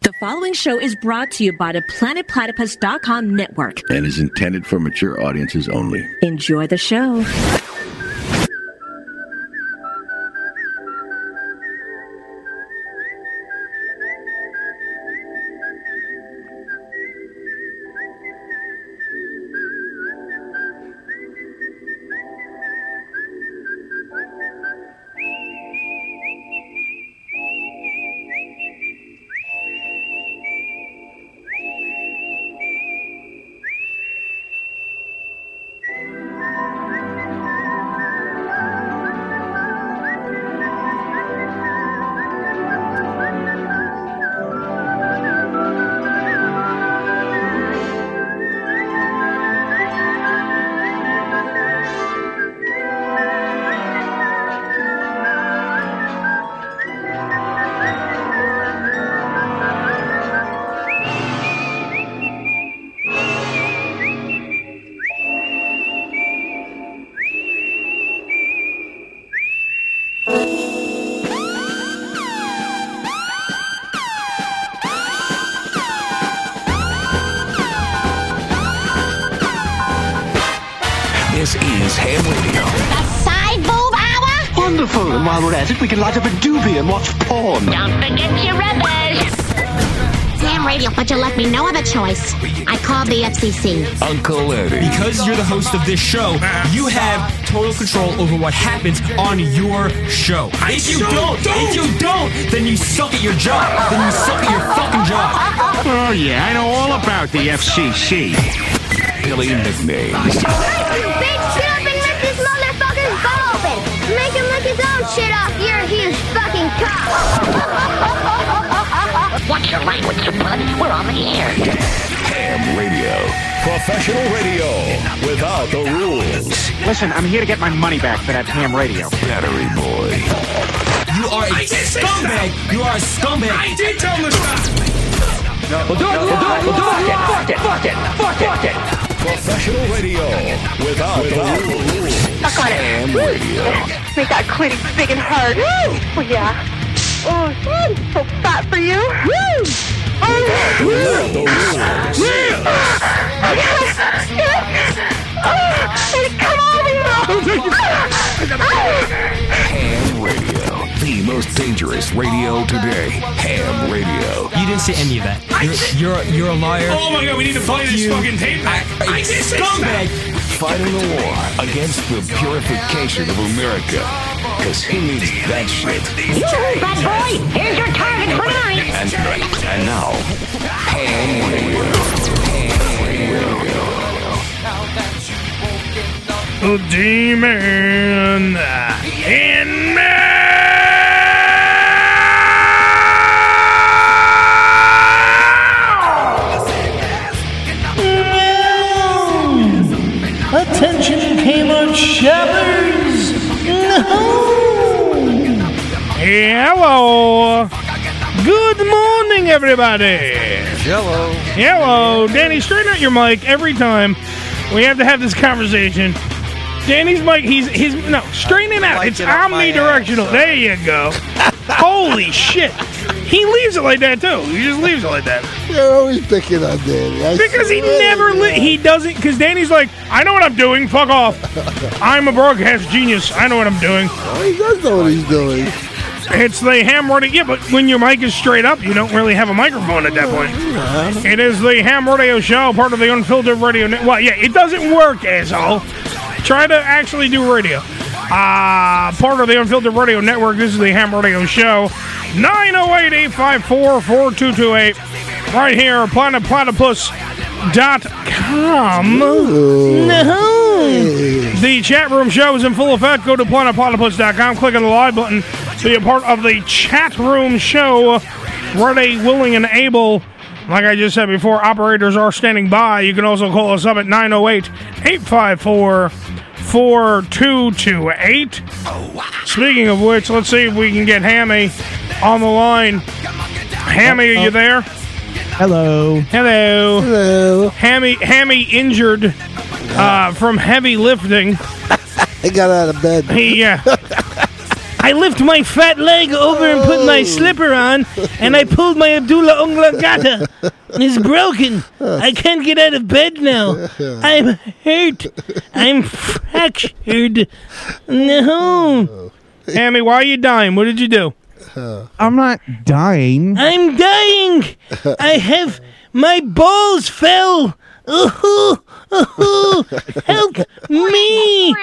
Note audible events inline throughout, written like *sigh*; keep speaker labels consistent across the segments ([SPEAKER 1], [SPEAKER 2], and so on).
[SPEAKER 1] The following show is brought to you by the planetplatypus.com network.
[SPEAKER 2] and is intended for mature audiences only.
[SPEAKER 1] Enjoy the show.
[SPEAKER 3] This is Ham Radio.
[SPEAKER 4] The side boob hour?
[SPEAKER 5] Wonderful. And while we're at it, we can light up a doobie and watch porn.
[SPEAKER 4] Don't forget your rubbish. Damn radio, but you left me no other choice. I called the FCC.
[SPEAKER 3] Uncle Eddie.
[SPEAKER 6] because you're the host of this show, you have total control over what happens on your show. If you don't, if you don't, then you suck at your job. Then you suck at your fucking job.
[SPEAKER 5] Oh, yeah, I know all about the FCC.
[SPEAKER 3] Billy McNames.
[SPEAKER 7] Bitch, get up and rip this motherfucker's butt open! Make him lick his own shit off your huge fucking cock!
[SPEAKER 4] Watch your language, you bud. We're on the air.
[SPEAKER 3] Ham Radio. Professional radio without the rules.
[SPEAKER 5] Listen, I'm here to get my money back for that ham radio.
[SPEAKER 3] Battery Boy.
[SPEAKER 6] You are a scumbag. You are a scumbag. I did tell him to stop.
[SPEAKER 3] Professional radio without, the rules. Ham Radio.
[SPEAKER 8] Make that clitty big and hard. Woo! Oh, yeah. Oh, mm, so fat for you. Woo! Oh, woo!
[SPEAKER 3] Without the rules.
[SPEAKER 8] Yes! Yes! Oh, hey, come on, you
[SPEAKER 3] Ham Radio. The most dangerous radio today. Ham Radio.
[SPEAKER 6] You didn't say any of that. You're you're, you're a liar. Oh my god, we need to play this fucking tape back. I, scumbag.
[SPEAKER 3] Fighting the war against the purification of America. Because he needs that shit.
[SPEAKER 4] You, bad boy. Here's your target for tonight.
[SPEAKER 3] And, and now, Ham Radio. Ham Radio.
[SPEAKER 9] Demon in Attention, Kmart shoppers! No! Hello! Good morning, everybody! Hello, Danny. Straighten out your mic every time. We have to have this conversation. Danny's mic. He's his no. Straighten it out. it's omnidirectional. there you
[SPEAKER 6] *laughs*
[SPEAKER 9] go. Holy shit. He leaves it like that too. He just leaves it like that
[SPEAKER 10] *laughs* You're always picking on Danny. I
[SPEAKER 9] because he
[SPEAKER 10] swear to
[SPEAKER 9] never
[SPEAKER 10] God.
[SPEAKER 9] li- he doesn't because Danny's like I know what I'm doing. Fuck
[SPEAKER 10] *laughs*
[SPEAKER 9] off. I'm a broadcast genius. I know what I'm doing.
[SPEAKER 10] Oh, he does know what he's doing.
[SPEAKER 9] It's the ham radio. Yeah, but when your mic is straight up, you don't really have a microphone at that point. It is the ham radio show, part of the unfiltered radio. Net- well, yeah, it doesn't work, asshole. Try to actually do radio. Uh, part of the Unfiltered Radio Network. This is the Ham Radio Show. 908-854-4228. Right here, planetplatypus.com. No. The chat room show is in full effect. Go to planetplatypus.com, click on the live button to be a part of the chat room show. Ready, willing, and able. Like I just said before, operators are standing by. You can also call us up at 908 854 4228. Speaking of which, let's see if we can get Hammy on the line. Hammy, are you there?
[SPEAKER 6] Hello.
[SPEAKER 9] Hello.
[SPEAKER 10] Hello.
[SPEAKER 9] Hammy, Hammy injured uh, from heavy lifting.
[SPEAKER 10] He got out of bed.
[SPEAKER 9] He, uh, I lift my fat leg over and put my slipper on, and I pulled *laughs* my Abdullah Unglagata. *laughs* It's broken. I can't get out of bed *laughs* now. I'm hurt. I'm fractured. *laughs* No. Hammy, why are you dying? What did you do?
[SPEAKER 5] I'm not dying.
[SPEAKER 9] I'm dying. I have my balls fell. Ooh, ooh, help me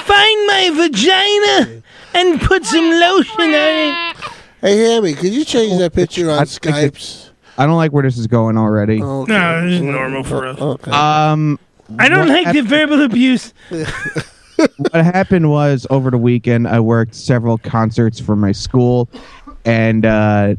[SPEAKER 9] find my vagina and put some lotion on it.
[SPEAKER 10] Hey, Hammy, could you change that picture on
[SPEAKER 5] I think it-
[SPEAKER 10] Skype's?
[SPEAKER 5] I don't like where this is going
[SPEAKER 10] Okay.
[SPEAKER 5] already.
[SPEAKER 10] Oh,
[SPEAKER 9] No, this is normal for us.
[SPEAKER 10] Okay. *laughs*
[SPEAKER 5] Um,
[SPEAKER 9] I don't
[SPEAKER 5] What
[SPEAKER 9] like the verbal abuse.
[SPEAKER 5] what happened was over the weekend I worked several concerts for my school, and uh,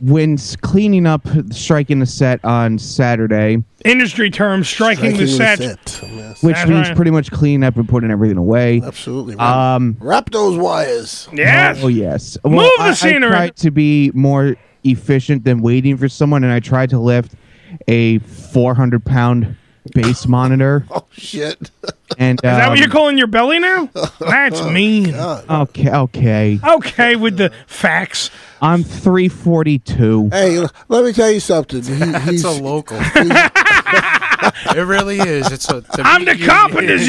[SPEAKER 5] when s- cleaning up striking the set on Saturday,
[SPEAKER 9] Industry term striking, the set.
[SPEAKER 10] Yes,
[SPEAKER 5] which
[SPEAKER 9] That's
[SPEAKER 5] means
[SPEAKER 9] right.
[SPEAKER 5] pretty much cleaning up and putting everything away.
[SPEAKER 10] absolutely. Wrap,
[SPEAKER 5] Um,
[SPEAKER 10] wrap those wires.
[SPEAKER 9] Yes.
[SPEAKER 5] oh yes,
[SPEAKER 9] Move the
[SPEAKER 5] I,
[SPEAKER 9] scenery.
[SPEAKER 5] I tried to be more efficient than waiting for someone, and I tried to lift a 400 pound
[SPEAKER 10] *laughs*
[SPEAKER 5] bass monitor.
[SPEAKER 10] Oh shit!
[SPEAKER 5] And
[SPEAKER 9] Is that
[SPEAKER 5] um,
[SPEAKER 9] what you're calling your belly *laughs* now? That's mean.
[SPEAKER 5] okay, okay,
[SPEAKER 9] Okay, with the facts.
[SPEAKER 5] I'm 342.
[SPEAKER 10] hey, l- let me tell you something.
[SPEAKER 9] *laughs*
[SPEAKER 10] He, *laughs* he's
[SPEAKER 11] It's a local. it really is. It's a. to
[SPEAKER 9] *laughs* I'm
[SPEAKER 11] be
[SPEAKER 9] the
[SPEAKER 11] union-
[SPEAKER 9] Carpenters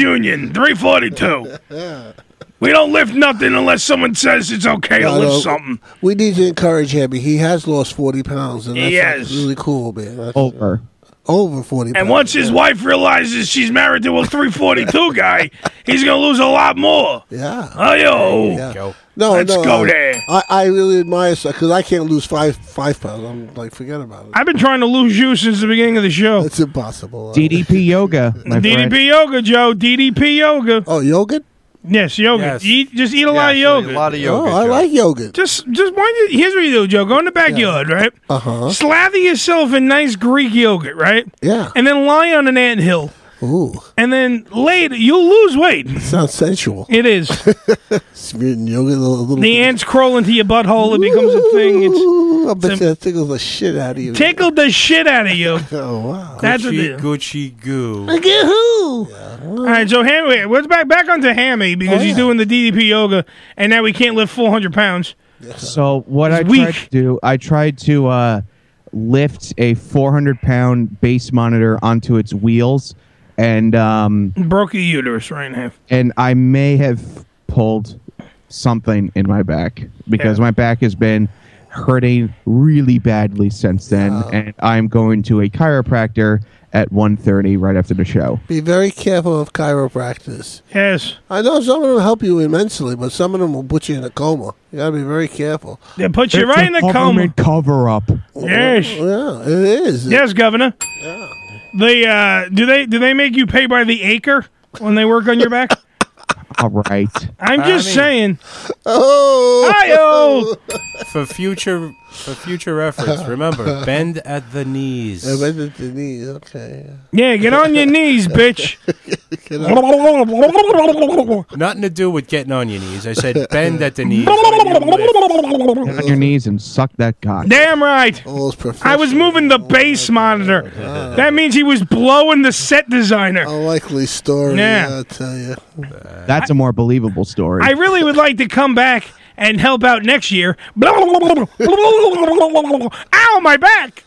[SPEAKER 10] *laughs*
[SPEAKER 9] Union, 342. We don't lift nothing unless someone says *laughs* it's okay to
[SPEAKER 10] I
[SPEAKER 9] lift
[SPEAKER 10] don't-
[SPEAKER 9] something.
[SPEAKER 10] We need to encourage Hammy. He has lost forty pounds, and that's
[SPEAKER 9] Yes.
[SPEAKER 10] really cool, man. That's uh,
[SPEAKER 5] Over.
[SPEAKER 10] over forty.
[SPEAKER 9] And
[SPEAKER 10] pounds.
[SPEAKER 9] once his wife realizes she's married to
[SPEAKER 10] *laughs*
[SPEAKER 9] a 342 guy, he's going to lose a lot more.
[SPEAKER 10] yeah.
[SPEAKER 9] Oh, yo.
[SPEAKER 10] Yeah.
[SPEAKER 11] Go.
[SPEAKER 10] No,
[SPEAKER 9] Let's
[SPEAKER 10] no,
[SPEAKER 9] go
[SPEAKER 10] I,
[SPEAKER 9] there.
[SPEAKER 10] I, I really admire because I can't lose five five pounds. I'm like, forget about it.
[SPEAKER 9] I've been trying to lose you since the beginning of the show.
[SPEAKER 10] It's impossible.
[SPEAKER 5] DDP yoga.
[SPEAKER 9] *laughs*
[SPEAKER 5] My
[SPEAKER 9] DDP
[SPEAKER 5] friend.
[SPEAKER 9] yoga, Joe. DDP yoga.
[SPEAKER 10] Oh, yogurt.
[SPEAKER 9] Yes, yoga.
[SPEAKER 11] Yes.
[SPEAKER 9] Eat, just eat a
[SPEAKER 11] Yeah,
[SPEAKER 9] lot of
[SPEAKER 11] so
[SPEAKER 9] yogurt.
[SPEAKER 11] A lot of
[SPEAKER 10] Oh,
[SPEAKER 11] yoga.
[SPEAKER 10] I
[SPEAKER 11] Joe.
[SPEAKER 10] like yogurt.
[SPEAKER 9] Just, just why you, here's what you do, Joe. Go in the backyard, right?
[SPEAKER 10] Uh huh.
[SPEAKER 9] Slather yourself in nice Greek yogurt, right?
[SPEAKER 10] Yeah.
[SPEAKER 9] And then lie on an anthill.
[SPEAKER 10] Ooh,
[SPEAKER 9] And then later, you'll lose weight.
[SPEAKER 10] sounds sensual. *laughs*
[SPEAKER 9] It is.
[SPEAKER 10] Smearing yogurt a little. little
[SPEAKER 9] The ants crawl into your butthole. It becomes a thing. It's
[SPEAKER 10] Ooh, I bet
[SPEAKER 9] it's a-
[SPEAKER 10] you that tickles the shit out of you.
[SPEAKER 9] tickled the shit out of you.
[SPEAKER 10] *laughs* Oh wow.
[SPEAKER 9] That's what
[SPEAKER 11] Gucci,
[SPEAKER 9] it is.
[SPEAKER 11] Gucci goo.
[SPEAKER 9] All right, so Hammy, what's back back onto Hammy because
[SPEAKER 10] Oh,
[SPEAKER 9] he's
[SPEAKER 10] yeah.
[SPEAKER 9] doing the DDP yoga, and now we can't lift 400 pounds.
[SPEAKER 5] So what I
[SPEAKER 9] It's
[SPEAKER 5] tried
[SPEAKER 9] weak.
[SPEAKER 5] to do, I tried to uh, lift a 400 pound bass monitor onto its wheels, and um,
[SPEAKER 9] Broke your uterus right in half.
[SPEAKER 5] and I may have pulled something in my back because
[SPEAKER 9] Yeah.
[SPEAKER 5] my back has been hurting really badly since then, and I'm going to a chiropractor at 1.30 right after the show.
[SPEAKER 10] Be very careful of chiropractors.
[SPEAKER 9] Yes,
[SPEAKER 10] I know some of them help you immensely, but some of them will put you in a coma. You gotta be very careful.
[SPEAKER 9] they put you right in the coma.
[SPEAKER 5] cover up.
[SPEAKER 9] Yes,
[SPEAKER 10] Oh, Yeah, it is.
[SPEAKER 9] yes, Governor. They uh, do they do they make you pay by the acre when they work on
[SPEAKER 10] *laughs*
[SPEAKER 9] your back?
[SPEAKER 5] All
[SPEAKER 9] *laughs*
[SPEAKER 5] right.
[SPEAKER 9] I'm just
[SPEAKER 11] mean-
[SPEAKER 9] saying.
[SPEAKER 10] Oh, *laughs*
[SPEAKER 9] Ayo!
[SPEAKER 11] For future, for future reference,
[SPEAKER 10] *laughs*
[SPEAKER 11] remember bend at the knees.
[SPEAKER 10] I bent at the knee. Okay.
[SPEAKER 9] Yeah, get on your knees, bitch. *laughs*
[SPEAKER 11] Nothing to do with getting on your knees. I said
[SPEAKER 9] *laughs*
[SPEAKER 11] bend at the knees. when you lift.
[SPEAKER 5] Get on your knees and suck that cock.
[SPEAKER 9] Damn right.
[SPEAKER 10] All those Oh,
[SPEAKER 9] I was moving the bass monitor. That means he was blowing the set designer.
[SPEAKER 10] Unlikely story.
[SPEAKER 9] Yeah.
[SPEAKER 10] I'll tell you.
[SPEAKER 5] That's a more believable story.
[SPEAKER 9] I really would like to come back and help out next year. Ow, my back!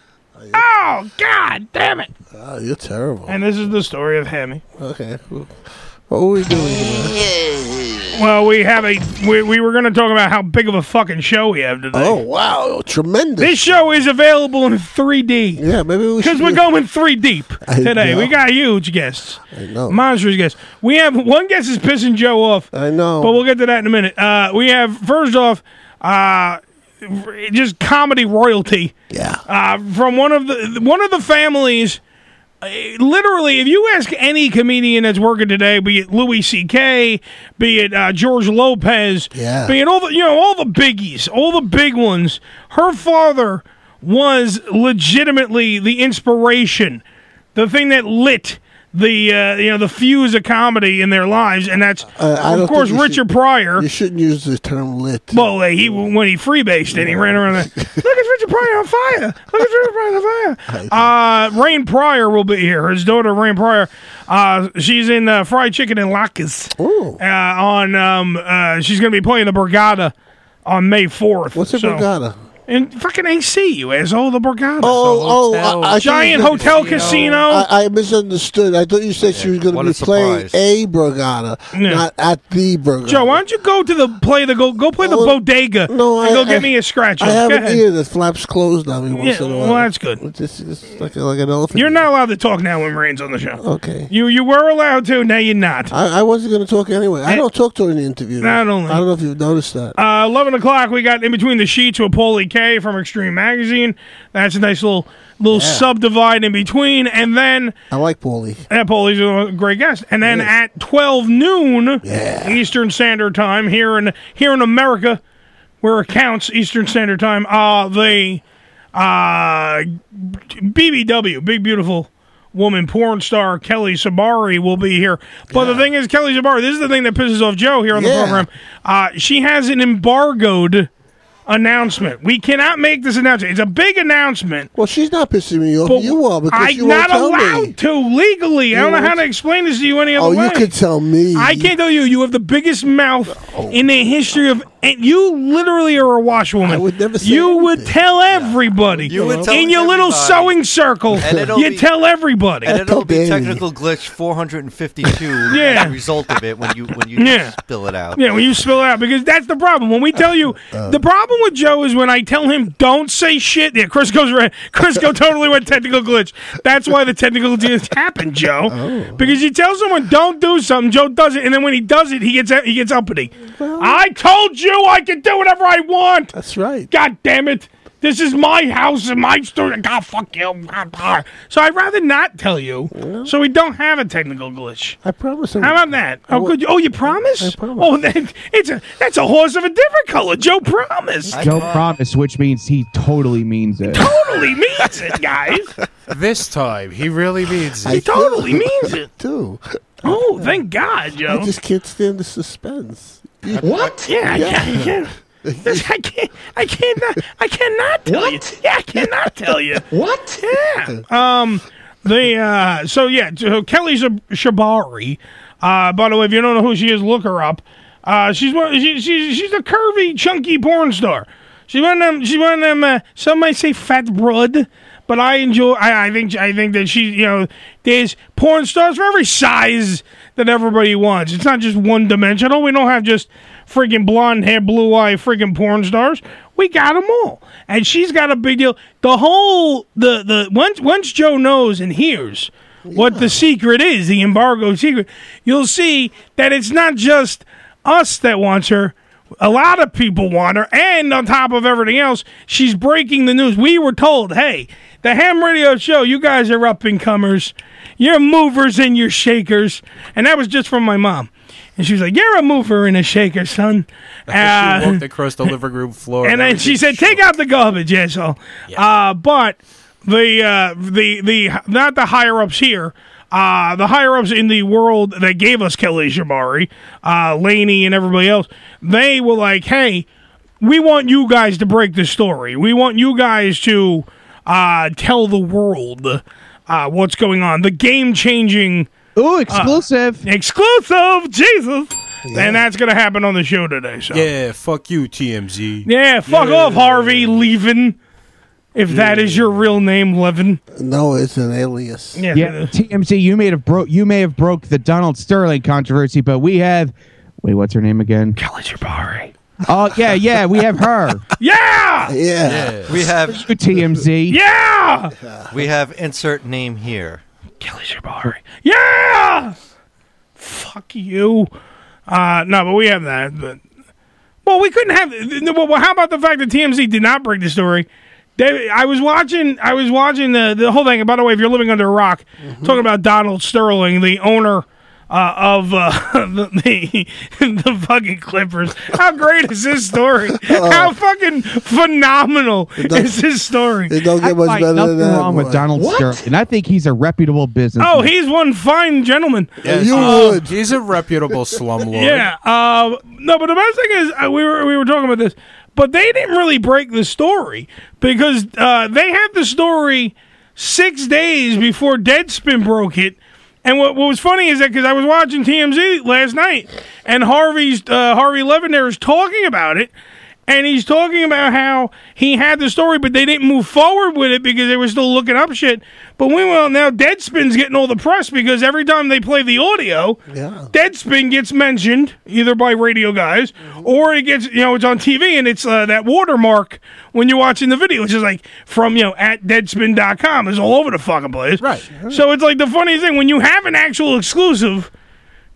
[SPEAKER 9] Oh, God damn it!
[SPEAKER 10] Oh, you're terrible.
[SPEAKER 9] And this is the story of Hammy.
[SPEAKER 10] Okay. What were we doing? Here?
[SPEAKER 9] Well, we have a. We, we were going to talk about how big of a fucking show we have today.
[SPEAKER 10] Oh wow, tremendous.
[SPEAKER 9] This show is available in 3D.
[SPEAKER 10] yeah, maybe we should.
[SPEAKER 9] Because we're
[SPEAKER 10] do-
[SPEAKER 9] going three deep
[SPEAKER 10] I
[SPEAKER 9] today.
[SPEAKER 10] know.
[SPEAKER 9] We got huge guests.
[SPEAKER 10] I know.
[SPEAKER 9] Monstrous guests. We have one guest is pissing Joe off.
[SPEAKER 10] I know.
[SPEAKER 9] But we'll get to that in a minute. Uh, we have first off, uh, just comedy royalty
[SPEAKER 10] yeah.
[SPEAKER 9] uh, from one of the one of the families. uh, Literally, if you ask any comedian that's working today, be it Louis C.K., be it uh, George Lopez,
[SPEAKER 10] Yeah.
[SPEAKER 9] be it all the you know all the biggies, all the big ones, her father was legitimately the inspiration, the thing that lit the uh, you know the fuse of comedy in their lives, and that's
[SPEAKER 10] Uh, I
[SPEAKER 9] of
[SPEAKER 10] don't
[SPEAKER 9] course
[SPEAKER 10] think you
[SPEAKER 9] Richard
[SPEAKER 10] should-
[SPEAKER 9] Pryor.
[SPEAKER 10] You shouldn't use the term lit. *laughs*
[SPEAKER 9] Well, uh, he when he freebased and he ran around. The, Look, it's Richard Pryor on fire. Look at Georgia Pryor on fire. Uh, Rain Pryor will be here. His daughter, Rain Pryor. Uh, she's in uh, Fried Chicken and Lacas. Uh, on um, uh, she's going to be playing the Borgata on May fourth. What's
[SPEAKER 10] the Borgata?
[SPEAKER 9] And fucking AC, you asshole. The Borgata.
[SPEAKER 10] Oh, oh, I, I
[SPEAKER 9] giant
[SPEAKER 10] thought you said-
[SPEAKER 9] hotel casino.
[SPEAKER 10] I, I misunderstood. I thought you said she was going to
[SPEAKER 9] what
[SPEAKER 10] be
[SPEAKER 9] a
[SPEAKER 10] playing
[SPEAKER 9] surprise.
[SPEAKER 10] a Borgata,
[SPEAKER 9] No.
[SPEAKER 10] not at the Borgata.
[SPEAKER 9] Joe, why don't you go to the play the go go play the bodega? No,
[SPEAKER 10] Oh,
[SPEAKER 9] and
[SPEAKER 10] I-
[SPEAKER 9] go get
[SPEAKER 10] I-
[SPEAKER 9] me a scratch.
[SPEAKER 10] I
[SPEAKER 9] off.
[SPEAKER 10] have
[SPEAKER 9] Go
[SPEAKER 10] an
[SPEAKER 9] ahead.
[SPEAKER 10] ear that flaps closed on me once
[SPEAKER 9] Yeah,
[SPEAKER 10] in a
[SPEAKER 9] well,
[SPEAKER 10] while.
[SPEAKER 9] that's good.
[SPEAKER 10] It's, it's like, like an elephant.
[SPEAKER 9] You're not allowed to talk now when Rain's on the show.
[SPEAKER 10] Okay.
[SPEAKER 9] You you were allowed to, now you're not.
[SPEAKER 10] I, I wasn't going to talk anyway. I don't talk during the interview.
[SPEAKER 9] Not only-
[SPEAKER 10] I don't know if you've noticed that.
[SPEAKER 9] Uh, 11 o'clock, we got In Between the Sheets with Paulie K from Extreme Magazine. That's a nice little little subdivide in between. And then,
[SPEAKER 10] I like Paulie.
[SPEAKER 9] yeah, Paulie's a great guest. And then at 12 noon Eastern Standard Time here in here in America, where it counts Eastern Standard Time, uh, the uh, BBW, Big Beautiful Woman porn star Kelly Sabari will be here. But the thing is, Kelly Sabari, this is the thing that pisses off Joe here on the
[SPEAKER 12] Yeah.
[SPEAKER 9] program. Uh, she has an embargoed announcement. We cannot make this announcement. It's a big announcement.
[SPEAKER 10] Well, she's not pissing me off. you are because
[SPEAKER 9] I'm
[SPEAKER 10] you won't
[SPEAKER 9] not
[SPEAKER 10] tell me.
[SPEAKER 9] allowed to legally. I
[SPEAKER 10] You
[SPEAKER 9] don't know how
[SPEAKER 10] won't-
[SPEAKER 9] to explain this to you any other
[SPEAKER 10] Oh,
[SPEAKER 9] way.
[SPEAKER 10] you could tell me. Oh.
[SPEAKER 9] I can't tell you. You have the biggest mouth in the history of. And you literally are a washwoman. I would never. Say you would tell everybody.
[SPEAKER 13] You would tell
[SPEAKER 9] in your little
[SPEAKER 13] everybody.
[SPEAKER 9] sewing circle.
[SPEAKER 13] And it'll
[SPEAKER 9] You
[SPEAKER 13] be-
[SPEAKER 9] tell everybody.
[SPEAKER 13] And it'll be technical
[SPEAKER 9] *laughs*
[SPEAKER 13] glitch 452.
[SPEAKER 9] Yeah.
[SPEAKER 13] as a result of it when you when you
[SPEAKER 9] Yeah.
[SPEAKER 13] spill it out.
[SPEAKER 9] Yeah, when you spill it out, because that's the problem. When we tell you,
[SPEAKER 10] Uh,
[SPEAKER 9] the problem with Joe is when I tell him don't say shit. Yeah, *laughs* Chris goes red. Crisco totally went technical glitch. That's why the technical glitch *laughs* happened, Joe.
[SPEAKER 10] Oh.
[SPEAKER 9] Because you tell someone don't do something, Joe does it, and then when he does it, he gets he gets uppity. I told you I can do whatever I want.
[SPEAKER 10] That's right.
[SPEAKER 9] God damn it. This is my house and my story. God, fuck you. So I'd rather not tell you, so we don't have a technical glitch.
[SPEAKER 10] I promise. I
[SPEAKER 9] How
[SPEAKER 10] would.
[SPEAKER 9] about that?
[SPEAKER 10] I
[SPEAKER 9] Oh,
[SPEAKER 10] would-
[SPEAKER 9] good. Oh, you promise?
[SPEAKER 10] I promise.
[SPEAKER 9] Oh, *laughs* that, it's a that's a horse of a different color. Joe promised.
[SPEAKER 5] Joe promise, which means he totally means it.
[SPEAKER 9] totally means it, guys.
[SPEAKER 11] This time, he really means it.
[SPEAKER 9] He totally means it.
[SPEAKER 10] too.
[SPEAKER 9] Oh, thank God, Joe.
[SPEAKER 10] I just can't stand the suspense.
[SPEAKER 9] What? *laughs* Yeah, I can't. I can't. This- I can't. I can't. not- I cannot tell you. Yeah, I cannot tell you. what? Yeah. Um. The uh. So yeah. So Kelly's a Shabari. Uh. By the way, if you don't know who she is, look her up. Uh. She's one. She, she's she's a curvy, chunky porn star. She's one of them. She's one of them. Uh, some might say fat broad. But I enjoy. I, I think. I think that she. You know, there's porn stars for every size that everybody wants. It's not just one dimensional. We don't have just freaking blonde hair, blue eye, freaking porn stars. We got them all, and she's got a big deal. The whole the the once once Joe knows and hears what the secret is, the embargo secret, you'll see that it's not just us that wants her. A lot of people want her, and on top of everything else, she's breaking the news. We were told, hey, the ham radio show, you guys are up and comers. You're movers and you're shakers. And that was just from my mom. And she was like, You're a mover and a shaker, son.
[SPEAKER 11] she
[SPEAKER 9] Uh,
[SPEAKER 11] walked across the living room floor.
[SPEAKER 9] and then she said, "Take out the garbage, asshole." Uh, but the uh, the the not the higher ups here. Uh, the higher ups in the world that gave us Kelly Jabari, uh, Laney, and everybody else, they were like, "Hey, we want you guys to break the story. We want you guys to uh, tell the world uh, what's going on. The game changing.
[SPEAKER 5] Ooh, exclusive!
[SPEAKER 9] exclusive, Jesus!" And that's gonna happen on the show today. So
[SPEAKER 11] Yeah, fuck you, TMZ.
[SPEAKER 9] yeah, fuck off, Harvey Levin. If that is your real name, Levin.
[SPEAKER 10] No, it's an alias.
[SPEAKER 9] Yeah.
[SPEAKER 5] TMZ, you may have broke you may have broke the Donald Sterling controversy, but we have wait, what's her name again?
[SPEAKER 9] Kelly Jabari.
[SPEAKER 5] Oh yeah, yeah, we have
[SPEAKER 9] *laughs*
[SPEAKER 5] her.
[SPEAKER 9] Yeah.
[SPEAKER 10] Yeah.
[SPEAKER 13] We have
[SPEAKER 5] You TMZ.
[SPEAKER 9] *laughs* Yeah.
[SPEAKER 13] we have insert name here.
[SPEAKER 9] Kelly Jabari. Yeah. Fuck you. Uh, no, but we have that. But well, we couldn't have. th- Well, how about the fact that TMZ did not break the story? They, I was watching. I was watching the the whole thing. And by the way, if you're living under a rock,
[SPEAKER 10] Mm-hmm.
[SPEAKER 9] talking about Donald Sterling, the owner. Uh, of uh, *laughs* the, the *laughs* the fucking Clippers, how great is
[SPEAKER 10] *laughs*
[SPEAKER 9] this story? How fucking phenomenal is this story? It
[SPEAKER 10] don't get much
[SPEAKER 5] Like, nothing wrong with Donald Sterling. And I think he's a reputable business.
[SPEAKER 9] Oh, he's one fine gentleman. Uh,
[SPEAKER 11] He's a reputable slumlord.
[SPEAKER 9] Yeah. Uh, no, but the best thing is uh, we were we were talking about this. But they didn't really break the story because uh, they had the story six days before Deadspin broke it. And what, what was funny is that because I was watching TMZ last night, and Harvey's uh, Harvey Levin there is talking about it, and he's talking about how he had the story, but they didn't move forward with it because they were still looking up shit. But meanwhile, now Deadspin's getting all the press because every time they play the audio, Deadspin gets mentioned either by radio guys or it gets you know it's on TV and it's uh, that watermark when you're watching the video. It's just like from you know at Deadspin.com is all over the fucking place. Right. So it's like the funny thing when you have an actual exclusive.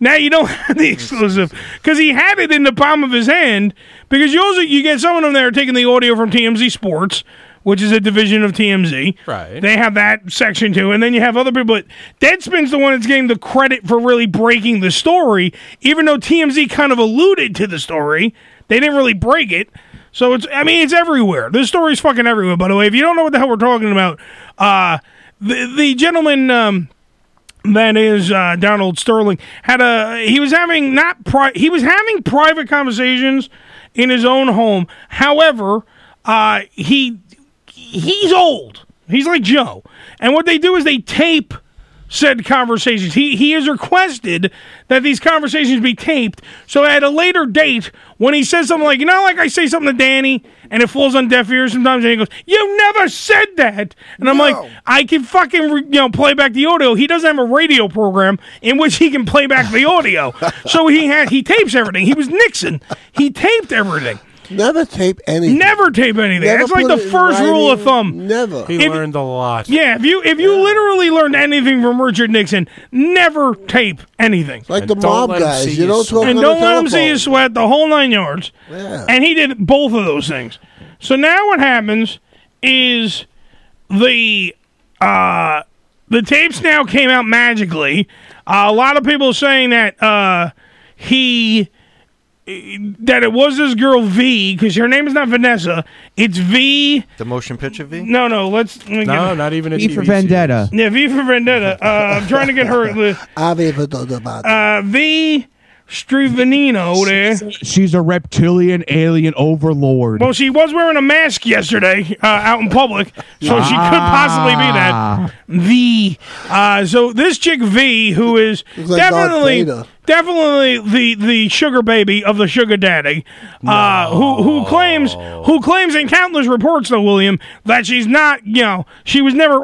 [SPEAKER 9] Now you don't *laughs* have the exclusive because he had it in the palm of his hand. Because you also you get some of them that are taking the audio from TMZ Sports, which is a division of TMZ. Right. They have that section too, and then you have other people. But Deadspin's the one that's getting the credit for really breaking the story, even though TMZ kind of alluded to the story. They didn't really break it. So it's I mean it's everywhere. This story's fucking everywhere. By the way, if you don't know what the hell we're talking about, uh, the the gentleman. Um, that is uh, Donald Sterling had a he was having not pri- he was having private conversations in his own home. However, uh, he he's old. He's like Joe, and what they do is they tape said conversations. He he has requested that these conversations be taped, so at a later date, when he says something like, you know, like I say something to Danny, and it falls on deaf ears sometimes, and he goes, "You never said that," and I'm like, I can fucking re- you know play back the audio. He doesn't have a radio program in which he can play back
[SPEAKER 10] *laughs*
[SPEAKER 9] the audio, so he had he tapes everything. He was Nixon. He taped everything.
[SPEAKER 10] Never tape anything.
[SPEAKER 9] Never tape anything.
[SPEAKER 10] Never
[SPEAKER 9] That's like
[SPEAKER 10] put
[SPEAKER 9] the
[SPEAKER 10] it in
[SPEAKER 9] first rule of
[SPEAKER 10] writing.
[SPEAKER 9] thumb.
[SPEAKER 10] Never.
[SPEAKER 11] He
[SPEAKER 9] If-
[SPEAKER 11] learned a lot.
[SPEAKER 9] Yeah, if you if you literally learned anything from Richard Nixon, never tape anything.
[SPEAKER 10] like And the don't mob let 'em guys, see you you don't sweat. talk
[SPEAKER 9] and
[SPEAKER 10] on
[SPEAKER 9] don't
[SPEAKER 10] the
[SPEAKER 9] let them see
[SPEAKER 10] telephone.
[SPEAKER 9] you sweat the whole nine yards.
[SPEAKER 10] Yeah.
[SPEAKER 9] And he did both of those things. So now what happens is the uh, the tapes now came out magically. Uh, a lot of people saying that uh, he that it was this girl V because her name is not Vanessa. It's V.
[SPEAKER 13] The motion picture V?
[SPEAKER 9] No, no. Let's let me
[SPEAKER 13] No,
[SPEAKER 9] get-
[SPEAKER 13] not even a
[SPEAKER 5] V for TV series. Vendetta.
[SPEAKER 9] Yeah, V for Vendetta. Uh, I'm trying to get her. the-
[SPEAKER 10] *laughs* Ave Vedota Bada.
[SPEAKER 9] Uh, v Struvenino there.
[SPEAKER 5] She's a reptilian alien overlord.
[SPEAKER 9] Well, she was wearing a mask yesterday uh, out in public, so she could possibly be that.
[SPEAKER 5] Ah.
[SPEAKER 9] V. Uh, so this chick V, who is
[SPEAKER 10] like Darth
[SPEAKER 9] definitely
[SPEAKER 10] Vader.
[SPEAKER 9] definitely the the sugar baby of the sugar daddy, uh, who who claims who claims in countless reports though William that she's not you know she was never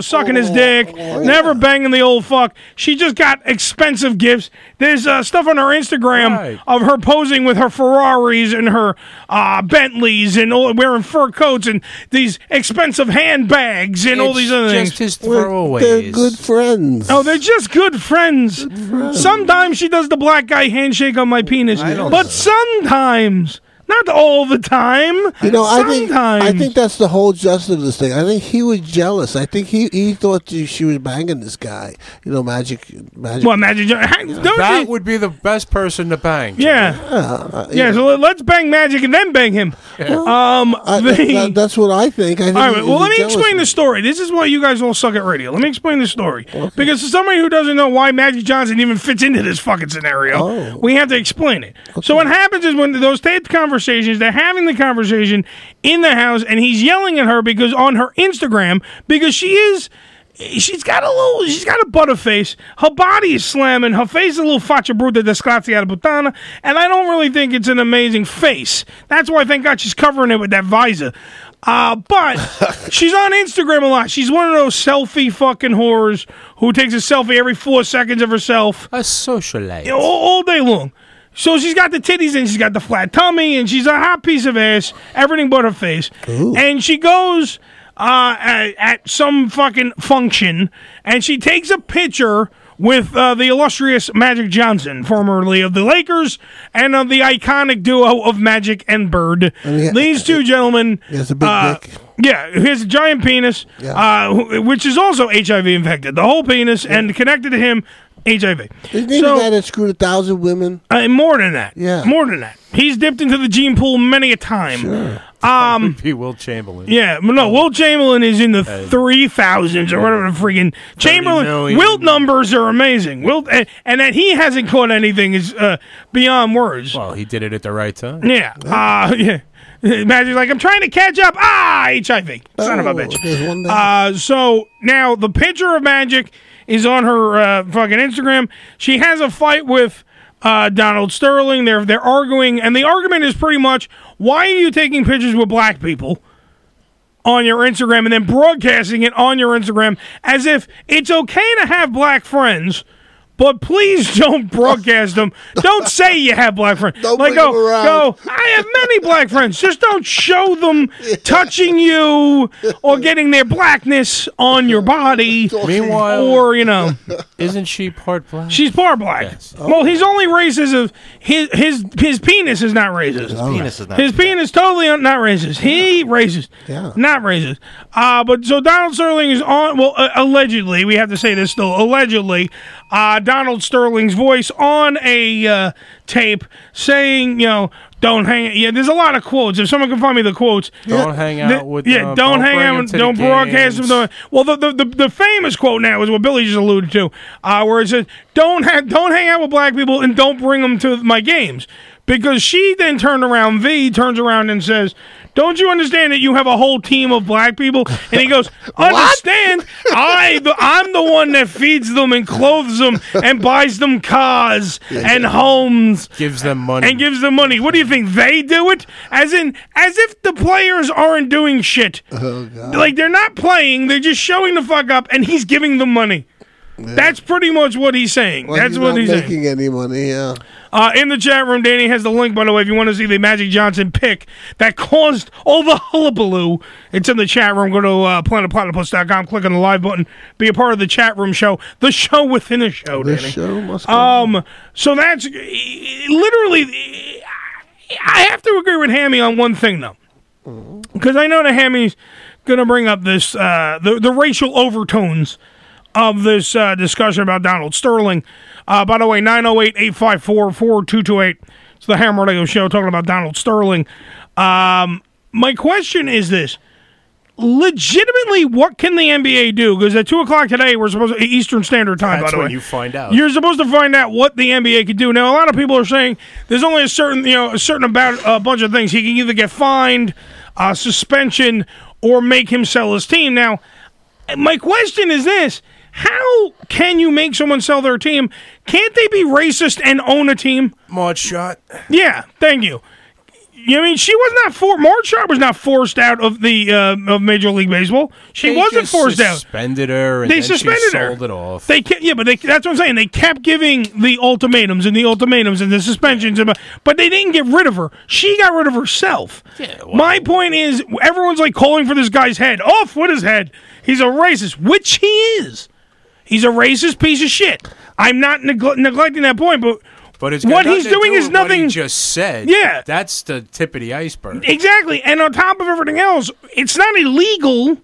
[SPEAKER 9] sucking his dick,
[SPEAKER 11] Oh.
[SPEAKER 9] never banging the old fuck. She just got expensive gifts. There's uh, stuff on her Instagram of her posing with her Ferraris and her uh, Bentleys and all, wearing fur coats and these expensive handbags and all
[SPEAKER 11] It's
[SPEAKER 9] these other things.
[SPEAKER 11] just his We're- they're throwaways. good
[SPEAKER 10] friends.
[SPEAKER 9] Oh, they're just good friends. Sometimes she does the black guy handshake on my penis, but sometimes, not all the time.
[SPEAKER 10] You know, I think
[SPEAKER 9] sometimes.
[SPEAKER 10] I think that's the whole justice of this thing. I think he was jealous. I think he, he thought she she was banging this guy. You know, magic, magic.
[SPEAKER 9] Well, Magic *laughs* Johnson.
[SPEAKER 11] That would be the best person to bang.
[SPEAKER 9] Yeah.
[SPEAKER 10] Uh,
[SPEAKER 9] Yeah, so let- let's bang Magic and then bang him. Um,
[SPEAKER 10] I-
[SPEAKER 9] the-
[SPEAKER 10] that- that- that's what I think. I think
[SPEAKER 9] all
[SPEAKER 10] he-
[SPEAKER 9] right, well,
[SPEAKER 10] he
[SPEAKER 9] let me
[SPEAKER 10] jealous.
[SPEAKER 9] explain the story. This is why you guys all suck at radio. Let me explain the story. Because to somebody who doesn't know why Magic Johnson even fits into this fucking scenario,
[SPEAKER 10] Oh.
[SPEAKER 9] we have to explain it. So what happens is when those taped conversations, they're having the conversation in the house, and he's yelling at her because on her Instagram, because she is she's got a little, she's got a butterface. Her body is slamming. Her face is a little faccia bruta disgraziata puttana, and I don't really think it's an amazing face. That's why, thank God, she's covering it with that visor. Uh, but she's on Instagram a lot. She's one of those selfie fucking whores who takes a selfie every four seconds of herself.
[SPEAKER 11] A socialite.
[SPEAKER 9] You know, all, all day long. So she's got the titties and she's got the flat tummy and she's a hot piece of ass, everything but her face. And she goes uh, at, at some fucking function and she takes a picture with uh, the illustrious Magic Johnson, formerly of the Lakers, and of the iconic duo of Magic and Bird. These two gentlemen.
[SPEAKER 10] has a big
[SPEAKER 9] dick. Yeah, he has a giant penis, uh, wh- which is also HIV infected. The whole penis and connected to him, HIV.
[SPEAKER 10] Isn't he the guy that screwed a thousand women?
[SPEAKER 9] Uh, more than that.
[SPEAKER 10] Yeah.
[SPEAKER 9] More than that. He's dipped into the gene pool many a time. Um.
[SPEAKER 11] He Will Chamberlain.
[SPEAKER 9] Yeah, no, Will Chamberlain is in the 3,000s or whatever the freaking. Chamberlain.
[SPEAKER 11] million.
[SPEAKER 9] Wilt numbers are amazing. Wilt, and, and that he hasn't caught anything is uh, beyond words.
[SPEAKER 11] Well, he did it at the right time.
[SPEAKER 9] Yeah. Uh, *laughs* yeah. Magic's like, I'm trying to catch up. Ah, HIV. Son of a bitch. Uh, so now the picture of Magic is on her uh, fucking Instagram. She has a fight with uh, Donald Sterling. They're they're arguing, and the argument is pretty much, why are you taking pictures with black people? on your Instagram and then broadcasting it on your Instagram as if it's okay to have black friends. But please don't *laughs* broadcast them. Don't say you have black friends. Don't like go, go. I have many black friends. Just don't show them touching you or getting their blackness on your body.
[SPEAKER 11] Meanwhile-
[SPEAKER 9] or you know,
[SPEAKER 11] Isn't she part black?
[SPEAKER 9] she's part black. Well, he's only racist if his his his penis is not racist. His
[SPEAKER 13] penis is not
[SPEAKER 9] His penis totally un- not racist. He racist. Yeah. Not racist. Uh, but so Donald Sterling is on. Well, uh, allegedly, we have to say this still. Allegedly, uh, Donald Sterling's voice on a uh, tape saying, you know. Don't hang. Yeah, there's a lot of quotes. If someone can find me the quotes,
[SPEAKER 11] Don't hang out
[SPEAKER 9] The-
[SPEAKER 11] with,
[SPEAKER 9] Yeah,
[SPEAKER 11] uh,
[SPEAKER 9] don't
[SPEAKER 11] don't
[SPEAKER 9] hang
[SPEAKER 11] bring
[SPEAKER 9] out.
[SPEAKER 11] them
[SPEAKER 9] with-
[SPEAKER 11] to the
[SPEAKER 9] Don't broadcast
[SPEAKER 11] games.
[SPEAKER 9] them. to- well, the, the, the, the famous quote now is what Billy just alluded to, uh, where it says, "Don't ha- don't hang out with black people and don't bring them to my games," because she then turned around. V turns around and says, "Don't you understand that you have a whole team of black people?" And he
[SPEAKER 11] *laughs*
[SPEAKER 9] goes, "Understand? I the, I'm the one that feeds them and clothes them and buys them cars and homes."
[SPEAKER 11] Gives them money.
[SPEAKER 9] and gives them money. What do you think they do it? As in, as if the players aren't doing shit.
[SPEAKER 11] Uh-huh.
[SPEAKER 10] Oh,
[SPEAKER 9] Like they're not playing; they're just showing the fuck up, and he's giving them money. That's pretty much what he's saying.
[SPEAKER 10] Like,
[SPEAKER 9] That's
[SPEAKER 10] you're
[SPEAKER 9] what
[SPEAKER 10] not
[SPEAKER 9] he's saying.
[SPEAKER 10] making any money. Yeah.
[SPEAKER 9] Uh, in the chat room, Danny has the link, by the way, if you want to see the Magic Johnson pick that caused all the hullabaloo. It's in the chat room. Go to uh, planetplatypus.com, click on the live button, be a part of the chat room show, the show within a show,
[SPEAKER 10] The
[SPEAKER 9] Danny.
[SPEAKER 10] show must go
[SPEAKER 9] um, So that's literally, I have to agree with Hammy on one thing, though because I know that Hammy's going to bring up this uh, the the racial overtones of this uh, discussion about Donald Sterling. Uh, by the way, 908-854-4228. It's the Ham Radio Show talking about Donald Sterling. Um, my question is this. Legitimately, what can the NBA do? Because at two o'clock today, we're supposed to, Eastern Standard Time.
[SPEAKER 11] That's
[SPEAKER 9] by the
[SPEAKER 11] when
[SPEAKER 9] way,
[SPEAKER 11] you find out.
[SPEAKER 9] you're supposed to find out what the NBA could do. Now, a lot of people are saying there's only a certain, you know, a certain about a bunch of things he can either get fined, uh, suspension, or make him sell his team. Now, my question is this: How can you make someone sell their team? Can't they be racist and own a team?
[SPEAKER 11] Mod shot.
[SPEAKER 9] Yeah, thank you. You know what I mean, she was not for Marge Sharp was not forced out of the uh, of Major League Baseball. She
[SPEAKER 11] They
[SPEAKER 9] wasn't
[SPEAKER 11] just
[SPEAKER 9] forced out.
[SPEAKER 11] Suspended her. And
[SPEAKER 9] They
[SPEAKER 11] then she
[SPEAKER 9] suspended her.
[SPEAKER 11] Sold it off.
[SPEAKER 9] They kept, yeah, but they, that's what I'm saying. They kept giving the ultimatums and the ultimatums and the suspensions, and, but they didn't get rid of her. She got rid of herself. My point is, everyone's like calling for this guy's head off with his head. He's a racist, which he is. He's a racist piece of shit. I'm not negle- neglecting that point, but
[SPEAKER 11] But it's
[SPEAKER 9] what
[SPEAKER 11] got
[SPEAKER 9] he's
[SPEAKER 11] nothing to
[SPEAKER 9] doing
[SPEAKER 11] do
[SPEAKER 9] is
[SPEAKER 11] with what he
[SPEAKER 9] nothing.
[SPEAKER 11] just said.
[SPEAKER 9] Yeah.
[SPEAKER 11] That's the tip of the iceberg.
[SPEAKER 9] Exactly. And on top of everything else, it's not illegal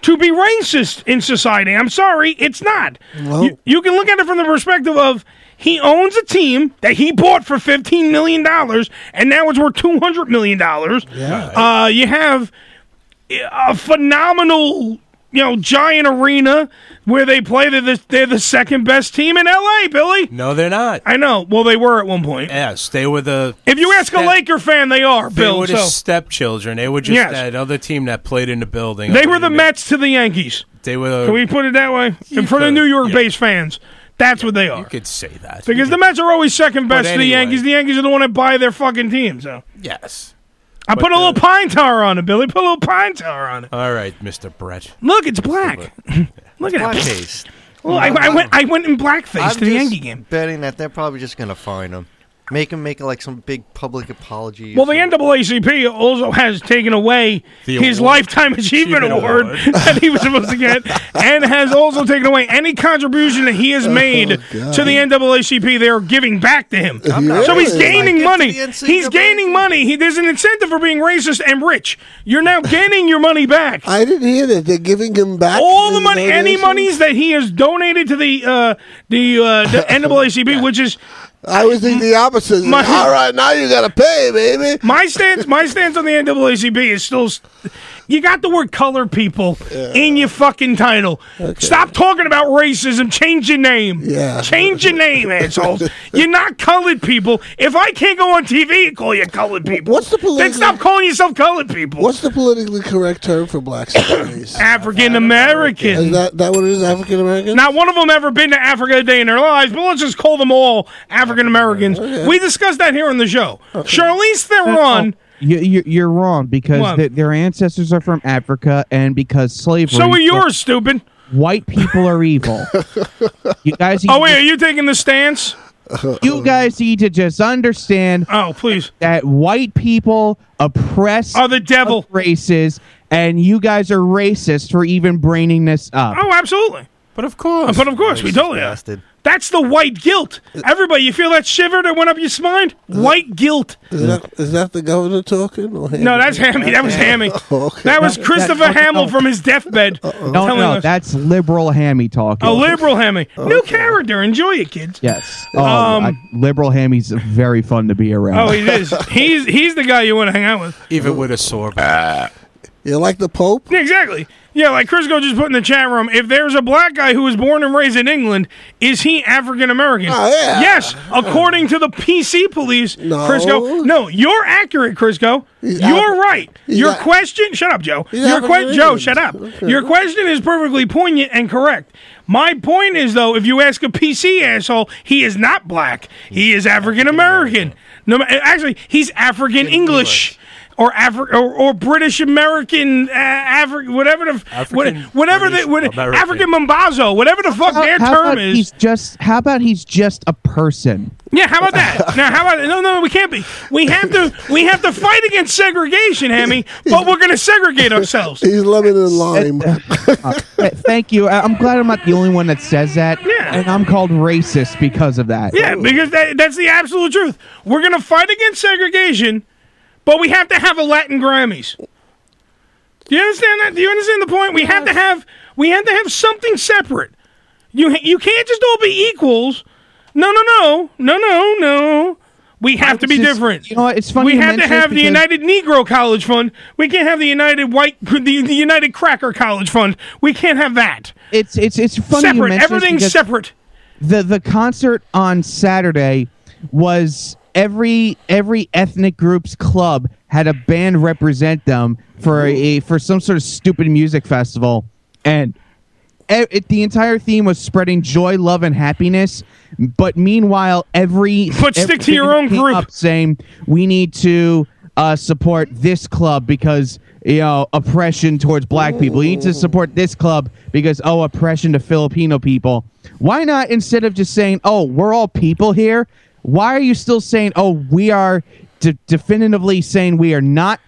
[SPEAKER 9] to be racist in society. I'm sorry, it's not. You, you can look at it from the perspective of he owns a team that he bought for $15 million and now it's worth $200 million. Yeah. Uh, you have a phenomenal, you know, giant arena where they play. They're the, they're the second best team in LA, Billy.
[SPEAKER 11] No, they're not.
[SPEAKER 9] I know. Well, they were at one point.
[SPEAKER 11] Yes, they were the.
[SPEAKER 9] If you ask a
[SPEAKER 11] step-
[SPEAKER 9] Laker fan, they are,
[SPEAKER 11] They
[SPEAKER 9] Bill.
[SPEAKER 11] were the
[SPEAKER 9] so.
[SPEAKER 11] stepchildren. They were just
[SPEAKER 9] Yes.
[SPEAKER 11] that other team that played in the building.
[SPEAKER 9] They were the Mets to the Yankees.
[SPEAKER 11] They were. The,
[SPEAKER 9] Can we put it that way? And for the New York-based fans, that's what they are.
[SPEAKER 11] You could say that.
[SPEAKER 9] Because the Mets are always second
[SPEAKER 11] But
[SPEAKER 9] best to the
[SPEAKER 11] anyway.
[SPEAKER 9] Yankees. The Yankees are the one that buy their fucking team. So
[SPEAKER 11] Yes.
[SPEAKER 9] I put a little pine tar on it, Billy. Put a little pine tar on it.
[SPEAKER 11] All right, Mr. Brett.
[SPEAKER 9] Look, it's black. Look at it.
[SPEAKER 13] Blackface.
[SPEAKER 9] Well, I, I went. I went in blackface
[SPEAKER 13] I'm
[SPEAKER 9] to the
[SPEAKER 13] just
[SPEAKER 9] Yankee game.
[SPEAKER 13] betting that they're probably just going to find him. Make him make like some big public apology.
[SPEAKER 9] Well, the NAACP also has taken away
[SPEAKER 13] The
[SPEAKER 9] his
[SPEAKER 13] award.
[SPEAKER 9] lifetime achievement,
[SPEAKER 13] Achievement
[SPEAKER 9] award,
[SPEAKER 13] award.
[SPEAKER 9] that he was supposed to get, and has also taken away any contribution that he has made
[SPEAKER 13] Oh, God.
[SPEAKER 9] to the NAACP. They are giving back to him,
[SPEAKER 13] I'm not
[SPEAKER 9] so he's
[SPEAKER 13] really like it
[SPEAKER 9] gaining
[SPEAKER 13] to
[SPEAKER 9] money.
[SPEAKER 13] the
[SPEAKER 9] He's gaining money. He, there's an incentive for being racist and rich. You're now gaining your money back.
[SPEAKER 10] I didn't hear that they're giving him back
[SPEAKER 9] All the
[SPEAKER 10] his
[SPEAKER 9] money, any
[SPEAKER 10] donations?
[SPEAKER 9] monies that he has donated to the uh, the, uh, the
[SPEAKER 10] *laughs*
[SPEAKER 9] NAACP, which is
[SPEAKER 10] I was thinking the opposite. All right, now you gotta pay, baby.
[SPEAKER 9] My stance, my stance on the NAACP is still, You got the word color people in your fucking title. Stop talking about racism. Change your name.
[SPEAKER 10] Yeah.
[SPEAKER 9] Change your
[SPEAKER 10] *laughs*
[SPEAKER 9] name, assholes. You're not colored people. If I can't go on TV and call you colored people, what's the then stop calling yourself colored people.
[SPEAKER 10] What's the politically correct term for blacks?
[SPEAKER 9] *coughs*
[SPEAKER 10] is
[SPEAKER 9] African American.
[SPEAKER 10] that that what it is? African American.
[SPEAKER 9] Not one of them ever been to Africa a day in their lives, but let's just call them all African Americans. We discussed that here on the show. Charlize Theron.
[SPEAKER 5] You, you, you're wrong because
[SPEAKER 9] What?
[SPEAKER 5] th- their ancestors are from Africa, and because slavery.
[SPEAKER 9] So are yours, stupid.
[SPEAKER 5] White people
[SPEAKER 10] *laughs*
[SPEAKER 5] are evil. you guys.
[SPEAKER 9] Oh wait, are you taking the stance?
[SPEAKER 5] You guys need to just understand.
[SPEAKER 9] Oh, please.
[SPEAKER 5] That white people oppress
[SPEAKER 9] are the devil
[SPEAKER 5] races, and you guys are racist for even bringing this up.
[SPEAKER 9] Oh, absolutely.
[SPEAKER 11] But of course.
[SPEAKER 9] But of course, we totally are. That's the white guilt. Everybody, you feel that shiver that went up your spine? White guilt.
[SPEAKER 10] Is that, is that the governor talking? Or *laughs*
[SPEAKER 9] No, that's Hammy. That was Hammy. That was
[SPEAKER 10] That- oh. that-
[SPEAKER 9] Christopher
[SPEAKER 10] no, no.
[SPEAKER 9] Hamill from his deathbed.
[SPEAKER 5] No,
[SPEAKER 9] telling
[SPEAKER 5] no,
[SPEAKER 9] us-
[SPEAKER 5] that's liberal hammy talking.
[SPEAKER 9] a liberal Hammy. New character. Enjoy it, kids.
[SPEAKER 5] Yes. Oh,
[SPEAKER 9] Um,
[SPEAKER 5] I- liberal hammy's very fun to be around.
[SPEAKER 9] Oh, he
[SPEAKER 5] *laughs*
[SPEAKER 9] is. He's he's the guy you want to hang out with.
[SPEAKER 11] Even with a sword.
[SPEAKER 5] Ah.
[SPEAKER 10] you like the Pope?
[SPEAKER 9] Yeah, exactly. Yeah, like Crisco just put in the chat room. If there's a black guy who was born and raised in England, is he African American?
[SPEAKER 10] Oh, yeah.
[SPEAKER 9] Yes, according to the PC police. No. Crisco, no, you're accurate, Crisco. you're right. Your question, shut up, Joe. Your question,
[SPEAKER 10] African
[SPEAKER 9] Joe,
[SPEAKER 10] American.
[SPEAKER 9] shut up.
[SPEAKER 10] Okay.
[SPEAKER 9] Your question is perfectly poignant and correct. My point is though, if you ask a PC asshole, he is not black. He is African American. No, ma- actually, he's African English. Or, Afri- or or British American uh, Afri- whatever the f- what, whatever the what, African Mombazo whatever the fuck their
[SPEAKER 5] how
[SPEAKER 9] term
[SPEAKER 5] about
[SPEAKER 9] is
[SPEAKER 5] he's just? How about he's just a person?
[SPEAKER 9] yeah, how about
[SPEAKER 5] *laughs*
[SPEAKER 9] that? Now, how about no, no, we can't be. We have to, we have to fight against segregation, Hammy. But we're going to segregate ourselves.
[SPEAKER 10] He's lemon and lime.
[SPEAKER 5] Uh, th- thank you. I- I'm glad I'm not the only one that says that. Yeah. And I'm called racist because of that.
[SPEAKER 9] Yeah, because that, that's the absolute truth. We're going to fight against segregation, but we have to have a Latin Grammys. Do you understand that? Do you understand the point? We have to have we have to have something separate. You you can't just all be equals. No, no, no, no, no, no. We have to be
[SPEAKER 5] just-
[SPEAKER 9] different.
[SPEAKER 5] you know what, it's funny
[SPEAKER 9] We
[SPEAKER 5] you
[SPEAKER 9] have to
[SPEAKER 5] mention it
[SPEAKER 9] have the
[SPEAKER 5] because-
[SPEAKER 9] United Negro College Fund. We can't have the United White the, the United Cracker College Fund. We can't have that.
[SPEAKER 5] It's it's it's funny you
[SPEAKER 9] Separate.
[SPEAKER 5] mention this
[SPEAKER 9] Everything's
[SPEAKER 5] because-
[SPEAKER 9] separate.
[SPEAKER 5] the the concert on Saturday was every every ethnic group's club had a band represent them for a for some sort of stupid music festival and e- it, the entire theme was spreading joy love and happiness but meanwhile every e,
[SPEAKER 9] But stick to your own
[SPEAKER 5] everything came
[SPEAKER 9] group.
[SPEAKER 5] up saying we need to uh, support this club because you know oppression towards black people. You need to support this club because oh oppression to Filipino people. Why not instead of just saying oh we're all people here? Why are you still saying oh we are de- definitively saying we are not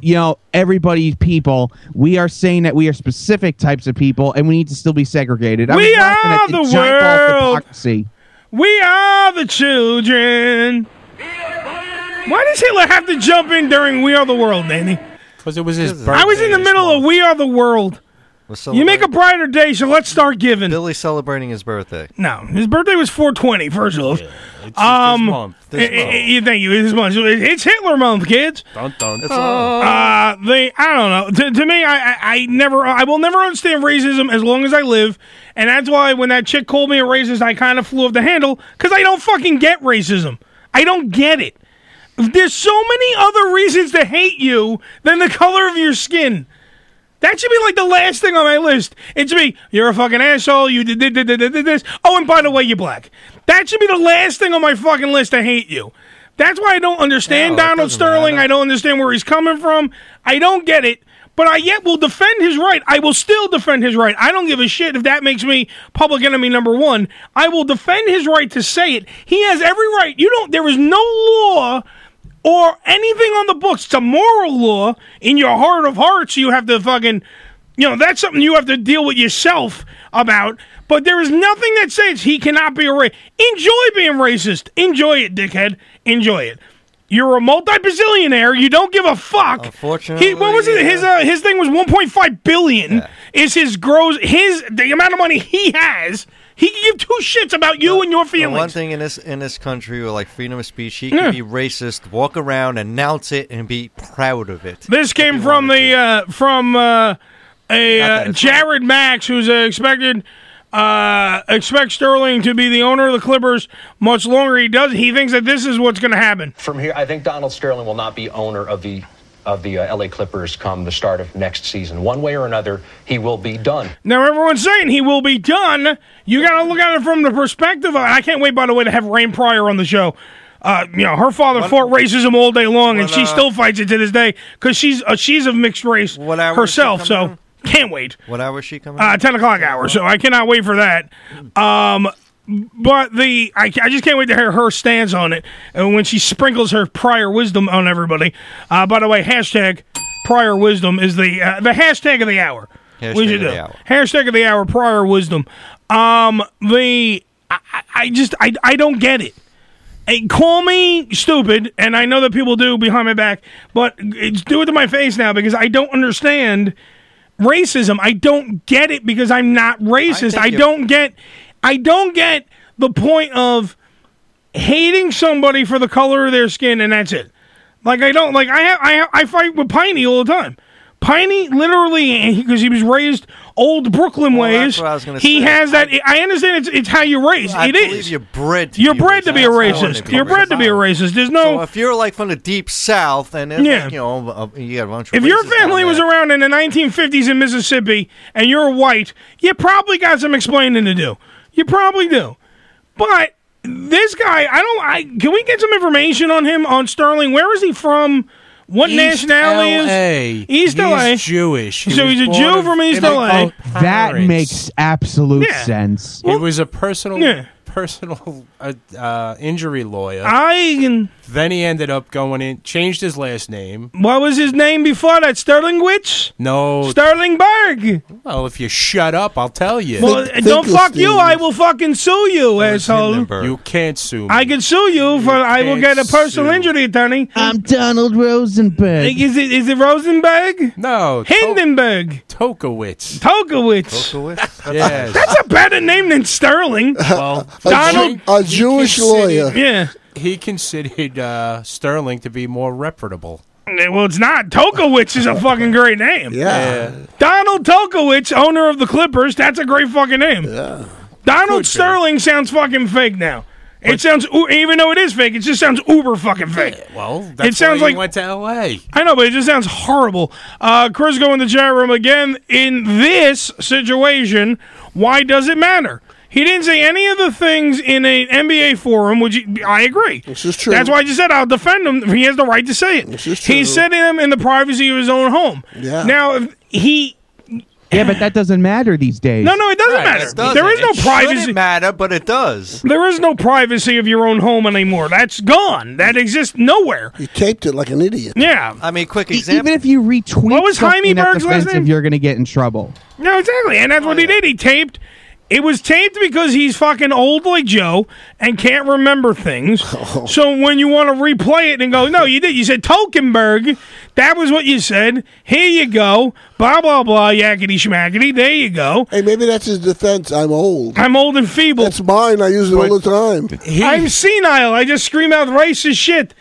[SPEAKER 5] you know everybody's people? We are saying that we are specific types of people and we need to still be segregated. I was
[SPEAKER 9] We
[SPEAKER 5] laughing at
[SPEAKER 9] are the
[SPEAKER 5] giant ball of
[SPEAKER 9] world.
[SPEAKER 5] hypocrisy.
[SPEAKER 9] We are the children. Why does Hitler have to jump in during We Are the World, Danny?
[SPEAKER 11] Because it was his birthday.
[SPEAKER 9] I was in the middle of We Are the World. You make a brighter day, so let's start giving.
[SPEAKER 13] Billy's celebrating his birthday.
[SPEAKER 9] No, his birthday was 420, first off.
[SPEAKER 13] this
[SPEAKER 9] um,
[SPEAKER 13] month. This
[SPEAKER 9] eh, eh, eh, thank you. This month. It- It's Hitler month, kids.
[SPEAKER 11] Dun, dun, dun. Ah!
[SPEAKER 9] Uh, they, I don't know. To, to me, I, I, I never, I will never understand racism as long as I live, and that's why when that chick called me a racist, I kind of flew off the handle because I don't fucking get racism. I don't get it. There's so many other reasons to hate you than the color of your skin. That should be like the last thing on my list. It should be you're a fucking asshole. You did, did, did, did, did, did this. Oh, and by the way, you're black. That should be the last thing on my fucking list to hate you. That's why I don't understand Donald Sterling. I don't understand where he's coming from. I don't get it. But I yet will defend his right. I will still defend his right. I don't give a shit if that makes me public enemy number one. I will defend his right to say it. He has every right. You don't. There is no law or anything on the books. It's a moral law in your heart of hearts. You have to fucking, you know, that's something you have to deal with yourself about. But there is nothing that says he cannot be a racist. Enjoy being racist. Enjoy it, dickhead. Enjoy it. You're a multi-bazillionaire. You don't give a fuck.
[SPEAKER 13] Unfortunately,
[SPEAKER 9] he, what was it? His uh, his thing was 1.5 billion. Is his gross his the amount of money he has He can give two shits about you and your
[SPEAKER 13] The one
[SPEAKER 9] feelings.
[SPEAKER 13] thing in this in this country with like freedom of speech, he
[SPEAKER 9] Yeah.
[SPEAKER 13] can be racist, walk around, announce it, and be proud of it.
[SPEAKER 9] This came from the uh, from uh, a uh, Jared Max, who's uh, expected uh, expects Sterling to be the owner of the Clippers much longer. He does. He thinks that this is what's going to happen.
[SPEAKER 12] From here, I think Donald Sterling will not be owner of the of the uh, LA Clippers come the start of next season. One way or another, he will be done.
[SPEAKER 9] Now everyone's saying he will be done. You got to look at it from the perspective of. I can't wait, by the way, to have Rain Pryor on the show. Uh, you know, her father fought racism all day long, and she
[SPEAKER 13] uh,
[SPEAKER 9] still fights it to this day because she's uh, she's of mixed race herself. So can't wait.
[SPEAKER 13] What hour is she coming?
[SPEAKER 9] uh, 10 o'clock hour so i cannot wait for that um, but the I, I just can't wait to hear her stance on it and when she sprinkles her prior wisdom on everybody uh, by the way hashtag prior wisdom is the uh, the hashtag of the hour
[SPEAKER 13] Hashtag
[SPEAKER 9] should
[SPEAKER 13] of the
[SPEAKER 9] do.
[SPEAKER 13] hour.
[SPEAKER 9] hashtag of the hour prior wisdom um, the I, I- I just I, I don't get it Hey, call me stupid, and I know that people do behind my back, but it's, do it to my face now because I don't understand racism. I don't get it because I'm not racist. I,
[SPEAKER 14] you-
[SPEAKER 9] don't get, I don't get the point of hating somebody for the color of their skin, and that's it. Like I don't like I have I have, I fight with Piney all the time. Piney literally because he was raised old Brooklyn ways.
[SPEAKER 13] that's what I was gonna
[SPEAKER 9] he
[SPEAKER 13] say.
[SPEAKER 9] has that. I understand it's it's how you raise.
[SPEAKER 13] I
[SPEAKER 9] it
[SPEAKER 13] believe
[SPEAKER 9] is.
[SPEAKER 13] you're bred. To
[SPEAKER 9] You're
[SPEAKER 13] be
[SPEAKER 9] bred to be a racist. You're bred to be a racist. There's no.
[SPEAKER 13] So if you're like from the deep south, and then,
[SPEAKER 9] Yeah.
[SPEAKER 13] like, you know, uh, you got a bunch of
[SPEAKER 9] If your
[SPEAKER 13] racists down
[SPEAKER 9] family was
[SPEAKER 13] there.
[SPEAKER 9] around in the 1950s in Mississippi and you're white, you probably got some explaining to do. You probably do. But this guy, I don't. I can we get some information on him on Sterling? Where is he from? What
[SPEAKER 11] East
[SPEAKER 9] nationality
[SPEAKER 11] LA.
[SPEAKER 9] is East
[SPEAKER 11] He's
[SPEAKER 9] LA?
[SPEAKER 11] Jewish. He
[SPEAKER 9] so
[SPEAKER 11] was
[SPEAKER 9] he's a
[SPEAKER 11] born
[SPEAKER 9] Jew
[SPEAKER 11] of
[SPEAKER 9] from East
[SPEAKER 11] immigrant
[SPEAKER 9] LA.
[SPEAKER 5] Oh, that
[SPEAKER 11] parents.
[SPEAKER 5] makes absolute sense.
[SPEAKER 11] it was a personal,
[SPEAKER 9] Yeah.
[SPEAKER 11] personal *laughs* uh, uh, injury lawyer.
[SPEAKER 9] I can.
[SPEAKER 11] Then he ended up going in, changed his last name.
[SPEAKER 9] What was his name before that? Sterling Witch?
[SPEAKER 11] No.
[SPEAKER 9] Sterlingberg.
[SPEAKER 11] well, if you shut up, I'll tell you.
[SPEAKER 9] Well, don't fuck you. I will fucking sue you, asshole.
[SPEAKER 11] You can't sue me.
[SPEAKER 9] I can sue you for I will get a
[SPEAKER 11] can't
[SPEAKER 9] personal injury attorney.
[SPEAKER 5] I'm Donald Rosenberg.
[SPEAKER 9] Is it is it Rosenberg?
[SPEAKER 11] No,
[SPEAKER 9] Hindenburg.
[SPEAKER 11] Tokowitz.
[SPEAKER 9] Tokowitz. *laughs*
[SPEAKER 11] Tokowitz. yes.
[SPEAKER 9] That's a better name than Sterling.
[SPEAKER 11] Well,
[SPEAKER 9] Donald.
[SPEAKER 11] a
[SPEAKER 10] Jewish lawyer.
[SPEAKER 9] Yeah.
[SPEAKER 11] He considered uh, Sterling to be more reputable.
[SPEAKER 9] Well, it's not. Tokowitz is a fucking great name.
[SPEAKER 11] Yeah.
[SPEAKER 9] Donald Tokowitz, owner of the Clippers. That's a great fucking name. Yeah. Donald Sterling sounds fucking fake now. It sounds, u- even though it is fake, it just sounds uber fucking fake.
[SPEAKER 11] Well, that's
[SPEAKER 9] it sounds
[SPEAKER 11] why
[SPEAKER 9] like
[SPEAKER 11] he went to L.A.
[SPEAKER 9] I know, but it just sounds horrible. Uh, Chris, go in the chat room again. In this situation, why does it matter? He didn't say any of the things in an NBA forum, which he- I agree. This is
[SPEAKER 10] true.
[SPEAKER 9] That's why I just said I'll defend him. He has the right to say it. This is
[SPEAKER 10] true.
[SPEAKER 9] He said them in the privacy of his own home.
[SPEAKER 10] Yeah.
[SPEAKER 9] Now, if he.
[SPEAKER 5] Yeah, but that doesn't matter these days.
[SPEAKER 9] No, no, it doesn't matter. There is no privacy.
[SPEAKER 13] It matter, but it does.
[SPEAKER 9] There is no privacy of your own home anymore. That's gone. That exists nowhere.
[SPEAKER 10] He taped it like an idiot.
[SPEAKER 9] Yeah.
[SPEAKER 13] I mean, quick
[SPEAKER 5] E, Even if you retweet
[SPEAKER 9] What was
[SPEAKER 5] something
[SPEAKER 9] Jaime
[SPEAKER 5] that's
[SPEAKER 9] Berg's last
[SPEAKER 5] offensive,
[SPEAKER 9] name?
[SPEAKER 5] you're going to get in trouble.
[SPEAKER 9] No, exactly. And that's what he did. He taped. It was taped because he's fucking old like Joe and can't
[SPEAKER 10] *laughs*
[SPEAKER 9] remember things.
[SPEAKER 10] Oh.
[SPEAKER 9] So when you want to replay it and go, no, you did. You said Tokenberg. That was what you said. Here you go. Blah, blah, blah. Yakety schmackety. There you go.
[SPEAKER 10] Hey, maybe that's his defense. I'm old.
[SPEAKER 9] I'm old and feeble.
[SPEAKER 10] That's mine. I use it all the time.
[SPEAKER 9] I'm senile. I just scream out racist shit.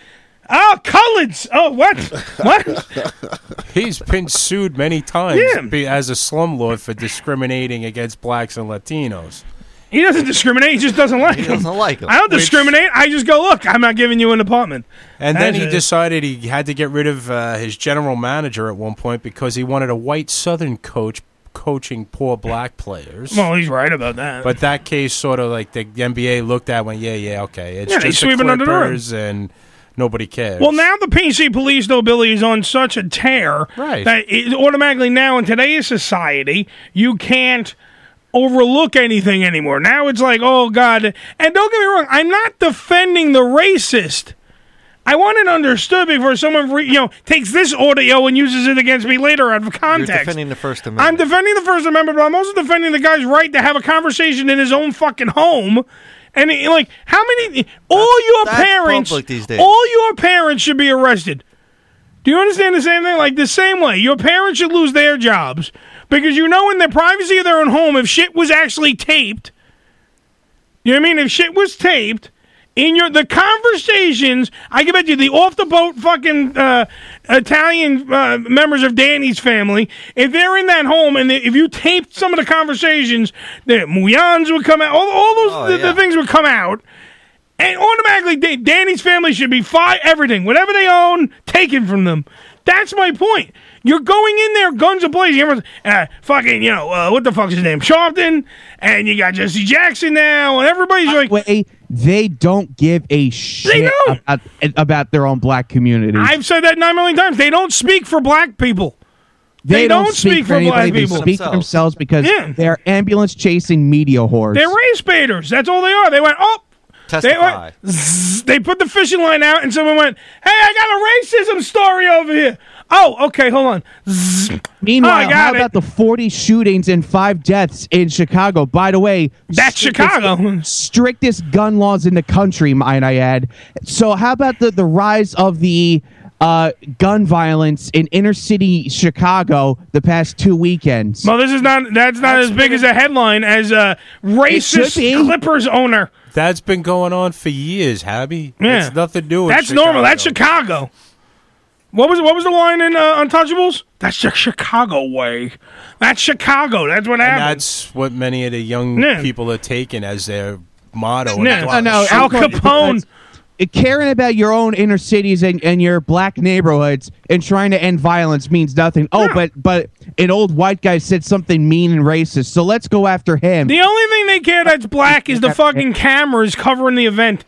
[SPEAKER 9] Oh, coloreds.
[SPEAKER 10] *laughs*
[SPEAKER 9] Oh, what? What?
[SPEAKER 11] He's been sued many times
[SPEAKER 9] Yeah.
[SPEAKER 11] be- as a slumlord for discriminating against blacks and Latinos.
[SPEAKER 9] He doesn't discriminate. He just doesn't like him.
[SPEAKER 11] doesn't like 'em.
[SPEAKER 9] I don't
[SPEAKER 11] Which-
[SPEAKER 9] discriminate. I just go, look, I'm not giving you an apartment.
[SPEAKER 11] And then
[SPEAKER 9] That's
[SPEAKER 11] he
[SPEAKER 9] it.
[SPEAKER 11] decided he had to get rid of uh, his general manager at one point because he wanted a white Southern coach coaching poor black players.
[SPEAKER 9] Well, he's right about that.
[SPEAKER 11] But that case sort of like the NBA looked at and went, yeah, yeah, okay. It's
[SPEAKER 9] Yeah, they
[SPEAKER 11] just
[SPEAKER 9] sweep it
[SPEAKER 11] the
[SPEAKER 9] under the rug.
[SPEAKER 11] Clippers and nobody cares.
[SPEAKER 9] Well, now the PC police nobility is on such a tear
[SPEAKER 11] Right.
[SPEAKER 9] that it automatically now in today's society you can't overlook anything anymore. Now it's like, oh god, and don't get me wrong, I'm not defending the racist. I want it understood before someone re- you know takes this audio and uses it against me later out of
[SPEAKER 13] You're
[SPEAKER 9] context.
[SPEAKER 13] defending the First Amendment.
[SPEAKER 9] I'm defending the First Amendment, but I'm also defending the guy's right to have a conversation in his own fucking home. And it- like, how many? All your
[SPEAKER 13] that's
[SPEAKER 9] parents,
[SPEAKER 13] public these days.
[SPEAKER 9] all your parents should be arrested. Do you understand the same thing? Like the same way, your parents should lose their jobs because you know in the privacy of their own home, if shit was actually taped, You know what I mean? If shit was taped in your the conversations, I can bet you the off the boat fucking uh, Italian uh, members of Danny's family, if they're in that home and if you taped some of the conversations, the Muyans would come out, all, all those
[SPEAKER 14] Oh,
[SPEAKER 9] the,
[SPEAKER 14] yeah.
[SPEAKER 9] the things would come out. And automatically, Da- Danny's family should be fi Everything, whatever they own, taken from them. That's my point. You're going in there, guns ablazing. Everyone's, uh, fucking, you know, uh, what the fuck's his name, Sharpton, and you got Jesse Jackson now, and everybody's like,
[SPEAKER 5] way, they don't give a shit about, about their own black community.
[SPEAKER 9] I've said that nine million times. They don't speak for black people. They, don't, speak, for
[SPEAKER 5] anybody,
[SPEAKER 9] black people.
[SPEAKER 5] They speak for themselves because they're ambulance chasing media whores.
[SPEAKER 9] They're race baiters. That's all they are. They went, oh. They, went, zzz, they put the fishing line out, and someone went, "Hey, I got a racism story over here." Oh, okay, hold on. Zzz.
[SPEAKER 5] Meanwhile,
[SPEAKER 9] Oh, I got
[SPEAKER 5] how
[SPEAKER 9] it.
[SPEAKER 5] about the 40 shootings and five deaths in Chicago? By the way,
[SPEAKER 9] That's Chicago.
[SPEAKER 5] Strictest gun laws in the country, might I add. So, how about the, the rise of the uh, gun violence in inner city Chicago the past two weekends?
[SPEAKER 9] Well, this is not. That's not as big as a headline as uh, racist Clippers owner.
[SPEAKER 11] That's been going on for years, Habby.
[SPEAKER 9] Yeah.
[SPEAKER 11] It's nothing new. in
[SPEAKER 9] That's normal.
[SPEAKER 11] Chicago.
[SPEAKER 9] That's Chicago. What was what was the line in uh, Untouchables? That's the Chicago way. That's Chicago. That's what
[SPEAKER 11] And
[SPEAKER 9] happened.
[SPEAKER 11] that's what many of the young
[SPEAKER 9] Yeah.
[SPEAKER 11] people are taking as their motto. and
[SPEAKER 5] No,
[SPEAKER 11] go
[SPEAKER 5] no,
[SPEAKER 11] out
[SPEAKER 5] no,
[SPEAKER 11] and
[SPEAKER 5] Al
[SPEAKER 11] shoot people.
[SPEAKER 5] Capone. Caring about your own inner cities and, and your black neighborhoods and trying to end violence means nothing. Oh, but but an old white guy said something mean and racist, so let's go after him.
[SPEAKER 9] The only thing they care that's black is the fucking cameras covering the event.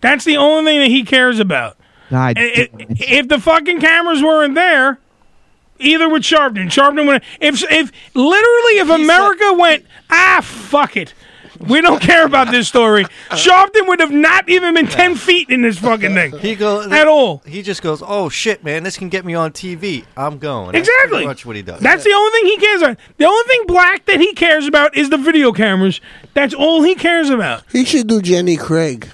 [SPEAKER 9] That's the only thing that he cares about.
[SPEAKER 5] God,
[SPEAKER 9] I- I- if the fucking cameras weren't there, either would Sharpton. Sharpton would. If if literally if America went ah fuck it, we don't care about this story. Sharpton would have not even been ten feet in this fucking thing.
[SPEAKER 13] He goes
[SPEAKER 9] at all.
[SPEAKER 13] He just goes, "Oh shit, man, this can get me on TV. I'm going." That's pretty
[SPEAKER 9] Exactly.
[SPEAKER 13] much what he does.
[SPEAKER 9] That's the only thing he cares about. The only thing black that he cares about is the video cameras. That's all he cares about.
[SPEAKER 10] He should do Jenny Craig.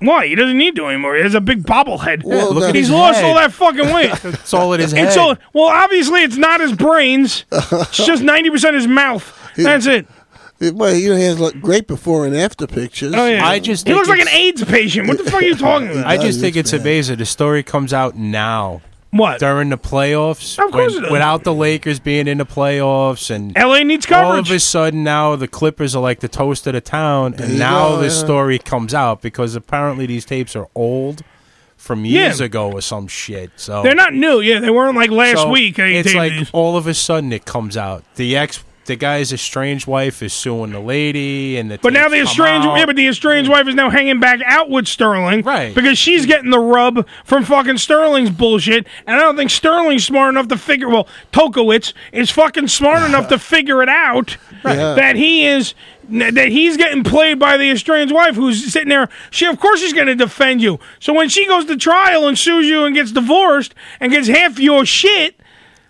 [SPEAKER 9] Why? He doesn't need to anymore. He has a big bobblehead.
[SPEAKER 10] Well, look at
[SPEAKER 9] he's
[SPEAKER 10] his
[SPEAKER 9] lost
[SPEAKER 10] head.
[SPEAKER 9] all that fucking
[SPEAKER 11] *laughs*
[SPEAKER 9] weight.
[SPEAKER 11] That's all in his
[SPEAKER 9] It's
[SPEAKER 11] head.
[SPEAKER 9] all, well, obviously, it's not his brains. It's just 90%
[SPEAKER 10] *laughs*
[SPEAKER 9] his mouth. That's it.
[SPEAKER 10] Well, you know, he has like great before and after pictures.
[SPEAKER 9] Oh, yeah. I just He think looks like it's- an AIDS patient. What the fuck are you talking about?
[SPEAKER 11] *laughs* I just think
[SPEAKER 10] it's
[SPEAKER 11] it's amazing. The story comes out now.
[SPEAKER 9] What?
[SPEAKER 11] During the playoffs?
[SPEAKER 9] Of course it does.
[SPEAKER 11] Without the Lakers being in the playoffs and
[SPEAKER 9] LA needs
[SPEAKER 11] All
[SPEAKER 9] coverage.
[SPEAKER 11] of a sudden now the Clippers are like the toast of the town and
[SPEAKER 9] you
[SPEAKER 11] now
[SPEAKER 9] go,
[SPEAKER 11] this
[SPEAKER 9] yeah.
[SPEAKER 11] story comes out because apparently these tapes are old from years
[SPEAKER 9] Yeah.
[SPEAKER 11] ago or some shit. So
[SPEAKER 9] They're not new. Yeah, they weren't like last
[SPEAKER 11] So,
[SPEAKER 9] week. I
[SPEAKER 11] It's
[SPEAKER 9] taped
[SPEAKER 11] like
[SPEAKER 9] these.
[SPEAKER 11] all of a sudden it comes out. The ex the guy's estranged wife is suing the lady and the
[SPEAKER 9] But now the
[SPEAKER 11] tapes come
[SPEAKER 9] estranged,
[SPEAKER 11] out.
[SPEAKER 9] yeah, but the estranged wife is now hanging back out with Sterling,
[SPEAKER 11] Right.
[SPEAKER 9] Because she's getting the rub from fucking Sterling's bullshit, and I don't think Sterling's smart enough to figure. Well, Tokowitz is fucking smart enough to figure it out
[SPEAKER 14] Yeah.
[SPEAKER 9] that he is that he's getting played by the estranged wife, who's sitting there. She, of course, she's going to defend you. So when she goes to trial and sues you and gets divorced and gets half your shit.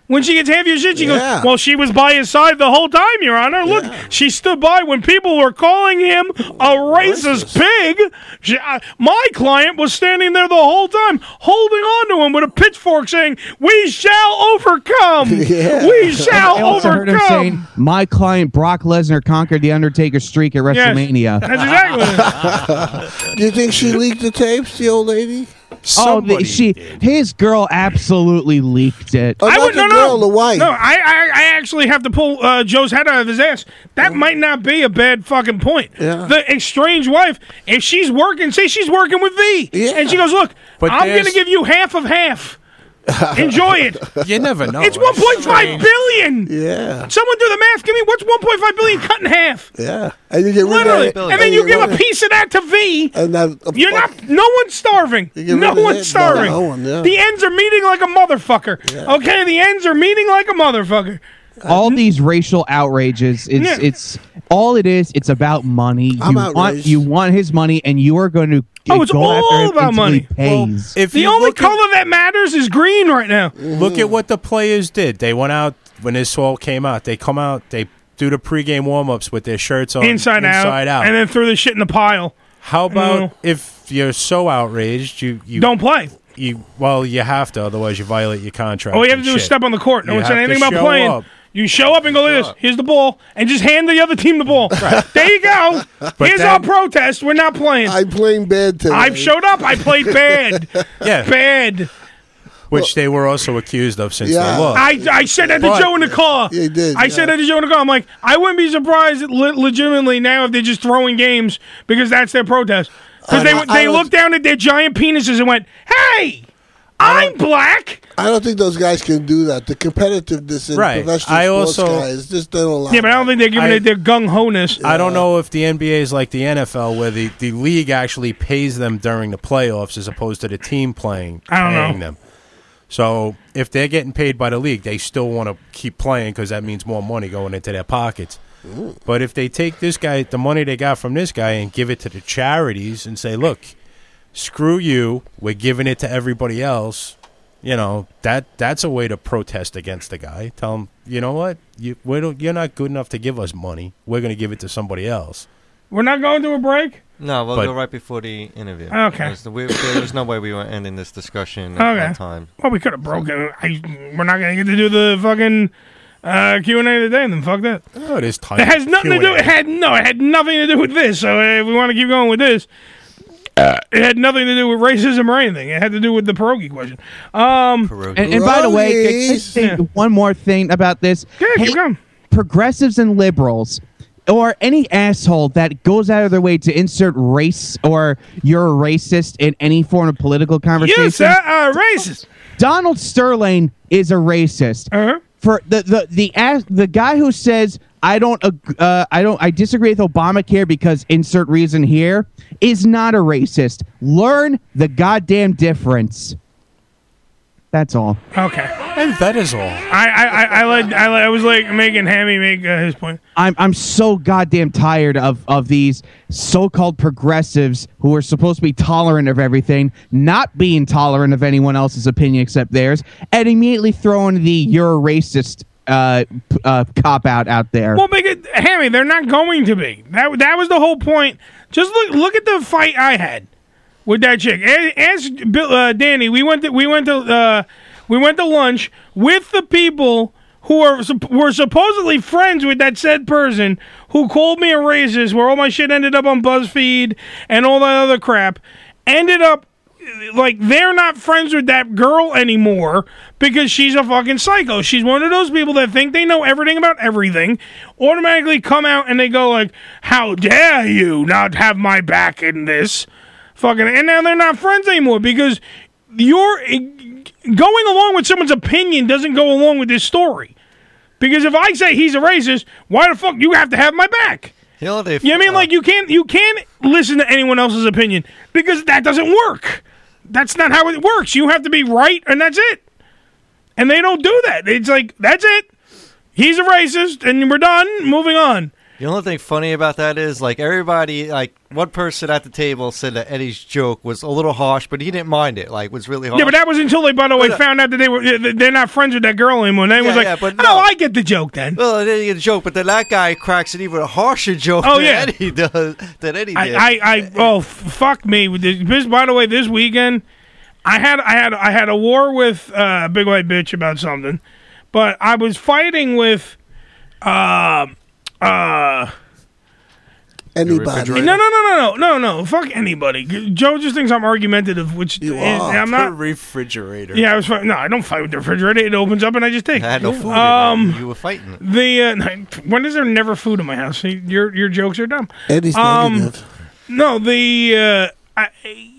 [SPEAKER 9] When she gets half your shit, she
[SPEAKER 14] Yeah.
[SPEAKER 9] goes, Well, she was by his side the whole time, Your Honor. Look, she stood by when people were calling him a racist, pig. She, I- my client was standing there the whole time, holding on to him with a pitchfork, saying, "We shall overcome.
[SPEAKER 5] *laughs*
[SPEAKER 9] We shall
[SPEAKER 5] I also heard him
[SPEAKER 9] overcome."
[SPEAKER 5] saying, My client Brock Lesnar conquered the Undertaker streak at
[SPEAKER 9] Yes,
[SPEAKER 5] WrestleMania.
[SPEAKER 9] that's exactly.
[SPEAKER 10] Do you think
[SPEAKER 9] *laughs*
[SPEAKER 10] she leaked the tapes, the old lady?
[SPEAKER 5] Oh, the, she, *laughs* his girl absolutely leaked it.
[SPEAKER 9] I would no, no, No, I, I, I actually have to pull uh, Joe's head out of his ass. That might not be a bad fucking point.
[SPEAKER 14] Yeah.
[SPEAKER 9] The estranged wife, if she's working, say she's working with V, and she goes, "Look,
[SPEAKER 11] But
[SPEAKER 9] I'm going to
[SPEAKER 11] there's-
[SPEAKER 9] give you half of half. Enjoy it."
[SPEAKER 11] You never know.
[SPEAKER 9] it's
[SPEAKER 11] right?
[SPEAKER 9] 1.5 billion.
[SPEAKER 10] Yeah.
[SPEAKER 9] Someone do the math. Give me what's 1.5 billion cut in half.
[SPEAKER 10] Yeah. And you get rid
[SPEAKER 9] Literally,
[SPEAKER 10] of it.
[SPEAKER 9] and then you give a piece of that to V.
[SPEAKER 10] And then
[SPEAKER 9] You're not. No one's starving.
[SPEAKER 10] get rid
[SPEAKER 9] No
[SPEAKER 10] of that-
[SPEAKER 9] one's starving.
[SPEAKER 10] no one, yeah.
[SPEAKER 9] The ends are meeting like a motherfucker. Okay, the ends are meeting like a motherfucker.
[SPEAKER 5] all these racial outrages it's
[SPEAKER 9] Uh-huh. Yeah.
[SPEAKER 5] it's all it is it's about money
[SPEAKER 9] I'm
[SPEAKER 5] you want
[SPEAKER 9] outraged.
[SPEAKER 5] you want his money and you are going to
[SPEAKER 9] Oh, it's
[SPEAKER 5] go after
[SPEAKER 9] all
[SPEAKER 5] him
[SPEAKER 9] about
[SPEAKER 5] until he
[SPEAKER 9] money.
[SPEAKER 5] pays.
[SPEAKER 11] if
[SPEAKER 9] the
[SPEAKER 11] you
[SPEAKER 9] only
[SPEAKER 11] look at-
[SPEAKER 9] color that matters is green right now.
[SPEAKER 11] Look at what the players did. They went out when this all came out. They come out. They do the pregame warm ups with their shirts on
[SPEAKER 9] Inside,
[SPEAKER 11] inside out.
[SPEAKER 9] and then throw the shit in the pile.
[SPEAKER 11] How about
[SPEAKER 9] No.
[SPEAKER 11] if you're so outraged you, you
[SPEAKER 9] Don't play?
[SPEAKER 11] You well, you have to, otherwise you violate your contract.
[SPEAKER 9] All you have
[SPEAKER 11] and
[SPEAKER 9] to do is
[SPEAKER 11] shit.
[SPEAKER 9] step on the court. No
[SPEAKER 11] You
[SPEAKER 9] one said
[SPEAKER 11] have to
[SPEAKER 9] anything about
[SPEAKER 11] show
[SPEAKER 9] playing.
[SPEAKER 11] up.
[SPEAKER 9] You show up and go like this. Here's the ball, and just hand the other team the ball. *laughs* There you go.
[SPEAKER 11] *laughs* But
[SPEAKER 9] Here's
[SPEAKER 11] then-
[SPEAKER 9] our protest. We're not playing. I'm
[SPEAKER 10] playing bad today.
[SPEAKER 9] I've showed up. I played bad.
[SPEAKER 11] *laughs* Yeah.
[SPEAKER 9] bad.
[SPEAKER 11] Which they were also accused of since
[SPEAKER 9] Yeah.
[SPEAKER 11] they lost.
[SPEAKER 9] I, I said that to
[SPEAKER 11] But-
[SPEAKER 9] Joe in the car.
[SPEAKER 11] Yeah, he did,
[SPEAKER 9] I
[SPEAKER 11] yeah.
[SPEAKER 9] said that to Joe in the car. I'm like, I wouldn't be surprised le- legitimately now if they're just throwing games because that's their protest. Because they,
[SPEAKER 10] I-
[SPEAKER 9] they
[SPEAKER 10] I-
[SPEAKER 9] looked down at their giant penises and went, hey, I'm black.
[SPEAKER 10] I don't think those guys can do that. The competitiveness in
[SPEAKER 11] Right.
[SPEAKER 10] professional
[SPEAKER 11] I
[SPEAKER 10] sports
[SPEAKER 11] also-
[SPEAKER 10] guys just don't allow.
[SPEAKER 9] Yeah, but I don't think they're giving
[SPEAKER 11] I-
[SPEAKER 9] it their gung ho ness.
[SPEAKER 11] I don't know if the NBA is like the NFL, where the, the league actually pays them during the playoffs as opposed to the team playing.
[SPEAKER 9] I don't know.
[SPEAKER 11] paying them. So if they're getting paid by the league, they still want to keep playing because that means more money going into their pockets. But if they take this guy, the money they got from this guy, and give it to the charities and say, "Look, screw you, we're giving it to everybody else," you know that that's a way to protest against the guy. Tell him, you know what, you we don't, you're not good enough to give us money. We're going to give it to somebody else.
[SPEAKER 9] We're not going to a break?
[SPEAKER 13] No, we'll
[SPEAKER 11] But-
[SPEAKER 13] go right before the interview.
[SPEAKER 9] Okay.
[SPEAKER 13] There's, the- we- there was no way we were ending this discussion at
[SPEAKER 9] Okay.
[SPEAKER 13] that time.
[SPEAKER 9] Well, we could have broken. I, we're not going to get to do the fucking uh, Q and A today. Then fuck that.
[SPEAKER 11] Oh, it is time.
[SPEAKER 9] It has nothing to do. It had no. It had nothing to do with this. So uh, if we want to keep going with this, uh, it had nothing to do with racism or anything. It had to do with the pierogi question. Um,
[SPEAKER 5] Mm. And, and by the way, can I just say one more thing about this? Hey, progressives and liberals, or any asshole that goes out of their way to insert race or you're a racist in any form of political conversation.
[SPEAKER 9] you sir are racist.
[SPEAKER 5] Donald Sterling is a racist. For the the the ass, the guy who says I don't ag- uh, I don't I disagree with Obamacare because insert reason here is not a racist. Learn the goddamn difference. That's all.
[SPEAKER 9] Okay,
[SPEAKER 11] and that is all.
[SPEAKER 9] I I I, I, like, I, like- I was like making Hammy make uh, his point.
[SPEAKER 5] I'm I'm so goddamn tired of of these so-called progressives who are supposed to be tolerant of everything, not being tolerant of anyone else's opinion except theirs, and immediately throwing the "you're a racist" uh, p- uh, cop out out there.
[SPEAKER 9] Well, big Hammy, they're not going to be. That that was the whole point. Just look look at the fight I had with that chick. A- Ask Bill, uh, Danny. We went to we went to uh, we went to lunch with the people who are sup- were supposedly friends with that said person who called me a racist. Where all my shit ended up on BuzzFeed and all that other crap. Ended up like they're not friends with that girl anymore because she's a fucking psycho. She's one of those people that think they know everything about everything, automatically come out and they go like, "How dare you not have my back in this?" Fucking and now they're not friends anymore because you're going along with someone's opinion doesn't go along with this story. Because if I say he's a racist, why the fuck you have to have my back?
[SPEAKER 13] Hell, they
[SPEAKER 9] You know what I mean? Like you can't you can't listen to anyone else's opinion because that doesn't work. That's not how it works. You have to be right and that's it. And they don't do that. It's like that's it. He's a racist and we're done. Moving on.
[SPEAKER 13] The only thing funny about that is, like, everybody, like, one person at the table said that Eddie's joke was a little harsh, but he didn't mind it. Like, was really harsh.
[SPEAKER 9] Yeah, but
[SPEAKER 13] *laughs*
[SPEAKER 9] that was until they, by the way,
[SPEAKER 13] But, uh,
[SPEAKER 9] found out that they were they're not friends with that girl anymore. And they
[SPEAKER 13] Yeah,
[SPEAKER 9] was like,
[SPEAKER 13] yeah, but
[SPEAKER 9] "Oh, I get the joke then."
[SPEAKER 13] Well, it is a joke, but then that guy cracks an even harsher joke
[SPEAKER 9] Oh,
[SPEAKER 13] than
[SPEAKER 9] yeah.
[SPEAKER 13] Eddie does. Than Eddie did.
[SPEAKER 9] I, I, I oh f- fuck me. with this- This, by the way, this weekend, I had, I had, I had a war with uh, Big White Bitch about something, but I was fighting with, uh, uh,
[SPEAKER 10] Anybody?
[SPEAKER 9] No, no, no, no, no, no, no. Fuck anybody. G- Joe just thinks I'm argumentative, which is- I'm *laughs* not.
[SPEAKER 11] refrigerator.
[SPEAKER 9] Yeah, I was. Fight- no, I don't fight with the refrigerator. It opens up and I just take.
[SPEAKER 13] I had no
[SPEAKER 9] Yeah.
[SPEAKER 13] food. in
[SPEAKER 9] Um,
[SPEAKER 13] it. you were fighting it.
[SPEAKER 9] the uh, *laughs* when is there never food in my house? Your your jokes are dumb. Um,
[SPEAKER 10] Eddie's negative.
[SPEAKER 9] No, the uh, I,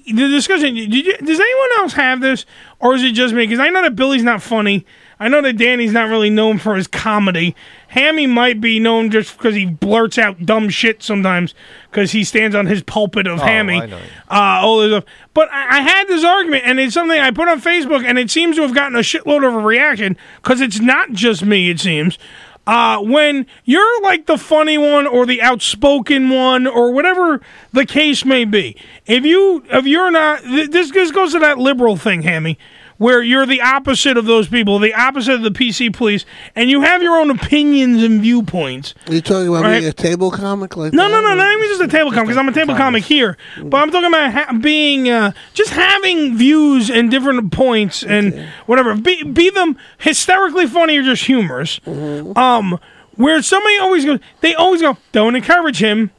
[SPEAKER 9] the discussion. Did you, does anyone else have this, or is it just me? Because I know that Billy's not funny. I know that Danny's not really known for his comedy. Hammy might be known just because he blurts out dumb shit sometimes because he stands on his pulpit of
[SPEAKER 13] Oh,
[SPEAKER 9] Hammy.
[SPEAKER 13] I know.
[SPEAKER 9] Uh, all this stuff. But I, I had this argument, and it's something I put on Facebook, and it seems to have gotten a shitload of a reaction because it's not just me, it seems. Uh, when you're like the funny one or the outspoken one or whatever the case may be, if you if you're not th- this this goes to that liberal thing, Hammy. where you're the opposite of those people, the opposite of the PC police, and you have your own opinions and viewpoints.
[SPEAKER 10] You're talking about
[SPEAKER 9] Right.
[SPEAKER 10] being a table comic like
[SPEAKER 9] No,
[SPEAKER 10] that?
[SPEAKER 9] no, no, not even just a table comic because I'm a table comic here, but I'm talking about ha- being uh, just having views and different points and whatever. Be be them hysterically funny or just humorous.
[SPEAKER 10] Mm-hmm.
[SPEAKER 9] Um, where somebody always goes, they always go, don't encourage him.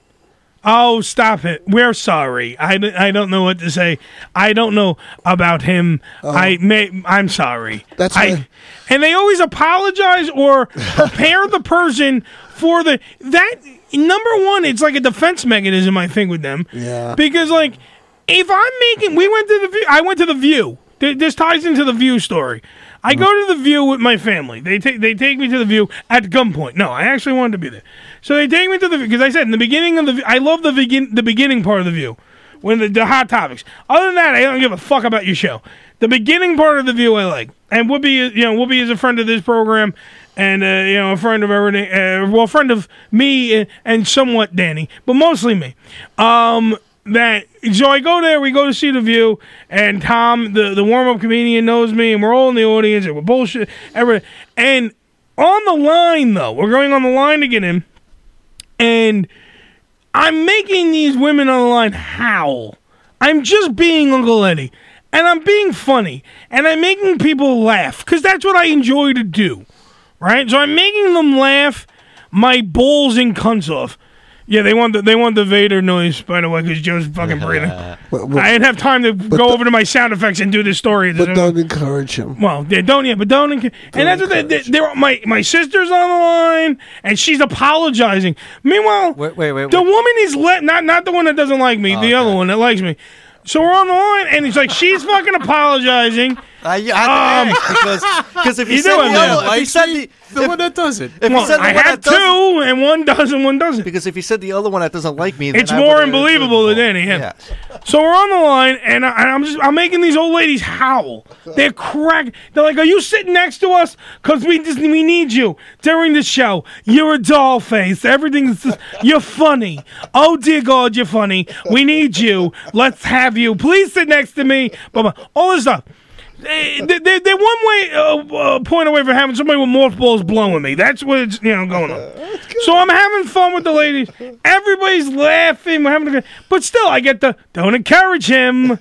[SPEAKER 9] Oh, stop it. We're sorry. I, d- I don't know what to say. I don't know about him. I may, I'm sorry. That's I, And they always apologize or prepare the person for the that number one, it's like a defense mechanism I think with them.
[SPEAKER 10] Yeah.
[SPEAKER 9] Because like if I'm making we went to the view I went to the view. Th- This ties into the view story. I go to the view with my family. They take they take me to the view at gunpoint. No, I actually wanted to be there. So they take me to the because I said in the beginning of the View- I love the begin the beginning part of the view when the, the hot topics. Other than that, I don't give a fuck about your show. The beginning part of the view I like, and Whoopi, you know, Whoopi is a friend of this program, and uh, you know, a friend of everything. Uh, well, a friend of me and, and somewhat Danny, but mostly me. Um, that so I go there, we go to see the view, and Tom, the the warm up comedian, knows me, and we're all in the audience, and we're bullshit, everything. And on the line though, we're going on the line to get him, and. I'm making these women on the line howl. I'm just being Uncle Eddie. And I'm being funny. And I'm making people laugh because that's what I enjoy to do. Right? So I'm making them laugh my balls and cunts off. Yeah, they want the they want the Vader noise, by the way, because Joe's fucking breathing. I didn't have time to go over to my sound effects and do this story.
[SPEAKER 10] But don't encourage him.
[SPEAKER 9] Well, they don't yet, but don't. enc- and that's what they, they, they're. My my sister's on the line, and she's apologizing. Meanwhile, wait, wait, wait. Oh, The woman is let not not the one that doesn't like me, the other one that likes me. So we're on the line, and it's like she's fucking apologizing. Um, I,
[SPEAKER 13] I have to ask, because-
[SPEAKER 9] *laughs*
[SPEAKER 13] 'cause if you said the other- if you said the- The if- one that
[SPEAKER 9] doesn't,
[SPEAKER 13] if you said the
[SPEAKER 9] I
[SPEAKER 13] one
[SPEAKER 9] have
[SPEAKER 13] that doesn't-
[SPEAKER 9] two, and one does and one doesn't.
[SPEAKER 13] Because if you said the other one that doesn't like me, then
[SPEAKER 9] it's
[SPEAKER 13] I
[SPEAKER 9] more
[SPEAKER 13] would've-
[SPEAKER 9] unbelievable than any. Yeah. So we're on the line, and, I, and I'm just I'm making these old ladies howl. They're crack. They're like, "Are you sitting next to us? Cause we just we need you during the show. You're a doll face. Everything's just, you're funny. Oh dear God, you're funny. We need you. Let's have you. Please sit next to me. Blah blah. All this stuff." They, they, they- they're one way uh, uh, point away from having somebody with mothballs blowing me. That's what it's you know going
[SPEAKER 10] *laughs*
[SPEAKER 9] on. So I'm having fun with the ladies. Everybody's laughing. We're having a good, but still I get the don't
[SPEAKER 10] *laughs*
[SPEAKER 9] encourage him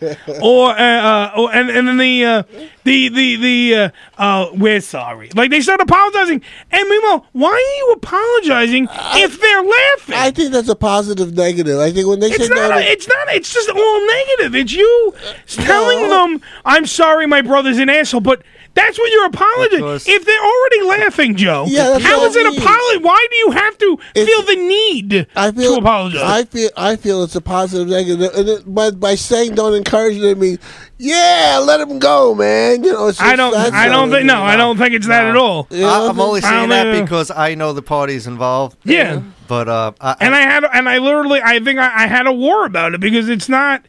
[SPEAKER 9] or, uh, uh, or and and then the uh, the the the uh, uh, we're sorry. Like they start apologizing. And meanwhile, why are you apologizing if they're laughing?
[SPEAKER 10] I think that's a positive negative. I think when they
[SPEAKER 9] It's
[SPEAKER 10] say
[SPEAKER 9] not.
[SPEAKER 10] no,
[SPEAKER 9] A, it's not. It's just all negative. It's you telling them, "I'm sorry, my brother's an asshole." But that's what you're apologizing. If they're already laughing, Joe,
[SPEAKER 10] Yeah, that's
[SPEAKER 9] how
[SPEAKER 10] what I
[SPEAKER 9] is it
[SPEAKER 10] mean.
[SPEAKER 9] apology? Why do you have to feel the need to apologize?
[SPEAKER 10] I feel I feel it's a positive negative. And it, by, by saying don't encourage them, means yeah, let him go, man. You know, it's
[SPEAKER 9] I don't.
[SPEAKER 10] it's-
[SPEAKER 9] I don't think. No, I don't think it's that at all.
[SPEAKER 13] I, I'm
[SPEAKER 9] I don't
[SPEAKER 13] only saying that
[SPEAKER 9] think-
[SPEAKER 13] because I know the parties involved.
[SPEAKER 9] Yeah.
[SPEAKER 13] But uh, I,
[SPEAKER 9] and I had and I literally I think I, I had a war about it because it's not.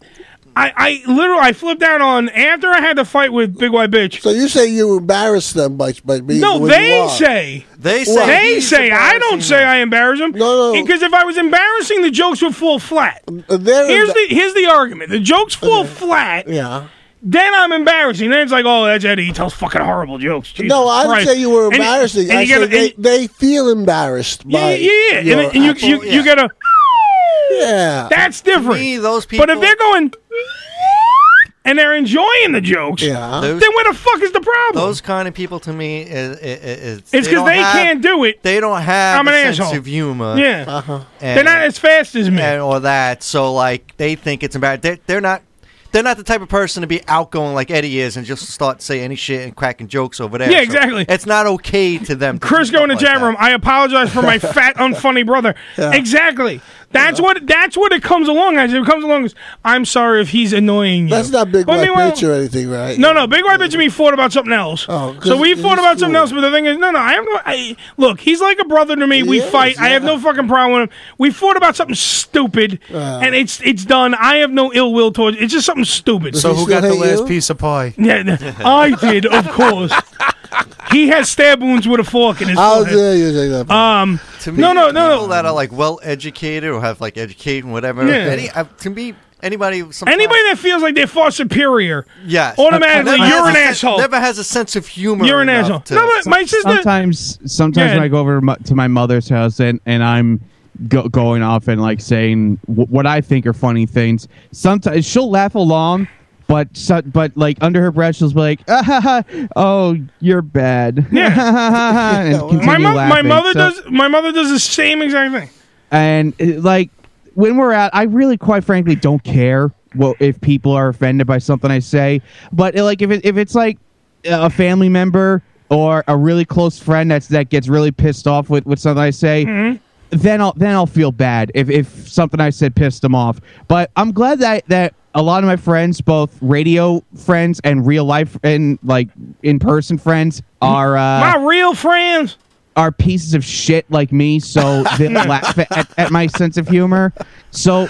[SPEAKER 9] I, I literally I flipped out on after I had the fight with Big White Bitch.
[SPEAKER 10] So you say you embarrass them by by being
[SPEAKER 9] No,
[SPEAKER 10] who you
[SPEAKER 9] they
[SPEAKER 10] are.
[SPEAKER 9] say.
[SPEAKER 10] Well,
[SPEAKER 9] They say. I don't say I embarrass them. No, no. Because if I was embarrassing, the jokes would fall flat.
[SPEAKER 10] Uh,
[SPEAKER 9] Here's the here's the argument. The jokes fall flat.
[SPEAKER 10] Yeah.
[SPEAKER 9] Then I'm embarrassing. Then it's like, oh, that's Eddie. He tells fucking horrible jokes. Jesus
[SPEAKER 10] no, I didn't
[SPEAKER 9] Christ.
[SPEAKER 10] say you were
[SPEAKER 9] And-
[SPEAKER 10] embarrassing.
[SPEAKER 9] and
[SPEAKER 10] I
[SPEAKER 9] you gotta-
[SPEAKER 10] said they,
[SPEAKER 9] and-
[SPEAKER 10] they feel embarrassed
[SPEAKER 9] yeah,
[SPEAKER 10] by
[SPEAKER 9] yeah, yeah. And,
[SPEAKER 10] your
[SPEAKER 9] then- and you,
[SPEAKER 10] action.
[SPEAKER 9] you, you get a.
[SPEAKER 10] Yeah.
[SPEAKER 9] That's different. those but if they're going. And they're enjoying the jokes.
[SPEAKER 13] Yeah.
[SPEAKER 9] Then where the fuck is the problem?
[SPEAKER 13] those kind of people to me is, is, is
[SPEAKER 9] It's because
[SPEAKER 13] don't
[SPEAKER 9] they,
[SPEAKER 13] have-
[SPEAKER 9] can't do it.
[SPEAKER 13] They don't have
[SPEAKER 9] I'm
[SPEAKER 13] a
[SPEAKER 9] an
[SPEAKER 13] sense
[SPEAKER 9] asshole.
[SPEAKER 13] of humor.
[SPEAKER 9] Yeah.
[SPEAKER 13] And-
[SPEAKER 9] They're not as fast as me.
[SPEAKER 13] and or that. So like they think it's embarrassing. They're, they're not. They're not the type of person to be outgoing like Eddie is and just start saying any shit and cracking jokes over there.
[SPEAKER 9] Yeah,
[SPEAKER 13] So
[SPEAKER 9] exactly.
[SPEAKER 13] it's not okay to them. to
[SPEAKER 9] Chris
[SPEAKER 13] do
[SPEAKER 9] going to
[SPEAKER 13] stuff like
[SPEAKER 9] chat room. I apologize for my
[SPEAKER 13] *laughs*
[SPEAKER 9] fat, unfunny brother.
[SPEAKER 13] Yeah.
[SPEAKER 9] Exactly. That's what. That's what it comes along as. It comes along as. I'm sorry if he's annoying you. That's not
[SPEAKER 10] big white bitch or anything, right?
[SPEAKER 9] No, no. Big white bitch and me fought about something else. Oh,
[SPEAKER 10] 'cause
[SPEAKER 9] so we
[SPEAKER 10] he's
[SPEAKER 9] fought about something
[SPEAKER 10] cool.
[SPEAKER 9] else. But the thing is, no, no. I have no. I, look, he's like a brother to me. we
[SPEAKER 10] is,
[SPEAKER 9] fight. I have no fucking problem with him. We fought about something stupid,
[SPEAKER 10] Uh.
[SPEAKER 11] Yeah.
[SPEAKER 9] and it's it's done. I have no ill will towards. It's just something stupid.
[SPEAKER 11] So who got the last piece of pie?
[SPEAKER 9] Yeah, th- I did, of course. He has stab wounds with a fork in his
[SPEAKER 10] How
[SPEAKER 9] forehead.
[SPEAKER 10] dare you say that?
[SPEAKER 9] Um,
[SPEAKER 13] To me,
[SPEAKER 9] no, no,
[SPEAKER 13] people
[SPEAKER 9] no, no.
[SPEAKER 13] that are like well educated or have like education, whatever.
[SPEAKER 9] Yeah.
[SPEAKER 13] Any, uh, to me, Anybody, sometimes-
[SPEAKER 9] Anybody that feels like they're far superior,
[SPEAKER 13] Yes.
[SPEAKER 9] automatically
[SPEAKER 13] Never
[SPEAKER 9] you're
[SPEAKER 13] has
[SPEAKER 9] an
[SPEAKER 13] a sen-
[SPEAKER 9] asshole.
[SPEAKER 13] Never has a sense of humor.
[SPEAKER 9] You're an
[SPEAKER 13] enough
[SPEAKER 9] asshole.
[SPEAKER 13] to-
[SPEAKER 9] No, but my sister-
[SPEAKER 5] Sometimes, sometimes
[SPEAKER 9] Yeah.
[SPEAKER 5] when I go over to my, to my mother's house and and I'm go, going off and like saying w- what I think are funny things, sometimes she'll laugh along, but so, but like under her breath she'll be like, *laughs* ah, ha, ha, "Oh, you're bad." Yeah. *laughs* and continue
[SPEAKER 9] my, mo- my
[SPEAKER 5] laughing.
[SPEAKER 9] mother
[SPEAKER 5] So-
[SPEAKER 9] does. My mother does the same exact thing.
[SPEAKER 5] and uh, like when we're out i really quite frankly don't care what if people are offended by something i say but uh, like if, it, if it's like a family member or a really close friend that's that gets really pissed off with, with something i say then i'll then i'll feel bad if, if something i said pissed them off but i'm glad that that a lot of my friends both radio friends and real life and like in person friends are uh
[SPEAKER 9] my real friends
[SPEAKER 5] are pieces of shit like
[SPEAKER 14] *laughs*
[SPEAKER 5] me, so they laugh at, at, at my sense of humor. So,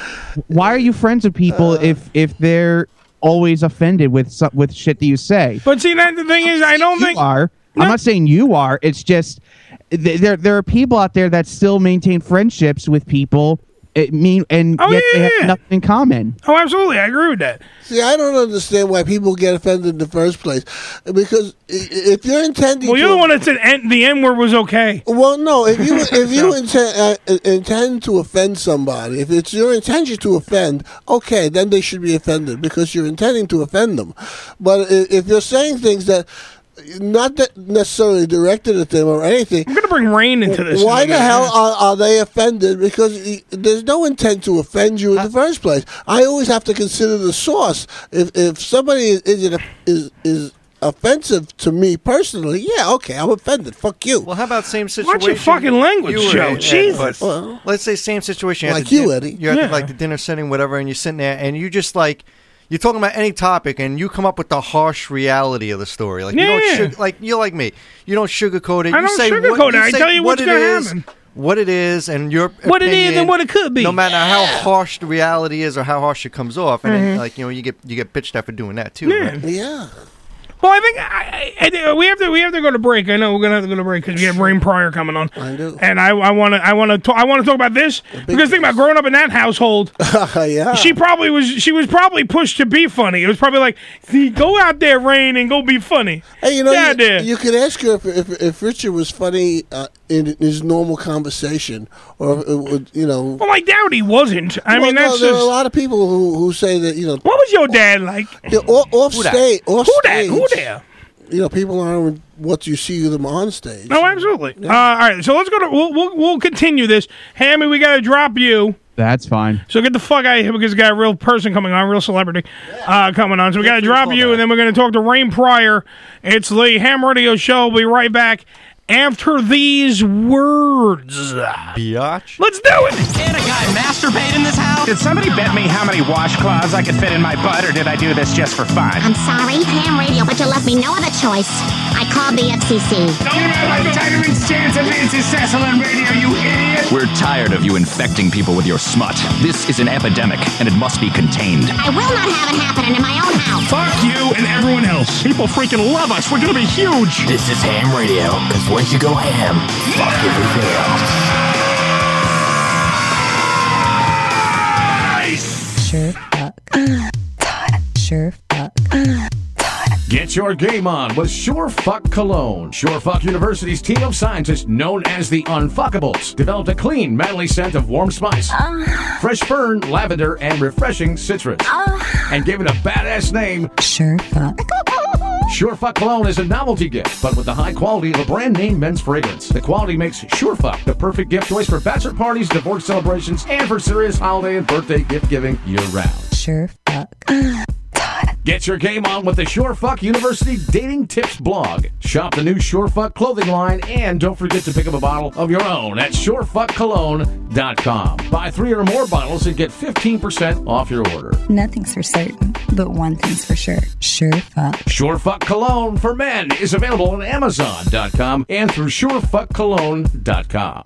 [SPEAKER 5] why are you friends with people
[SPEAKER 14] Uh.
[SPEAKER 5] if if they're always offended with some, with shit that you say?
[SPEAKER 9] But see, that the thing is, I don't
[SPEAKER 5] you
[SPEAKER 9] think.
[SPEAKER 5] are. I'm not saying you are. It's just th- there there are people out there that still maintain friendships with people. It mean and
[SPEAKER 10] Oh,
[SPEAKER 5] yet they
[SPEAKER 10] yeah.
[SPEAKER 5] have nothing in common.
[SPEAKER 9] Oh, absolutely, I agree with that.
[SPEAKER 10] See, I don't understand why people get offended in the first place, because i- i- if you're intending,
[SPEAKER 9] Well,
[SPEAKER 10] to
[SPEAKER 9] you're the one that said N- the N word was okay.
[SPEAKER 10] Well, no, if
[SPEAKER 9] *laughs*
[SPEAKER 10] you if you intend uh, uh, intend to offend somebody, if it's your intention to offend, okay, then they should be offended because you're intending to offend them. But if, if you're saying things that not that necessarily directed at them or anything, I'm
[SPEAKER 9] gonna bring rain into this.
[SPEAKER 10] Why
[SPEAKER 9] in a
[SPEAKER 10] the
[SPEAKER 9] minute.
[SPEAKER 10] hell are, are they offended? Because y- there's no intent to offend you in the first place. I always have to consider the source. If if somebody is is, is, is offensive to me personally, yeah, okay, I'm offended. Fuck you. Well,
[SPEAKER 13] how about same
[SPEAKER 10] your
[SPEAKER 13] situation?
[SPEAKER 10] fucking language,
[SPEAKER 13] you were
[SPEAKER 10] Joe?
[SPEAKER 13] in, Ed,
[SPEAKER 10] Jesus.
[SPEAKER 13] but
[SPEAKER 10] Well-
[SPEAKER 13] let's say same situation.
[SPEAKER 10] Like you,
[SPEAKER 13] Eddie.
[SPEAKER 10] Eddie.
[SPEAKER 13] You're at
[SPEAKER 10] Yeah.
[SPEAKER 13] the, like the dinner setting, whatever, and you're sitting there, and you just like you're talking about any topic, and you come up with the harsh reality of the story. Like you
[SPEAKER 9] Yeah.
[SPEAKER 13] don't, sug- like you're like me. You don't sugarcoat it.
[SPEAKER 9] I
[SPEAKER 13] you
[SPEAKER 9] don't
[SPEAKER 13] say
[SPEAKER 9] sugarcoat
[SPEAKER 13] what,
[SPEAKER 9] it. I
[SPEAKER 13] say
[SPEAKER 9] tell you
[SPEAKER 13] what
[SPEAKER 9] what's
[SPEAKER 13] it
[SPEAKER 9] gonna
[SPEAKER 13] is,
[SPEAKER 9] happen.
[SPEAKER 13] What it is, and your
[SPEAKER 9] What it is and
[SPEAKER 13] opinion,
[SPEAKER 9] what it could be.
[SPEAKER 13] No matter how harsh the reality is or how harsh it comes off, and then,
[SPEAKER 9] Mhm.
[SPEAKER 13] like you know, you get you get bitched at for doing that too.
[SPEAKER 9] Yeah.
[SPEAKER 13] right?
[SPEAKER 10] Yeah.
[SPEAKER 9] Well, I think I, I, I think we have to we have to go to break. I know we're gonna have to go to break because we have Rain Pryor coming on. I do, and I want to I want to I want to talk about this because think about growing up in that household.
[SPEAKER 10] *laughs* yeah,
[SPEAKER 9] she probably was she was probably pushed to be funny. It was probably like, See, go out there, Rain, and go be funny.
[SPEAKER 10] Hey, you know,
[SPEAKER 9] yeah,
[SPEAKER 10] you, you could ask her if, if, if Richard was funny uh, in his normal conversation, or if it would, you know.
[SPEAKER 9] Well, I doubt he wasn't. I
[SPEAKER 10] Well,
[SPEAKER 9] mean,
[SPEAKER 10] no,
[SPEAKER 9] that's
[SPEAKER 10] there
[SPEAKER 9] just.
[SPEAKER 10] are a lot of people who, who say that you know.
[SPEAKER 9] What was your dad like?
[SPEAKER 10] off, off
[SPEAKER 9] Who dat?
[SPEAKER 10] stage,
[SPEAKER 9] Who
[SPEAKER 10] off
[SPEAKER 9] dat?
[SPEAKER 10] stage.
[SPEAKER 9] Who dat?
[SPEAKER 10] You know, people aren't what you see them on stage.
[SPEAKER 9] No, absolutely. Uh, all right, so let's go to we'll we'll, we'll continue this. Hammy, we gotta drop you.
[SPEAKER 5] That's fine.
[SPEAKER 9] So get the fuck out of here because we got a real person coming on, real celebrity uh, coming on. So we got to drop you, and then we're going to talk to Rain Pryor. It's the Ham Radio Show. We'll be right back after these words.
[SPEAKER 13] Biatch.
[SPEAKER 9] Let's do it.
[SPEAKER 14] Can a guy masturbate in this house? Did somebody bet me how many washcloths I could fit in my butt, or did I do this just for fun?
[SPEAKER 15] I'm sorry, ham radio, but you left me no other choice. I called the FCC.
[SPEAKER 14] Don't have a tyrant's chance of being successful on radio, you idiot!
[SPEAKER 16] We're tired of you infecting people with your smut. This is an epidemic, and it must be contained.
[SPEAKER 15] I will not have it happening in my own house.
[SPEAKER 14] Fuck you and everyone else. People freaking love us. We're gonna be huge. This is ham radio, because once you go ham, fuck everything else.
[SPEAKER 17] Sure fuck. Sure fuck.
[SPEAKER 18] Get your game on with SureFuck Cologne. SureFuck University's team of scientists known as the Unfuckables developed a clean, manly scent of warm spice,
[SPEAKER 17] Uh.
[SPEAKER 18] fresh fern, lavender, and refreshing citrus, and gave it a badass name.
[SPEAKER 17] Uh. Sure fuck.
[SPEAKER 18] SureFuck Cologne is a novelty gift, but with the high quality of a brand name men's fragrance. The quality makes SureFuck the perfect gift choice for bachelor parties, divorce celebrations, and for serious holiday and birthday gift giving year round.
[SPEAKER 17] Sure fuck.
[SPEAKER 18] Get your game on with the SureFuck University Dating Tips blog. Shop the new SureFuck clothing line and don't forget to pick up a bottle of your own at surefuckcologne.com. Buy three or more bottles and get 15% off your order.
[SPEAKER 17] Nothing's for certain, but one thing's for sure. Sure fuck.
[SPEAKER 18] SureFuck Cologne for men is available on Amazon.com and through surefuckcologne.com.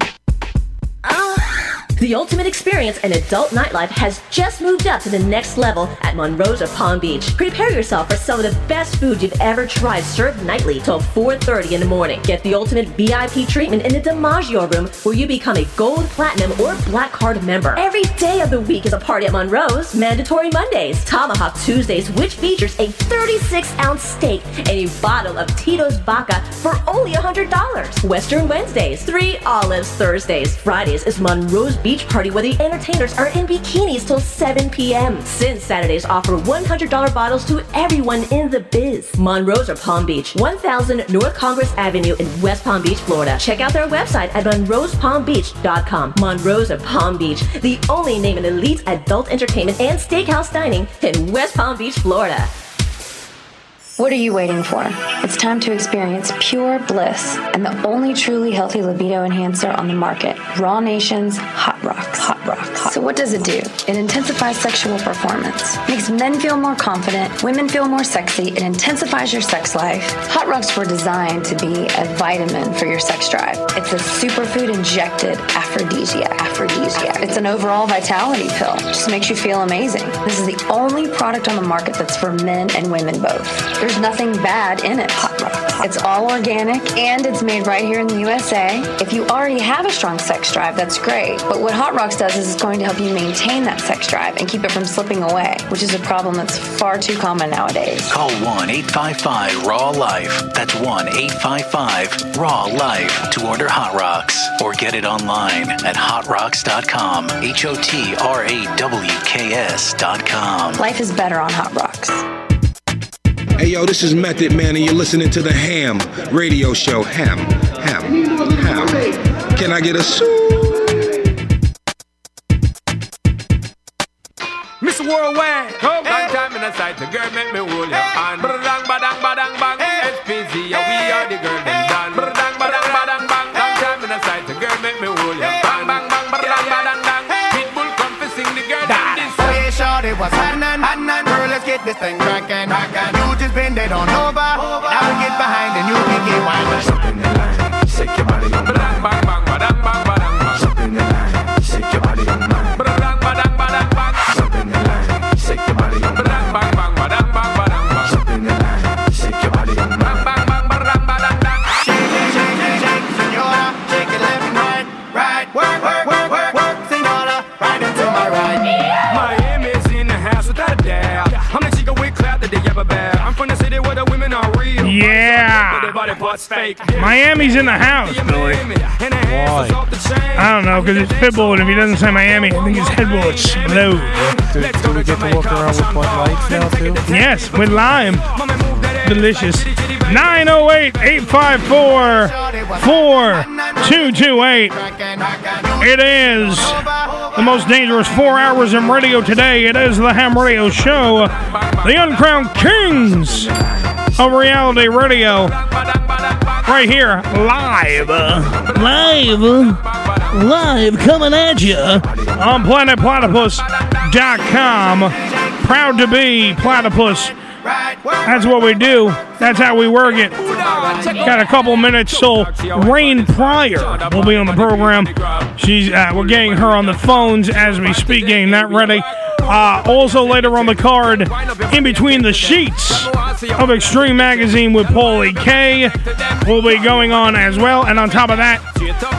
[SPEAKER 1] The ultimate experience in adult nightlife has just moved up to the next level at Monroe's of Palm Beach. Prepare yourself for some of the best food you've ever tried served nightly till 4.30 in the morning. Get the ultimate VIP treatment in the DiMaggio room where you become a gold, platinum, or black card member. Every day of the week is a party at Monroe's. Mandatory Mondays, Tomahawk Tuesdays, which features a 36-ounce steak and a bottle of Tito's Vodka for only $100. Western Wednesdays, Three Olives Thursdays. Fridays is Monroe's Beach Party where the entertainers are in bikinis till 7 p.m. Sin Saturdays offer $100 bottles to everyone in the biz. Monroe's or Palm Beach, 1000 North Congress Avenue in West Palm Beach, Florida. Check out their website at monroespalmbeach.com. Monroe's of Palm Beach, the only name in elite adult entertainment and steakhouse dining in West Palm Beach, Florida.
[SPEAKER 19] What are you waiting for? It's time to experience pure bliss and the only truly healthy libido enhancer on the market Raw Nation's Hot Rocks. Hot Rocks. So, what does it do? It intensifies sexual performance, makes men feel more confident, women feel more sexy, it intensifies your sex life. Hot Rocks were designed to be a vitamin for your sex drive. It's a superfood injected aphrodisiac. Aphrodisiac. It's an overall vitality pill, just makes you feel amazing. This is the only product on the market that's for men and women both. There's nothing bad in it. Hot Rock. It's all organic and it's made right here in the USA. If you already have a strong sex drive, that's great. But what Hot Rocks does is it's going to help you maintain that sex drive and keep it from slipping away, which is a problem that's far too common nowadays.
[SPEAKER 20] Call 1 855 Raw Life. E. That's 1 855 Raw Life E to order Hot Rocks or get it online at hotrocks.com. H O T R A W K S.com.
[SPEAKER 19] Life is better on Hot Rocks.
[SPEAKER 21] Hey yo, this is Method Man, and you're listening to the Ham Radio Show. Ham, ham, ham. Can I get a suit?
[SPEAKER 6] Miss Worldwide. Come Long time in a sight, the girl make me hold her hand. Bang, badang, badang, bang. SPZ, yeah, oh, we are the girl them done. Badang, badang, badang, bang. Long time in a sight, the girl make me hold her hand. Bang, bang, badang, badang, bang. Pitbull come to sing the girl them this.
[SPEAKER 22] Hey, shorty, what's happening? Happening? Girl, let's get this thing cracking. Cracking. You just bend it on over. Now we get behind and you can get wild. Something in line, shake your body on Badang, bang, bang, badang, bang, badang, bang. Something in line, shake your body on mine. Badang, badang, badang, bang. Something in line, shake your body on Badang, bang, bang, badang, bang, badang, bang. Something in line, shake your body on mine. Bang, bang, bang, badang, badang, bang. Shake it, shake it, shake it, senora. Shake it left and right, right. Work, work, work, work, work, senora. Right into my right.
[SPEAKER 6] Miami's in the house without a doubt. I'm the chica with clout that they ever bow. I'm from the city where the women are real.
[SPEAKER 9] Yeah.
[SPEAKER 6] But their body parts fake.
[SPEAKER 9] Miami's in the house, Billy. I don't know, because it's Pitbull, and if he doesn't say Miami, I think his head will explode.
[SPEAKER 11] Do, do we get to walk around with Bud Lights now, too?
[SPEAKER 9] Yes, with lime. Delicious. 908 854 4228. It is the most dangerous four hours in radio today. It is the Ham Radio Show, the uncrowned kings of reality radio. Right here, live. Live. Live coming at you on planetplatypus.com. Proud to be platypus. That's what we do. That's how we work it. Got a couple minutes till Rain Pryor will be on the program. She's uh, we're getting her on the phones as we speak, getting that ready. Uh, also later on the card, in between the sheets of Extreme Magazine with Paulie K will be going on as well. And on top of that,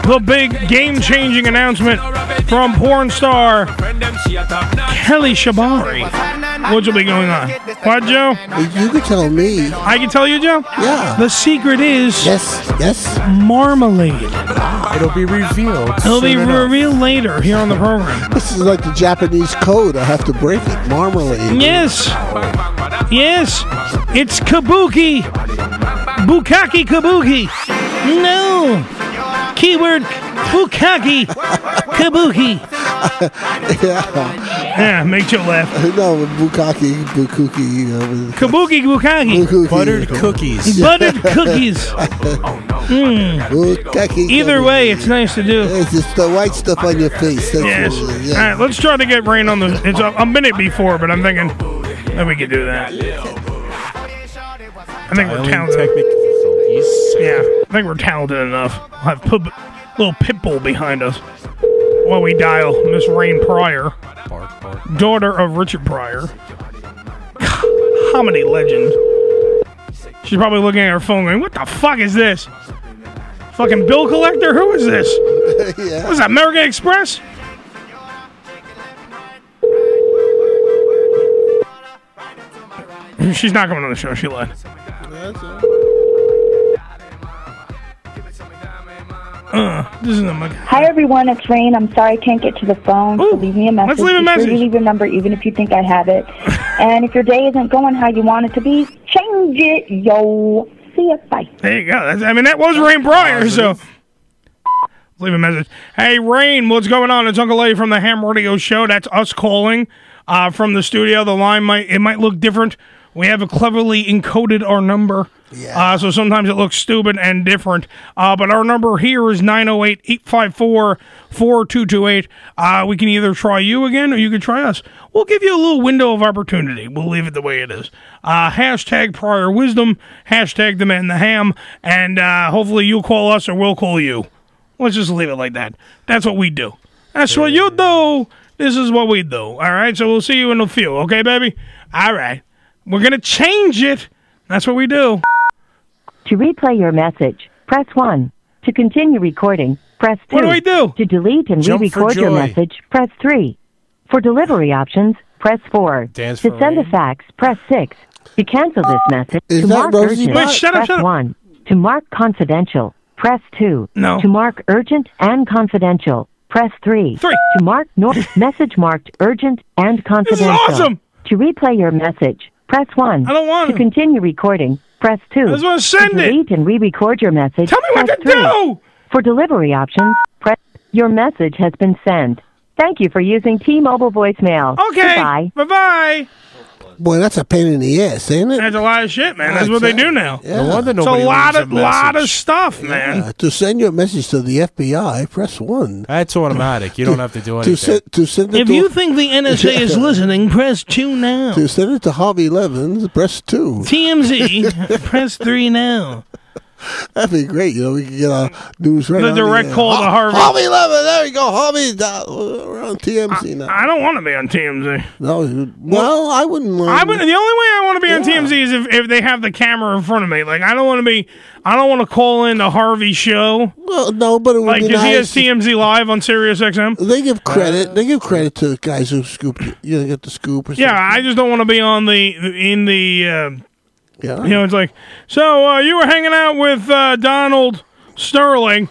[SPEAKER 9] the big game-changing announcement from porn star Kelly Shabari, which will be going on. What, Joe?
[SPEAKER 10] You could tell me.
[SPEAKER 9] I can tell you, Joe.
[SPEAKER 10] Yeah.
[SPEAKER 9] The secret is
[SPEAKER 10] yes, yes,
[SPEAKER 9] marmalade.
[SPEAKER 11] It'll be revealed.
[SPEAKER 9] It'll be
[SPEAKER 10] soon enough.
[SPEAKER 9] revealed later here on the program.
[SPEAKER 10] This is like the Japanese code. I have to break it. Marmalade.
[SPEAKER 9] Yes. Yes. It's kabuki. Bukaki kabuki. No. Keyword bukaki kabuki.
[SPEAKER 10] *laughs* yeah.
[SPEAKER 9] Yeah, makes you laugh.
[SPEAKER 10] *laughs* No, bukkake, bukuki, you know.
[SPEAKER 9] Kabuki bukaki.
[SPEAKER 10] Bukkake.
[SPEAKER 9] Buttered cookies. *laughs*
[SPEAKER 10] *laughs*
[SPEAKER 9] Buttered cookies. Mm.
[SPEAKER 10] Bukkake.
[SPEAKER 9] Either way, it's nice to do.
[SPEAKER 10] It's just the white stuff on your face. That's
[SPEAKER 9] Yes.
[SPEAKER 10] what it is,
[SPEAKER 9] All
[SPEAKER 10] yeah.
[SPEAKER 9] right, let's try to get rain on the. It's a, a minute before, but I'm thinking that we could do that. I think we're talented. Yeah, I think we're talented enough. We'll have pub, little pit bull behind us. Well, we dial Miss Rain Pryor, daughter of Richard Pryor, comedy legend. She's probably looking at her phone going, What the fuck is this? Fucking bill collector? Who is this?
[SPEAKER 10] yeah.
[SPEAKER 9] What's that, American Express? *clears throat* She's not coming on the show, she lied. Uh, this is a mug.
[SPEAKER 23] Hi everyone, it's Rain. I'm sorry I can't get to the phone, so leave me a message.
[SPEAKER 9] let's leave a
[SPEAKER 23] Be sure to
[SPEAKER 9] message.
[SPEAKER 23] leave your number, even if you think I
[SPEAKER 9] *laughs*
[SPEAKER 23] have it. and if your day isn't going how you want it to be, change it, yo. See ya, bye.
[SPEAKER 9] There you go. That's, I mean, that was Rain Breyer, so. Leave a message. Hey, Rain, what's going on? It's Uncle A from the Ham Radio Show. That's us calling uh, from the studio. The line might it might look different. We have cleverly encoded our number. Yeah. Uh, so sometimes it looks stupid and different. Uh, but our number here is 908 854 4228. Uh, We can either try you again or you can try us. We'll give you a little window of opportunity. We'll leave it the way it is. Uh, hashtag prior wisdom, hashtag the man the ham, and uh, hopefully you'll call us or we'll call you. Let's just leave it like that. That's what we do. That's what you do. This is what we do. All right. So we'll see you in a few. Okay, baby? All right. We're going to change it. That's what we do.
[SPEAKER 15] To replay your message, press 1. To continue recording, press 2.
[SPEAKER 9] What do I do?
[SPEAKER 15] To delete and
[SPEAKER 9] Jump for
[SPEAKER 15] re-record your
[SPEAKER 9] joy.
[SPEAKER 15] message, press 3. For delivery options, press 4.
[SPEAKER 11] Dance
[SPEAKER 15] to
[SPEAKER 11] for
[SPEAKER 15] send a fax, press 6. To cancel this message,
[SPEAKER 11] Ah! Is
[SPEAKER 15] to
[SPEAKER 11] that
[SPEAKER 15] mark
[SPEAKER 11] Rosie
[SPEAKER 15] urgent,
[SPEAKER 11] Wait, shut up,
[SPEAKER 15] press
[SPEAKER 11] shut up.
[SPEAKER 15] 1. To mark confidential, press 2.
[SPEAKER 9] No.
[SPEAKER 15] To mark urgent and confidential, press 3. 3. To mark
[SPEAKER 9] *laughs*
[SPEAKER 15] nor- message marked urgent and confidential.
[SPEAKER 9] awesome.
[SPEAKER 15] To replay your message, press 1.
[SPEAKER 9] I don't want
[SPEAKER 15] To continue recording, press 2.
[SPEAKER 9] I just wanna send it.
[SPEAKER 15] delete and re-record your message. Tell me what to
[SPEAKER 9] do.
[SPEAKER 15] For delivery options, press your message has been sent. Thank you for using T-Mobile voicemail.
[SPEAKER 9] Okay.
[SPEAKER 15] Goodbye.
[SPEAKER 9] Bye bye.
[SPEAKER 10] Boy, that's a pain in the ass, ain't it?
[SPEAKER 9] That's a lot of shit, man. That's what they do now.
[SPEAKER 10] No wonder
[SPEAKER 9] it's a
[SPEAKER 10] nobody
[SPEAKER 9] lot
[SPEAKER 10] leaves
[SPEAKER 9] of
[SPEAKER 10] a
[SPEAKER 9] lot of
[SPEAKER 10] message.
[SPEAKER 9] stuff, man.
[SPEAKER 10] Uh, to send your message to the FBI, press one.
[SPEAKER 11] That's automatic. You don't have to do
[SPEAKER 10] To
[SPEAKER 11] anything.
[SPEAKER 10] send, to send it
[SPEAKER 9] If
[SPEAKER 10] to
[SPEAKER 9] you think
[SPEAKER 10] *laughs*
[SPEAKER 9] the NSA is listening, press two now.
[SPEAKER 10] To send it to Harvey Levins, press two. *laughs*
[SPEAKER 9] TMZ, press three now.
[SPEAKER 10] That'd be great. You know, we could get our news right
[SPEAKER 9] The
[SPEAKER 10] on
[SPEAKER 9] direct
[SPEAKER 10] air.
[SPEAKER 9] call to
[SPEAKER 10] Har-
[SPEAKER 9] Harvey.
[SPEAKER 10] Harvey Levin. There we go. Harvey. uh, we're on TMZ now.
[SPEAKER 9] I don't want to be on TMZ.
[SPEAKER 10] No, you- well, I wouldn't. mind.
[SPEAKER 9] I would, the only way I want to be on TMZ is if, if they have the camera in front of me. Like I don't want to be. I don't want to call in the Harvey show.
[SPEAKER 10] Well, no, but it would
[SPEAKER 9] like
[SPEAKER 10] be
[SPEAKER 9] because he has
[SPEAKER 10] nice.
[SPEAKER 9] TMZ live on Sirius XM.
[SPEAKER 10] They give credit. They give credit to the guys who scooped. it. You know, get the scoop. Or
[SPEAKER 9] Yeah, I just don't want to be on the in the. Uh,
[SPEAKER 10] Yeah.
[SPEAKER 9] You know, it's like so. Uh, you were hanging out with uh, Donald Sterling.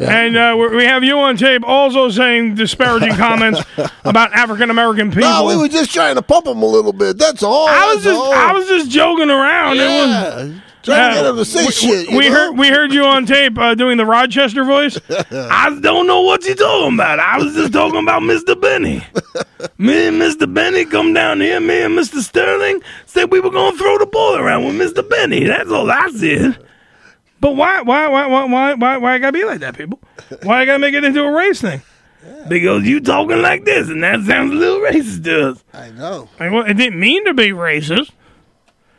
[SPEAKER 9] And uh, we- we have you on tape also saying disparaging
[SPEAKER 10] *laughs*
[SPEAKER 9] comments about African American people.
[SPEAKER 10] No, we were just trying to pump him a little bit. That's all.
[SPEAKER 9] I was
[SPEAKER 10] That's
[SPEAKER 9] just
[SPEAKER 10] all.
[SPEAKER 9] I was just joking around.
[SPEAKER 10] Yeah.
[SPEAKER 9] It was, uh,
[SPEAKER 10] Trying to get him to say
[SPEAKER 9] we,
[SPEAKER 10] shit,
[SPEAKER 9] We,
[SPEAKER 10] you
[SPEAKER 9] we
[SPEAKER 10] know?
[SPEAKER 9] heard we heard you on tape uh, doing the
[SPEAKER 10] *laughs*
[SPEAKER 9] Rochester voice. *laughs* I don't know what you're talking about. I was just talking about Mr. Benny. Me and Mr. Benny come down here. Me and Mr. Sterling said we were gonna throw the ball around with Mr. Benny. That's all I said. But why why why why why why why I gotta be like that, people? Why I gotta make it into a race thing? Because you talking like this, and that sounds a little racist to us.
[SPEAKER 10] I know.
[SPEAKER 9] Like, well, it didn't mean to be racist.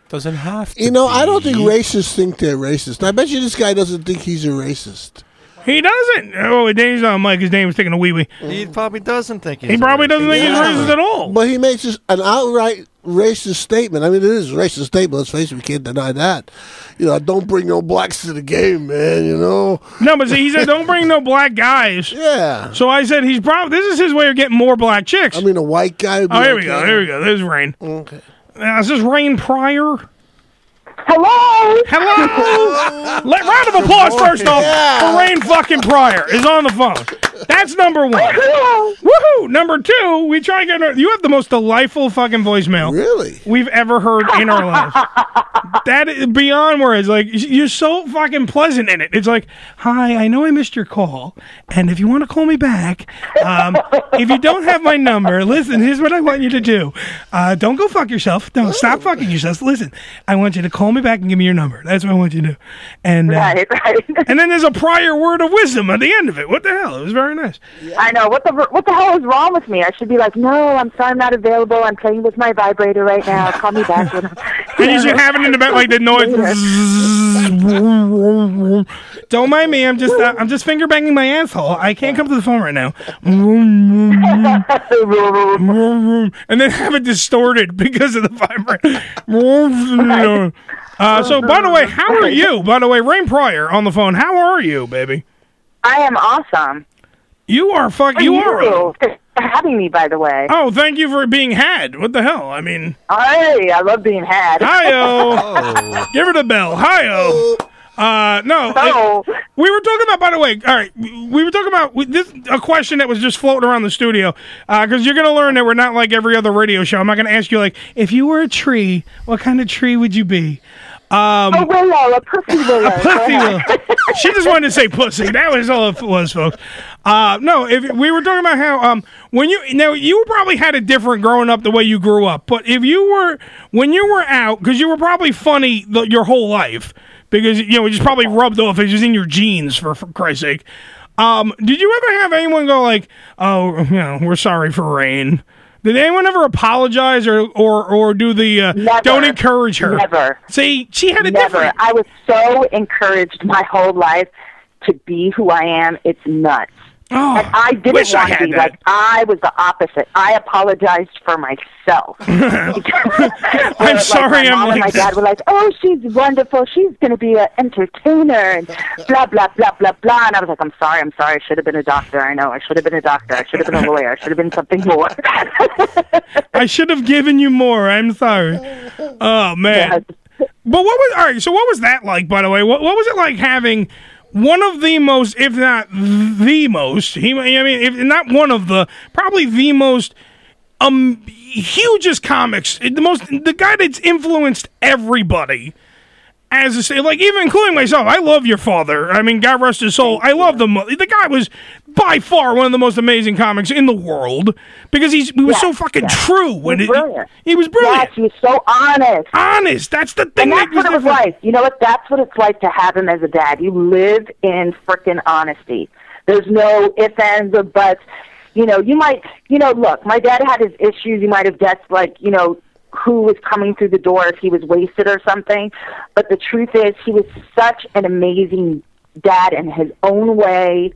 [SPEAKER 11] Doesn't have to.
[SPEAKER 10] You know, I don't think racists think they're racist. I bet you this guy doesn't think he's a racist.
[SPEAKER 9] He doesn't. Oh, Dave's on mic. His name is taking a wee wee.
[SPEAKER 10] He probably doesn't think
[SPEAKER 9] He probably doesn't think he's racist at all.
[SPEAKER 10] But he makes this an outright racist statement. I mean, it is a racist statement. Let's face it, we can't deny that. You know, don't bring no blacks to the game, man. You know.
[SPEAKER 9] No, but see, he said don't bring no black guys.
[SPEAKER 10] Yeah.
[SPEAKER 9] So I said he's probably this is his way of getting more black chicks. I
[SPEAKER 10] mean, a white guy. would be
[SPEAKER 9] Oh, here we
[SPEAKER 10] okay.
[SPEAKER 9] go. Here we go. There's Rain.
[SPEAKER 10] Okay.
[SPEAKER 9] Uh, is this Rain Pryor?
[SPEAKER 23] Hello.
[SPEAKER 10] *laughs*
[SPEAKER 9] Hello. Let round of applause first off for Rain fucking Pryor is on the phone. That's number one. Woohoo! Number two, we try to get. her- You have the most delightful fucking voicemail.
[SPEAKER 10] Really?
[SPEAKER 9] We've ever heard in our lives. that is beyond words. Like you're so fucking pleasant in it. It's like, hi, I know I missed your call, and if you want to call me back, um, if you don't have my number, listen. Here's what I want you to do. Uh, don't go fuck yourself. No, stop fucking yourself. Listen, I want you to call me back and give me your number. That's what I want you to do. And uh,
[SPEAKER 23] Right, right.
[SPEAKER 9] and then there's a prior word of wisdom at the end of it. What the hell? It was very nice.
[SPEAKER 23] I know. What the what the hell is wrong
[SPEAKER 9] *laughs*
[SPEAKER 23] with me? I should be like, no, I'm sorry, I'm not available. I'm playing with my vibrator right now. Call me back. when I'm-"
[SPEAKER 9] and you should have it in the back like the noise. Don't mind me. I'm just uh, I'm just finger banging my asshole. I can't come to the phone right now. and then have it distorted because of the vibrant. Uh, so, by the way, how are you? By the way, Rain Pryor on the phone. How are you, baby?
[SPEAKER 23] I am awesome.
[SPEAKER 9] You are fuck. You are.
[SPEAKER 23] Thanks for having me, by the way.
[SPEAKER 9] Oh, thank you for being had. What the hell? I mean,
[SPEAKER 23] Hey, I love being had. *laughs* Oh.
[SPEAKER 9] Hi-oh. Give her the bell. Hi-oh. Uh, no. it- we were talking about, by the way, all right, we were talking about we- this a question that was just floating around the studio because you're going to learn that we're not like every other radio show. I'm not going to ask you, like, if you were a tree, what kind of tree would you be? Um, a
[SPEAKER 23] willow, a pussy willow.
[SPEAKER 9] *laughs* A pussy
[SPEAKER 23] *laughs*
[SPEAKER 9] willow. she just wanted to say pussy. That was all it was, folks. Uh, no, if we were talking about how um, when you now you probably had a different growing up the way you grew up, but if you were when you were out because you were probably funny the, your whole life because you know it just probably rubbed off. It was in your genes for, for Christ's sake. Um, did you ever have anyone go like, "Oh, you know, we're sorry for rain"? Did anyone ever apologize or or or do the uh, don't encourage her?
[SPEAKER 23] Never.
[SPEAKER 9] See, she had a
[SPEAKER 23] Never.
[SPEAKER 9] different.
[SPEAKER 23] I was so encouraged my whole life to be who I am. It's nuts.
[SPEAKER 9] Oh,
[SPEAKER 23] and I didn't
[SPEAKER 9] wish I
[SPEAKER 23] want to
[SPEAKER 9] had
[SPEAKER 23] be
[SPEAKER 9] that.
[SPEAKER 23] like I was the opposite. I apologized
[SPEAKER 9] *laughs*
[SPEAKER 23] for myself.
[SPEAKER 9] I'm sorry
[SPEAKER 23] My
[SPEAKER 9] I'm
[SPEAKER 23] mom
[SPEAKER 9] like
[SPEAKER 23] and my dad
[SPEAKER 9] this.
[SPEAKER 23] were like, "Oh, she's wonderful. She's going to be an entertainer," and blah blah blah blah blah. And I was like, "I'm sorry. I'm sorry. I should have been a doctor. I know. I should have been a doctor. I should have been a lawyer. I should have been something
[SPEAKER 9] *laughs*
[SPEAKER 23] more."
[SPEAKER 9] I should have given you more. I'm sorry. Oh man. But what was all right? So what was that like? By the way, what what was it like having one of the most, if not the most? He, I mean, if not one of the, probably the most, um, hugest comics. The most, the guy that's influenced everybody. As a, sa- like even including myself, I love your father. I mean, God rest his soul. I love the mo- the guy was by far one of the most amazing comics in the world because he's he was so fucking true when it, he was brilliant.
[SPEAKER 23] Yes, he's so honest.
[SPEAKER 9] Honest. That's the thing.
[SPEAKER 23] And that's
[SPEAKER 9] that was
[SPEAKER 23] what it was like. You know what? That's what it's like to have him as a dad. You live in frickin' honesty. There's no ifs, ands, or buts. You know, you might, you know, look, my dad had his issues. You might have guessed, like, you know, who was coming through the door if he was wasted or something. But the truth is, he was such an amazing dad in his own way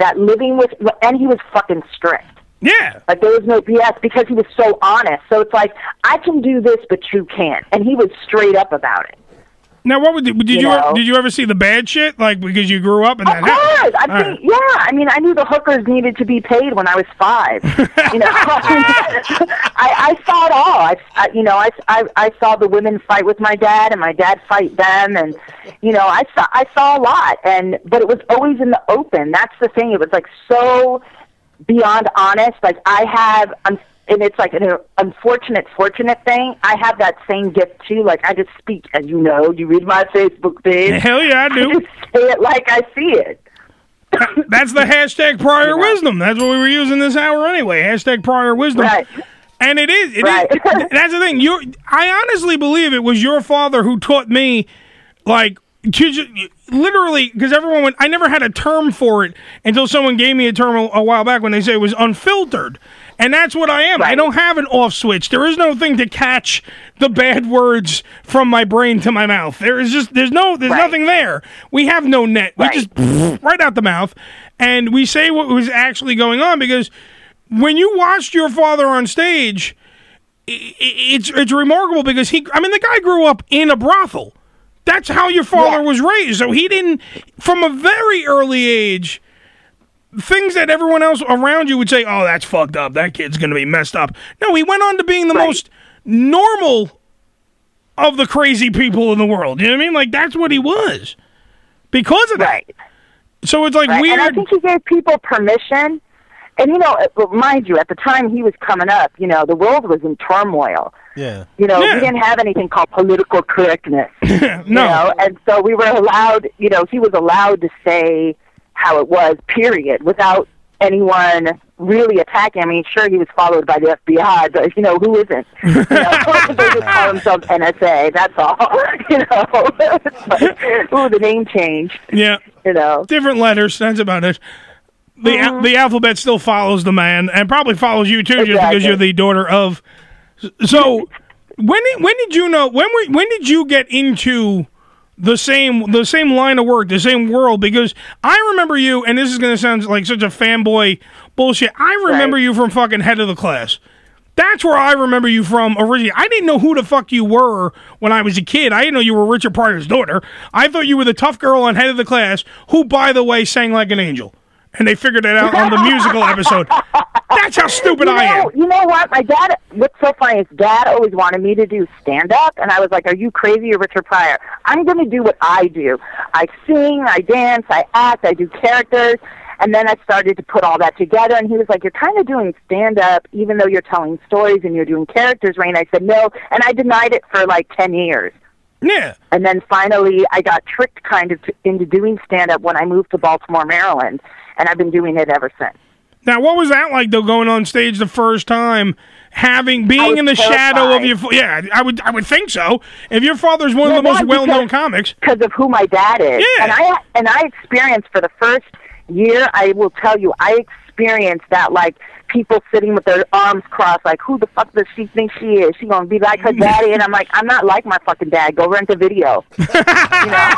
[SPEAKER 23] that living with, and he was fucking strict.
[SPEAKER 9] Yeah.
[SPEAKER 23] Like there was no BS because he was so honest. So it's like I can do this, but you can't. And he was straight up about it.
[SPEAKER 9] Now, what would did you,
[SPEAKER 23] You
[SPEAKER 9] ever,
[SPEAKER 23] know?
[SPEAKER 9] did you ever see the bad shit? Like because you grew up in that
[SPEAKER 23] Of course, I
[SPEAKER 9] All
[SPEAKER 23] think yeah. I mean, I knew the hookers needed to be paid when I was five. you know, *laughs* I, I saw it all. I, I you know, I, I I saw the women fight with my dad, and my dad fight them, and you know, I saw I saw a lot, and but it was always in the open. That's the thing. It was like so beyond honest. Like I have, un- and it's like an unfortunate, fortunate thing. I have that same gift too. Like I just speak, as you know. You read my Facebook page.
[SPEAKER 9] Hell yeah, I do.
[SPEAKER 23] just *laughs* say it like I see it.
[SPEAKER 9] *coughs* That's the hashtag prior wisdom. That's what we were using this hour anyway. Hashtag prior wisdom. Right. And it is. it is- *laughs* that's the thing. You, I honestly believe it was your father who taught me, like, to ju- literally, because everyone went. I never had a term for it until someone gave me a term a, a while back when they say it was unfiltered. And that's what I am. I don't have an off switch. There is no thing to catch the bad words from my brain to my mouth. There is just there's no there's nothing there. We have no net. We just *laughs* right out the mouth, and we say what was actually going on because when you watched your father on stage, i- i- it's it's remarkable because he. I mean, the guy grew up in a brothel. That's how your father was raised. So he didn't, from a very early age, things that everyone else around you would say, "Oh, that's fucked up. That kid's going to be messed up." No, he went on to being the most normal of the crazy people in the world. You know what I mean? Like that's what he was because of that. So it's like
[SPEAKER 23] Right.
[SPEAKER 9] weird.
[SPEAKER 23] And I think he gave people permission. And you know, uh, well, mind you, at the time he was coming up, you know, the world was in turmoil.
[SPEAKER 11] Yeah.
[SPEAKER 23] You know, we didn't have anything called
[SPEAKER 9] *laughs*
[SPEAKER 23] political correctness. no. You know? And so we were allowed, you know, he was allowed to say how it was, period, without anyone really attacking. I mean, sure, he was followed by the FBI, but, you know,
[SPEAKER 9] *laughs*
[SPEAKER 23] who isn't? You know, *laughs* they just call themselves NSA, that's all. *laughs* you know, It's like, ooh, the name change.
[SPEAKER 9] Yeah.
[SPEAKER 23] You know. Mm-hmm.
[SPEAKER 9] Different letters. That's about it. The al- the alphabet still follows the man and probably follows you too, just because
[SPEAKER 23] Exactly.
[SPEAKER 9] you're the daughter of. So When did, when did you know? When were when did you get into the same the same line of work, the same world? Because I remember you, and this is going to sound like such a fanboy bullshit. I remember you from fucking head of the class. That's where I remember you from originally. I didn't know who the fuck you were when I was a kid. I didn't know you were Richard Pryor's daughter. I thought you were the tough girl on head of the class, who, by the way, sang like an angel. And they figured that out
[SPEAKER 23] *laughs*
[SPEAKER 9] on the musical episode. That's how stupid
[SPEAKER 23] you
[SPEAKER 9] I am.
[SPEAKER 23] know, You know what? My dad, what's so funny is dad always wanted me to do stand up, and I was like, Are you crazy or Richard Pryor? I'm going to do what I do. I sing, I dance, I act, I do characters. And then I started to put all that together, and he was like, You're kind of doing stand up, even though you're telling stories and you're doing characters, Rain. I said, No. And I denied it for like 10 years.
[SPEAKER 9] Yeah.
[SPEAKER 23] And then finally, I got tricked kind of t- into doing stand up when I moved to Baltimore, Maryland, and I've been doing it ever since.
[SPEAKER 9] Now, what was that like though? Going on stage the first time, having being
[SPEAKER 23] was
[SPEAKER 9] in the shadow of
[SPEAKER 23] terrified.
[SPEAKER 9] your fa- yeah, I would I would think so. If your father's one of
[SPEAKER 23] Yeah,
[SPEAKER 9] the most
[SPEAKER 23] no,
[SPEAKER 9] well known
[SPEAKER 23] because-
[SPEAKER 9] comics,
[SPEAKER 23] because of who my dad is.
[SPEAKER 9] Yeah.
[SPEAKER 23] And I and I experienced for the first year, I will tell you, I experienced that like people sitting with their arms crossed, like who the fuck does she think she is? She gonna be
[SPEAKER 9] *laughs*
[SPEAKER 23] like her daddy? And I'm like, I'm not like my fucking dad. Go rent a video. you
[SPEAKER 9] *laughs*
[SPEAKER 23] know.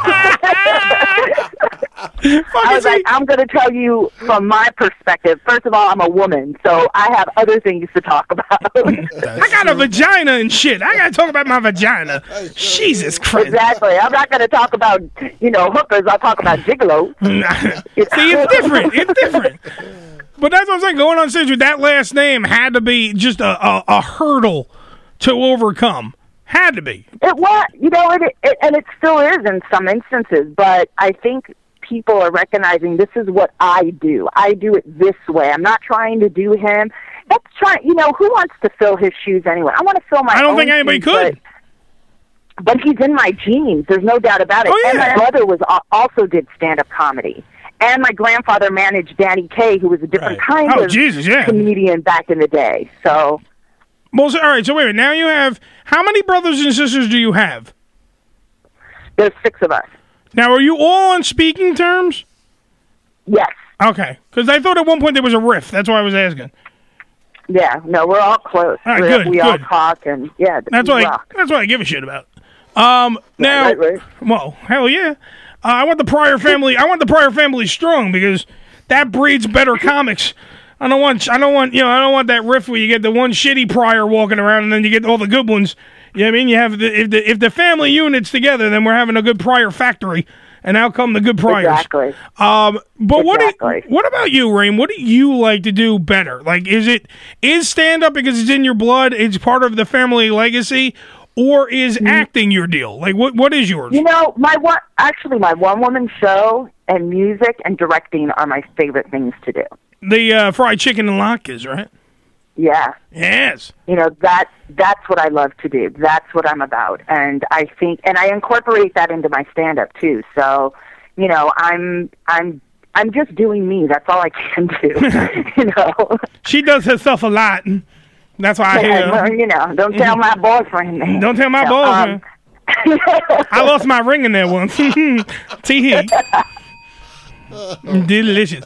[SPEAKER 23] I was like, I'm gonna tell you from my perspective. First of all, I'm a woman, so I have
[SPEAKER 9] *laughs*
[SPEAKER 23] other things to talk about.
[SPEAKER 9] I got a vagina and shit. I gotta talk about my vagina. Jesus Christ!
[SPEAKER 23] Exactly. I'm not going to talk about, you know, hookers. I'll talk about gigolo.
[SPEAKER 9] See, it's different. It's different. But that's what I'm saying. Going on stage with that last name had to be just a, a, a hurdle to overcome. Had to be.
[SPEAKER 23] It was, you know, it, it and it still is in some instances, but I think people are recognizing this is what I do. I do it this way. I'm not trying to do him. That's trying, you know, who wants to fill his shoes anyway? I want to fill my.
[SPEAKER 9] I don't think
[SPEAKER 23] own
[SPEAKER 9] anybody
[SPEAKER 23] shoes,
[SPEAKER 9] could.
[SPEAKER 23] But, but he's in my genes. There's no doubt about it.
[SPEAKER 9] Oh,
[SPEAKER 23] And
[SPEAKER 9] yeah.
[SPEAKER 23] my brother was al- also did stand up comedy. And my grandfather managed Danny Kaye, who was a different kind
[SPEAKER 9] Oh,
[SPEAKER 23] of
[SPEAKER 9] Jesus, yeah.
[SPEAKER 23] comedian back in the day. So
[SPEAKER 9] Well, so, all right. So wait a minute. Now you have how many brothers and sisters do you have?
[SPEAKER 23] There's six of us.
[SPEAKER 9] Now, are you all on speaking terms?
[SPEAKER 23] Yes.
[SPEAKER 9] Okay. Because I thought at one point there was a riff. That's why I was asking.
[SPEAKER 23] Yeah, no, we're all close.
[SPEAKER 9] All right,
[SPEAKER 23] we
[SPEAKER 9] good,
[SPEAKER 23] we all
[SPEAKER 9] good.
[SPEAKER 23] talk and yeah,
[SPEAKER 9] That's
[SPEAKER 23] we
[SPEAKER 9] what I,
[SPEAKER 23] rock.
[SPEAKER 9] that's what I give a shit about. Um, now,
[SPEAKER 23] right, right.
[SPEAKER 9] well, hell yeah. Uh, I want the Pryor family. I want the Pryor family strong because that breeds better comics. I don't want. I don't want. You know. I don't want that riff where you get the one shitty Pryor walking around and then you get all the good ones. You know what I mean? You have the if the if the family units together, then we're having a good Pryor factory, and out come the good Pryors.
[SPEAKER 23] Exactly.
[SPEAKER 9] Um, but what do, what about you, Rain? What do you like to do better? Like, is it is stand up because it's in your blood? It's part of the family legacy, or is acting your deal? Like, what what is yours?
[SPEAKER 23] Mm. You know, my one actually my one woman show and music and directing are my favorite things to do.
[SPEAKER 9] The uh, fried chicken and latkes, right?
[SPEAKER 23] Yeah.
[SPEAKER 9] Yes.
[SPEAKER 23] You know, that that's what I love to do. That's what I'm about. And I think and I incorporate that into my stand up too. So, you know, I'm I'm I'm just doing me. That's all I can
[SPEAKER 9] *laughs*
[SPEAKER 23] do. you know.
[SPEAKER 9] She does herself a lot. and That's why I hate
[SPEAKER 23] *laughs* And,
[SPEAKER 9] her.
[SPEAKER 23] you know, don't
[SPEAKER 9] *laughs*
[SPEAKER 23] tell my boyfriend. that.
[SPEAKER 9] Don't tell my
[SPEAKER 23] So,
[SPEAKER 9] boyfriend.
[SPEAKER 23] um,
[SPEAKER 9] I lost my ring in there *laughs* once. Tee *laughs* Delicious.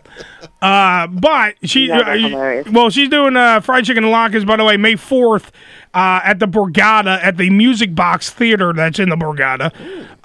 [SPEAKER 9] Uh, but she,
[SPEAKER 23] Yeah, that's
[SPEAKER 9] uh,
[SPEAKER 23] hilarious.
[SPEAKER 9] well, she's doing uh, fried chicken and latkes. By the way, May fourth uh, at the Borgata at the Music Box Theater that's in the Borgata.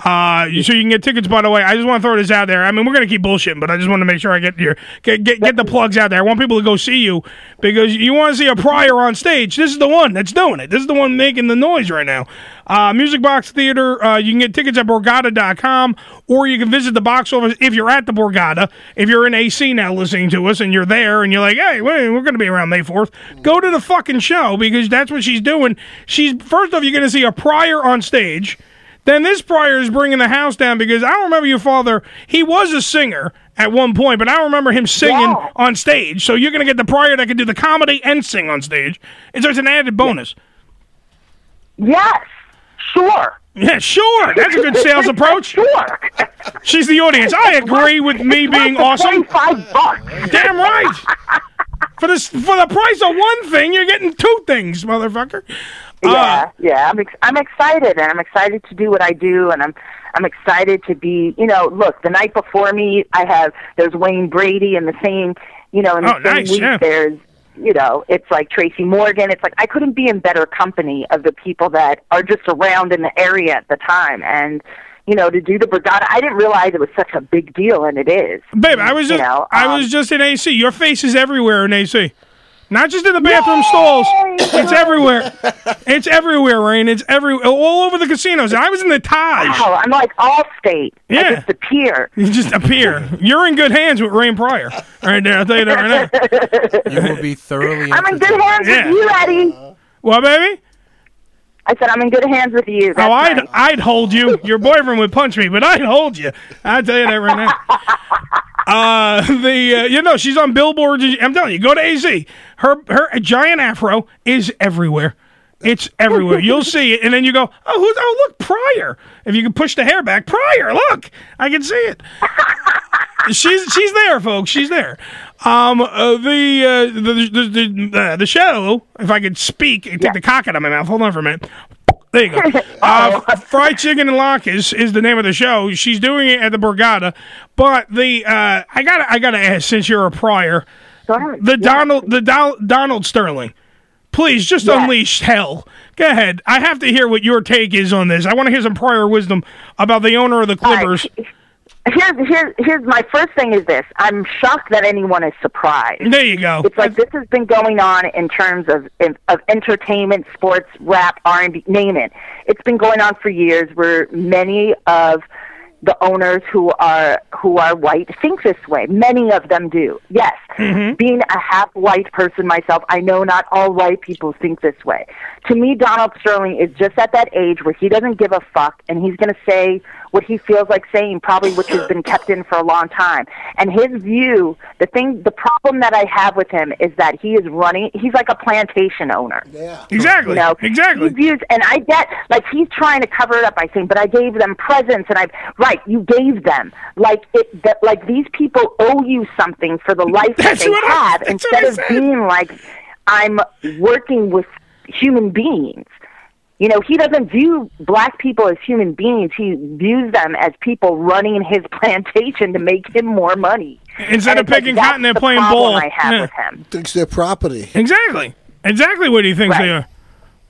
[SPEAKER 9] Uh, you- so you can get tickets. By the way, I just want to throw this out there. I mean, we're gonna keep bullshitting, but I just want to make sure I get your get, get get the plugs out there. I want people to go see you because you want to see a prior on stage. This is the one that's doing it. This is the one making the noise right now. Uh, Music Box Theater. Uh, you can get tickets at Borgata.com or you can visit the box office if you're at the Borgata. If you're in AC now listening to us and you're there and you're like, hey, wait, we're going to be around May 4th, go to the fucking show because that's what she's doing. She's First off, you're going to see a prior on stage. Then this prior is bringing the house down because I don't remember your father. He was a singer at one point, but I remember him singing on stage. So you're going to get the prior that can do the comedy and sing on stage. It's just an added bonus.
[SPEAKER 23] Yes, sure.
[SPEAKER 9] Yeah, sure. That's a good sales approach.
[SPEAKER 23] *laughs* sure.
[SPEAKER 9] She's the audience. I agree with me being awesome.
[SPEAKER 23] Five bucks.
[SPEAKER 9] Damn right. For this, for the price of one thing, you're getting two things, motherfucker. Ah.
[SPEAKER 23] yeah, yeah. I'm ex- I'm excited, and I'm excited to do what I do, and I'm I'm excited to be. You know, look, the night before me, I have there's Wayne Brady, and the same, you know, in the
[SPEAKER 9] Oh,
[SPEAKER 23] same
[SPEAKER 9] nice,
[SPEAKER 23] week
[SPEAKER 9] yeah.
[SPEAKER 23] there's you know, it's like Tracy Morgan. It's like I couldn't be in better company of the people that are just around in the area at the time. And, you know, to do the Brigada, I didn't realize it was such a big deal, and it is.
[SPEAKER 9] Babe, I was
[SPEAKER 23] You
[SPEAKER 9] just
[SPEAKER 23] know,
[SPEAKER 9] I was just in AC. Your face is everywhere in AC. Not just in the bathroom stalls. It's everywhere. It's everywhere, Rain. It's every all over the casinos. And I was in the Taj.
[SPEAKER 23] Wow, Oh, I'm like all state.
[SPEAKER 9] Yeah.
[SPEAKER 23] just appear.
[SPEAKER 9] *laughs* You just appear. You're in good hands with Rain Pryor. Right there. I'll tell you that right now.
[SPEAKER 11] You will be thoroughly.
[SPEAKER 23] I'm in good hands
[SPEAKER 9] Yeah.
[SPEAKER 23] with you, Eddie.
[SPEAKER 9] What, baby?
[SPEAKER 23] I said I'm in good hands with you.
[SPEAKER 9] Oh, I'd, I'd hold
[SPEAKER 23] *laughs*
[SPEAKER 9] you. Your boyfriend would punch me, but I'd hold you. I tell you that right now.
[SPEAKER 23] *laughs*
[SPEAKER 9] Uh, the uh, you know she's on billboards. I'm telling you, go to AZ. Her her giant afro is everywhere. It's everywhere.
[SPEAKER 23] *laughs*
[SPEAKER 9] You'll see it, and then you go, oh, who's, oh, look, Pryor. If you can push the hair back, Pryor, look, I can see it. she's she's there, folks. She's there. Um, uh, the, uh, the the the the, uh, the shadow. If I could speak, and take the cock out of my mouth. Hold on for a minute. There you
[SPEAKER 23] *laughs*
[SPEAKER 9] go. Uh, fried chicken and lock is, is the name of the show. She's doing it at the Borgata, but the uh, I got to I got to ask since you're a prior, the Donald the Dol- Donald Sterling. Please just unleash hell. Go ahead. I have to hear what your take is on this. I want to hear some prior wisdom about the owner of the Clippers.
[SPEAKER 23] Here's, here's, here's my first thing is this. I'm shocked that anyone is surprised.
[SPEAKER 9] There you go.
[SPEAKER 23] It's like this has been going on in terms of in, of entertainment, sports, rap, R&B, name it. It's been going on for years where many of the owners who are who are white think this way. Many of them do. Yes. Being a half white person myself, I know not all white people think this way. To me, Donald Sterling is just at that age where he doesn't give a fuck and he's going to say what he feels like saying, probably which has been kept in for a long time. And his view, the thing, the problem that I have with him is that he is running, he's like a plantation owner. Yeah.
[SPEAKER 9] Exactly.
[SPEAKER 23] You know,
[SPEAKER 9] Exactly.
[SPEAKER 23] He views, and I get, like, he's trying to cover it up, I think, but I gave them presents, and I've, right, you gave them. Like, it, that, like, these people owe you something for the life that
[SPEAKER 9] That's
[SPEAKER 23] they
[SPEAKER 9] what I-
[SPEAKER 23] have
[SPEAKER 9] that's
[SPEAKER 23] instead
[SPEAKER 9] what I
[SPEAKER 23] of
[SPEAKER 9] said.
[SPEAKER 23] being like, I'm working with human beings. You know, he doesn't view black people as human beings. He views them as people running his *laughs* plantation to make him more money.
[SPEAKER 9] Instead of
[SPEAKER 23] And it's like,
[SPEAKER 9] picking
[SPEAKER 23] that's
[SPEAKER 9] cotton, they're
[SPEAKER 23] the
[SPEAKER 9] playing
[SPEAKER 23] problem
[SPEAKER 9] ball.
[SPEAKER 23] I have
[SPEAKER 9] Yeah.
[SPEAKER 23] with him.
[SPEAKER 10] Thinks they're property.
[SPEAKER 9] Exactly. Exactly what he thinks they are.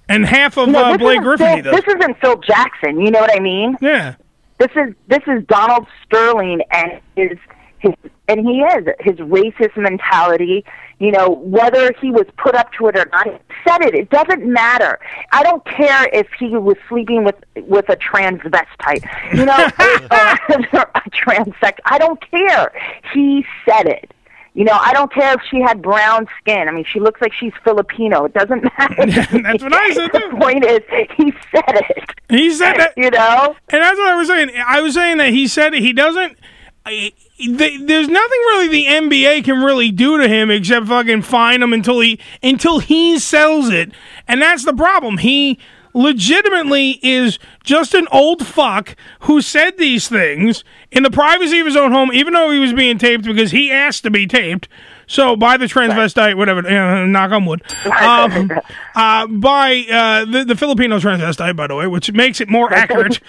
[SPEAKER 9] And half of
[SPEAKER 23] You know,
[SPEAKER 9] uh,
[SPEAKER 23] this
[SPEAKER 9] Blake
[SPEAKER 23] isn't
[SPEAKER 9] Griffin he
[SPEAKER 23] Phil,
[SPEAKER 9] does.
[SPEAKER 23] This isn't Phil Jackson. You know what I mean?
[SPEAKER 9] Yeah.
[SPEAKER 23] This is this is Donald Sterling and his his and he is his racist mentality. You know whether he was put up to it or not. He said it. It doesn't matter. I don't care if he was sleeping with with a transvestite. You *laughs* know, or a transsex. I don't care. He said it. You know, I don't care if she had brown skin. I mean, she looks like she's Filipino. It doesn't *laughs* matter. That's what I said. the point is, he said it.
[SPEAKER 9] He said that,
[SPEAKER 23] you know,
[SPEAKER 9] and that's what I was saying. I was saying that he said he doesn't. I- th- There's nothing really the NBA can really do to him except fucking fine him until he until he sells it, and that's the problem. He legitimately is just an old fuck who said these things in the privacy of his own home, even though he was being taped because he asked to be taped. So by the transvestite, whatever, uh, knock on wood, um, uh, by uh, the, the Filipino transvestite, by the way, which makes it more accurate,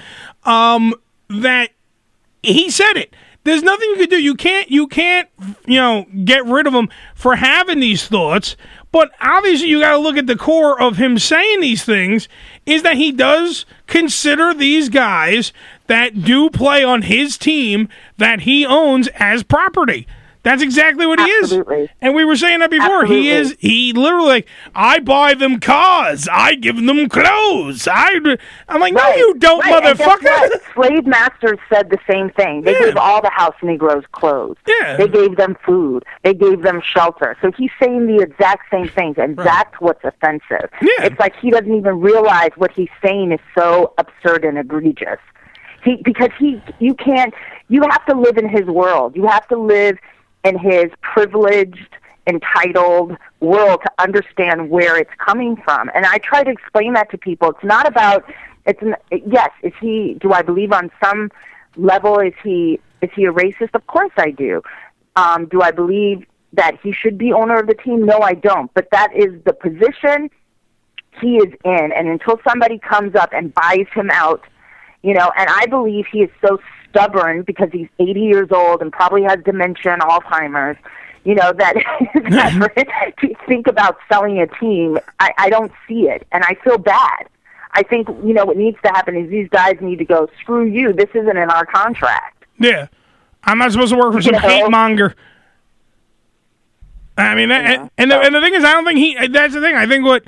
[SPEAKER 9] um, that he said it. There's nothing you can do. You can't, you can't, you know, get rid of him for having these thoughts. But obviously, you got to look at the core of him saying these things is that he does consider these guys that do play on his team that he owns as property. That's exactly what he is. And we were saying that before. He is he literally like, I buy them cars, I give them clothes. I d-" I'm like, no you don't
[SPEAKER 23] Right, and guess
[SPEAKER 9] motherfucker.
[SPEAKER 23] what? Slave masters said the same thing. They gave all the house Negroes clothes.
[SPEAKER 9] Yeah.
[SPEAKER 23] They gave them food. They gave them shelter. So he's saying the exact same things, and that's what's offensive. It's like he doesn't even realize what he's saying is so absurd and egregious. He because he you can't you have to live in his world. You have to live in his privileged entitled world to understand where it's coming from. And I try to explain that to people. It's not about it's an, yes, is he do I believe on some level is he is he a racist? Of course I do. Um, do I believe that he should be owner of the team? No, I don't. But that is the position he is in and until somebody comes up and buys him out you know and i believe he is so stubborn because he's 80 years old and probably has dementia and alzheimer's you know that, *laughs*
[SPEAKER 9] Mm-hmm.
[SPEAKER 23] that to think about selling a team. I, I don't see it, and I feel bad. I think you know what needs to happen is these guys need to go. Screw you! This isn't in our contract.
[SPEAKER 9] Yeah. I'm not supposed to work for some
[SPEAKER 23] You know?
[SPEAKER 9] hate monger. I mean, that, and, the, and the thing is, I don't think he. That's the thing. I think what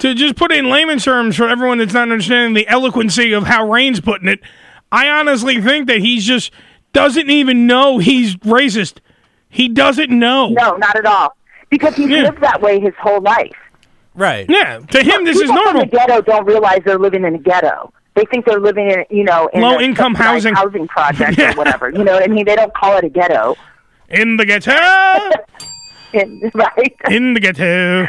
[SPEAKER 9] to just put it in layman's terms for everyone that's not understanding the eloquency of how Rain's putting it. I honestly think that he's just doesn't even know he's racist. He doesn't know.
[SPEAKER 23] No, not at all. Because he's lived that way his whole life.
[SPEAKER 11] Right.
[SPEAKER 9] Yeah. To him, this is
[SPEAKER 23] People
[SPEAKER 9] normal.
[SPEAKER 23] From the ghetto don't realize they're living in a ghetto. They think they're living in, you know, in a
[SPEAKER 9] Low-income
[SPEAKER 23] subsidized
[SPEAKER 9] housing. *laughs*
[SPEAKER 23] housing project or whatever. You know what I mean? They don't call it a ghetto.
[SPEAKER 9] In the ghetto.
[SPEAKER 23] *laughs* in, right.
[SPEAKER 9] In the ghetto.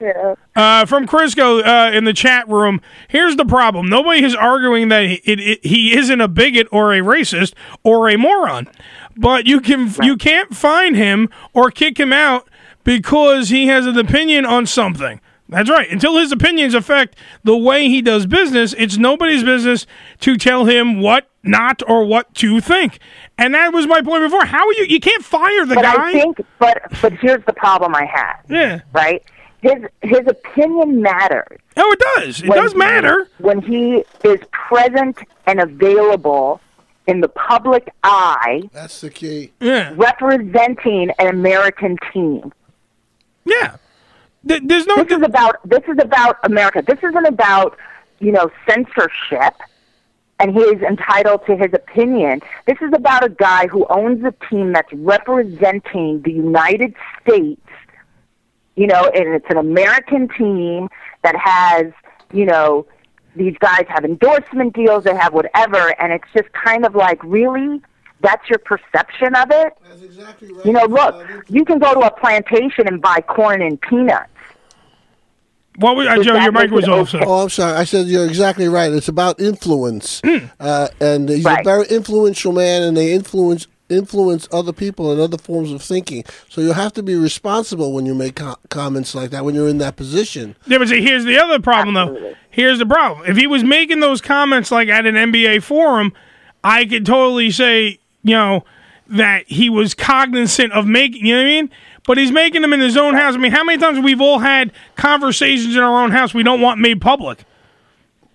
[SPEAKER 23] Yeah.
[SPEAKER 9] Uh, from Crisco uh, in the chat room, here's the problem. Nobody is arguing that it, it, he isn't a bigot or a racist or a moron, but you can you can't fine him or kick him out because he has an opinion on something. That's right. Until his opinions affect the way he does business, it's nobody's business to tell him what not or what to think. And that was my point before. How are you? You can't fire the
[SPEAKER 23] but
[SPEAKER 9] guy.
[SPEAKER 23] I think, but but here's the problem I have.
[SPEAKER 9] Yeah.
[SPEAKER 23] Right. His his opinion matters.
[SPEAKER 9] Oh, it does. It does matter.
[SPEAKER 23] when he is present and available in the public eye.
[SPEAKER 10] That's the key.
[SPEAKER 9] Yeah.
[SPEAKER 23] Representing an American team.
[SPEAKER 9] Yeah. There's no.
[SPEAKER 23] This is about this is about America. This isn't about you know censorship. And he is entitled to his opinion. This is about a guy who owns a team that's representing the United States you know, and it's an American team that has, you know, these guys have endorsement deals, they have whatever, and it's just kind of like, really? That's your perception of it? That's exactly right. You know, look, you can go to a plantation and buy corn and peanuts.
[SPEAKER 9] What was,
[SPEAKER 10] Joe,
[SPEAKER 23] your mic was off, sir.
[SPEAKER 10] Oh, I'm sorry. I said you're exactly right. It's about influence, uh, and he's a very influential man, and they influence influence other people and other forms of thinking. So you have to be responsible when you make co- comments like that when you're in that position.
[SPEAKER 9] Yeah, but see, here's the other problem, though. Here's the problem. If he was making those comments like at an NBA forum, I could totally say, you know, that he was cognizant of making, you know what I mean? But he's making them in his own house. I mean, how many times we've all had conversations in our own house we don't want made public?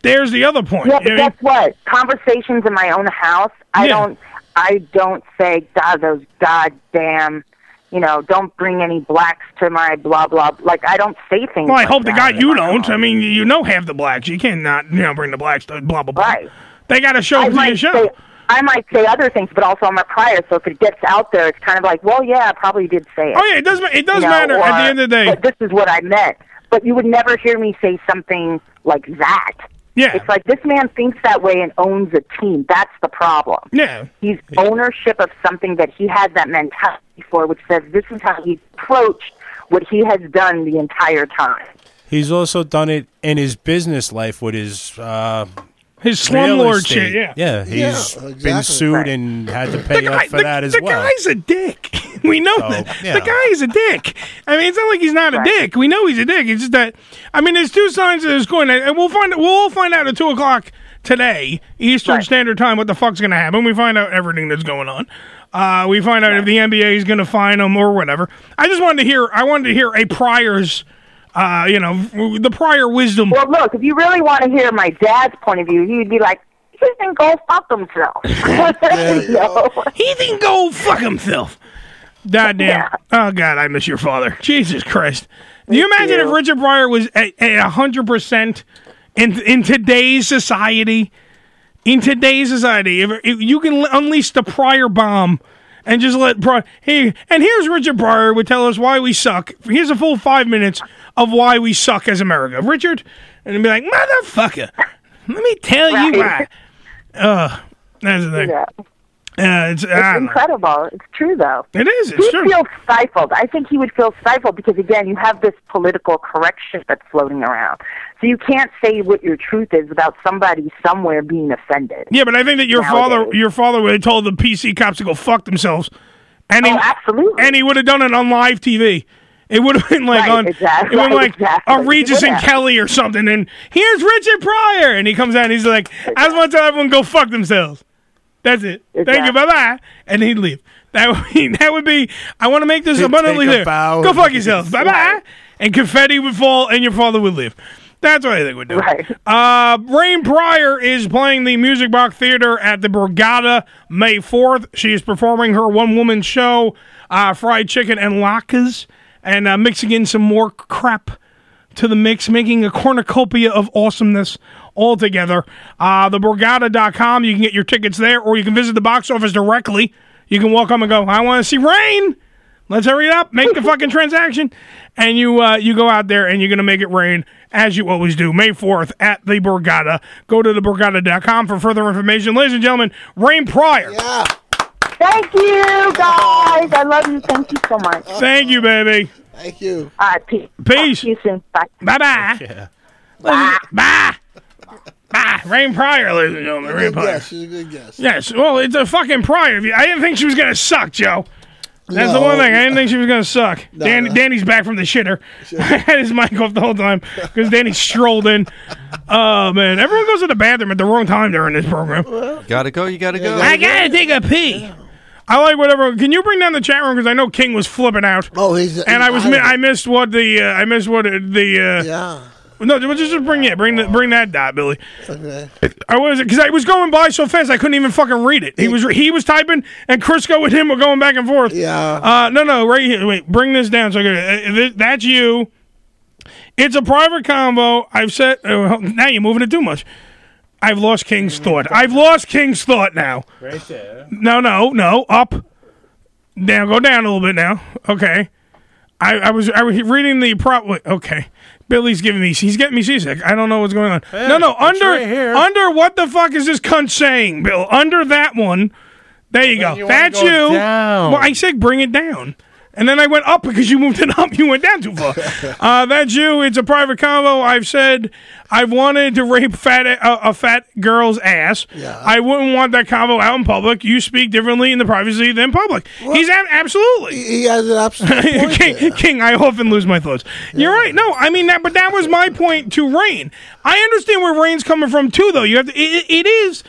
[SPEAKER 9] There's the other point.
[SPEAKER 23] Yeah,
[SPEAKER 9] you know
[SPEAKER 23] but
[SPEAKER 9] what I mean?
[SPEAKER 23] guess what? Conversations in my own house, I don't I don't say, God, those goddamn you know, don't bring any blacks to my blah blah like I don't say things
[SPEAKER 9] Well, I
[SPEAKER 23] like
[SPEAKER 9] hope to
[SPEAKER 23] that.
[SPEAKER 9] God you don't. I mean, you know, half the blacks. You cannot, you know, bring the blacks to blah blah blah. They got to show
[SPEAKER 23] I
[SPEAKER 9] up to your
[SPEAKER 23] might
[SPEAKER 9] show.
[SPEAKER 23] say I might say other things, but also I'm a prior, so if it gets out there, it's kind of like, well, yeah, I probably did say it.
[SPEAKER 9] Oh, yeah, it does ma- it does matter at the end of the day.
[SPEAKER 23] But this is what I meant. But you would never hear me say something like that.
[SPEAKER 9] Yeah,
[SPEAKER 23] it's like this man thinks that way and owns a team. That's the problem.
[SPEAKER 9] Yeah,
[SPEAKER 23] He's ownership of something that he has that mentality for, which says this is how he approached what he has done the entire time.
[SPEAKER 11] He's also done it in his business life with his uh,
[SPEAKER 9] his
[SPEAKER 11] real
[SPEAKER 9] slumlord shit,
[SPEAKER 11] estate.
[SPEAKER 9] yeah.
[SPEAKER 11] yeah. He's
[SPEAKER 9] Yeah,
[SPEAKER 11] been
[SPEAKER 9] exactly.
[SPEAKER 11] sued and had to pay up
[SPEAKER 9] guy-
[SPEAKER 11] for that as
[SPEAKER 9] the
[SPEAKER 11] well.
[SPEAKER 9] guy's a dick. *laughs* We know
[SPEAKER 11] So,
[SPEAKER 9] that.
[SPEAKER 11] yeah.
[SPEAKER 9] The guy is a dick. I mean, it's not like he's not a dick. We know he's a dick. It's just that I mean, there's two sides of this coin, and we'll find we'll all find out at two o'clock today Eastern Standard Time what the fuck's going to happen. We find out everything that's going on. Uh, we find out if the NBA is going to fine him or whatever. I just wanted to hear. I wanted to hear a prior's. Uh, you know, w- the prior wisdom.
[SPEAKER 23] Well, look, if you really want to hear my dad's point of view, he'd be like, he can go fuck himself.
[SPEAKER 9] *laughs*
[SPEAKER 23] You know?
[SPEAKER 9] He can go fuck himself. God damn. Oh God, I miss your father. Jesus Christ. Do you imagine if Richard Pryor was at a hundred percent in in today's society? In today's society, if, if you can l- unleash the Pryor bomb and just let Pryor, hey, and here's Richard Pryor would tell us why we suck. Here's a full five minutes of why we suck as America, Richard, and be like, motherfucker, let me tell you why.
[SPEAKER 23] Right.
[SPEAKER 9] Uh, that's the thing.
[SPEAKER 23] Yeah.
[SPEAKER 9] Uh, it's, I
[SPEAKER 23] It's
[SPEAKER 9] don't know.
[SPEAKER 23] incredible. It's true, though.
[SPEAKER 9] It is. It's
[SPEAKER 23] he
[SPEAKER 9] true.
[SPEAKER 23] feels stifled. I think he would feel stifled because, again, you have this political correction that's floating around. So you can't say what your truth is without somebody somewhere being offended.
[SPEAKER 9] Yeah, but I think that your father,
[SPEAKER 23] Nowadays.
[SPEAKER 9] your father would have told the PC cops to go fuck themselves, and he
[SPEAKER 23] Oh, absolutely,
[SPEAKER 9] and he would have done it on live TV. It would have been like
[SPEAKER 23] Right,
[SPEAKER 9] on,
[SPEAKER 23] exactly, *laughs*
[SPEAKER 9] it would have been like
[SPEAKER 23] exactly.
[SPEAKER 9] a Regis
[SPEAKER 23] He
[SPEAKER 9] and
[SPEAKER 23] would have.
[SPEAKER 9] Kelly or something. And here's Richard Pryor, and he comes out and he's like, "I just want to tell everyone go fuck themselves." That's it. Thank you. Bye bye. And he'd leave. That would be, *laughs* that would be I want to make this
[SPEAKER 11] Take
[SPEAKER 9] abundantly
[SPEAKER 11] a
[SPEAKER 9] clear.
[SPEAKER 11] bow.
[SPEAKER 9] Go fuck yourself. Bye bye. And confetti would fall and your father would live. That's what I think would do. Right. *laughs* Uh, Rain Pryor is playing the Music Box Theater at the Borgata May 4th. She is performing her one woman show, uh, Fried Chicken and Latkes, and uh, mixing in some more crap to the mix, making a cornucopia of awesomeness altogether. Uh, TheBorgata.com, you can get your tickets there, or you can visit the box office directly. You can walk home and go, I want to see rain. Let's hurry it up, make the fucking transaction, and you uh, you go out there and you're gonna make it rain as you always do. May fourth at the Borgata. Go to theborgata.com for further information, ladies and gentlemen. Rain Pryor. Yeah.
[SPEAKER 23] Thank you, guys. I love you. Thank you so much.
[SPEAKER 9] Thank you, baby.
[SPEAKER 10] Thank you.
[SPEAKER 23] All right, peace.
[SPEAKER 9] Peace.
[SPEAKER 23] you soon. Bye.
[SPEAKER 9] Bye bye. Bye. Bye. Bye. Rain Pryor, ladies and gentlemen. Rain Pryor.
[SPEAKER 10] Yeah, she's a good guess.
[SPEAKER 9] Yes. Well, it's a fucking prior. view. I didn't think she was gonna suck, Joe. That's the
[SPEAKER 10] No.
[SPEAKER 9] one thing. I didn't think she was gonna suck.
[SPEAKER 10] *laughs* No,
[SPEAKER 9] Dan-
[SPEAKER 10] no.
[SPEAKER 9] Danny's back from the shitter. *laughs* I had his mic off the whole time because Danny strolled
[SPEAKER 10] *laughs*
[SPEAKER 9] in. Oh man, everyone goes to the bathroom at the wrong time during this program.
[SPEAKER 13] Gotta go, you gotta go.
[SPEAKER 9] I gotta take a pee. I like whatever. Can you bring down the chat room because I know King was flipping out.
[SPEAKER 10] Oh, he's
[SPEAKER 9] and I was mi- I missed what the uh, I missed what the uh,
[SPEAKER 10] yeah.
[SPEAKER 9] No, just just bring it. Bring the, bring that dot, Billy.
[SPEAKER 10] Okay.
[SPEAKER 9] I was because I was going by so fast I couldn't even fucking read it. He was he was typing, and Crisco and him were going back and forth. Yeah. Uh, no, no, right here. Wait, bring this down. So I could, uh, th- that's you. It's a private combo. I've said uh, now you're moving it too much. I've lost King's thought. I've lost King's thought now.
[SPEAKER 11] Right there.
[SPEAKER 9] No, no, no. Up. Now go down a little bit now. Okay. I, I was I was reading the prop. wait, Okay. Billy's giving me. He's getting me seasick. I don't know what's going on. no, no. Under under what the fuck is this cunt saying, Bill? Under that one. There you go.
[SPEAKER 11] you wanna
[SPEAKER 9] That's
[SPEAKER 11] go
[SPEAKER 9] you.
[SPEAKER 11] down.
[SPEAKER 9] Well, I said bring it down. And then I went up because you moved it up. You went down too far.
[SPEAKER 10] *laughs*
[SPEAKER 9] uh, that's you. It's a private combo. I've said I've wanted to rape fat uh, a fat girl's ass. Yeah. I wouldn't want that combo out in public. You speak differently in the privacy than public. He's ab- absolutely.
[SPEAKER 10] He has an
[SPEAKER 9] *laughs*
[SPEAKER 10] absolute point
[SPEAKER 9] King, King, I often lose my thoughts. You're right. No, I mean that, but that was my point to Rain. I understand where Rain's coming from too, though. You have to. It, it is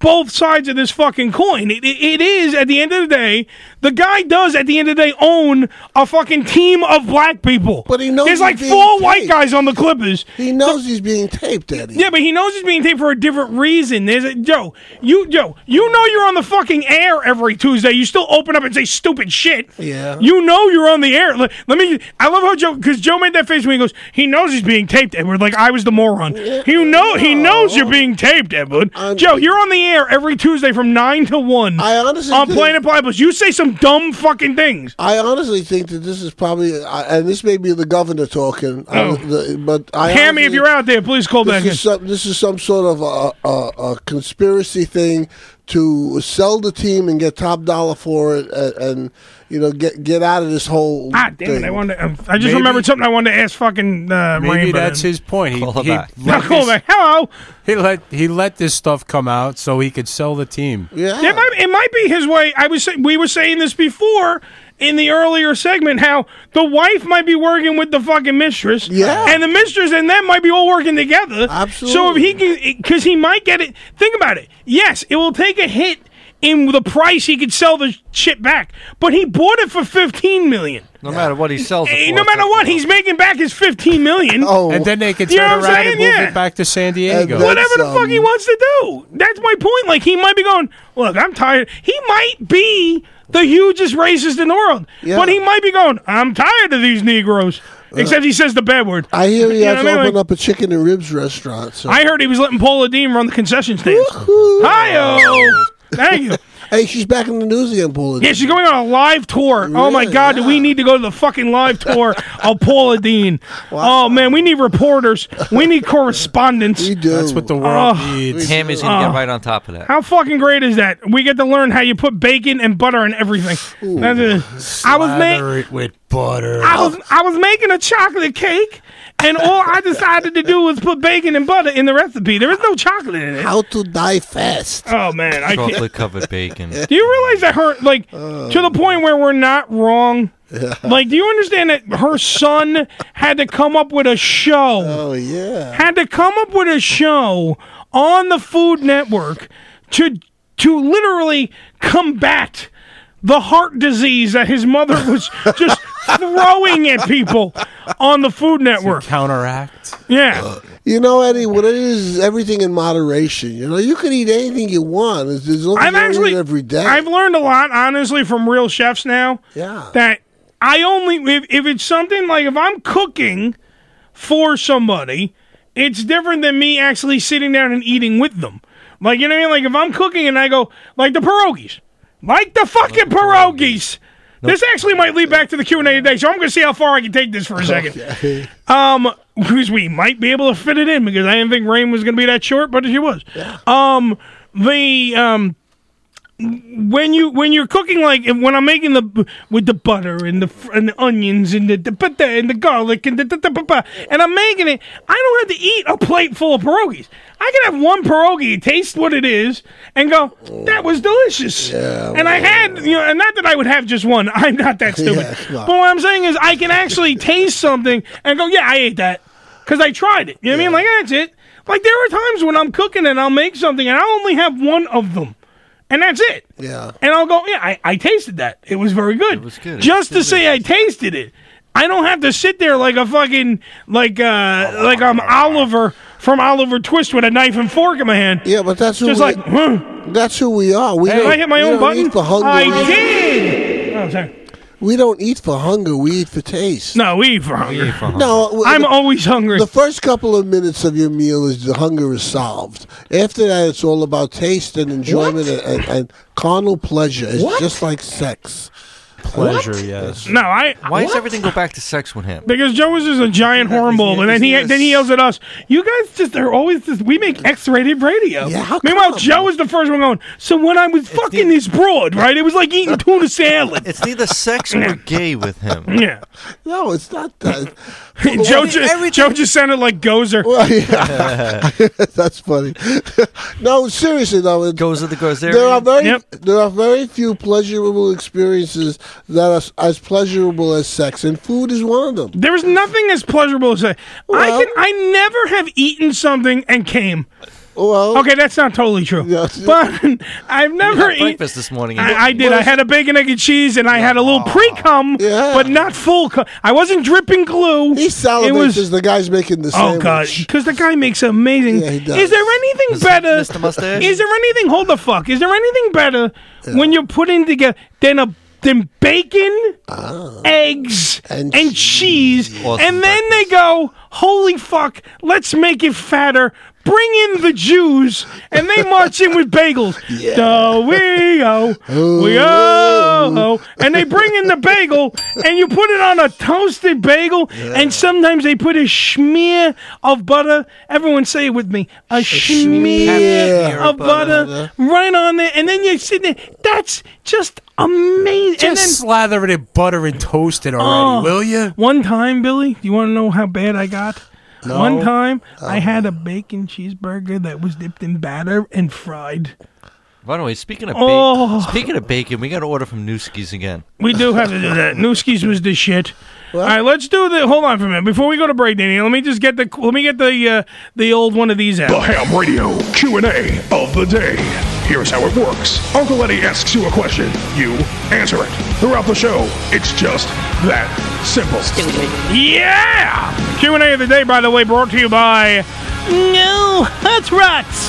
[SPEAKER 9] both sides of this fucking coin. It, it, it is at the end of the day, the guy does at the end of the day own a fucking team of black people. But he
[SPEAKER 10] knows
[SPEAKER 9] there's
[SPEAKER 10] he's
[SPEAKER 9] like
[SPEAKER 10] being
[SPEAKER 9] four white
[SPEAKER 10] taped.
[SPEAKER 9] guys on the Clippers.
[SPEAKER 10] He knows he's being taped, Eddie.
[SPEAKER 9] Yeah, but he knows he's being taped for a different reason. There's a, Joe, you Joe, you know you're on the fucking air every Tuesday. You still open up and say stupid shit.
[SPEAKER 10] Yeah.
[SPEAKER 9] You know you're on the air. Let, let me. I love how Joe, because Joe made that face when he goes, he knows he's being taped, Edward. Like I was the moron. You know, he knows you're being taped, Edward. Joe, you're on the air every Tuesday from nine to one. I
[SPEAKER 10] honestly
[SPEAKER 9] on
[SPEAKER 10] do.
[SPEAKER 9] Planet Plybus. You say some dumb fucking things.
[SPEAKER 10] I honestly think that this is probably, uh, and this may be the governor talking,
[SPEAKER 9] Oh.
[SPEAKER 10] uh, the, but I.
[SPEAKER 9] Hammy, if
[SPEAKER 10] honestly-
[SPEAKER 9] you're out there, please call
[SPEAKER 10] this
[SPEAKER 9] back
[SPEAKER 10] is
[SPEAKER 9] in.
[SPEAKER 10] Some, this is some sort of a, a, a conspiracy thing to sell the team and get top dollar for it, and, and you know get get out of this whole.
[SPEAKER 9] Ah, damn it!
[SPEAKER 10] thing.
[SPEAKER 9] I wanted. To, I just remembered something I wanted to ask. Fucking uh,
[SPEAKER 11] Maybe
[SPEAKER 9] Rain, but-
[SPEAKER 11] that's his point. He,
[SPEAKER 9] Call *laughs*
[SPEAKER 11] he
[SPEAKER 9] back.
[SPEAKER 11] let
[SPEAKER 9] Call
[SPEAKER 11] this-
[SPEAKER 9] back. Hello.
[SPEAKER 11] He let he let this stuff come out so he could sell the team.
[SPEAKER 10] Yeah.
[SPEAKER 9] It might, it might be his way. I was say, we were saying this before in the earlier segment how the wife might be working with the fucking mistress. Yeah. And the mistress and them might be all working together. Absolutely. So if he can, because he might get it. Think about it. Yes, it will take a hit in the price he could sell the shit back, but he bought it for fifteen million.
[SPEAKER 13] No matter what he sells it
[SPEAKER 9] Eh,
[SPEAKER 13] for.
[SPEAKER 9] No matter what, he's making back his fifteen million. *laughs* oh,
[SPEAKER 11] And then they could
[SPEAKER 9] you
[SPEAKER 11] turn
[SPEAKER 9] know what I'm
[SPEAKER 11] around
[SPEAKER 9] saying?
[SPEAKER 11] and move
[SPEAKER 9] yeah.
[SPEAKER 11] it back to San Diego.
[SPEAKER 9] Whatever the fuck he
[SPEAKER 10] um,
[SPEAKER 9] wants to do. That's my point. Like he might be going, look, I'm tired. He might be the hugest racist in the world. But he might be going, I'm tired of these Negroes. Except he says the bad word.
[SPEAKER 10] Uh, I hear he
[SPEAKER 9] *laughs* You know
[SPEAKER 10] has
[SPEAKER 9] what
[SPEAKER 10] to
[SPEAKER 9] I mean?
[SPEAKER 10] open
[SPEAKER 9] Like,
[SPEAKER 10] up a chicken and ribs restaurant. So.
[SPEAKER 9] I heard he was letting Paula Dean run the concession stands. Hi-yo. Thank you.
[SPEAKER 10] Hey, she's back in the news again, Paula.
[SPEAKER 9] Yeah, she's going on a live tour. oh my God, do we need to go to the fucking live tour of Paula Dean? Oh man, we need reporters. We need correspondents. We do.
[SPEAKER 11] That's what the world
[SPEAKER 9] Oh.
[SPEAKER 11] needs.
[SPEAKER 13] Ham is gonna
[SPEAKER 9] Oh.
[SPEAKER 13] get right on top of that.
[SPEAKER 9] How fucking great is that? We get to learn how you put bacon and butter in everything. That's it. I was ma-
[SPEAKER 11] Slather it with butter.
[SPEAKER 9] I was I was making a chocolate cake, and all I decided to do was put bacon and butter in the recipe. There is no chocolate in it.
[SPEAKER 10] How to die fast?
[SPEAKER 9] Oh man, I can't.
[SPEAKER 13] Chocolate covered bacon.
[SPEAKER 9] Do you realize that her like to the point where we're not wrong? Like, do you understand that her son had to come up with a show? Oh
[SPEAKER 10] yeah,
[SPEAKER 9] had to come up with a show on the Food Network to to literally combat the heart disease that his mother was just throwing at people on the Food Network.
[SPEAKER 11] counteract.
[SPEAKER 9] Yeah.
[SPEAKER 10] Uh, You know, Eddie, what it is is everything in moderation. You know, you can eat anything you want. There's, there's nothing
[SPEAKER 9] I've
[SPEAKER 10] wrong with
[SPEAKER 9] actually
[SPEAKER 10] it every day.
[SPEAKER 9] I've learned a lot, honestly, from real chefs now.
[SPEAKER 10] Yeah.
[SPEAKER 9] That I only if, if it's something like if I'm cooking for somebody, it's different than me actually sitting down and eating with them. Like you know what I mean? Like if I'm cooking and I go like the pierogies, like Oh, the fucking pierogies. This actually might lead back to the Q and A today, so I'm going to see how far I can take this for a second. *laughs* Um, because we might be able to fit it in because I didn't think rain was going to be that short, but she was. Um, the um, when you when you're cooking like and when I'm making the with the butter and the fr- and the onions and the, the but the and the garlic and the, the, the, the, the and I'm making it, I don't have to eat a plate full of pierogies. I can have one pierogi, taste what it is, and go, that was delicious. and I had you know, and not that I would have just one. *laughs* I'm not that stupid.
[SPEAKER 10] *laughs* Yeah, come on.
[SPEAKER 9] but what I'm saying is I
[SPEAKER 10] *laughs*
[SPEAKER 9] can actually taste something and go, yeah, I ate that because I tried it. You know what I mean? Like that's it. Like there are times when I'm cooking and I'll make something and I only have one of them. And that's it.
[SPEAKER 10] Yeah.
[SPEAKER 9] And I'll go, yeah, I, I tasted that. It was very good. It was good. Just to say I tasted it. I don't have to sit there like a fucking like uh like I'm Oliver from Oliver Twist with a knife and fork in my hand.
[SPEAKER 10] Yeah, but that's who
[SPEAKER 9] just
[SPEAKER 10] we-
[SPEAKER 9] like "Huh,
[SPEAKER 10] That's who we are. We
[SPEAKER 9] Hey,
[SPEAKER 10] don't-
[SPEAKER 9] I hit my
[SPEAKER 10] we
[SPEAKER 9] own
[SPEAKER 10] don't
[SPEAKER 9] button?
[SPEAKER 10] Eat for hunger.
[SPEAKER 9] I
[SPEAKER 10] We-
[SPEAKER 9] did. Oh, sorry.
[SPEAKER 10] We don't eat for hunger. We eat for taste.
[SPEAKER 9] No, we eat for hunger.
[SPEAKER 10] No, w-
[SPEAKER 9] I'm
[SPEAKER 10] the-
[SPEAKER 9] always hungry.
[SPEAKER 10] The first couple of minutes of your meal is the hunger is solved. After that, it's all about taste and enjoyment and, and, and carnal pleasure. It's
[SPEAKER 9] What?
[SPEAKER 10] just like sex.
[SPEAKER 13] Pleasure, What? yes.
[SPEAKER 9] No, I.
[SPEAKER 13] Why does
[SPEAKER 9] What?
[SPEAKER 13] everything go back to sex with him?
[SPEAKER 9] Because Joe is just a giant hornball, and then he then he yells at us. You guys just are always just. We make X-rated radio. Meanwhile, Joe is the first one going. So when I was fucking this broad, right? It was like eating tuna salad.
[SPEAKER 13] It's neither
[SPEAKER 9] *laughs*
[SPEAKER 13] sex or gay with him.
[SPEAKER 9] Yeah.
[SPEAKER 10] No, it's not that.
[SPEAKER 9] *laughs* Joe just, Joe just sounded like Gozer.
[SPEAKER 10] Well, yeah. *laughs* That's funny. *laughs* no, seriously though, it,
[SPEAKER 13] goes with the goes
[SPEAKER 10] there are very there are very few pleasurable experiences that are s- as pleasurable as sex, and food is one of them.
[SPEAKER 9] *laughs* There is nothing as pleasurable as that.
[SPEAKER 10] Well-
[SPEAKER 9] I can. I never have eaten something and came.
[SPEAKER 10] Well,
[SPEAKER 9] okay, that's not totally true. *laughs* But I've never
[SPEAKER 13] had
[SPEAKER 9] eaten.
[SPEAKER 13] breakfast this morning. and-
[SPEAKER 9] I, I did. I had a bacon, egg, and cheese, and I had a little pre cum, but not full cum. I wasn't dripping glue. He
[SPEAKER 10] salivates as the guy's making the
[SPEAKER 9] Oh god,
[SPEAKER 10] sandwich.
[SPEAKER 9] because the guy makes amazing.
[SPEAKER 10] Yeah, he does.
[SPEAKER 9] Is there anything better?
[SPEAKER 10] Mr. Mustache?
[SPEAKER 9] *laughs* Is there anything? Hold the fuck. Is there anything better when you're putting together than a than bacon, eggs, Ah. and, cheese, and then they go, holy fuck, let's make it fatter. Bring in the Jews, and they march in with bagels. *laughs* Yeah. we oh, we oh, and they bring in the bagel, and you put it on a toasted bagel, and sometimes they put a smear of butter. Everyone say it with me: a, smear,
[SPEAKER 10] smear
[SPEAKER 9] of
[SPEAKER 10] of
[SPEAKER 9] butter, right on there, and then you're sitting there. That's just amazing.
[SPEAKER 11] Just
[SPEAKER 9] and then,
[SPEAKER 11] slather it in butter and toast it already,
[SPEAKER 9] Oh.
[SPEAKER 11] will you?
[SPEAKER 9] One time, Billy, you want to know how bad I got?
[SPEAKER 11] No. Uh-huh.
[SPEAKER 9] One time, I had a bacon cheeseburger that was dipped in batter and fried.
[SPEAKER 13] By the way, speaking of
[SPEAKER 9] Oh.
[SPEAKER 13] bacon, speaking of bacon, we got to order from Newski's again.
[SPEAKER 9] We do have to do
[SPEAKER 14] *laughs*
[SPEAKER 9] that. Newski's was the shit. All right, let's do the. Hold on for a minute before we go to break, Danny. Let me just get the. Let me get the uh, the old one of these out.
[SPEAKER 14] The Ham Radio Q&A of the day. Here's how it works. Uncle Eddie asks you a question. You answer it. Throughout the show, it's just that simple.
[SPEAKER 9] Yeah! Q&A of the day, by the way, brought to you by No Hot Rocks.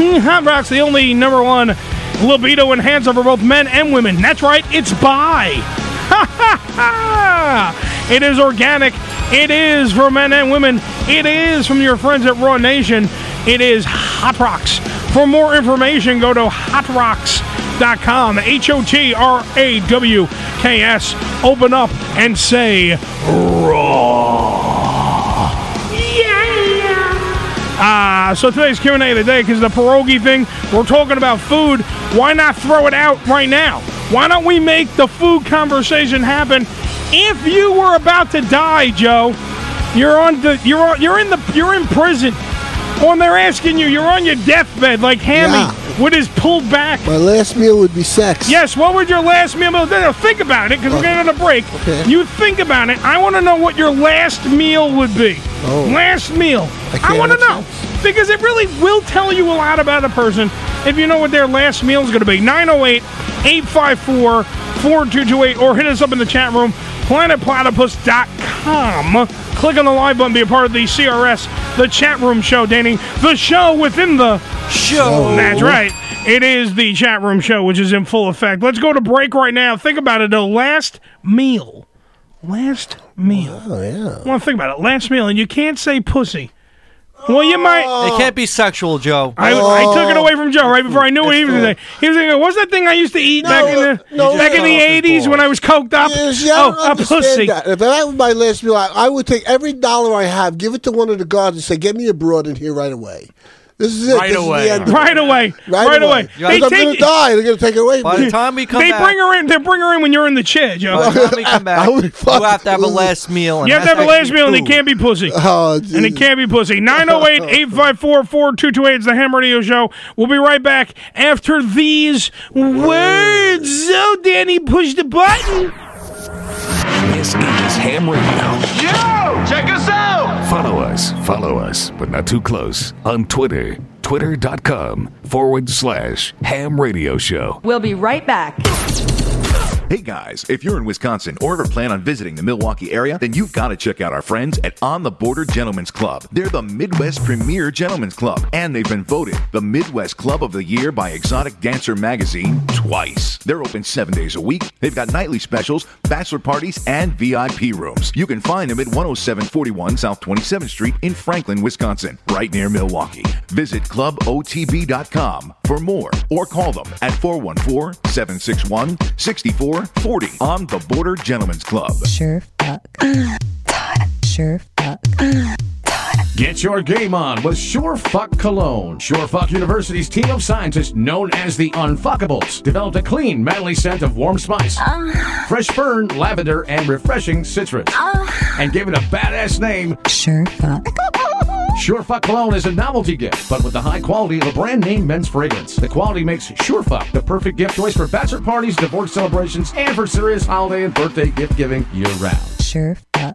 [SPEAKER 9] Mm, Hot Rocks, the only number one libido enhancer for both men and women. That's right, it's by. Ha ha ha! *laughs* It is organic. It is for men and women. It is from your friends at Raw Nation. It is Hot Rocks. For more information, go to hotrocks.com. H O T R A W K S. Open up and say Uh, so today's Q&A of the day, because the pierogi thing, we're talking about food. Why not throw it out right now? Why don't we make the food conversation happen? If you were about to die, Joe, you're on the you're on, you're in the you're in prison. When they're asking you, you're on your deathbed, like Hammy with his pulled back.
[SPEAKER 10] My last meal would be sex. Oh.
[SPEAKER 9] Yes, what would your last meal be? No, Think about it, because we're getting on a break. You think about it. I want to know what your last meal would be.
[SPEAKER 10] Oh.
[SPEAKER 9] Last meal. I, want to know. Because it really will tell you oh a lot about a person if you know what their last meal is going to be. 908 854 4228 or hit us up in the chat room, planetplatypus.com. Click on the live button, be a part of the CRS, the chat room show, Danny. The show within the show. That's right. It is the chat room show, which is in full effect. Let's go to break right now. Think about it. The last meal. Last meal. Oh, yeah. Well, think about it. Last meal. And you can't say pussy. Well, you might.
[SPEAKER 10] Oh.
[SPEAKER 13] It can't be sexual, Joe.
[SPEAKER 9] I, I
[SPEAKER 13] Oh.
[SPEAKER 9] took it away from Joe right before I knew it. He was like, he was like, "What's that thing I used to eat back in the
[SPEAKER 10] no,
[SPEAKER 9] back in the
[SPEAKER 10] no.
[SPEAKER 9] '80s when I was coked up?
[SPEAKER 10] Yes, yeah, I don't
[SPEAKER 9] oh, a
[SPEAKER 10] understand
[SPEAKER 9] pussy."
[SPEAKER 10] That. If that was my last meal, I, I would take every dollar I have, give it to one of the guards, and say, "Get me a broad in here right away." This is it.
[SPEAKER 9] Right
[SPEAKER 10] this
[SPEAKER 9] away.
[SPEAKER 10] Is the end of it.
[SPEAKER 9] Right away.
[SPEAKER 10] Right,
[SPEAKER 9] Right away.
[SPEAKER 10] away.
[SPEAKER 9] They
[SPEAKER 10] Because I'm
[SPEAKER 9] take-
[SPEAKER 10] gonna die. They're gonna take it *laughs* away. from me.
[SPEAKER 9] they bring her in. They bring her in when you're in the chair, Joe.
[SPEAKER 10] By the time *laughs* we
[SPEAKER 13] come
[SPEAKER 10] back,
[SPEAKER 13] you have to have a last meal. And
[SPEAKER 9] you have to
[SPEAKER 13] that's
[SPEAKER 9] have a last
[SPEAKER 13] actually
[SPEAKER 9] meal, and it
[SPEAKER 13] food.
[SPEAKER 9] can't be pussy.
[SPEAKER 10] Oh,
[SPEAKER 9] and it can't
[SPEAKER 10] *laughs*
[SPEAKER 9] be pussy. 908-854-4228. It's the Ham Radio Show. We'll be right back after these words. So, Danny, push the button.
[SPEAKER 24] This is Ham Radio. Yo! Check us out! Follow us, follow us, but not too close, on Twitter. Twitter.com forward slash ham radio show.
[SPEAKER 8] We'll be right back.
[SPEAKER 3] Hey guys, if you're in Wisconsin or ever plan on visiting the Milwaukee area, then you've got to check out our friends at On the Border Gentlemen's Club. They're the Midwest premier gentlemen's club, and they've been voted the Midwest Club of the Year by Exotic Dancer magazine twice. They're open seven days a week. They've got nightly specials, bachelor parties, and VIP rooms. You can find them at 10741 South 27th Street in Franklin, Wisconsin, right near Milwaukee. Visit clubotb.com for more or call them at 414 761 6440 on the Border Gentlemen's Club.
[SPEAKER 17] Sure fuck. Sure fuck.
[SPEAKER 18] Get your game on with Sure Fuck Cologne. Sure Fuck University's team of scientists known as the Unfuckables developed a clean, manly scent of warm spice,
[SPEAKER 17] Uh.
[SPEAKER 18] fresh fern, lavender, and refreshing citrus, and gave it a badass name.
[SPEAKER 17] Uh. Sure fuck. *laughs*
[SPEAKER 18] Sure Fuck Cologne is a novelty gift, but with the high quality of a brand name men's fragrance. The quality makes Sure Fuck the perfect gift choice for bachelor parties, divorce celebrations, and for serious holiday and birthday gift giving year round.
[SPEAKER 17] Sure fuck.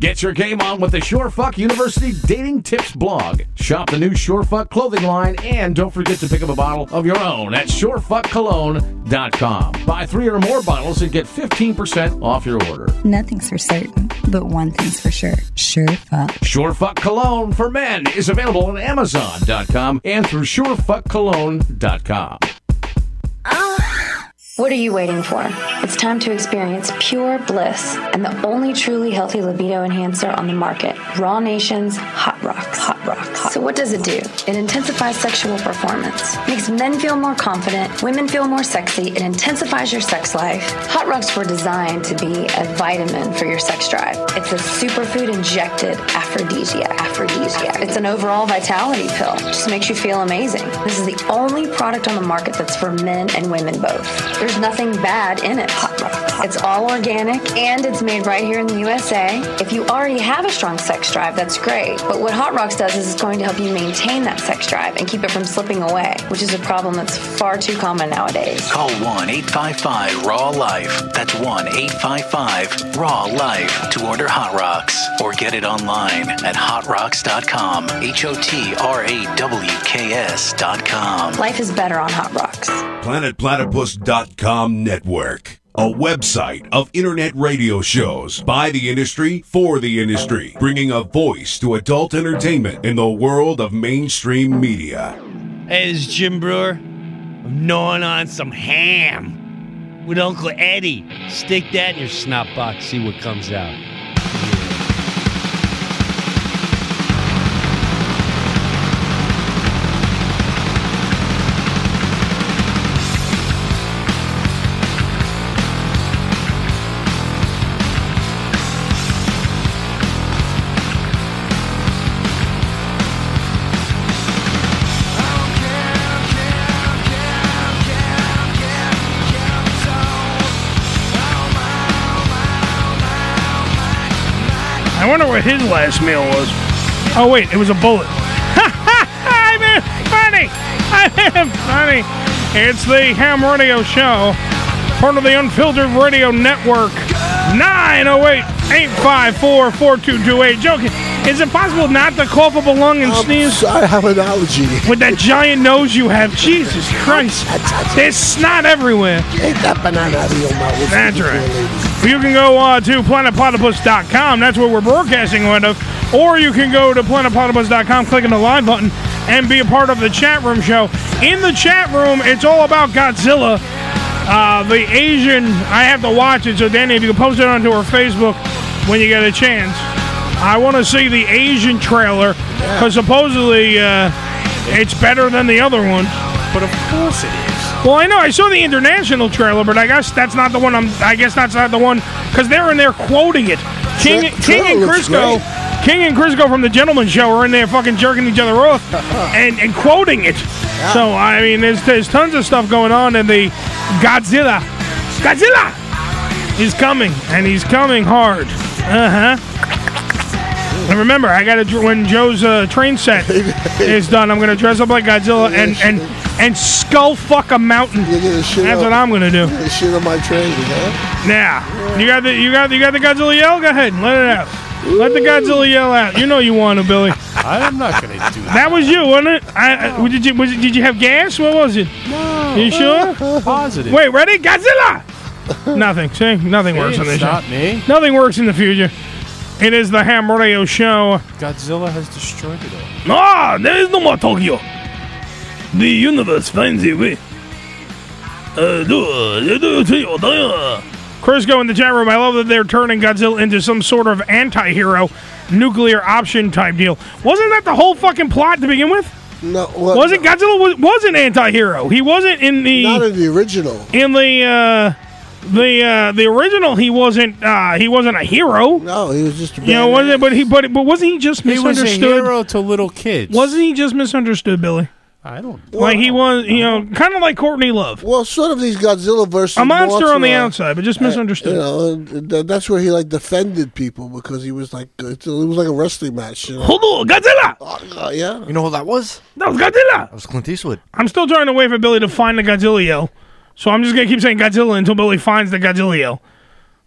[SPEAKER 18] Get your game on with the SureFuck University Dating Tips blog. Shop the new SureFuck clothing line and don't forget to pick up a bottle of your own at surefuckcologne.com. Buy three or more bottles and get 15% off your order.
[SPEAKER 17] Nothing's for certain, but one thing's for sure. Sure fuck.
[SPEAKER 18] SureFuck Cologne for men is available on Amazon.com and through surefuckcologne.com.
[SPEAKER 19] What are you waiting for? It's time to experience pure bliss and the only truly healthy libido enhancer on the market, Raw Nation's Hot Rocks. Hot Rocks. So what does it do? It intensifies sexual performance, makes men feel more confident, women feel more sexy, it intensifies your sex life. Hot Rocks were designed to be a vitamin for your sex drive. It's a superfood injected aphrodisiac. Aphrodisiac. It's an overall vitality pill. Just makes you feel amazing. This is the only product on the market that's for men and women both. There's nothing bad in it. It's all organic and it's made right here in the USA. If you already have a strong sex drive, that's great. But what Hot Rocks does is it's going to help you maintain that sex drive and keep it from slipping away, which is a problem that's far too common nowadays.
[SPEAKER 20] Call 1 855 Raw Life. E. That's 1 855 Raw Life E to order Hot Rocks or get it online at hotrocks.com. H O T R A W K S.com.
[SPEAKER 19] Life is better on Hot Rocks.
[SPEAKER 4] PlanetPlatypus.com network. A website of internet radio shows by the industry for the industry, bringing a voice to adult entertainment in the world of mainstream media.
[SPEAKER 25] Hey, this is Jim Brewer. I'm gnawing on some ham with Uncle Eddie. Stick that in your snot box, see what comes out.
[SPEAKER 9] I wonder what his last meal was. Oh wait, it was a bullet. *laughs* I'm funny. I'm funny. It's the Ham Radio Show, part of the Unfiltered oh Radio Network. 908-854-4228. Joe, can, Is it possible not to cough up a lung and sneeze?
[SPEAKER 10] Um, I have an allergy.
[SPEAKER 9] With that giant nose you have,
[SPEAKER 10] *laughs*
[SPEAKER 9] Jesus Christ! There's snot everywhere.
[SPEAKER 10] Take that banana out of your mouth.
[SPEAKER 9] That's right. You can go uh, to planetplatypus.com. That's where we're broadcasting out of. Or you can go to planetplatypus.com, click on the live button, and be a part of the chat room show. In the chat room, it's all about Godzilla. Uh, the Asian, I have to watch it. So, Danny, if you can post it onto our Facebook when you get a chance. I want to see the Asian trailer because supposedly uh, it's better than the other one.
[SPEAKER 11] But of course it is.
[SPEAKER 9] Well, I know I saw the international trailer, but I guess that's not the one. I'm. I guess that's not the one because they're in there quoting it.
[SPEAKER 10] That
[SPEAKER 9] King, King and
[SPEAKER 10] trailer looks
[SPEAKER 9] Crisco,
[SPEAKER 10] great.
[SPEAKER 9] King and Crisco from the Gentleman Show are in there fucking jerking each other
[SPEAKER 11] *laughs*
[SPEAKER 9] off and, and quoting it. So I mean, there's there's tons of stuff going on, and the Godzilla, Godzilla, is coming, and he's coming hard. Uh huh. And remember, I got to when Joe's uh, train set is done, I'm gonna dress up like Godzilla and and and skull fuck a mountain. That's what I'm gonna do.
[SPEAKER 10] Shit on my train, you know?
[SPEAKER 9] Yeah, you got the you got you got the Godzilla yell. Go ahead, let it out. Let the Godzilla yell out. You know you want to, Billy.
[SPEAKER 11] I'm not going to do that.
[SPEAKER 9] That was you, wasn't it? I, I- did you was it, did you have gas? What was it?
[SPEAKER 11] No.
[SPEAKER 9] You sure?
[SPEAKER 11] Positive.
[SPEAKER 9] Wait, ready? Godzilla. nothing. See, nothing
[SPEAKER 11] See,
[SPEAKER 9] works on this
[SPEAKER 11] it's not
[SPEAKER 9] show.
[SPEAKER 11] me.
[SPEAKER 9] Nothing works in the future. It is the Ham Radio Show.
[SPEAKER 11] Godzilla has destroyed it all.
[SPEAKER 9] Ah, there is no more Tokyo. The universe finds a way. Uh, oh,
[SPEAKER 10] Uh,
[SPEAKER 9] Crisco in the chat room. I love that they're turning Godzilla into some sort of anti-hero, nuclear option type deal. Wasn't that the whole fucking plot to begin with?
[SPEAKER 10] No, well,
[SPEAKER 9] Wasn't Godzilla was, was an anti-hero? He wasn't in the
[SPEAKER 10] Not in the original.
[SPEAKER 9] in the uh, the uh, the original. He wasn't uh, he wasn't a hero.
[SPEAKER 10] No, he was just. A
[SPEAKER 9] you know, wasn't but he but but wasn't he just
[SPEAKER 11] He was
[SPEAKER 9] misunderstood?
[SPEAKER 11] a hero to little kids.
[SPEAKER 9] Wasn't he just misunderstood, Billy?
[SPEAKER 11] I don't.
[SPEAKER 9] like he was, you know, kind of like Courtney Love.
[SPEAKER 10] Well, sort of these Godzilla versus
[SPEAKER 9] A monster on the
[SPEAKER 10] Mothra,
[SPEAKER 9] outside, but just
[SPEAKER 10] uh,
[SPEAKER 9] misunderstood.
[SPEAKER 10] You know, th- th- that's where he like defended people because he was like uh, it was like a wrestling match. You know?
[SPEAKER 9] Hold on, Godzilla!
[SPEAKER 10] Uh, yeah.
[SPEAKER 13] You know who that was?
[SPEAKER 9] That was Godzilla.
[SPEAKER 13] That was Clint Eastwood.
[SPEAKER 9] I'm still trying to wait for Billy to find the Godzilla yell, so I'm just gonna keep saying Godzilla until Billy finds the Godzilla yell.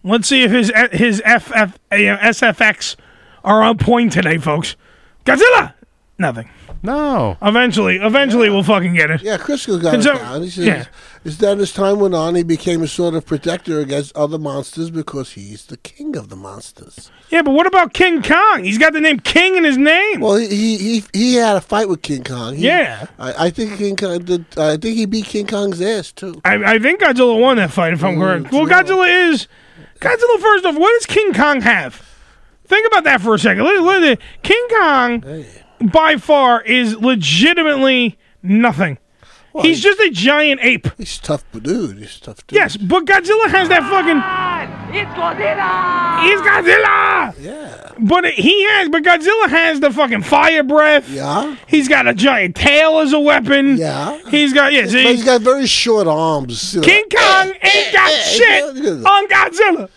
[SPEAKER 9] Let's see if his his FF uh, SFX are on point today, folks. Godzilla, nothing.
[SPEAKER 11] No.
[SPEAKER 9] Eventually, eventually we'll fucking get it.
[SPEAKER 10] Yeah, Crisco got
[SPEAKER 9] And
[SPEAKER 10] it
[SPEAKER 9] so-
[SPEAKER 10] down. He says,
[SPEAKER 9] yeah.
[SPEAKER 10] "Is that as time went on, he became a sort of protector against other monsters because he's the king of the monsters."
[SPEAKER 9] Yeah, but what about King Kong? He's got the name King in his name.
[SPEAKER 10] Well, he he he, he had a fight with King Kong. He-
[SPEAKER 9] Yeah.
[SPEAKER 10] I, I think King Kong did. I think he beat King Kong's ass too.
[SPEAKER 9] I, I think Godzilla won *laughs* that fight, if I'm correct. Well, Godzilla is Godzilla. First off, what does King Kong have? Think about that for a second. Let- let- King Kong, by far, is legitimately nothing. he's just a giant ape.
[SPEAKER 10] He's tough, dude. He's tough. Dude.
[SPEAKER 9] Yes, but Godzilla has that fucking.
[SPEAKER 15] It's Godzilla!
[SPEAKER 9] He's Godzilla.
[SPEAKER 10] Yeah.
[SPEAKER 9] But he has. But Godzilla has the fucking fire breath.
[SPEAKER 10] Yeah.
[SPEAKER 9] He's got a giant tail as a weapon. Yeah. He's got. Yes.
[SPEAKER 10] But he's
[SPEAKER 9] He,
[SPEAKER 10] got very short arms. you know.
[SPEAKER 9] King Kong
[SPEAKER 10] Eh,
[SPEAKER 9] ain't got shit on Godzilla.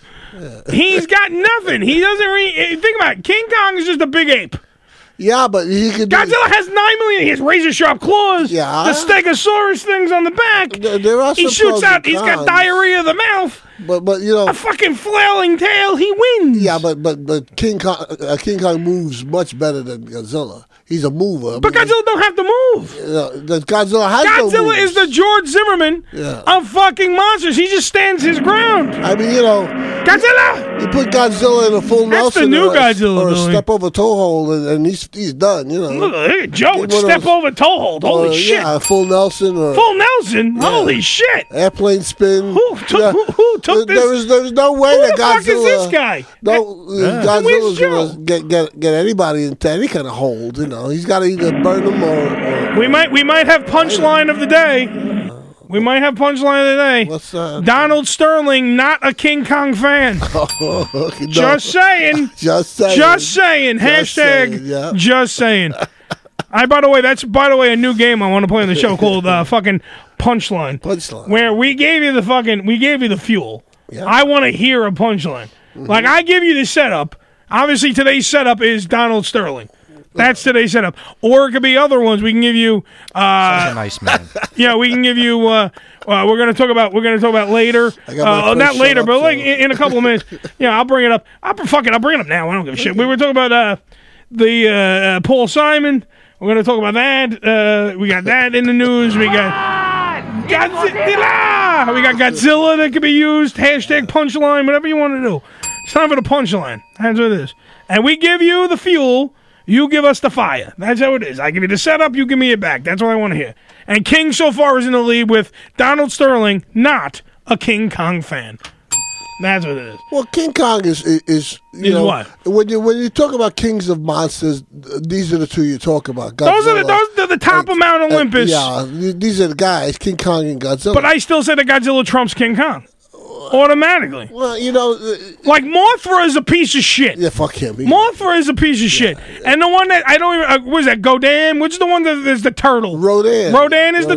[SPEAKER 9] He's got nothing. He doesn't re- eh, think about it. King Kong is just a big ape.
[SPEAKER 10] Yeah, but he could.
[SPEAKER 9] Godzilla has nine million. He has razor sharp claws.
[SPEAKER 10] Yeah.
[SPEAKER 9] The Stegosaurus things on the back.
[SPEAKER 10] there are
[SPEAKER 9] he
[SPEAKER 10] some
[SPEAKER 9] shoots
[SPEAKER 10] pros
[SPEAKER 9] out.
[SPEAKER 10] and
[SPEAKER 9] He's got
[SPEAKER 10] cons.
[SPEAKER 9] diarrhea of the mouth.
[SPEAKER 10] But but you know,
[SPEAKER 9] a fucking flailing tail. He wins.
[SPEAKER 10] Yeah, but but but King Kong, uh, King Kong moves much better than Godzilla. He's a mover. I
[SPEAKER 9] But
[SPEAKER 10] mean,
[SPEAKER 9] Godzilla don't have to move.
[SPEAKER 10] you know, the Godzilla has no
[SPEAKER 9] Godzilla
[SPEAKER 10] moves.
[SPEAKER 9] is the George Zimmerman
[SPEAKER 10] Yeah.
[SPEAKER 9] of fucking monsters. He just stands his ground.
[SPEAKER 10] I mean, you know,
[SPEAKER 9] Godzilla.
[SPEAKER 10] You put Godzilla in a full
[SPEAKER 9] That's the
[SPEAKER 10] Nelson
[SPEAKER 9] new
[SPEAKER 10] or a,
[SPEAKER 9] Godzilla,
[SPEAKER 10] or a
[SPEAKER 9] Billy.
[SPEAKER 10] step over toe hold, and, and he's he's done. You know,
[SPEAKER 9] Look, look at Joe.
[SPEAKER 10] One
[SPEAKER 9] It's
[SPEAKER 10] of
[SPEAKER 9] step
[SPEAKER 10] those-
[SPEAKER 9] over toe hold. Holy
[SPEAKER 10] or,
[SPEAKER 9] shit.
[SPEAKER 10] Yeah, a full Nelson or
[SPEAKER 9] Full Nelson. Holy shit.
[SPEAKER 10] airplane spin. Who
[SPEAKER 9] took who, who took
[SPEAKER 10] there,
[SPEAKER 9] this?
[SPEAKER 10] There was there was no way
[SPEAKER 9] Who
[SPEAKER 10] that
[SPEAKER 9] the fuck is
[SPEAKER 10] Godzilla.
[SPEAKER 9] this guy?
[SPEAKER 10] No, uh,
[SPEAKER 9] Yeah. Where's
[SPEAKER 10] Godzilla's
[SPEAKER 9] Joe?
[SPEAKER 10] gonna get get get anybody into any kind of hold. You know, he's got to either burn them or. or
[SPEAKER 9] We might we might have punchline of the day. We might have punchline of the day.
[SPEAKER 10] What's uh, that?
[SPEAKER 9] Donald Sterling, not a King
[SPEAKER 10] *laughs*
[SPEAKER 9] Kong fan. Just saying.
[SPEAKER 10] Oh, Just saying.
[SPEAKER 9] Just saying.
[SPEAKER 10] Just
[SPEAKER 9] Hashtag
[SPEAKER 10] saying, yeah.
[SPEAKER 9] just
[SPEAKER 10] *laughs*
[SPEAKER 9] saying. I by the way, that's by the way a new game I want to play on the show
[SPEAKER 10] *laughs*
[SPEAKER 9] called uh, fucking punchline.
[SPEAKER 10] Punchline.
[SPEAKER 9] Where we gave you the fucking we gave you the fuel. I want to hear a punchline.
[SPEAKER 10] Mm-hmm.
[SPEAKER 9] Like I give you the setup. Obviously today's setup is Donald Sterling. That's today's setup. Or it could be other ones. We can give you uh,
[SPEAKER 13] Such a nice man.
[SPEAKER 9] *laughs* yeah, we can give you. Uh, uh, we're gonna talk about. We're gonna talk about later.
[SPEAKER 10] I got my
[SPEAKER 9] Uh,
[SPEAKER 10] first
[SPEAKER 9] not
[SPEAKER 10] shut
[SPEAKER 9] later,
[SPEAKER 10] up,
[SPEAKER 9] but
[SPEAKER 10] so-
[SPEAKER 9] like in, in a couple of minutes. Yeah, I'll bring it up. I'll fuck it. I'll bring it up now. I don't give a shit. We were talking about uh, the uh, uh, Paul Simon. We're going to talk about that. Uh, we got that in the news. We got Godzilla. Ah, We got Godzilla that could be used. Hashtag punchline. Whatever you want to do. It's time for the punchline. That's what it is. And we give you the fuel. You give us the fire. That's how it is. I give you the setup. You give me it back. That's what I want to hear. And King so far is in the lead with Donald Sterling, not a King Kong fan. That's what it is.
[SPEAKER 10] Well, King Kong is is, is you
[SPEAKER 9] Is
[SPEAKER 10] know
[SPEAKER 9] what?
[SPEAKER 10] when you when you talk about kings of monsters, th- these are the two you talk about.
[SPEAKER 9] Those are the
[SPEAKER 10] Godzilla
[SPEAKER 9] those are the top of Mount
[SPEAKER 10] and-
[SPEAKER 9] Olympus.
[SPEAKER 10] yeah, Uh, th- these are the guys, King Kong and Godzilla.
[SPEAKER 9] But I still say that Godzilla trumps King Kong automatically.
[SPEAKER 10] Well, you know,
[SPEAKER 9] like Mothra is a piece of shit.
[SPEAKER 10] Yeah, fuck him.
[SPEAKER 9] Mothra is a piece of shit, and the one that I don't even uh, what is that Godan? Which is the one that is the turtle?
[SPEAKER 10] Rodan.
[SPEAKER 9] Rodan is the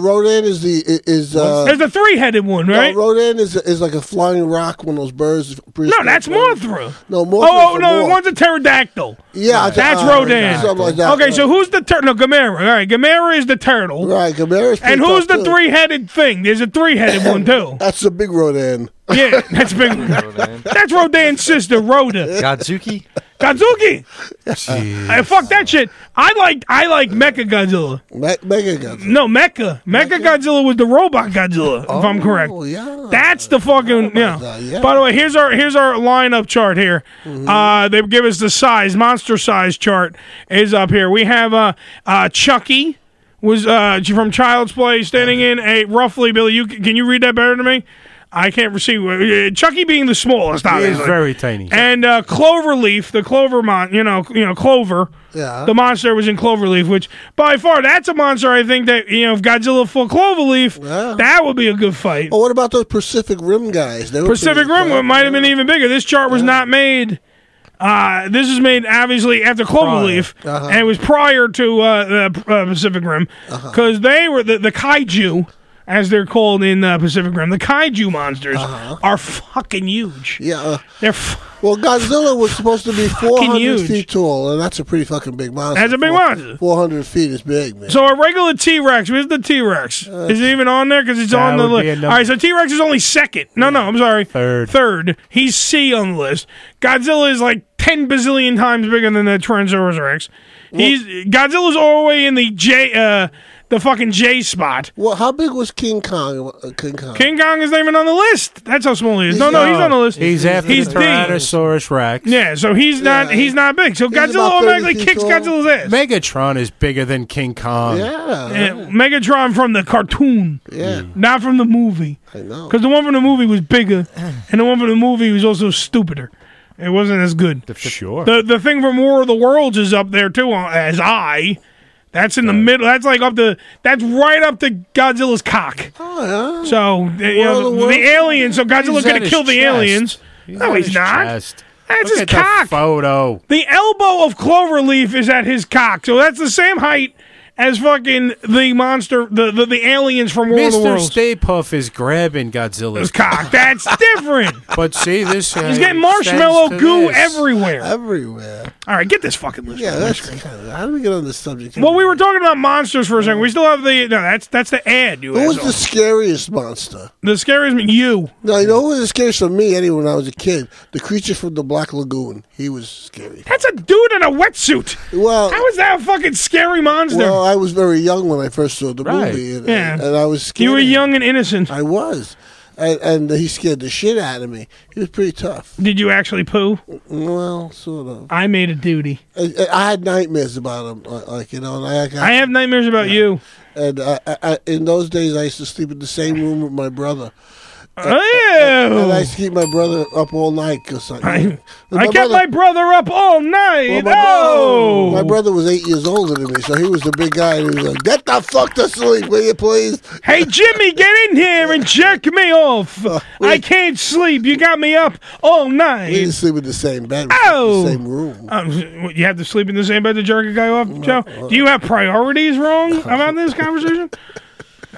[SPEAKER 10] No, Rodan is the i- is uh,
[SPEAKER 9] There's the three-headed one, right?
[SPEAKER 10] No, Rodan is is like a flying rock, one of those birds.
[SPEAKER 9] No, that's Mothra.
[SPEAKER 10] No, Mothra's
[SPEAKER 9] Oh, oh
[SPEAKER 10] the
[SPEAKER 9] no,
[SPEAKER 10] Moth.
[SPEAKER 9] one's a pterodactyl.
[SPEAKER 10] Yeah, I-
[SPEAKER 9] that's
[SPEAKER 10] uh,
[SPEAKER 9] Rodan.
[SPEAKER 10] something like that,
[SPEAKER 9] Okay,
[SPEAKER 10] right.
[SPEAKER 9] so who's the turtle? No, Gamera. All right, Gamera is the turtle.
[SPEAKER 10] Right, Gamera's
[SPEAKER 9] And
[SPEAKER 10] pretty
[SPEAKER 9] who's
[SPEAKER 10] tough,
[SPEAKER 9] the
[SPEAKER 10] too.
[SPEAKER 9] three-headed thing? There's a three-headed
[SPEAKER 10] *laughs*
[SPEAKER 9] one too.
[SPEAKER 10] That's the big Rodan. *laughs*
[SPEAKER 9] Yeah, that's big. that's Rodan's sister, Rhoda. Godzuki. Godzuki. Hey, fuck that shit. I like I like Mecha Godzilla.
[SPEAKER 10] Mecha Godzilla.
[SPEAKER 9] No, Mecha. Mecha Godzilla was the robot Godzilla, if I'm correct.
[SPEAKER 10] Oh, yeah. Oh
[SPEAKER 9] That's the fucking
[SPEAKER 10] yeah.
[SPEAKER 9] yeah.
[SPEAKER 10] Mm-hmm.
[SPEAKER 9] By the way, here's our here's our lineup chart here. Uh, they give us the size, monster size chart is up here. We have uh, uh, Chucky was uh, from Child's Play standing in a roughly Billy. You can you read that better than me? I can't see uh, Chucky being the smallest.
[SPEAKER 11] He is
[SPEAKER 9] Obviously,
[SPEAKER 11] very tiny.
[SPEAKER 9] and uh, Cloverleaf, the Clover mon, you know, you know, Clover.
[SPEAKER 11] Yeah.
[SPEAKER 9] The monster was in Cloverleaf, which by far that's a monster. I think that you know, if Godzilla fought Cloverleaf, that would be a good fight.
[SPEAKER 10] Oh, what about those Pacific Rim guys? They were
[SPEAKER 9] Pacific Rim one might have been even bigger. This chart was not made. Uh, this is made obviously after Cloverleaf,
[SPEAKER 10] Uh-huh.
[SPEAKER 9] and it was prior to uh, the uh, Pacific Rim because they were the, the kaiju, as they're called in uh, Pacific Rim. The kaiju monsters are fucking
[SPEAKER 10] Uh-huh.
[SPEAKER 9] huge.
[SPEAKER 10] Yeah, uh,
[SPEAKER 9] they're
[SPEAKER 10] well, Godzilla was supposed to be 400
[SPEAKER 9] huge.
[SPEAKER 10] feet tall, and that's a pretty fucking big monster.
[SPEAKER 9] That's a big monster.
[SPEAKER 10] 400 feet is big, man.
[SPEAKER 9] So a regular T Rex. Where's the T Rex? is it even on there? Because it's
[SPEAKER 10] Uh, That
[SPEAKER 9] on the
[SPEAKER 10] would be a
[SPEAKER 9] list.
[SPEAKER 10] number-
[SPEAKER 9] All right, so T Rex is only second. No, no, I'm sorry. Third. Third. He's C on the list. Godzilla is like ten bazillion times bigger than the Tyrannosaurus Rex. He's Godzilla's all the way in the J, uh, the fucking J spot.
[SPEAKER 10] Well, how big was King Kong? Uh, King Kong.
[SPEAKER 9] King Kong is not even on the list. That's how small he is. No, no, he's on the list.
[SPEAKER 11] He's after
[SPEAKER 9] he's
[SPEAKER 11] the
[SPEAKER 9] D.
[SPEAKER 11] Tyrannosaurus Rex.
[SPEAKER 9] Yeah, so he's not he's not big. So Godzilla automatically kicks Godzilla's ass.
[SPEAKER 11] Megatron is bigger than King Kong.
[SPEAKER 9] Yeah, Um, Megatron from the cartoon. Mm.
[SPEAKER 11] Yeah.
[SPEAKER 9] Not from the movie.
[SPEAKER 10] I know.
[SPEAKER 9] Because the one from the movie was
[SPEAKER 11] *sighs*
[SPEAKER 9] bigger, and the one from the movie was also stupider. It wasn't as good.
[SPEAKER 11] Sure.
[SPEAKER 9] The the thing from War of the Worlds is up there too. uh, As I, that's in the middle. That's like up to that's right up to Godzilla's cock.
[SPEAKER 10] Oh
[SPEAKER 9] yeah. So uh, you
[SPEAKER 11] War of
[SPEAKER 9] know,
[SPEAKER 11] the
[SPEAKER 9] the,
[SPEAKER 11] Worlds?
[SPEAKER 9] aliens. So
[SPEAKER 11] He's
[SPEAKER 9] Godzilla's
[SPEAKER 11] at
[SPEAKER 9] gonna
[SPEAKER 11] his
[SPEAKER 9] kill the
[SPEAKER 11] chest.
[SPEAKER 9] aliens. no,
[SPEAKER 11] at
[SPEAKER 9] he's
[SPEAKER 11] his
[SPEAKER 9] not.
[SPEAKER 11] chest.
[SPEAKER 9] That's
[SPEAKER 11] Look
[SPEAKER 9] his
[SPEAKER 11] at
[SPEAKER 9] cock.
[SPEAKER 11] The photo.
[SPEAKER 9] The elbow of Cloverleaf is at his cock, so that's the same height as fucking the monster, the the, the aliens from War of the
[SPEAKER 11] Mr.
[SPEAKER 9] Worlds.
[SPEAKER 11] Stay Puff is grabbing Godzilla's
[SPEAKER 9] cock. That's
[SPEAKER 10] *laughs*
[SPEAKER 9] different.
[SPEAKER 11] But see this. guy
[SPEAKER 9] He's getting
[SPEAKER 11] extends
[SPEAKER 9] marshmallow
[SPEAKER 11] to
[SPEAKER 9] goo
[SPEAKER 11] this.
[SPEAKER 9] everywhere.
[SPEAKER 10] Everywhere.
[SPEAKER 9] All right, get this fucking list.
[SPEAKER 10] Yeah, that's kind of. How do we get on this subject?
[SPEAKER 9] Well, we were talking about monsters for a second. We still have the no. That's that's the ad. You
[SPEAKER 10] Who was
[SPEAKER 9] asshole.
[SPEAKER 10] the scariest monster?
[SPEAKER 9] The scariest you.
[SPEAKER 10] No, you know who was the scariest for me anyway when I was a kid? The creature from the Black Lagoon. He was scary.
[SPEAKER 9] That's a dude in a wetsuit.
[SPEAKER 10] Well,
[SPEAKER 9] how is that a fucking scary monster?
[SPEAKER 10] Well, I was very young when I first saw the
[SPEAKER 9] Right.
[SPEAKER 10] movie, and,
[SPEAKER 9] Yeah.
[SPEAKER 10] and, I was scared.
[SPEAKER 9] You were young and innocent.
[SPEAKER 10] I was, and, and he scared the shit out of me. He was pretty tough.
[SPEAKER 9] Did you actually poo?
[SPEAKER 10] Well, sort of.
[SPEAKER 9] I made a duty.
[SPEAKER 10] I, I had nightmares about him, li- like you know. And I, got,
[SPEAKER 9] I have nightmares about you.
[SPEAKER 10] And I, I, I, in those days, I used to sleep in the same room with my brother.
[SPEAKER 9] Oh.
[SPEAKER 10] And I used to keep my brother up all night or something.
[SPEAKER 9] I kept my brother up all
[SPEAKER 10] Well,
[SPEAKER 9] night.
[SPEAKER 10] my,
[SPEAKER 9] oh,
[SPEAKER 10] brother, my brother was eight years older than me, so he was the big guy. And he was like, "Get the fuck to sleep, will you please?"
[SPEAKER 9] Hey Jimmy, get in here and jerk me off. I can't sleep. You got me up all night.
[SPEAKER 10] We didn't sleep in the same bed, we slept
[SPEAKER 9] Oh,
[SPEAKER 10] in the same room.
[SPEAKER 9] Um, what, you have to sleep in
[SPEAKER 10] uh, *laughs*
[SPEAKER 9] the same bed to jerk a guy off, Joe. Do you have priorities wrong about this conversation?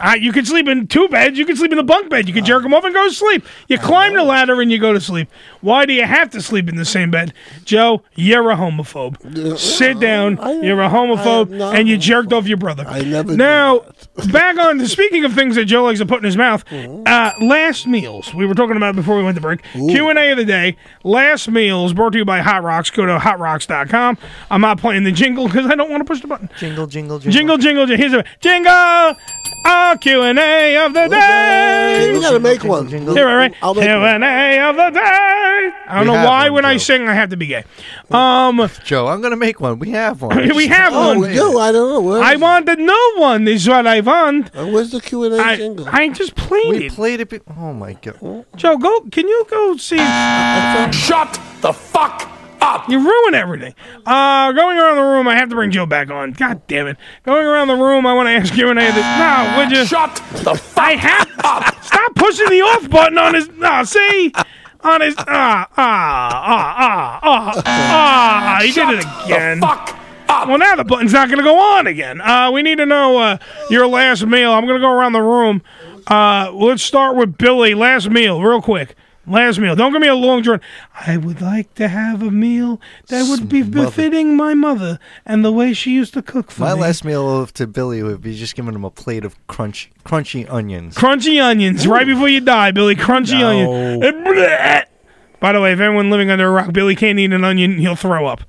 [SPEAKER 9] Uh, you can sleep in two beds. You can sleep in the bunk bed. You can jerk them off and go to sleep.
[SPEAKER 10] Uh-huh.
[SPEAKER 9] You climb the ladder and you go to sleep. Why do you have to sleep in the same bed? Joe, you're a
[SPEAKER 10] Uh,
[SPEAKER 9] homophobe. Sit down. You're a homophobe, and you jerked off your brother. I never. Now, back on to speaking of things that Joe likes to put in his mouth. Uh, last meals we were talking about before we went to break. Q and A of the day. Last meals brought to you by Hot Rocks. Go to hotrocks.com. I'm not playing the jingle because I don't want to push the button.
[SPEAKER 13] Jingle, jingle, jingle.
[SPEAKER 9] Jingle, jingle, jingle. Here's a jingle. Our Q and A of the day.
[SPEAKER 10] You gotta make one.
[SPEAKER 9] Here, all right.
[SPEAKER 10] I'll
[SPEAKER 9] Q
[SPEAKER 10] make
[SPEAKER 9] and A of the day. I don't
[SPEAKER 13] We
[SPEAKER 9] know
[SPEAKER 13] have
[SPEAKER 9] why
[SPEAKER 13] one,
[SPEAKER 9] when I sing I have to be gay. Um,
[SPEAKER 13] Joe, I'm gonna make one. We have one.
[SPEAKER 9] *laughs* we have
[SPEAKER 13] one.
[SPEAKER 9] one. I don't know. I want to know one. Is what I want.
[SPEAKER 10] where's the Q and
[SPEAKER 9] A jingle? I just played
[SPEAKER 13] We
[SPEAKER 9] it.
[SPEAKER 13] played it. Be- oh my god.
[SPEAKER 9] Joe, go. Can you go see? Shut the fuck up. You ruin everything. Uh, going around the room, I have to bring Joe back on. God damn it. Going around the room, I want to ask you an answer. No, would you? Shut the fuck I have, up. Stop pushing the off button on his. No, see? On his. Ah, ah, ah, ah, ah, ah. He did it again. fuck Uh, Well, now the button's not going to go on again. Uh, we need to know uh, your last meal. I'm going to go around the room. Uh, let's start with Billy. Last meal, real quick. Last meal. Don't give me a long drink. I would like to have a meal that would be befitting my mother and the way she used to cook for
[SPEAKER 13] My
[SPEAKER 9] me.
[SPEAKER 13] last meal to Billy would be just giving him a plate of crunch, crunchy onions.
[SPEAKER 9] Crunchy onions right before you die, Billy. Crunchy
[SPEAKER 13] No.
[SPEAKER 9] onion. Eh, bleh. By the way, if anyone living under a rock, Billy can't eat an onion, he'll throw up.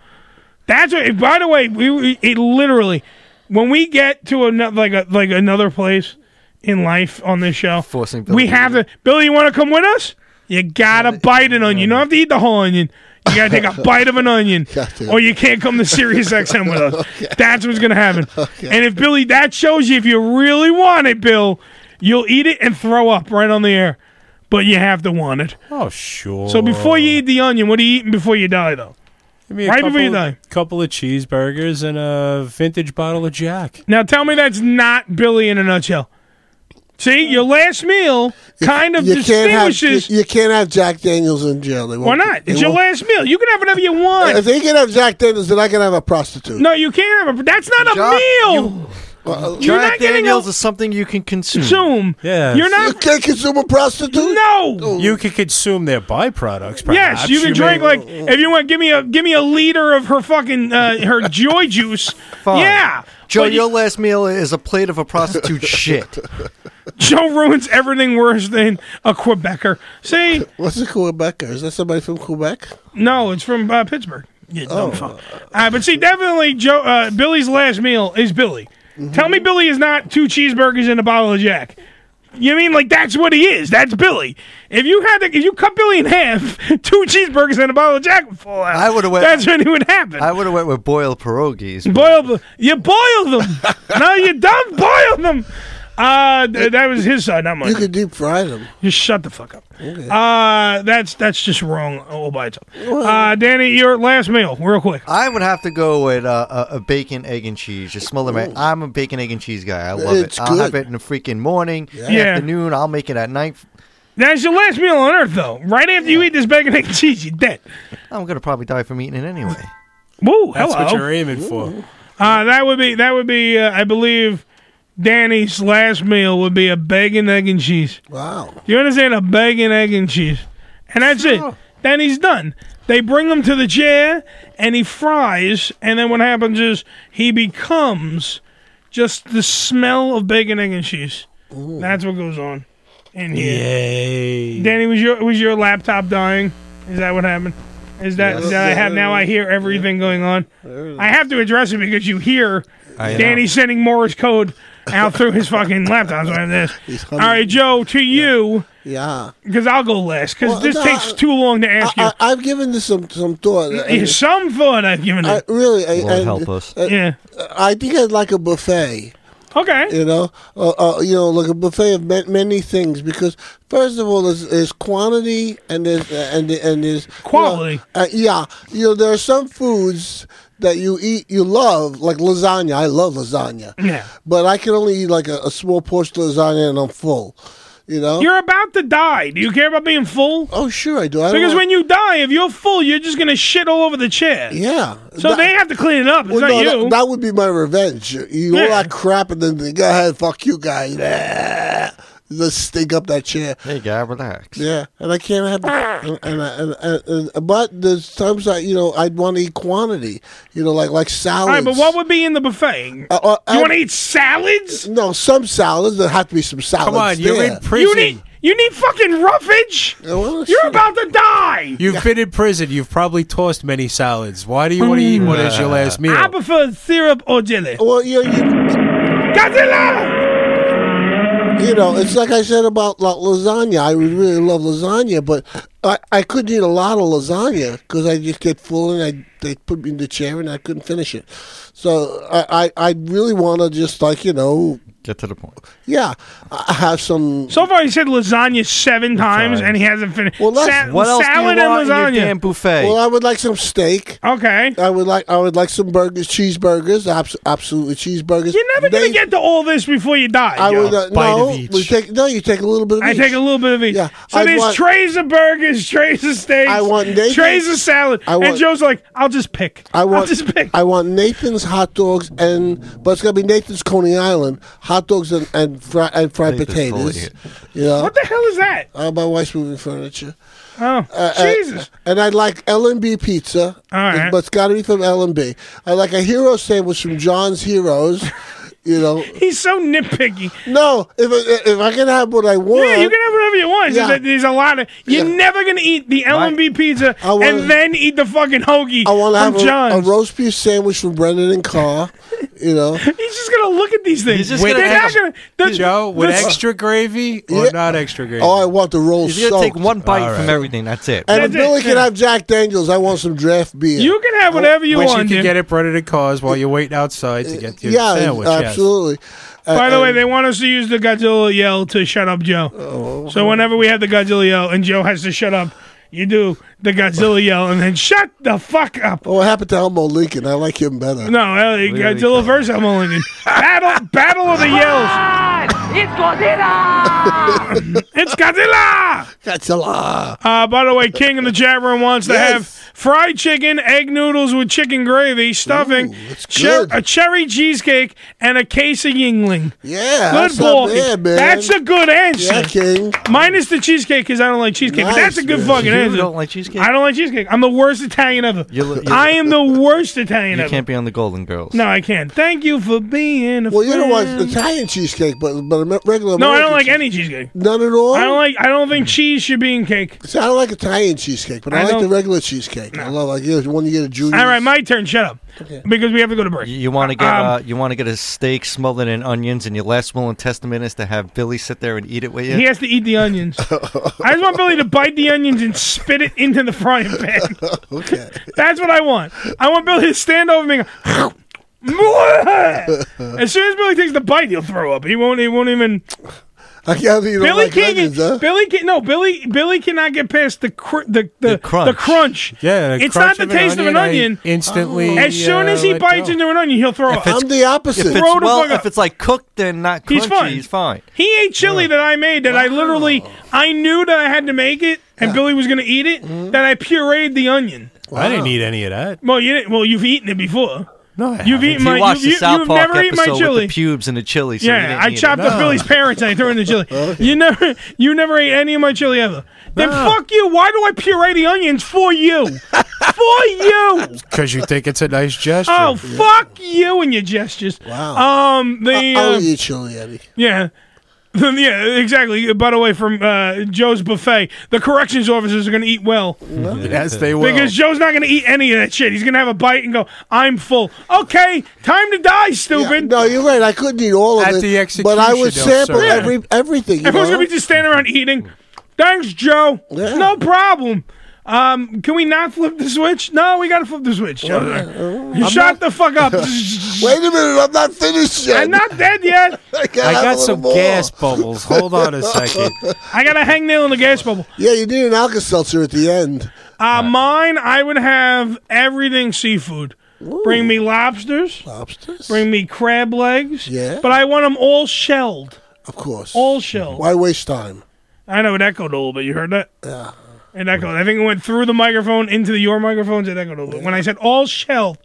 [SPEAKER 9] That's what. By the way, we, we it literally when we get to another like a, like another place in life on this show,
[SPEAKER 13] Billy
[SPEAKER 9] we
[SPEAKER 13] to
[SPEAKER 9] have to. Billy, you want to come with us? You gotta bite an onion. You don't have to eat the whole onion. You gotta take
[SPEAKER 13] *laughs*
[SPEAKER 9] a bite of an onion, or you can't come to Sirius XM with us. That's what's gonna
[SPEAKER 13] *laughs*
[SPEAKER 9] happen. And if Billy, that shows you if you really want it, Bill, you'll eat it and throw up right on the air. But you have to want it.
[SPEAKER 11] Oh sure.
[SPEAKER 9] So before
[SPEAKER 13] Oh.
[SPEAKER 9] you eat the onion, what are you eating before you die, though?
[SPEAKER 11] Give me a
[SPEAKER 9] right
[SPEAKER 11] couple,
[SPEAKER 9] before you die.
[SPEAKER 11] couple of cheeseburgers and a vintage bottle of Jack.
[SPEAKER 9] Now tell me that's not Billy in a nutshell. See, your last meal kind of
[SPEAKER 10] You can't have you,
[SPEAKER 9] distinguishes.
[SPEAKER 10] you can't have Jack Daniels in jail. They
[SPEAKER 9] Why
[SPEAKER 10] won't-
[SPEAKER 9] not?
[SPEAKER 10] they
[SPEAKER 9] It's your
[SPEAKER 10] won't-
[SPEAKER 9] last meal. You can have whatever you want.
[SPEAKER 10] If they can have Jack Daniels, then I can have a prostitute.
[SPEAKER 9] no, you can't have it. That's not a meal. You're
[SPEAKER 10] Jack
[SPEAKER 9] not getting
[SPEAKER 10] Daniels
[SPEAKER 9] a,
[SPEAKER 13] uh, is something you
[SPEAKER 9] *laughs*
[SPEAKER 13] can consume.
[SPEAKER 9] Zoom.
[SPEAKER 11] Yeah.
[SPEAKER 9] You're not.
[SPEAKER 10] You can't consume a prostitute.
[SPEAKER 9] No.
[SPEAKER 11] You can consume their byproducts.
[SPEAKER 9] Yes,
[SPEAKER 11] Perhaps.
[SPEAKER 9] you can drink
[SPEAKER 11] may-
[SPEAKER 9] like if you want. Give me a give me a liter of her fucking uh, her joy juice.
[SPEAKER 13] Fine.
[SPEAKER 9] Yeah,
[SPEAKER 13] Joe,
[SPEAKER 9] But you-
[SPEAKER 13] your last meal is a plate of a prostitute *laughs* shit.
[SPEAKER 9] Joe ruins everything worse than a Quebecer. See,
[SPEAKER 10] what's a Quebecer? Is that somebody from Quebec? Oh.
[SPEAKER 9] No, it's from uh, Pittsburgh. You dumb fuck. Uh, but see, definitely Joe uh, Billy's last meal is Billy.
[SPEAKER 10] Mm-hmm.
[SPEAKER 9] Tell me, Billy is not two cheeseburgers and a bottle of Jack. You mean like that's what he is? That's Billy. If you had to, if you cut Billy in half, *laughs* two cheeseburgers and a bottle of Jack would fall out. I would have.
[SPEAKER 13] went-
[SPEAKER 9] That's what would happen.
[SPEAKER 13] I would have went with boiled pierogies.
[SPEAKER 9] Boil the you boil them.
[SPEAKER 11] *laughs*
[SPEAKER 9] no, you don't boil them. Uh, th- that was his side, not mine.
[SPEAKER 10] You could deep fry them.
[SPEAKER 9] Just shut the fuck up. Uh, that's that's just wrong all by itself. Uh, Danny, your last meal, real quick.
[SPEAKER 13] I would have to go with uh, a, a bacon, egg, and cheese. Just smother my. I'm a bacon, egg, and cheese guy. I love
[SPEAKER 9] It's
[SPEAKER 13] it. I'll have
[SPEAKER 9] good.
[SPEAKER 13] it in the freaking morning,
[SPEAKER 9] Yeah.
[SPEAKER 13] afternoon. I'll make it at night.
[SPEAKER 9] That's your last meal on earth, though. Right after you eat this bacon, egg, and cheese, you're dead.
[SPEAKER 13] I'm gonna probably die from eating it anyway.
[SPEAKER 9] Woo,
[SPEAKER 11] That's what
[SPEAKER 9] hello.
[SPEAKER 11] you're aiming for.
[SPEAKER 9] Uh, that would be that would be uh, I believe Danny's last meal would be a bacon, egg, and cheese.
[SPEAKER 10] Wow.
[SPEAKER 9] You understand a bacon, egg, and cheese, and that's it. Then he's done. They bring him to the chair, and he fries. And then what happens is he becomes just the smell of bacon, egg, and cheese. That's what goes on in here.
[SPEAKER 11] Yay.
[SPEAKER 9] Danny, was your was your laptop dying? Is that what happened? Is that
[SPEAKER 10] Yes.
[SPEAKER 9] that I have now? I hear everything going on. I have to address it because you hear
[SPEAKER 10] I know.
[SPEAKER 9] Danny sending Morse code out through his fucking laptop. So I have this. All right, Joe, to you
[SPEAKER 10] Yeah.
[SPEAKER 9] because I'll go last because
[SPEAKER 10] Well,
[SPEAKER 9] this
[SPEAKER 10] no,
[SPEAKER 9] takes
[SPEAKER 10] I-
[SPEAKER 9] too long to ask
[SPEAKER 10] I, I've given this some some thought.
[SPEAKER 9] you. Some thought I've given
[SPEAKER 10] uh, I,
[SPEAKER 9] it.
[SPEAKER 10] really, I,
[SPEAKER 9] Lord
[SPEAKER 10] I-
[SPEAKER 9] help us.
[SPEAKER 10] I-
[SPEAKER 9] Yeah.
[SPEAKER 10] I think I'd like a buffet.
[SPEAKER 9] Okay.
[SPEAKER 10] You know, uh, uh, you know, like a buffet of ma- many things because first of all, there's, there's quantity and there's uh, and and there's you know,
[SPEAKER 9] Quality.
[SPEAKER 10] uh, yeah, you know, there are some foods that you eat you love, like lasagna. I love lasagna.
[SPEAKER 9] Yeah.
[SPEAKER 10] But I can only eat like a, a small portion of lasagna and I'm full. You know,
[SPEAKER 9] You're about to die. Do you care about being full?
[SPEAKER 10] Oh, sure I do. I
[SPEAKER 9] because
[SPEAKER 10] don't-
[SPEAKER 9] when you die, if you're full, you're just gonna shit all over the chair.
[SPEAKER 10] Yeah.
[SPEAKER 9] So
[SPEAKER 10] That-
[SPEAKER 9] they have to clean it up. It's
[SPEAKER 10] Well,
[SPEAKER 9] not
[SPEAKER 10] no,
[SPEAKER 9] you.
[SPEAKER 10] That, that would be my revenge. You you all that crap, and then they go ahead, fuck you, guy. Let's stink up that chair.
[SPEAKER 13] Hey, guy, relax.
[SPEAKER 10] Yeah, and I can't have. And, and, and, and, but there's times I, you know, I'd want to eat quantity. You know, like like
[SPEAKER 9] all
[SPEAKER 10] salads.
[SPEAKER 9] right, but what would be in the buffet?
[SPEAKER 10] Uh, uh, I-
[SPEAKER 9] you want to eat salads?
[SPEAKER 10] No, some salads. There have to be some salads. there.
[SPEAKER 9] You need, you need fucking roughage. You're about to die.
[SPEAKER 11] You've been in prison. You've probably tossed many salads. Why do you want to eat one as your
[SPEAKER 10] Mm.
[SPEAKER 11] last meal?
[SPEAKER 9] I prefer syrup or jelly.
[SPEAKER 10] Well, you,
[SPEAKER 9] Godzilla!
[SPEAKER 10] You know, it's like I said about la- lasagna. I would really love lasagna, but I, I couldn't eat a lot of lasagna because I just get full and I they put me in the chair and I couldn't finish it. So I I, I really want to just like you know
[SPEAKER 13] get to the point.
[SPEAKER 10] Yeah, I have some.
[SPEAKER 9] *laughs* So far, he said lasagna seven times, and he hasn't finished. Well,
[SPEAKER 10] that's- What else do you
[SPEAKER 9] salad
[SPEAKER 10] want in your
[SPEAKER 9] and lasagna.
[SPEAKER 10] damn
[SPEAKER 13] buffet?
[SPEAKER 10] Well, I would like some steak.
[SPEAKER 9] Okay.
[SPEAKER 10] I would like I would like some burgers, cheeseburgers, abs- absolutely cheeseburgers.
[SPEAKER 9] You're never gonna get to all this before you die.
[SPEAKER 10] I
[SPEAKER 9] yo.
[SPEAKER 10] would uh, no, we take no. You take a little bit of.
[SPEAKER 9] I
[SPEAKER 10] each.
[SPEAKER 9] take a little bit of each.
[SPEAKER 10] Yeah,
[SPEAKER 9] So
[SPEAKER 10] I'd
[SPEAKER 9] there's
[SPEAKER 10] want-
[SPEAKER 9] trays of burgers, trays of steaks.
[SPEAKER 10] I want Nathan's-
[SPEAKER 9] trays of salad.
[SPEAKER 10] I want-
[SPEAKER 9] and Joe's like, I'll just pick.
[SPEAKER 10] I want
[SPEAKER 9] I'll just pick.
[SPEAKER 10] I want Nathan's hot dogs and but it's gonna be Nathan's Coney Island hot dogs and and, fri- and fried
[SPEAKER 9] Nathan's
[SPEAKER 10] potatoes.
[SPEAKER 9] Coney
[SPEAKER 10] You know,
[SPEAKER 9] What the hell is that?
[SPEAKER 10] Uh, my wife's moving furniture. Uh,
[SPEAKER 9] Oh, Jesus.
[SPEAKER 10] And I'd like L and B pizza,
[SPEAKER 9] All right.
[SPEAKER 10] but it's got to be from L and B. I like a hero sandwich from John's Heroes. You know,
[SPEAKER 9] *laughs* he's so nitpicky.
[SPEAKER 10] No, if I- if I can have what I want,
[SPEAKER 9] Yeah, you can have whatever you want. It's just
[SPEAKER 10] Yeah.
[SPEAKER 9] that There's a lot of. You're never gonna eat the L and B pizza and then eat the fucking hoagie I
[SPEAKER 10] I'll
[SPEAKER 9] from
[SPEAKER 10] have a, a
[SPEAKER 9] John's.
[SPEAKER 10] roast beef sandwich from Brendan and Carr. You
[SPEAKER 9] *laughs*
[SPEAKER 10] know,
[SPEAKER 9] he's just gonna look at these things.
[SPEAKER 11] just With
[SPEAKER 9] They're
[SPEAKER 11] ex-
[SPEAKER 9] not gonna- the-
[SPEAKER 11] Joe, with
[SPEAKER 9] the-
[SPEAKER 11] extra gravy or
[SPEAKER 10] Yeah.
[SPEAKER 11] not extra gravy?
[SPEAKER 10] oh, I want the rolls.
[SPEAKER 11] He's gonna take
[SPEAKER 10] soaked.
[SPEAKER 11] one bite
[SPEAKER 13] All
[SPEAKER 11] from
[SPEAKER 13] From everything, that's it.
[SPEAKER 10] And if
[SPEAKER 11] That's
[SPEAKER 10] Billy
[SPEAKER 11] it,
[SPEAKER 10] can
[SPEAKER 11] yeah.
[SPEAKER 10] have Jack Daniels, I want some draft beer.
[SPEAKER 9] You can have whatever you
[SPEAKER 11] Which
[SPEAKER 9] want.
[SPEAKER 11] you can
[SPEAKER 9] dude.
[SPEAKER 11] get it breaded at cars while you're waiting outside to get your
[SPEAKER 10] yeah,
[SPEAKER 11] sandwich.
[SPEAKER 10] absolutely. uh,
[SPEAKER 9] By the way, they want us to use the Godzilla yell to shut up Joe.
[SPEAKER 10] Oh.
[SPEAKER 9] so whenever we have the Godzilla yell and Joe has to shut up, you do the Godzilla yell and then shut the fuck up.
[SPEAKER 10] Oh, what happened to Elmo Lincoln? I like him better.
[SPEAKER 9] No, uh, Godzilla versus Elmo Lincoln. Battle, battle of the yells.
[SPEAKER 15] It's
[SPEAKER 10] *laughs*
[SPEAKER 15] Godzilla!
[SPEAKER 9] It's Godzilla.
[SPEAKER 10] Godzilla.
[SPEAKER 9] Uh, by the way, King in the chat room wants to have fried chicken, egg noodles with chicken gravy, stuffing, cher- a cherry cheesecake, and a case of Yingling.
[SPEAKER 10] Yeah,
[SPEAKER 9] good
[SPEAKER 10] that's not
[SPEAKER 9] ball.
[SPEAKER 10] bad, man.
[SPEAKER 9] That's a good answer.
[SPEAKER 10] Yeah, King.
[SPEAKER 9] Minus the cheesecake because I don't like cheesecake, but that's a
[SPEAKER 10] Nice,
[SPEAKER 9] good
[SPEAKER 10] man.
[SPEAKER 9] fucking
[SPEAKER 10] You
[SPEAKER 9] answer.
[SPEAKER 10] don't
[SPEAKER 13] like cheesecake?
[SPEAKER 9] I don't like cheesecake. I'm the worst Italian ever.
[SPEAKER 13] You're- you're-
[SPEAKER 9] I am the worst Italian
[SPEAKER 13] You
[SPEAKER 9] ever.
[SPEAKER 13] can't be on the Golden Girls.
[SPEAKER 9] No, I can't. Thank you for being. A
[SPEAKER 10] Well, you don't
[SPEAKER 9] friend.
[SPEAKER 10] want Italian cheesecake, but but Amer- regular.
[SPEAKER 9] No, I don't
[SPEAKER 10] American
[SPEAKER 9] like any cheesecake.
[SPEAKER 10] None at all.
[SPEAKER 9] I don't like. I don't think cheese should be in cake.
[SPEAKER 10] See, I don't like Italian cheesecake, but I,
[SPEAKER 9] I
[SPEAKER 10] like the
[SPEAKER 9] don't-
[SPEAKER 10] regular cheesecake. I love like you know, when you get a junior.
[SPEAKER 9] All right, my turn. Shut up, because we have to go to break.
[SPEAKER 13] You want to get
[SPEAKER 9] Um,
[SPEAKER 13] uh, you want to get a steak smothered in onions, and your last will and testament is to have Billy sit there and eat it with you.
[SPEAKER 9] He has to eat the onions. I just want Billy to bite the onions and spit it into the frying pan.
[SPEAKER 10] *laughs* okay.
[SPEAKER 9] That's what I want. I want Billy to stand over me. And go, as soon as Billy takes the bite, he'll throw up. He won't. He won't even.
[SPEAKER 10] I can't you don't
[SPEAKER 9] Billy
[SPEAKER 10] like
[SPEAKER 9] King.
[SPEAKER 10] onions, huh?
[SPEAKER 9] Billy King. No, Billy. Billy cannot get past the cr- the, the, the crunch.
[SPEAKER 11] Yeah,
[SPEAKER 9] it's not the taste of an onion.
[SPEAKER 11] instantly,
[SPEAKER 9] As soon as he bites into an onion, he'll throw up.
[SPEAKER 10] I'm the opposite.
[SPEAKER 13] If it's,
[SPEAKER 9] Throw the
[SPEAKER 13] well,
[SPEAKER 9] fuck up.
[SPEAKER 13] if it's like cooked and not crunchy,
[SPEAKER 9] He's
[SPEAKER 13] he's
[SPEAKER 9] fine.
[SPEAKER 13] fine.
[SPEAKER 9] He ate chili that I made that I literally I knew that I had to make it and Billy was gonna eat it.
[SPEAKER 13] Mm-hmm.
[SPEAKER 9] That I pureed the onion.
[SPEAKER 11] I didn't eat any of that.
[SPEAKER 9] Well, you didn't. Well, you've eaten it before.
[SPEAKER 11] No,
[SPEAKER 9] you've
[SPEAKER 13] You
[SPEAKER 9] eaten my.
[SPEAKER 13] watched
[SPEAKER 9] You've, you,
[SPEAKER 13] the South
[SPEAKER 9] have
[SPEAKER 13] Park
[SPEAKER 9] never eaten my
[SPEAKER 13] episode
[SPEAKER 9] chili.
[SPEAKER 13] with the pubes and the chili. So you
[SPEAKER 9] yeah,
[SPEAKER 13] didn't
[SPEAKER 9] I
[SPEAKER 13] eat it.
[SPEAKER 9] chopped up Billy's parents and I threw in the
[SPEAKER 13] *laughs*
[SPEAKER 9] chili. You never, you never ate any of my chili ever. Then fuck you. Why do I puree the onions for
[SPEAKER 13] *laughs*
[SPEAKER 9] you? for you.
[SPEAKER 11] Because you think it's a nice gesture.
[SPEAKER 9] Oh fuck you and your gestures. Wow. Um. The.
[SPEAKER 13] Uh, oh,
[SPEAKER 10] I'll
[SPEAKER 9] um,
[SPEAKER 10] eat chili, Eddie.
[SPEAKER 9] Yeah. *laughs* yeah, exactly. By the way, from uh, Joe's buffet, the corrections officers are going to eat well.
[SPEAKER 11] *laughs* Yes, they will.
[SPEAKER 9] Because Joe's not going to eat any of that shit. He's going to have a bite and go, "I'm full." Okay, time to die, stupid.
[SPEAKER 10] No, you're right. I couldn't eat all of
[SPEAKER 9] At
[SPEAKER 10] it.
[SPEAKER 9] the
[SPEAKER 10] but I
[SPEAKER 9] execution,
[SPEAKER 10] would
[SPEAKER 9] they'll
[SPEAKER 10] sample
[SPEAKER 9] serve it.
[SPEAKER 10] every everything. You
[SPEAKER 9] Everyone's
[SPEAKER 10] know?
[SPEAKER 9] going to be just standing around eating. Thanks, Joe. No problem. Um, can we not flip the switch? No, we got to flip the switch. Joe. You
[SPEAKER 10] I'm
[SPEAKER 9] shut the fuck
[SPEAKER 11] *laughs*
[SPEAKER 9] up.
[SPEAKER 10] Wait a minute, I'm not finished yet.
[SPEAKER 9] I'm not
[SPEAKER 10] *laughs*
[SPEAKER 9] dead yet. I
[SPEAKER 11] I got some gas bubbles. Hold on
[SPEAKER 10] *laughs*
[SPEAKER 11] a second.
[SPEAKER 9] I got a hangnail in the gas bubble.
[SPEAKER 10] Yeah, you need an Alka Seltzer at the end.
[SPEAKER 9] Uh, Mine, I would have everything seafood. Bring me lobsters.
[SPEAKER 10] Lobsters.
[SPEAKER 9] Bring me crab legs.
[SPEAKER 10] Yeah.
[SPEAKER 9] But I want them all shelled.
[SPEAKER 10] Of course.
[SPEAKER 9] All show.
[SPEAKER 10] Why waste time?
[SPEAKER 9] I know it echoed a little bit. You heard that?
[SPEAKER 10] Yeah.
[SPEAKER 9] It echoed. I think it went through the microphone into the your microphones. It echoed a little bit. When I said all shell,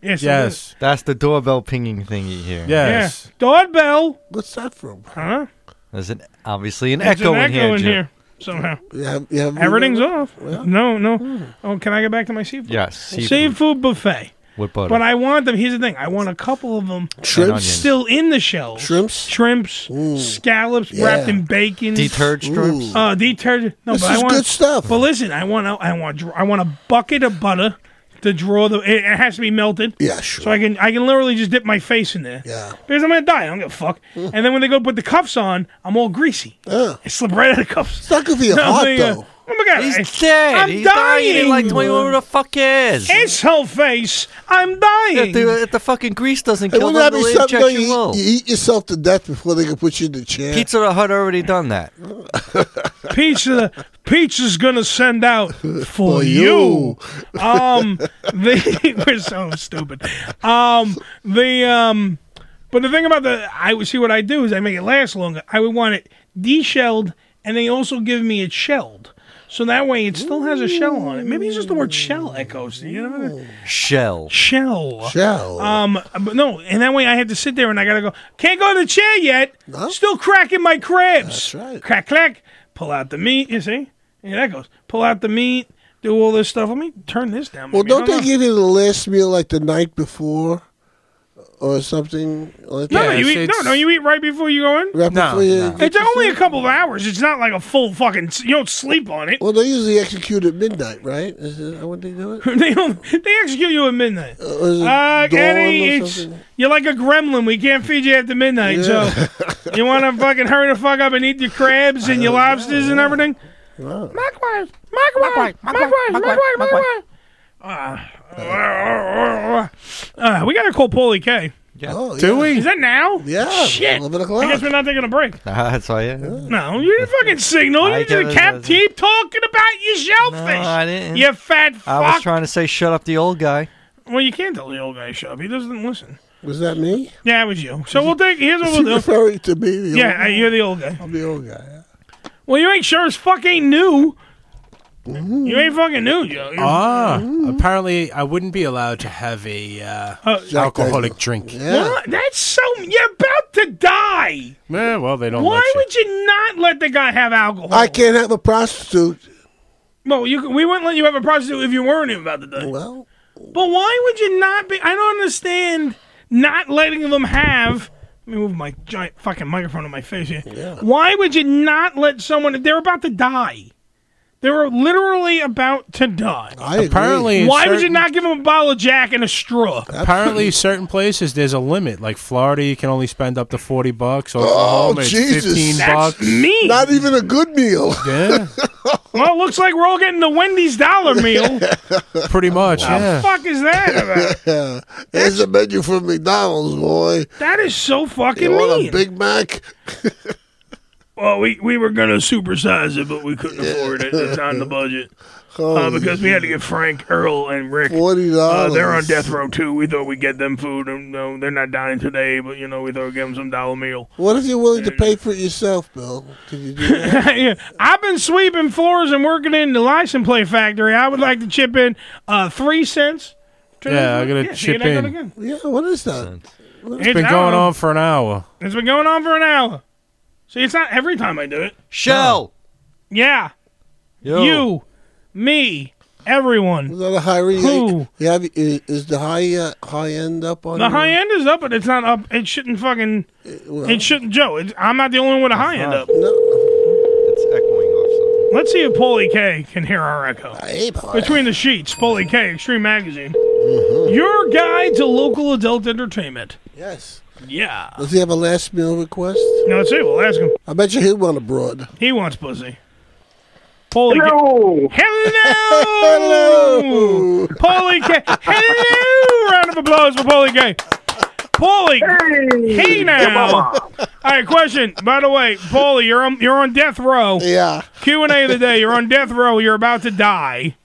[SPEAKER 9] yes, it is.
[SPEAKER 13] That's the doorbell pinging thing you hear.
[SPEAKER 9] Yeah. Doorbell.
[SPEAKER 10] What's that from?
[SPEAKER 9] Huh?
[SPEAKER 13] There's an, obviously an
[SPEAKER 9] There's
[SPEAKER 13] echo,
[SPEAKER 9] an
[SPEAKER 13] in, here,
[SPEAKER 9] in
[SPEAKER 13] Jim.
[SPEAKER 9] here somehow.
[SPEAKER 10] Yeah, yeah,
[SPEAKER 9] Everything's off. No,
[SPEAKER 10] Hmm.
[SPEAKER 9] no. Oh, can I get back to my seafood?
[SPEAKER 13] Yes,
[SPEAKER 9] seafood,
[SPEAKER 13] seafood.
[SPEAKER 9] buffet.
[SPEAKER 13] With butter.
[SPEAKER 9] But I want them. Here's the thing. I want a couple of them
[SPEAKER 13] Shrimps? And onions.
[SPEAKER 9] still in the shell. Shrimps, shrimps, scallops wrapped
[SPEAKER 13] Yeah.
[SPEAKER 9] in bacon.
[SPEAKER 13] Deterred strips?
[SPEAKER 9] Uh, deterred. No,
[SPEAKER 10] This
[SPEAKER 9] but I
[SPEAKER 10] is
[SPEAKER 9] want,
[SPEAKER 10] good stuff.
[SPEAKER 9] But listen, I want. a- I want. dr- I want a bucket of butter to draw the. It, it has to be melted.
[SPEAKER 10] Yeah, sure.
[SPEAKER 9] So I can. I can literally just dip my face in there.
[SPEAKER 10] Yeah.
[SPEAKER 9] Because I'm gonna die. I don't give a fuck. And then when they go put the cuffs on, I'm all greasy. I slip right out of the cuffs. It's
[SPEAKER 10] not gonna
[SPEAKER 9] *laughs*
[SPEAKER 13] be hot, though.
[SPEAKER 9] Oh my god,
[SPEAKER 13] He's
[SPEAKER 9] I-
[SPEAKER 13] dead.
[SPEAKER 9] I'm
[SPEAKER 13] He's
[SPEAKER 9] dying.
[SPEAKER 13] dying. in like 21 the fuck is.
[SPEAKER 9] Asshole face. I'm dying.
[SPEAKER 13] If the, if the fucking grease doesn't
[SPEAKER 10] It
[SPEAKER 13] kill
[SPEAKER 10] wouldn't that
[SPEAKER 13] them,
[SPEAKER 10] be
[SPEAKER 13] they'll
[SPEAKER 10] something
[SPEAKER 13] inject
[SPEAKER 10] though, you,
[SPEAKER 13] you,
[SPEAKER 10] e-
[SPEAKER 13] will.
[SPEAKER 10] eat- you eat yourself to death before they can put you in the chair?
[SPEAKER 13] Pizza the Hut already done that.
[SPEAKER 9] *laughs* Pizza Pizza's gonna send out for, you.
[SPEAKER 10] you.
[SPEAKER 9] Um the *laughs* we're so stupid. Um the um but the thing about the I would see what I do is I make it last longer. I would want it deshelled and they also give me it shelled. So that way it still has a shell on it. Maybe it's just the word shell echoes. You know what I mean?
[SPEAKER 13] Shell.
[SPEAKER 9] Shell.
[SPEAKER 10] Shell.
[SPEAKER 9] Um, but no, and that way I have to sit there and I gotta go. Can't go to the chair yet. Still cracking my crabs. That's right. Crack, crack. Pull out the meat. You see? Yeah, that goes. Pull out the meat. Do all this stuff. Let me turn this down.
[SPEAKER 10] Well,
[SPEAKER 9] maybe.
[SPEAKER 10] don't
[SPEAKER 9] Hold
[SPEAKER 10] they
[SPEAKER 9] on.
[SPEAKER 10] give you the last meal like the night before or something? Like
[SPEAKER 9] No,
[SPEAKER 10] that?
[SPEAKER 9] no, you eat, no, no, you eat right before you go in.
[SPEAKER 10] Right No, before you no. get
[SPEAKER 9] It's only a couple of hours. It's not like a full fucking. You don't sleep on it.
[SPEAKER 10] Well, they usually execute at midnight, right? Is it how would they do it?
[SPEAKER 9] *laughs* they don't. They execute you at midnight.
[SPEAKER 10] is it
[SPEAKER 9] Uh,
[SPEAKER 10] dawn
[SPEAKER 9] Eddie,
[SPEAKER 10] or
[SPEAKER 9] it's,
[SPEAKER 10] something?
[SPEAKER 9] you're like a gremlin. We can't feed you after
[SPEAKER 10] *laughs*
[SPEAKER 9] midnight, so you want to fucking hurry the fuck up and eat your crabs and your lobsters and everything. Microwave, microwave, microwave, microwave, microwave. Ah, Uh, uh, we gotta call Paulie K.
[SPEAKER 13] Yeah.
[SPEAKER 10] Oh,
[SPEAKER 13] Do yeah. we?
[SPEAKER 9] Is that now?
[SPEAKER 10] Yeah,
[SPEAKER 9] Shit.
[SPEAKER 10] 11
[SPEAKER 9] I guess we're not taking a break.
[SPEAKER 13] That's why, yeah.
[SPEAKER 9] No, you didn't fucking signal.
[SPEAKER 13] I
[SPEAKER 9] You just
[SPEAKER 13] guess-
[SPEAKER 9] kept keep talking about your shellfish.
[SPEAKER 13] I didn't.
[SPEAKER 9] You fat fuck.
[SPEAKER 13] I was trying to say, shut up the old guy.
[SPEAKER 9] well, you can't tell the old guy to shut up. He doesn't listen.
[SPEAKER 10] Was that me?
[SPEAKER 9] Yeah, it was you. So we'll take. Here's what
[SPEAKER 10] Is he *laughs*
[SPEAKER 9] we'll do.
[SPEAKER 10] referring to me? the
[SPEAKER 9] Yeah,
[SPEAKER 10] old
[SPEAKER 9] I-
[SPEAKER 10] man?
[SPEAKER 9] you're the old guy.
[SPEAKER 10] I'm the old guy.
[SPEAKER 9] Well, you ain't sure as fuck ain't new. You ain't fucking new, Joe. You're-
[SPEAKER 11] Ah, apparently I wouldn't be allowed to have a uh, alcoholic drink.
[SPEAKER 9] What? That's so. You're about to die.
[SPEAKER 11] Yeah, well, they don't.
[SPEAKER 9] Why
[SPEAKER 11] let you.
[SPEAKER 9] would you not let the guy have alcohol?
[SPEAKER 10] I can't have a prostitute.
[SPEAKER 9] Well, you, we wouldn't let you have a prostitute if you weren't about to die.
[SPEAKER 10] Well,
[SPEAKER 9] but why would you not be? I don't understand not letting them have. Let me move my giant fucking microphone to my face here. Why would you not let someone? They're about to die. They were literally about to die.
[SPEAKER 11] I agree. Apparently in
[SPEAKER 9] why would you
[SPEAKER 11] certain-
[SPEAKER 9] not give them a bottle of Jack and a straw?
[SPEAKER 11] Apparently, certain places there's a limit. Like Florida, you can only spend up to forty bucks.
[SPEAKER 9] Oh,
[SPEAKER 11] Oklahoma, it's fifteen bucks.
[SPEAKER 9] Me.
[SPEAKER 10] Oh, Not even a good meal.
[SPEAKER 9] *laughs*
[SPEAKER 11] Yeah,
[SPEAKER 9] Well, it looks like we're all getting the
[SPEAKER 10] *laughs*
[SPEAKER 9] Wendy's dollar meal.
[SPEAKER 11] pretty much.
[SPEAKER 9] The
[SPEAKER 11] Yeah.
[SPEAKER 9] fuck is that about?
[SPEAKER 10] *laughs* Here's a menu from McDonald's, boy.
[SPEAKER 9] That is so fucking
[SPEAKER 10] You want
[SPEAKER 9] mean.
[SPEAKER 10] a Big Mac?
[SPEAKER 9] Well, we, we were going to supersize it, but we couldn't afford it. It's on
[SPEAKER 10] *laughs*
[SPEAKER 9] the budget. Uh, because we had to get Frank, Earl, and Rick.
[SPEAKER 10] $40.
[SPEAKER 9] Uh, they're on death row, too. We thought we'd get them food. And, no, they're not dying today, but, you know, we thought we'd give them some dollar meal. uh,
[SPEAKER 10] What if you're willing to pay for it
[SPEAKER 9] *laughs*
[SPEAKER 10] yourself, Bill? Can you do that?
[SPEAKER 9] Yeah. I've been sweeping floors and working in the license plate factory. I would like to chip in uh, three cents.
[SPEAKER 11] Yeah, I'm gonna
[SPEAKER 9] see,
[SPEAKER 11] chip
[SPEAKER 9] there you go
[SPEAKER 11] in.
[SPEAKER 9] again.
[SPEAKER 10] yeah, what is that?
[SPEAKER 11] It's been going on for an hour.
[SPEAKER 9] It's been going on for an hour. See, it's not every time I do it.
[SPEAKER 13] Shell.
[SPEAKER 9] Yeah.
[SPEAKER 10] Yo.
[SPEAKER 9] You, me, everyone.
[SPEAKER 10] Is that a high rate?
[SPEAKER 9] Who?
[SPEAKER 10] You have, is, is the high uh, high end up on
[SPEAKER 9] The
[SPEAKER 10] your- Uh,
[SPEAKER 9] high end is up, but it's not up. It shouldn't fucking. it shouldn't, Joe. It's, I'm not the only one with a high end up.
[SPEAKER 13] It's echoing off
[SPEAKER 9] Let's see if Polly K can hear our echo.
[SPEAKER 10] boy.
[SPEAKER 9] Between the sheets, Polly K, Extreme Magazine.
[SPEAKER 10] Mm-hmm.
[SPEAKER 9] Your guide to local adult entertainment.
[SPEAKER 10] Yes.
[SPEAKER 9] Yeah.
[SPEAKER 10] Does he have a last meal request?
[SPEAKER 9] No, let's see. We'll ask him.
[SPEAKER 10] I bet you he'll want abroad.
[SPEAKER 9] He wants pussy. Polly Hello. K. Hello. Polly K. Hello. Round of applause for Polly K. Polly. Hey, now. All right, question. By the way, Paulie, you're on you're on death row.
[SPEAKER 10] Yeah.
[SPEAKER 9] Q and A of the day. You're on death row. You're about to die.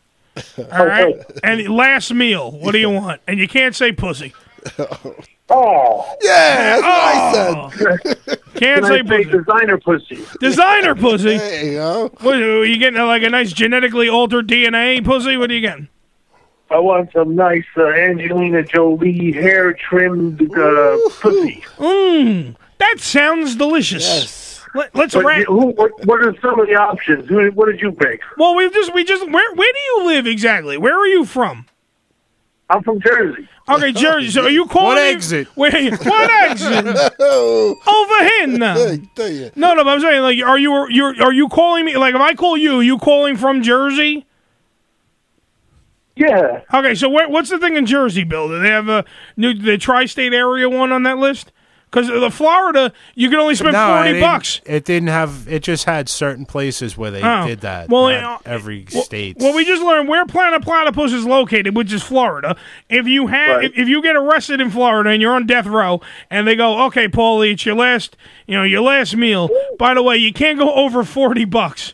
[SPEAKER 9] All right. And last meal. What do you want? And you can't say pussy.
[SPEAKER 8] Oh.
[SPEAKER 10] Yeah, that's
[SPEAKER 8] what I said.
[SPEAKER 9] Oh. Can't say pussy.
[SPEAKER 8] designer pussy.
[SPEAKER 9] Designer pussy. There you go. What, are you getting like a nice genetically altered DNA pussy? What are you getting?
[SPEAKER 8] I want some nice uh, Angelina Jolie hair trimmed uh, pussy.
[SPEAKER 9] Mmm, that sounds delicious. Let, us
[SPEAKER 8] But
[SPEAKER 9] wrap.
[SPEAKER 8] you- who, what, what are some of the options? Who, what did you pick?
[SPEAKER 9] Well, we just we just where where do you live exactly? Where are you from?
[SPEAKER 8] I'm from Jersey.
[SPEAKER 9] Okay, Jersey. So are you calling?
[SPEAKER 8] What
[SPEAKER 9] exit? *laughs* Wait, what exit? Over here now. No, no. But I'm saying, like, are you you're, are you calling me? Like, if I call you, you calling from Jersey?
[SPEAKER 8] Yeah.
[SPEAKER 9] Okay. So where, what's the thing in Jersey, Bill? Do they have a new the tri-state area one on that list? Because the Florida, you can only spend
[SPEAKER 11] No, it
[SPEAKER 9] forty
[SPEAKER 11] didn't-
[SPEAKER 9] bucks.
[SPEAKER 11] It didn't have. It just had certain places where they
[SPEAKER 9] Oh.
[SPEAKER 11] did that.
[SPEAKER 9] Well,
[SPEAKER 11] Well,
[SPEAKER 9] you
[SPEAKER 11] every state.
[SPEAKER 9] Well, we just learned where Planet Platypus is located, which is Florida. If you have, if, if you get arrested in Florida and you're on death row, and they go, "Okay, Paulie, it's your last, you know, your last meal. By the way, you can't go over forty bucks."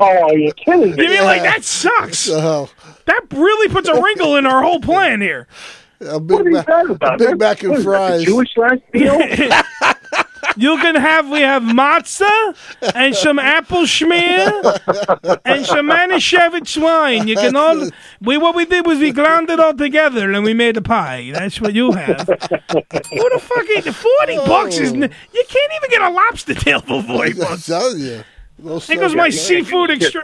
[SPEAKER 8] oh, you're killing
[SPEAKER 9] You mean like that sucks?
[SPEAKER 10] *laughs* Oh.
[SPEAKER 9] That really puts a wrinkle in our whole plan here.
[SPEAKER 10] A Big Mac, a Big Mac and fries.
[SPEAKER 9] *laughs*
[SPEAKER 8] last
[SPEAKER 9] You can have we have matzah and some apple schmear and some manischewitz wine. You can all we what we did was we ground it all together and we made a pie. That's what you have. Who the fuck ate the forty bucks?
[SPEAKER 10] Oh.
[SPEAKER 9] Is n- you can't even get a
[SPEAKER 10] *laughs*
[SPEAKER 9] lobster tail for forty bucks.
[SPEAKER 10] you.
[SPEAKER 9] It goes my seafood extra.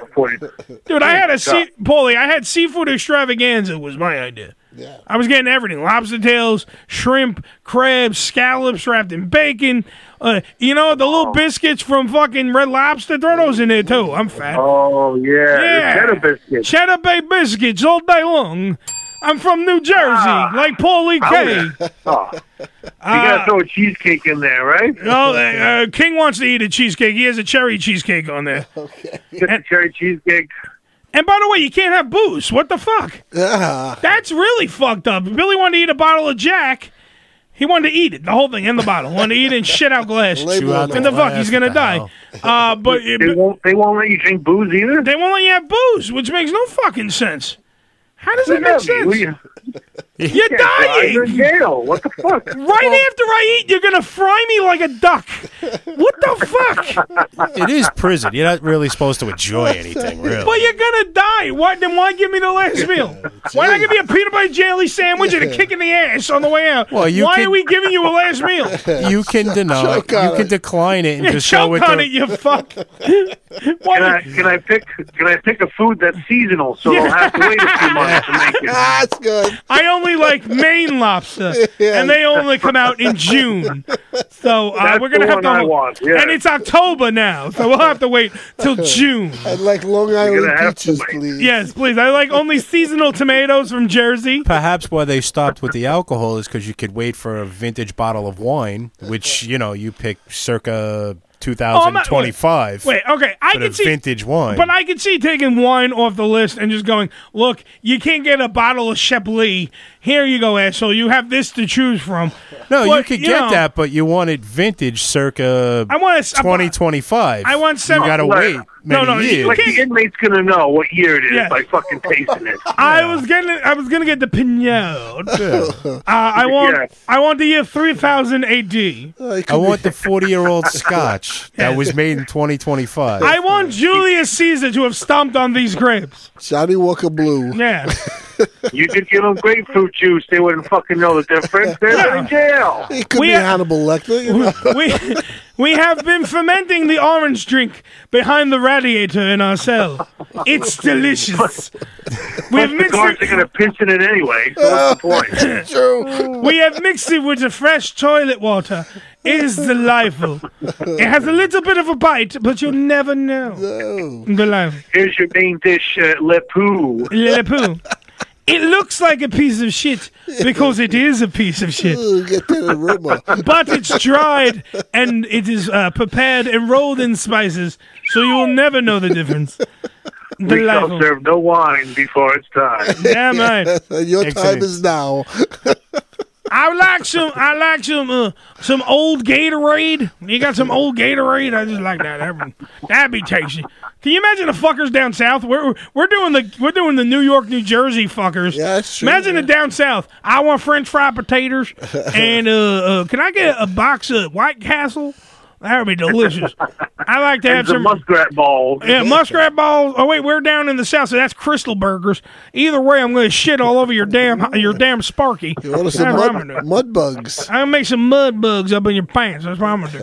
[SPEAKER 9] Dude, I had a sea, Paulie. I had seafood extravaganza. Was my idea. Yeah. I was getting everything: lobster tails, shrimp, crabs, scallops wrapped in bacon. Uh, you know the
[SPEAKER 8] Oh.
[SPEAKER 9] little biscuits from fucking Red Lobster. Throw those in there too. I'm fat.
[SPEAKER 8] Oh yeah,
[SPEAKER 9] Yeah.
[SPEAKER 8] The cheddar biscuits.
[SPEAKER 9] Cheddar Bay biscuits all day long. I'm from New Jersey, like Paulie K.
[SPEAKER 8] Ah. Oh, oh. You gotta throw a cheesecake in there, right?
[SPEAKER 9] Ah. *laughs* No, uh, King wants to eat a cheesecake. He has a cherry cheesecake on there. Okay.
[SPEAKER 8] cherry cheesecake.
[SPEAKER 9] And by the way, you can't have booze. What the fuck? That's really fucked up. Billy wanted to eat a bottle of Jack. He wanted to eat it, the whole thing in the bottle. Wanted to eat it and shit out glass.
[SPEAKER 8] Label on
[SPEAKER 9] and
[SPEAKER 8] the
[SPEAKER 9] the fuck,
[SPEAKER 8] glass,
[SPEAKER 9] he's gonna
[SPEAKER 8] what the
[SPEAKER 9] die.
[SPEAKER 8] hell?
[SPEAKER 9] Uh, but
[SPEAKER 8] They won't- They won't let you drink booze either.
[SPEAKER 9] They won't let you have booze, which makes no fucking sense. How does that make
[SPEAKER 8] What does that
[SPEAKER 9] sense? *laughs*
[SPEAKER 8] mean?
[SPEAKER 9] You're
[SPEAKER 8] Yeah,
[SPEAKER 9] dying.
[SPEAKER 8] you're in jail. What the fuck?
[SPEAKER 9] *laughs* Right after I eat, you're gonna fry me like a duck. What the fuck?
[SPEAKER 11] it is prison. You're not really supposed to enjoy
[SPEAKER 9] *laughs*
[SPEAKER 11] anything, really.
[SPEAKER 9] But you're gonna die. Why then? Why give me the last meal? Why not give me a peanut butter jelly sandwich and a kick in the ass on the way out?
[SPEAKER 11] Well, you
[SPEAKER 9] why
[SPEAKER 11] can-
[SPEAKER 9] are we giving you a last meal?
[SPEAKER 11] You can deny. You
[SPEAKER 9] Choke on
[SPEAKER 11] can
[SPEAKER 9] it.
[SPEAKER 11] decline it and
[SPEAKER 9] Yeah,
[SPEAKER 11] just go
[SPEAKER 9] choke
[SPEAKER 11] with
[SPEAKER 9] on
[SPEAKER 11] the-
[SPEAKER 8] *laughs*
[SPEAKER 9] it, you fuck.
[SPEAKER 8] Can I, can I pick? Can I pick a food that's seasonal, so I'll have to wait a few months to make it?
[SPEAKER 10] That's good.
[SPEAKER 9] I only like Maine lobster,
[SPEAKER 8] Yeah.
[SPEAKER 9] and they only come out in June. So uh,
[SPEAKER 8] That's
[SPEAKER 9] we're gonna
[SPEAKER 8] the
[SPEAKER 9] have to.
[SPEAKER 8] one I want, yeah.
[SPEAKER 9] And it's October now, so we'll have to wait till June.
[SPEAKER 10] I'd like Long Island peaches, please.
[SPEAKER 9] Yes, please. I like only seasonal tomatoes from Jersey.
[SPEAKER 11] Perhaps why they stopped with the alcohol is because you could wait for a vintage bottle of wine, which you know you pick circa
[SPEAKER 9] Oh, I'm not-
[SPEAKER 11] 2025.
[SPEAKER 9] Wait, okay, I
[SPEAKER 11] for the
[SPEAKER 9] can see
[SPEAKER 11] vintage wine.
[SPEAKER 9] but I can see taking wine off the list and just going, look, you can't get a bottle of Chablis. Here you go, asshole. You have this to choose from.
[SPEAKER 11] no, you
[SPEAKER 9] But,
[SPEAKER 11] could get
[SPEAKER 9] know,
[SPEAKER 11] that, but you wanted vintage circa
[SPEAKER 9] I want a-
[SPEAKER 11] 2025.
[SPEAKER 9] I want
[SPEAKER 11] You
[SPEAKER 9] seven.
[SPEAKER 11] gotta wait many years.
[SPEAKER 8] Like the inmate's gonna know what year it is
[SPEAKER 9] Yeah.
[SPEAKER 8] by fucking tasting it.
[SPEAKER 9] I was getting. I was gonna get the
[SPEAKER 10] *laughs*
[SPEAKER 9] Pinot. uh, I want.
[SPEAKER 8] Yeah.
[SPEAKER 9] I want the year three thousand A.D.
[SPEAKER 10] Oh,
[SPEAKER 11] I
[SPEAKER 10] *laughs*
[SPEAKER 11] want the 40 year
[SPEAKER 9] *laughs*
[SPEAKER 11] old scotch that was made in 2025.
[SPEAKER 9] I want Julius Caesar to have stomped on these grapes.
[SPEAKER 10] Johnny Walker Blue.
[SPEAKER 9] Yeah.
[SPEAKER 8] You could give them grapefruit juice; they wouldn't fucking know the difference. They're in jail.
[SPEAKER 10] *laughs* It could
[SPEAKER 9] We
[SPEAKER 10] be
[SPEAKER 9] have-
[SPEAKER 10] Hannibal Lecter. You know?
[SPEAKER 9] we *laughs* we have been fermenting the orange drink behind the radiator in
[SPEAKER 10] *laughs*
[SPEAKER 9] our cell. It's delicious. We've
[SPEAKER 8] The
[SPEAKER 9] mixed
[SPEAKER 8] guards are
[SPEAKER 9] it,
[SPEAKER 8] gonna pinch in it anyway. So
[SPEAKER 10] Oh,
[SPEAKER 8] what's the
[SPEAKER 9] *laughs*
[SPEAKER 8] point?
[SPEAKER 9] we have mixed it with the fresh toilet water. It is delightful. It has a little bit of a bite, but you'll never know. Delightful.
[SPEAKER 8] Here's your main dish, uh, lepu.
[SPEAKER 9] Le Poo. It looks like a piece of shit because it is a piece of shit.
[SPEAKER 10] Get to the rumor.
[SPEAKER 9] *laughs* but it's dried and it is uh, prepared and rolled in spices, so you will never know the difference.
[SPEAKER 8] We shall
[SPEAKER 9] Delightful.
[SPEAKER 8] serve no wine before it's time.
[SPEAKER 9] Damn right.
[SPEAKER 10] Your time is now.
[SPEAKER 9] I would like some. I like some uh, some old Gatorade. You got some old Gatorade? I just like that. That'd, be- that'd be tasty. Can you imagine the fuckers down south? We're we're doing the we're doing the New York, New Jersey fuckers. Yeah, that's
[SPEAKER 10] true,
[SPEAKER 9] Imagine the down south. I want French fried *laughs* potatoes, and uh, uh, can I get a box of White Castle? That would be delicious. I like to
[SPEAKER 8] And
[SPEAKER 9] have
[SPEAKER 8] the
[SPEAKER 9] some
[SPEAKER 8] muskrat balls.
[SPEAKER 9] yeah, muskrat balls. Oh wait, we're down in the south, so that's Crystal Burgers. Either way, I'm going to shit all over your damn your damn Sparky. You
[SPEAKER 10] want some mud- mud bugs?
[SPEAKER 9] I'm gonna make some mud bugs up in your pants. That's what
[SPEAKER 10] *laughs*
[SPEAKER 9] I'm gonna do.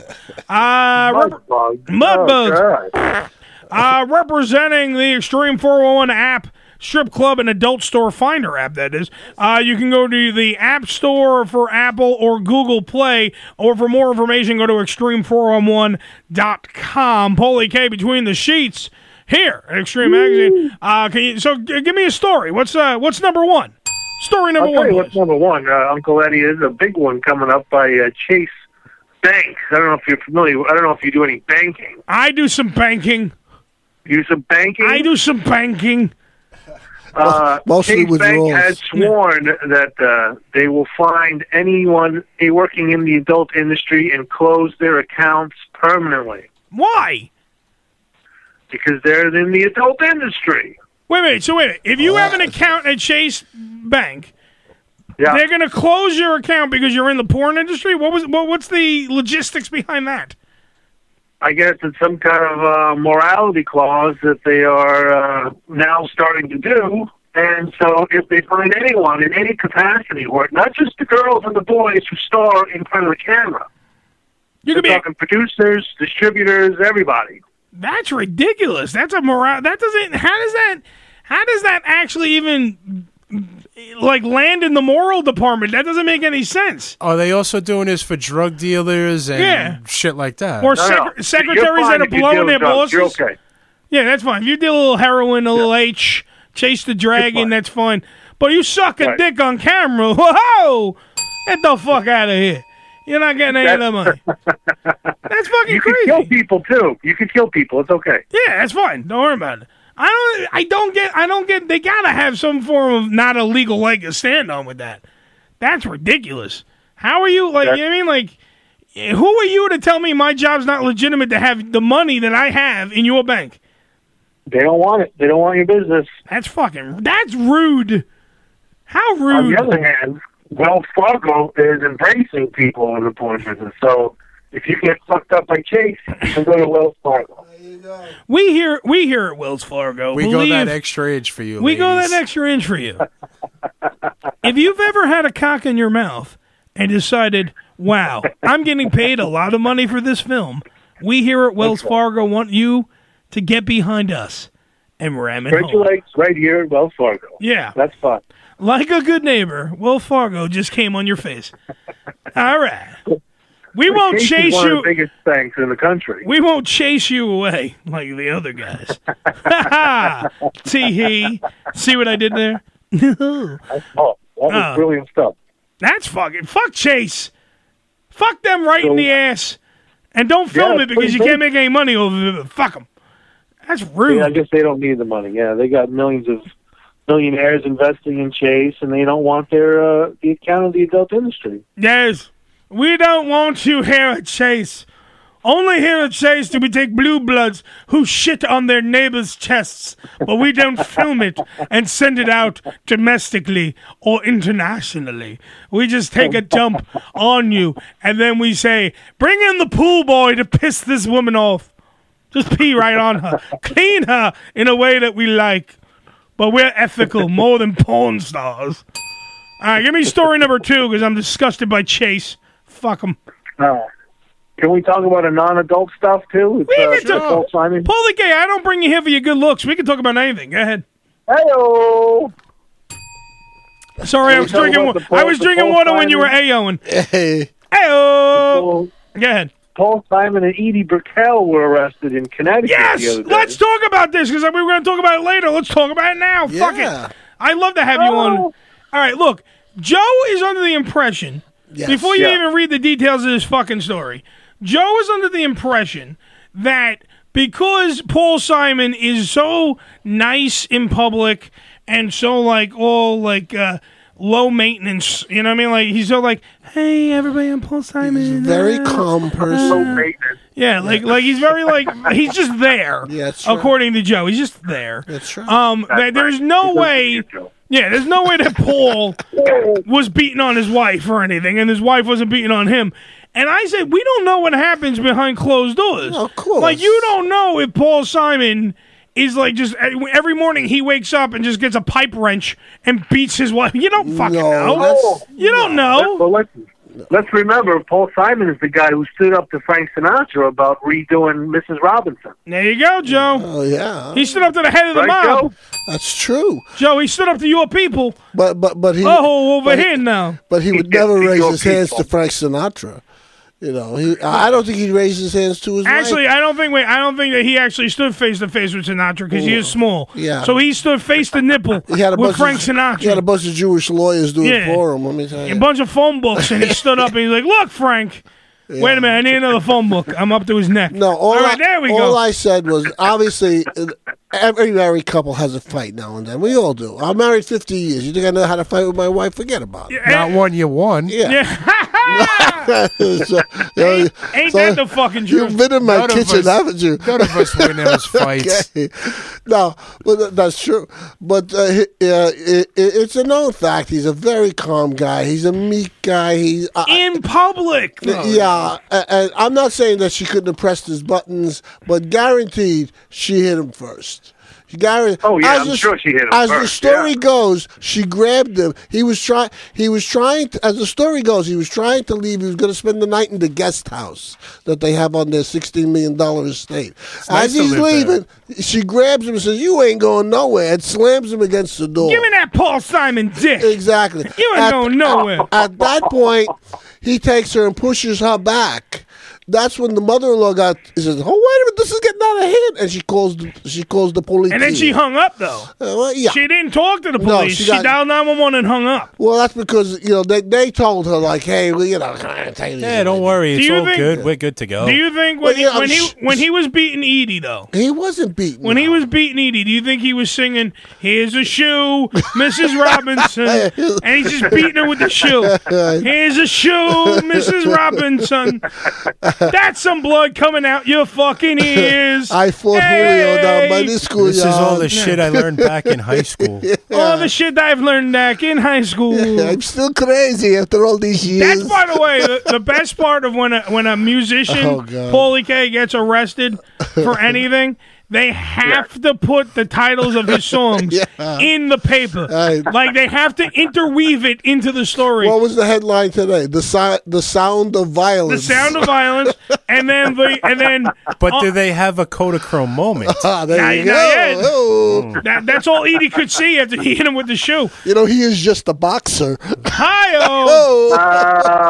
[SPEAKER 9] Uh, rep-
[SPEAKER 8] bugs.
[SPEAKER 9] Mud
[SPEAKER 8] Oh,
[SPEAKER 9] bugs. Uh, representing the Extreme 401 app, strip club, and adult store finder app. That is. Uh, you can go to the App Store for Apple or Google Play, or for more information, go to extreme401.com. Polly E K between the sheets here at Extreme Magazine. Uh, can you, so g- give me a story. What's uh, what's number one? Story number
[SPEAKER 8] I'll
[SPEAKER 9] one.
[SPEAKER 8] Tell you
[SPEAKER 9] please.
[SPEAKER 8] what's number one, uh, Uncle Eddie, is a big one coming up by uh, Chase Bank. I don't know if you're familiar. I don't know if you do any banking.
[SPEAKER 9] I do some banking.
[SPEAKER 8] You do some banking.
[SPEAKER 9] I do some banking.
[SPEAKER 8] Uh,
[SPEAKER 9] Mostly
[SPEAKER 8] Chase
[SPEAKER 9] with
[SPEAKER 8] Bank
[SPEAKER 9] rolls.
[SPEAKER 8] has sworn that uh, they will find anyone working in the adult industry and close their accounts permanently
[SPEAKER 9] Why?
[SPEAKER 8] because they're in the adult industry.
[SPEAKER 9] Wait a minute. So wait a minute. If you have an account at Chase Bank,
[SPEAKER 8] Yeah.
[SPEAKER 9] they're going to close your account because you're in the porn industry. What was? What, what's the logistics behind that?
[SPEAKER 8] I guess it's some kind of uh, morality clause that they are uh, now starting to do. And so, if they find anyone in any capacity, or not just the girls and the boys who star in front of the camera,
[SPEAKER 9] you
[SPEAKER 8] could be talking producers, distributors, everybody.
[SPEAKER 9] That's ridiculous. That's a morale. That doesn't. How does that? How does that actually even like land in the moral department? That doesn't make any sense.
[SPEAKER 11] Are they also doing this for drug dealers and
[SPEAKER 9] Yeah.
[SPEAKER 11] shit like that?
[SPEAKER 9] Or No, no. sec- secretaries that are blowing their bosses. Yeah, that's fine. If you did a little heroin, a little H, chase the dragon, that's fine. But you suck a
[SPEAKER 8] Right.
[SPEAKER 9] dick on camera. *laughs* Whoa! Get the fuck out of here. You're not getting any of that money. That's fucking
[SPEAKER 8] you crazy. You could kill people too. You could kill people. It's okay.
[SPEAKER 9] Yeah, that's fine. Don't worry about it. I don't. I don't get. I don't get. They gotta have some form of not a legal leg to stand on with that. That's ridiculous. How are you? Like, you know what I mean, like, eh, who are you to tell me my job's not legitimate to have the money that I have in your bank?
[SPEAKER 8] They don't want it. They don't want your business.
[SPEAKER 9] That's fucking. That's rude. How rude.
[SPEAKER 8] On the other hand, Wells Fargo is embracing people in the porn business. So if you get fucked up by Chase, you can go to Wells Fargo.
[SPEAKER 9] We hear. We hear at Wells Fargo.
[SPEAKER 11] we
[SPEAKER 9] believe,
[SPEAKER 11] go that extra inch for you.
[SPEAKER 9] We go
[SPEAKER 11] ladies.
[SPEAKER 9] that extra inch for
[SPEAKER 11] *laughs*
[SPEAKER 9] you. if you've ever had a cock in your mouth and decided, wow, I'm getting paid a lot of money for this film, we here at Wells Fargo want you to get behind us and ram it
[SPEAKER 8] Spread your
[SPEAKER 9] home.
[SPEAKER 8] legs right here at Wells Fargo.
[SPEAKER 9] Yeah.
[SPEAKER 8] That's fun.
[SPEAKER 9] Like a good neighbor, Wells Fargo just came on your
[SPEAKER 11] *laughs*
[SPEAKER 9] face. All right. We
[SPEAKER 8] But
[SPEAKER 9] won't
[SPEAKER 8] Chase is
[SPEAKER 9] chase
[SPEAKER 8] one
[SPEAKER 9] you.
[SPEAKER 8] Of the biggest banks in the country.
[SPEAKER 9] We won't chase you away like the other guys. Ha ha! *laughs* Tee hee. See what I did there? No.
[SPEAKER 8] *laughs* Oh, that was
[SPEAKER 9] Oh.
[SPEAKER 8] brilliant stuff.
[SPEAKER 9] That's fucking fuck Chase. Fuck them right in the ass, and don't film
[SPEAKER 8] Yeah,
[SPEAKER 9] it because you
[SPEAKER 8] pretty
[SPEAKER 9] can't make any money over it. Fuck them. That's rude.
[SPEAKER 8] Yeah, I guess they don't need the money. Yeah, they got millions of millionaires investing in Chase, and they don't want their uh, the account of the adult industry.
[SPEAKER 9] Yes, we don't want you here at Chase. Only here at Chase do we take blue bloods who shit on their neighbors' chests, but we don't film it and send it out domestically or internationally. We just take a dump on you and then we say, bring in the pool boy to piss this woman off. Just pee right on her. Clean her in a way that we like. But we're ethical more than porn stars. All right, give me story number two because I'm disgusted by Chase. Fuck him.
[SPEAKER 8] Uh, can we talk about a non-adult stuff too? It's,
[SPEAKER 9] We
[SPEAKER 8] uh,
[SPEAKER 9] can talk-
[SPEAKER 8] adult Simon.
[SPEAKER 9] Pull the gay. I don't bring you here for your good looks. We can talk about anything. Go ahead.
[SPEAKER 8] Hello.
[SPEAKER 9] Sorry, I
[SPEAKER 8] Can we
[SPEAKER 9] was
[SPEAKER 8] talk
[SPEAKER 9] drinking.
[SPEAKER 8] about
[SPEAKER 9] wa-
[SPEAKER 8] the Paul-
[SPEAKER 9] I was
[SPEAKER 8] the
[SPEAKER 9] drinking
[SPEAKER 8] Paul
[SPEAKER 9] water when you were
[SPEAKER 8] Simon?
[SPEAKER 9] aoing.
[SPEAKER 10] Hey.
[SPEAKER 9] Ayo. Go ahead.
[SPEAKER 8] Paul Simon and Edie Brickell were arrested in Connecticut. the
[SPEAKER 9] Yes.
[SPEAKER 8] other day.
[SPEAKER 9] Let's talk about this because we were going to talk about it later. Let's talk about it now.
[SPEAKER 8] Yeah.
[SPEAKER 9] Fuck it. I love to have you on. All right, look. Joe is under the impression
[SPEAKER 8] Yes.
[SPEAKER 9] before you
[SPEAKER 8] Yeah.
[SPEAKER 9] even read the details of this fucking story. Joe is under the impression that because Paul Simon is so nice in public and so like all like uh low maintenance. You know what I mean? Like he's so like, hey everybody, I'm Paul Simon.
[SPEAKER 10] very calm person.
[SPEAKER 9] Low maintenance. Yeah, like like he's very like he's just there. *laughs* Yeah,
[SPEAKER 10] that's right.
[SPEAKER 9] according to Joe, he's just there.
[SPEAKER 10] That's right.
[SPEAKER 9] Um, there- there's no way. Yeah, there's no way that Paul was beating on his wife or anything, and his wife wasn't beating on him. And I said, we don't know what happens behind closed doors. of course. Like you don't know if Paul Simon is like just eh, every morning he wakes up and just gets a pipe wrench and beats his wife. You don't fucking know. You don't know.
[SPEAKER 8] Well, let's, let's remember, Paul Simon is the guy who stood up to Frank Sinatra about redoing Mrs. Robinson.
[SPEAKER 9] There you go, Joe.
[SPEAKER 10] Oh yeah.
[SPEAKER 9] He stood up to the head of the
[SPEAKER 8] Right,
[SPEAKER 9] mob.
[SPEAKER 10] That's true.
[SPEAKER 9] Joe, he stood up to your people.
[SPEAKER 10] But but but he.
[SPEAKER 9] Oh, over
[SPEAKER 10] but
[SPEAKER 9] here now.
[SPEAKER 10] But he
[SPEAKER 9] He
[SPEAKER 10] would
[SPEAKER 9] did
[SPEAKER 10] never
[SPEAKER 9] beat
[SPEAKER 10] raise
[SPEAKER 9] your
[SPEAKER 10] his hands to
[SPEAKER 9] people.
[SPEAKER 10] Frank Sinatra. You know, he, I I don't think he'd raise his hands to his. wife.
[SPEAKER 9] Actually, I don't think. Wait, I don't think that he actually stood face to face with Sinatra because he is small.
[SPEAKER 10] Yeah.
[SPEAKER 9] So he stood face to nipple
[SPEAKER 10] He had a bunch
[SPEAKER 9] with Frank
[SPEAKER 10] of,
[SPEAKER 9] Sinatra.
[SPEAKER 10] He had a bunch of Jewish *laughs* lawyers do
[SPEAKER 9] Yeah.
[SPEAKER 10] it for him. Let me tell
[SPEAKER 9] a
[SPEAKER 10] you.
[SPEAKER 9] bunch of phone books, and
[SPEAKER 10] *laughs*
[SPEAKER 9] he stood up and he's like, "Look, Frank, wait a minute, I need another phone book. I'm up to his neck." No, all right,
[SPEAKER 10] I,
[SPEAKER 9] there we
[SPEAKER 10] all
[SPEAKER 9] go.
[SPEAKER 10] I said was obviously uh, every married couple has a fight now and then. We all do. I'm married 50 years. You think I know how to fight with my wife? Forget about it.
[SPEAKER 11] Not one, you won.
[SPEAKER 10] Yeah. *laughs*
[SPEAKER 9] *laughs* ain't
[SPEAKER 11] that the
[SPEAKER 9] fucking
[SPEAKER 11] truth?
[SPEAKER 10] You've been in my
[SPEAKER 11] None of
[SPEAKER 10] kitchen,
[SPEAKER 11] us-
[SPEAKER 10] haven't you?
[SPEAKER 11] none of us win those fights.
[SPEAKER 10] *laughs* Okay. No, but th- that's true. But uh, he- uh, it, it, it's a known fact. He's a very calm guy. He's a meek guy. He's uh,
[SPEAKER 9] in public. though.
[SPEAKER 10] Yeah, a- and I'm not saying that she couldn't have pressed his buttons, but guaranteed she hit him first. Guaranteed.
[SPEAKER 8] Oh, yeah, I'm sure she hit him
[SPEAKER 10] As the
[SPEAKER 8] first,
[SPEAKER 10] story goes, she grabbed him. He was trying. He was trying. To, as the story goes, he was trying to leave. He was going to spend the night in the guest house that they have on their 16 million dollar estate.
[SPEAKER 11] nice
[SPEAKER 10] as
[SPEAKER 11] to
[SPEAKER 10] he's
[SPEAKER 11] live
[SPEAKER 10] leaving, she grabs him and says, "You ain't going nowhere," and slams him against the door.
[SPEAKER 9] Give me that Paul Simon dick.
[SPEAKER 10] Exactly.
[SPEAKER 9] You ain't going nowhere.
[SPEAKER 10] At that point, he takes her and pushes her back. That's when the mother-in-law got says, "Oh, wait a minute, this is getting out of hand," and she calls the, she calls the police.
[SPEAKER 9] And then she hung up though.
[SPEAKER 10] Uh, well, yeah.
[SPEAKER 9] She didn't talk to the police.
[SPEAKER 10] No,
[SPEAKER 9] she,
[SPEAKER 10] she got-
[SPEAKER 9] dialed nine one one and hung up.
[SPEAKER 10] Well, that's because you know they, they told her like, "Hey, well, you know, take
[SPEAKER 11] Yeah, don't worry.
[SPEAKER 9] Do
[SPEAKER 11] It's
[SPEAKER 9] you
[SPEAKER 11] all
[SPEAKER 9] think-
[SPEAKER 11] good. We're good to go.
[SPEAKER 9] Do you think
[SPEAKER 10] Well,
[SPEAKER 9] when
[SPEAKER 10] yeah,
[SPEAKER 9] he, when he
[SPEAKER 10] sh-
[SPEAKER 9] when he was beating Edie though?
[SPEAKER 10] He wasn't beaten.
[SPEAKER 9] When he was beating Edie, do you think he was singing "Here's a shoe, Mrs.
[SPEAKER 10] *laughs*
[SPEAKER 9] Robinson," and he's just beating her with the shoe? Here's a shoe, Mrs. Robinson. That's some blood coming out your fucking ears.
[SPEAKER 10] I fought Julio down by the schoolyard.
[SPEAKER 11] This is all the shit I learned back in high school.
[SPEAKER 9] All the shit I've learned back in high school.
[SPEAKER 10] I'm still crazy after all these years.
[SPEAKER 9] That's by the way the, the best part of when a when a musician
[SPEAKER 10] Oh, God.
[SPEAKER 9] Paulie K gets arrested
[SPEAKER 10] *laughs*
[SPEAKER 9] for anything. They have to put the titles of
[SPEAKER 10] *laughs*
[SPEAKER 9] his songs in the paper. Like they have to interweave it into the story.
[SPEAKER 10] *laughs* What was the headline today? The si- the sound of
[SPEAKER 9] the
[SPEAKER 10] violence.
[SPEAKER 9] sound of violence, and then the and then.
[SPEAKER 11] But do
[SPEAKER 9] uh,
[SPEAKER 11] they have a
[SPEAKER 10] *laughs*
[SPEAKER 11] Kodachrome moment?
[SPEAKER 10] Ah,
[SPEAKER 9] now- now, yeah,
[SPEAKER 10] Oh.
[SPEAKER 9] that- that's all Edie could see after he hit him with the shoe.
[SPEAKER 10] You know, he is just a boxer.
[SPEAKER 9] Oh.
[SPEAKER 10] Oh.
[SPEAKER 9] Hi-oh.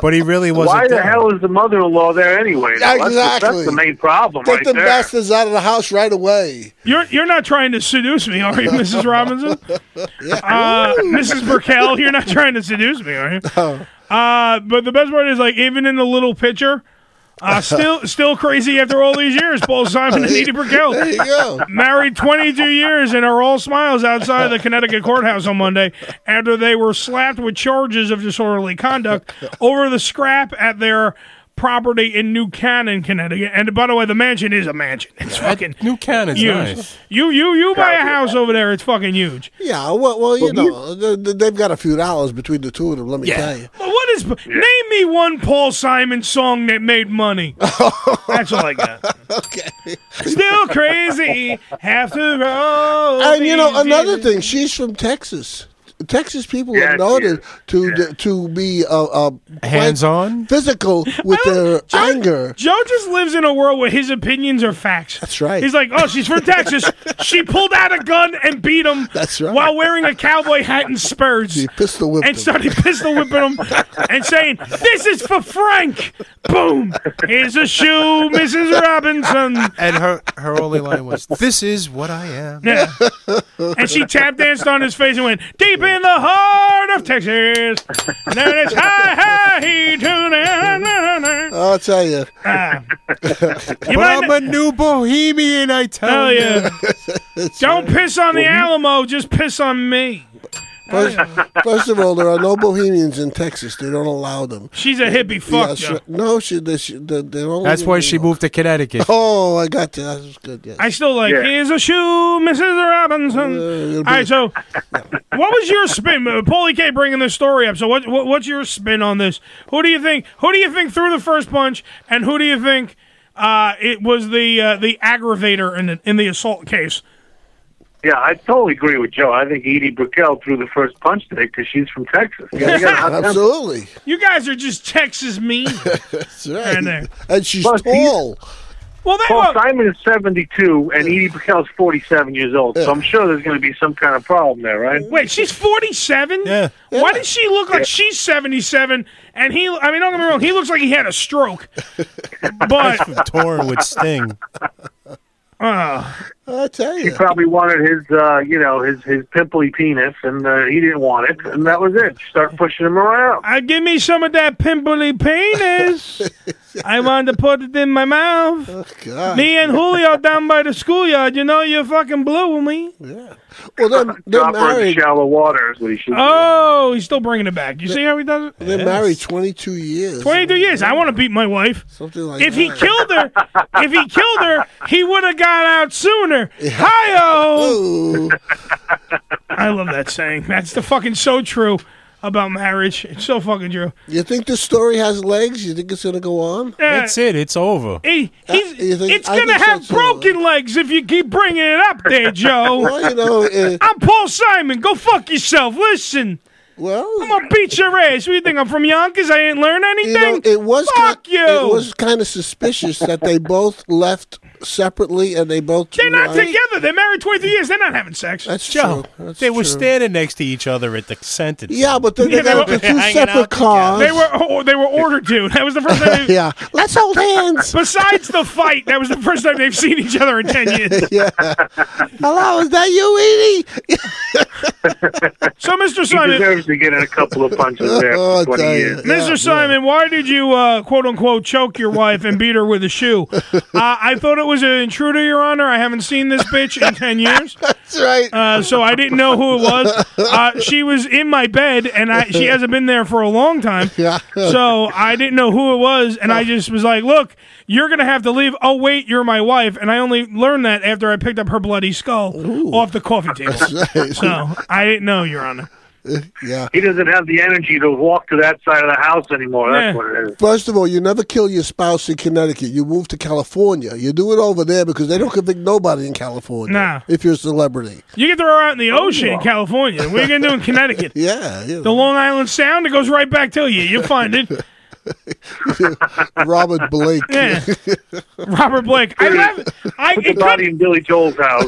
[SPEAKER 11] But he really wasn't.
[SPEAKER 8] Why the
[SPEAKER 11] there.
[SPEAKER 8] hell is the mother-in-law there anyway? That's the-
[SPEAKER 10] Exactly.
[SPEAKER 8] that's the main problem
[SPEAKER 10] Take
[SPEAKER 8] right
[SPEAKER 10] the
[SPEAKER 8] there.
[SPEAKER 10] bastards out of the house right away.
[SPEAKER 9] You're you're not trying to seduce me, are you, Mrs. Robinson? Uh, Mrs. Burkell, you're not trying to seduce
[SPEAKER 10] *laughs*
[SPEAKER 9] me, are you?
[SPEAKER 10] Oh.
[SPEAKER 9] Uh, but the best part is like even in the little picture,
[SPEAKER 10] *laughs*
[SPEAKER 9] uh, still still crazy after all these years. Paul Simon and Edie Burkell,
[SPEAKER 10] There you go.
[SPEAKER 9] married 22 years and are all smiles outside of the Connecticut courthouse on Monday after they were slapped with charges of disorderly conduct over the scrap at their. Property in New Canaan, Connecticut, and by the way, the mansion is a mansion. It's fucking
[SPEAKER 11] New Cannon's
[SPEAKER 9] huge.
[SPEAKER 11] nice.
[SPEAKER 9] You you you buy a house over there, it's fucking huge.
[SPEAKER 10] Yeah, well, well you know, th- th- they've got a few dollars between the two of them, let me tell you.
[SPEAKER 9] Well, what is name me one Paul Simon song that
[SPEAKER 10] *laughs*
[SPEAKER 9] made money? That's all I got.
[SPEAKER 10] okay.
[SPEAKER 9] Still crazy after
[SPEAKER 10] *laughs*
[SPEAKER 9] all.
[SPEAKER 10] And you know,
[SPEAKER 9] these
[SPEAKER 10] another
[SPEAKER 9] years.
[SPEAKER 10] thing, she's from Texas. Texas people
[SPEAKER 9] Yeah,
[SPEAKER 10] are noted to to be uh, uh, quite
[SPEAKER 11] Hands-on?
[SPEAKER 10] physical with
[SPEAKER 8] *laughs*
[SPEAKER 10] their anger.
[SPEAKER 9] Joe just lives in a world where his opinions are facts. That's
[SPEAKER 10] right.
[SPEAKER 9] He's like, oh, she's from Texas.
[SPEAKER 10] *laughs*
[SPEAKER 9] she pulled out a gun and beat him. That's right. While wearing a cowboy hat and spurs. She
[SPEAKER 10] pistol whipped
[SPEAKER 9] and started pistol whipping him and saying, "This is for Frank." Boom. Here's a shoe, Mrs. Robinson.
[SPEAKER 11] And her her only line was, "This is what I am."
[SPEAKER 9] Yeah. *laughs* And she tap danced on his face and went, Deep in the heart of Texas. Then it's high, high, he tune it.
[SPEAKER 10] I'll tell you.
[SPEAKER 8] Ah.
[SPEAKER 10] *laughs*
[SPEAKER 11] but I'm a new bohemian. I tell *laughs*
[SPEAKER 9] Hell
[SPEAKER 11] you.
[SPEAKER 9] yeah. Don't piss on the Alamo, just piss on me.
[SPEAKER 10] First, first of all, there are no Bohemians in Texas. They don't allow them.
[SPEAKER 9] She's a hippie
[SPEAKER 10] Yeah,
[SPEAKER 9] fuck.
[SPEAKER 10] sure.
[SPEAKER 9] though.
[SPEAKER 10] No, she, they, she they, they don't.
[SPEAKER 11] That's why she moved to Connecticut.
[SPEAKER 10] *laughs* Oh, I got you. That was good. Yeah.
[SPEAKER 9] I still like,
[SPEAKER 10] Yeah.
[SPEAKER 9] here's a shoe, Mrs. Robinson. All right, *laughs* so what was your spin? Uh, Paulie K bringing this story up. So what, what what's your spin on this? Who do you think? Who do you think threw the first punch, and who do you think uh, it was the uh, the aggravator in the, in the assault case?
[SPEAKER 8] Yeah, I totally agree with Joe. I think Edie Brickell threw the first punch today because she's from Texas. Yeah, you got a hot
[SPEAKER 10] *laughs*
[SPEAKER 8] temper.
[SPEAKER 9] You guys are just Texas mean. *laughs* uh, That's
[SPEAKER 10] right.
[SPEAKER 9] there.
[SPEAKER 10] And she's
[SPEAKER 8] Plus, he's-
[SPEAKER 10] tall.
[SPEAKER 9] Well,
[SPEAKER 8] Paul Simon is 72 and Edie Brickell is 47 years old, so I'm sure there's going to be some kind of problem there, right?
[SPEAKER 9] Wait, she's 47? Yeah. Why does she look like she's 77 and he I mean, don't get me wrong, he looks like he had a *laughs* stroke. But
[SPEAKER 11] torn with Sting.
[SPEAKER 8] *laughs*
[SPEAKER 9] uh,
[SPEAKER 10] Ah. I tell
[SPEAKER 8] He probably wanted his, uh, you know, his his pimply penis, and uh, he didn't want it, and that was it. She started pushing him around.
[SPEAKER 9] I Uh, give me some of that pimply penis. I want to put it in my mouth.
[SPEAKER 10] Oh,
[SPEAKER 9] Me and Julio down by the schoolyard. You know you fucking blew me.
[SPEAKER 10] Yeah. Well, they're,
[SPEAKER 8] Drop her in shallow water is what he should do.
[SPEAKER 9] Oh, he's still bringing it back. You see how he does it?
[SPEAKER 10] They're married 22 years.
[SPEAKER 9] 22 years. I want to beat my wife.
[SPEAKER 10] Something like
[SPEAKER 9] if
[SPEAKER 10] that.
[SPEAKER 9] he killed her, if he killed her, he would have got out sooner. Hi-oh! I love that saying. That's the fucking so true about marriage. It's so fucking true.
[SPEAKER 10] You think this story has legs? You think it's going to go on?
[SPEAKER 9] Yeah. That's
[SPEAKER 11] it. It's over.
[SPEAKER 9] He, he's,
[SPEAKER 10] Uh, you think-
[SPEAKER 9] it's
[SPEAKER 10] I
[SPEAKER 9] gonna
[SPEAKER 10] think
[SPEAKER 9] have
[SPEAKER 10] so, too.
[SPEAKER 9] broken legs if you keep bringing it up,
[SPEAKER 10] *laughs*
[SPEAKER 9] there, Joe.
[SPEAKER 10] Well, you know, uh,
[SPEAKER 9] I'm Paul Simon. Go fuck yourself. Listen.
[SPEAKER 10] Well, I'm
[SPEAKER 9] gonna beat your ass. What do you think? I'm from Yonkers. I ain't learn anything.
[SPEAKER 10] it was
[SPEAKER 9] fuck
[SPEAKER 10] ki-
[SPEAKER 9] you.
[SPEAKER 10] It was kind of suspicious that they both left separately and they both.
[SPEAKER 9] They're not together. They're married 23 years. They're not having sex.
[SPEAKER 10] That's
[SPEAKER 11] Joe,
[SPEAKER 10] That's
[SPEAKER 11] *laughs* they were
[SPEAKER 10] true.
[SPEAKER 11] standing next to each other at the sentence.
[SPEAKER 10] Yeah, but then they
[SPEAKER 11] Yeah, they
[SPEAKER 10] got
[SPEAKER 11] were
[SPEAKER 10] into two
[SPEAKER 11] hanging
[SPEAKER 10] separate
[SPEAKER 11] out
[SPEAKER 10] cars.
[SPEAKER 9] They were oh, they were ordered to. That was the first time.
[SPEAKER 10] *laughs*
[SPEAKER 9] They,
[SPEAKER 10] yeah, let's hold hands.
[SPEAKER 9] Besides the fight, that was the first time they've seen each other
[SPEAKER 10] *laughs*
[SPEAKER 9] in ten years.
[SPEAKER 10] yeah. Hello, is that you, Edie?
[SPEAKER 9] So, Mr.
[SPEAKER 8] He
[SPEAKER 9] Simon,
[SPEAKER 8] deserves to get in a couple of punches there
[SPEAKER 10] *laughs* Oh, I
[SPEAKER 8] for 20
[SPEAKER 10] tell you.
[SPEAKER 8] years.
[SPEAKER 9] Mr. Simon, why did you uh, quote unquote choke your wife and beat her with a shoe?
[SPEAKER 10] *laughs*
[SPEAKER 9] Uh, I thought it was an intruder, Your Honor. I haven't seen this bitch in ten years.
[SPEAKER 10] *laughs* That's right.
[SPEAKER 9] Uh, so I didn't know who it was. Uh, she was in my bed, and I, she hasn't been there for a long time.
[SPEAKER 10] *laughs* Yeah. Uh.
[SPEAKER 9] So I didn't know who it was, and I just was like, "Look, you're gonna have to leave." Oh wait, you're my wife, and I only learned that after I picked up her bloody skull off the
[SPEAKER 10] *laughs*
[SPEAKER 9] coffee table. So I didn't know, Your Honor.
[SPEAKER 10] Yeah.
[SPEAKER 8] He doesn't have the energy to walk to that side of the house anymore. That's what it is.
[SPEAKER 10] First of all, you never kill your spouse in Connecticut. You move to California. You do it over there because they don't convict nobody in California
[SPEAKER 9] Nah.
[SPEAKER 10] if you're a celebrity.
[SPEAKER 9] You can throw her out in the ocean in California. What are
[SPEAKER 10] *laughs*
[SPEAKER 9] you gonna do in Connecticut?
[SPEAKER 10] Oh, Yeah, yeah.
[SPEAKER 9] The Long Island Sound, it goes right back to you. You'll find it.
[SPEAKER 10] *laughs* Robert Blake. *laughs*
[SPEAKER 9] Yeah. Robert Blake. I love I
[SPEAKER 8] Put
[SPEAKER 9] it
[SPEAKER 8] the body in Billy Joel's house.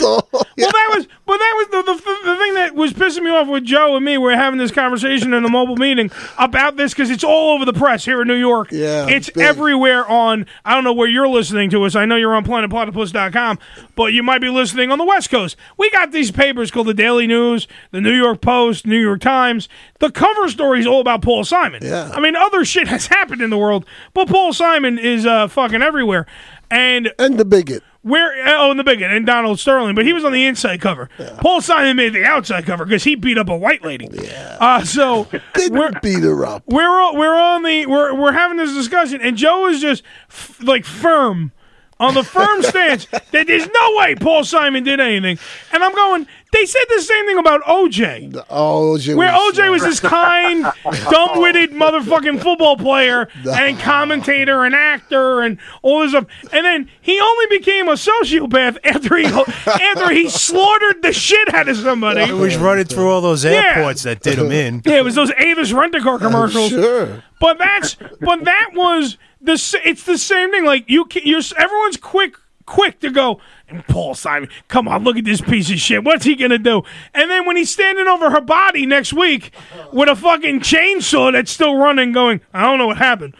[SPEAKER 9] Well, that was, but that was the, the, the thing that was pissing me off with Joe and me. We are having this conversation in a mobile meeting about this because it's all over the press here in New York. Yeah, it's everywhere on. I don't know where you're listening to us. I know you're on planetplatypus.com, but you might be listening on the West Coast. We got these papers called the Daily News, the New York Post, New York Times. The cover story is all about Paul Simon. Yeah, I mean, other shit has *laughs* happened in the world, but Paul Simon is uh, fucking everywhere. And
[SPEAKER 10] and the bigot.
[SPEAKER 9] Where oh, and the bigot and Donald Sterling, but he was on the inside cover. Paul Simon made the outside cover because he beat up a white lady. Yeah.
[SPEAKER 10] *laughs*
[SPEAKER 9] Uh, so we're
[SPEAKER 10] beat her up.
[SPEAKER 9] We're all- we're on the we're we're having this discussion, and Joe is just f- like firm on
[SPEAKER 10] *laughs*
[SPEAKER 9] the firm stance that there's no way Paul Simon did anything. And I'm going. They said the same thing about OJ.
[SPEAKER 10] Oh, OJ
[SPEAKER 9] Where
[SPEAKER 10] was-
[SPEAKER 9] OJ was
[SPEAKER 10] *laughs*
[SPEAKER 9] this kind, dumb-witted motherfucking football player and commentator and actor and all this stuff, and then he only became a sociopath after he
[SPEAKER 10] *laughs*
[SPEAKER 9] after he slaughtered the shit out of somebody.
[SPEAKER 11] It was running through all those airports that did him in.
[SPEAKER 9] *laughs* Yeah, it was those Avis rent-a-car commercials.
[SPEAKER 11] sure.
[SPEAKER 9] But that's but that was the s- it's the same thing. Like you, can, you're s- everyone's quick quick to go. And Paul Simon, come on, look at this piece of shit. What's he gonna do? And then when he's standing over her body next week with a fucking chainsaw that's still running, going, I don't know what happened.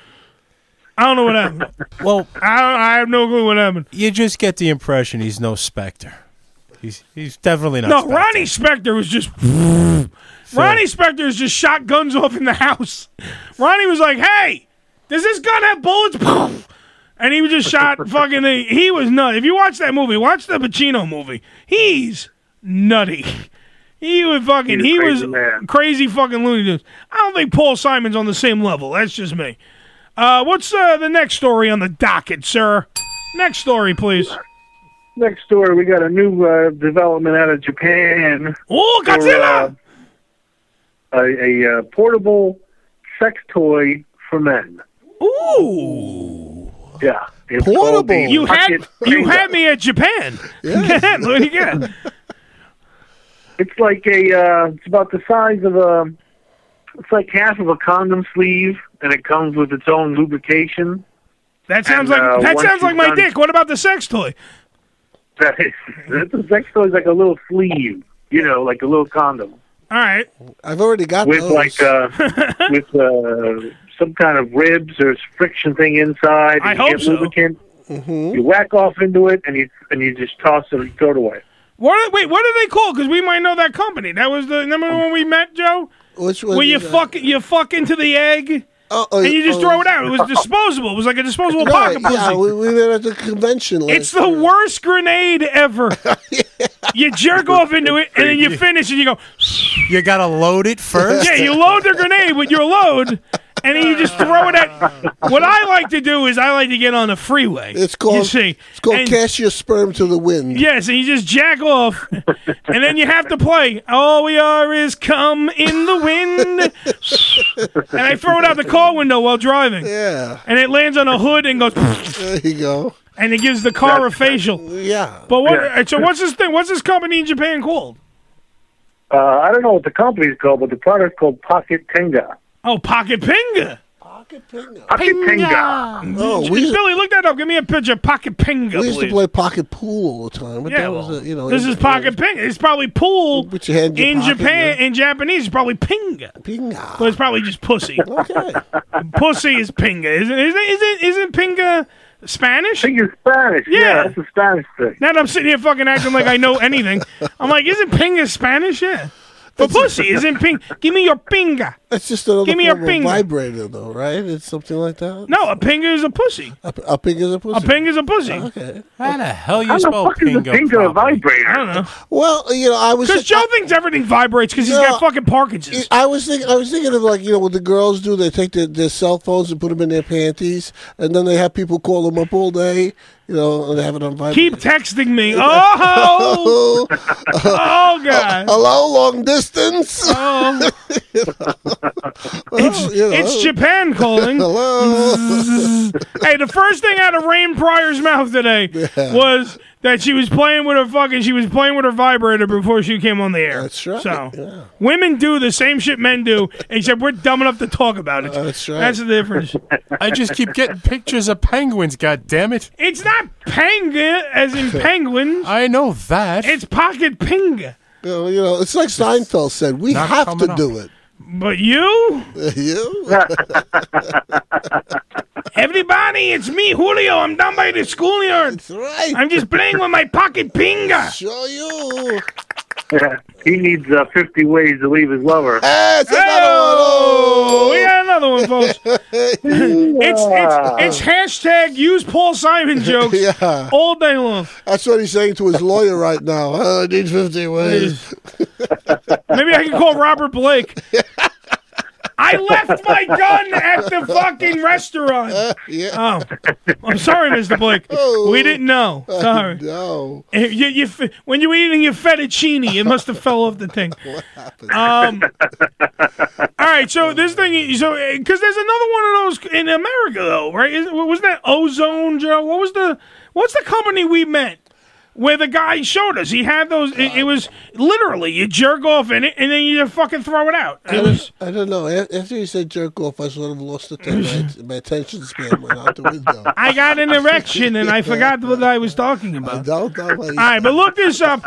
[SPEAKER 9] I don't know what happened.
[SPEAKER 11] well,
[SPEAKER 9] I, I have no clue what happened.
[SPEAKER 11] You just get the impression he's no Spectre. He's he's definitely not.
[SPEAKER 9] no,
[SPEAKER 11] Spectre.
[SPEAKER 9] Ronnie Spector was just. Ronnie Spector is just shot guns off in the house. Ronnie was like, "Hey, does this gun have bullets?" *laughs* Poof. And he
[SPEAKER 8] *laughs*
[SPEAKER 9] was just shot fucking. He was nutty. If you watch that movie, watch the Pacino movie. He's nutty. He was fucking.
[SPEAKER 8] He's
[SPEAKER 9] He
[SPEAKER 8] a
[SPEAKER 9] was
[SPEAKER 8] crazy man.
[SPEAKER 9] crazy fucking Looney Tunes. I don't think Paul Simon's on the same level. That's just me. Uh, what's uh, the next story on the docket, sir? Next story, please.
[SPEAKER 8] Next door, we got a new uh, development out of Japan.
[SPEAKER 9] Oh, Godzilla!
[SPEAKER 8] a a uh, portable sex toy for men.
[SPEAKER 9] Ooh.
[SPEAKER 8] Yeah. it's called the
[SPEAKER 9] You had
[SPEAKER 8] Pocket
[SPEAKER 9] you
[SPEAKER 8] Rainbow.
[SPEAKER 9] had me at Japan. *laughs* Yeah. what do you get?
[SPEAKER 8] It's like a. Uh, it's about the size of a. It's like half of a condom sleeve, and it comes with its own lubrication.
[SPEAKER 9] That sounds
[SPEAKER 8] And,
[SPEAKER 9] like
[SPEAKER 8] uh,
[SPEAKER 9] that
[SPEAKER 8] once
[SPEAKER 9] sounds like
[SPEAKER 8] you've
[SPEAKER 9] my
[SPEAKER 8] done-
[SPEAKER 9] dick. What about the sex toy?
[SPEAKER 8] *laughs* the sex toy is like a little sleeve, you know, like a little condom
[SPEAKER 9] All right.
[SPEAKER 10] I've already got
[SPEAKER 8] with
[SPEAKER 10] those.
[SPEAKER 8] like
[SPEAKER 9] *laughs*
[SPEAKER 8] uh, with uh, some kind of ribs or friction thing inside.
[SPEAKER 9] I
[SPEAKER 8] and
[SPEAKER 9] hope
[SPEAKER 8] you get
[SPEAKER 9] so.
[SPEAKER 8] Lubricant.
[SPEAKER 10] Mm-hmm.
[SPEAKER 8] You whack off into it, and you and you just toss it and throw it away.
[SPEAKER 9] What? Wait, what are they called? Because we might know that company. That was the number one we met, Joe.
[SPEAKER 10] Which
[SPEAKER 8] one
[SPEAKER 9] Where
[SPEAKER 8] is
[SPEAKER 9] you
[SPEAKER 8] that?
[SPEAKER 9] fuck you fuck into the egg,
[SPEAKER 10] oh,
[SPEAKER 9] and you just
[SPEAKER 10] oh.
[SPEAKER 9] throw it out. It was disposable. It was like a disposable
[SPEAKER 10] Right,
[SPEAKER 9] pocket pussy.
[SPEAKER 10] yeah, we, we were at the convention. Last
[SPEAKER 9] it's the worst
[SPEAKER 10] *laughs*
[SPEAKER 9] grenade ever. You jerk off into it, and then you finish, and you go.
[SPEAKER 11] You gotta load it first.
[SPEAKER 9] Yeah, you load the grenade with your load, and then you just throw
[SPEAKER 10] *laughs*
[SPEAKER 9] it at. What I like to do is I like to get on the freeway.
[SPEAKER 10] It's called.
[SPEAKER 9] You see,
[SPEAKER 10] It's called
[SPEAKER 9] and-
[SPEAKER 10] cast your sperm to the wind.
[SPEAKER 9] Yes, and you just jack off, and then you have to play. All we are is come in the wind, and I throw it out the car window while driving.
[SPEAKER 10] Yeah.
[SPEAKER 9] and it lands on a hood and goes.
[SPEAKER 10] There you go.
[SPEAKER 9] And it gives the car a facial.
[SPEAKER 10] Yeah.
[SPEAKER 9] But what?
[SPEAKER 8] Yeah.
[SPEAKER 9] So what's this thing? What's this company in Japan called?
[SPEAKER 8] Uh, I don't know what the company's called, but the product's called Pocket Tenga.
[SPEAKER 9] Oh, Pocket Pinga.
[SPEAKER 8] Pocket Tenga.
[SPEAKER 10] Oh, we-
[SPEAKER 9] Billy, look that up. Give me a picture of Pocket Pinga.
[SPEAKER 10] we used to
[SPEAKER 9] please.
[SPEAKER 10] play pocket pool all the time. But
[SPEAKER 9] Yeah,
[SPEAKER 10] that
[SPEAKER 9] well,
[SPEAKER 10] was a, you know,
[SPEAKER 9] this
[SPEAKER 10] it-
[SPEAKER 9] is pocket ping. It's probably pool
[SPEAKER 10] Put your hand in your pocket,
[SPEAKER 9] in Japan. In Japanese, it's probably pinga.
[SPEAKER 10] Pinga.
[SPEAKER 9] But it's probably
[SPEAKER 10] *laughs*
[SPEAKER 9] just pussy. okay. Pussy is pinga, isn't isn't isn't, isn't pinga Spanish?
[SPEAKER 8] Pinga Spanish.
[SPEAKER 9] Yeah.
[SPEAKER 8] that's a Spanish thing.
[SPEAKER 9] Now that I'm sitting here fucking acting like I
[SPEAKER 10] *laughs*
[SPEAKER 9] know anything, I'm like, isn't pinga Spanish? Yeah. But pussy isn't ping. Give me your pinga.
[SPEAKER 10] That's just another
[SPEAKER 9] Give me your
[SPEAKER 10] form of
[SPEAKER 9] pinga.
[SPEAKER 10] vibrator, though, right? It's something like that.
[SPEAKER 9] No, a pinga is a pussy.
[SPEAKER 10] A, a pinga's a pussy.
[SPEAKER 9] A pinga's a pussy.
[SPEAKER 10] okay.
[SPEAKER 11] How the hell you
[SPEAKER 9] How the
[SPEAKER 11] spell
[SPEAKER 9] fuck is a
[SPEAKER 11] pingo?
[SPEAKER 9] pingo
[SPEAKER 11] properly?
[SPEAKER 8] vibrator?
[SPEAKER 9] I don't know.
[SPEAKER 10] Well, you know, I was
[SPEAKER 9] Because Joe thinks everything vibrates because he's
[SPEAKER 10] No,
[SPEAKER 9] got fucking Parkinson's.
[SPEAKER 10] I was thinking. I was thinking of like you know what the girls do. They take their, their cell phones and put them in their panties, and then they have people call them up all day. You know, and they have it on vibrate.
[SPEAKER 9] Keep
[SPEAKER 10] *laughs*
[SPEAKER 9] texting me. Oh, *laughs* oh god.
[SPEAKER 10] *laughs* Hello, long distance. *laughs*
[SPEAKER 9] Oh.
[SPEAKER 10] it's
[SPEAKER 9] It's Japan calling.
[SPEAKER 10] *laughs* Hello.
[SPEAKER 9] *laughs* hey, the first thing out of Rain Pryor's mouth today was that she was playing with her fucking. She was playing with her vibrator before she came on the air. That's
[SPEAKER 10] right,
[SPEAKER 9] So women do the same shit men do, except we're dumb enough to talk about it. That's
[SPEAKER 10] right.
[SPEAKER 9] That's the difference.
[SPEAKER 11] I just keep getting pictures of penguins. God damn it!
[SPEAKER 9] It's not panga
[SPEAKER 10] *laughs*
[SPEAKER 9] as
[SPEAKER 11] *laughs*
[SPEAKER 9] in penguins.
[SPEAKER 11] I know that.
[SPEAKER 9] It's pocket pinga.
[SPEAKER 10] You know, you know, it's like Seinfeld said. We
[SPEAKER 11] Not
[SPEAKER 10] have to
[SPEAKER 11] coming up.
[SPEAKER 10] do it.
[SPEAKER 9] But you,
[SPEAKER 10] *laughs* you.
[SPEAKER 9] everybody, it's me, Julio. I'm down by the schoolyard. That's
[SPEAKER 10] right.
[SPEAKER 9] I'm just playing with my pocket pinga.
[SPEAKER 10] Show you.
[SPEAKER 8] Yeah. *laughs* He needs uh, 50 ways to leave his lover.
[SPEAKER 10] That's
[SPEAKER 9] Oh, we got another one, folks. it's, it's it's hashtag use Paul
[SPEAKER 10] *laughs*
[SPEAKER 9] Simon jokes
[SPEAKER 10] Yeah.
[SPEAKER 9] all day long.
[SPEAKER 10] That's what he's saying to his lawyer right now. *laughs* Oh, I need 50 ways.
[SPEAKER 9] Maybe I can call Robert Blake. I left my gun at the fucking restaurant.
[SPEAKER 10] Yeah.
[SPEAKER 9] Oh, I'm sorry,
[SPEAKER 10] *laughs*
[SPEAKER 9] Mr. *laughs* Blake.
[SPEAKER 10] Oh.
[SPEAKER 9] We Oh. didn't know. Sorry.
[SPEAKER 10] No.
[SPEAKER 9] Eh, You, you, f- when you were eating your fettuccine, it must have fell off the *laughs* thing. Um, all right, so this thing, so because there's another one of those in America, though, right? Is, was that Ozone Joe? What was the what's the company we met where the guy showed us? He had those. It, it was literally you jerk off in it, and then you just fucking throw it out.
[SPEAKER 10] I don't, I don't know. A- After you said jerk off, I sort of lost the thing. My,
[SPEAKER 9] *laughs*
[SPEAKER 10] my attention span went out the window.
[SPEAKER 9] I got an erection and I forgot what I was talking about.
[SPEAKER 10] Don't know what
[SPEAKER 9] All right, but look this up.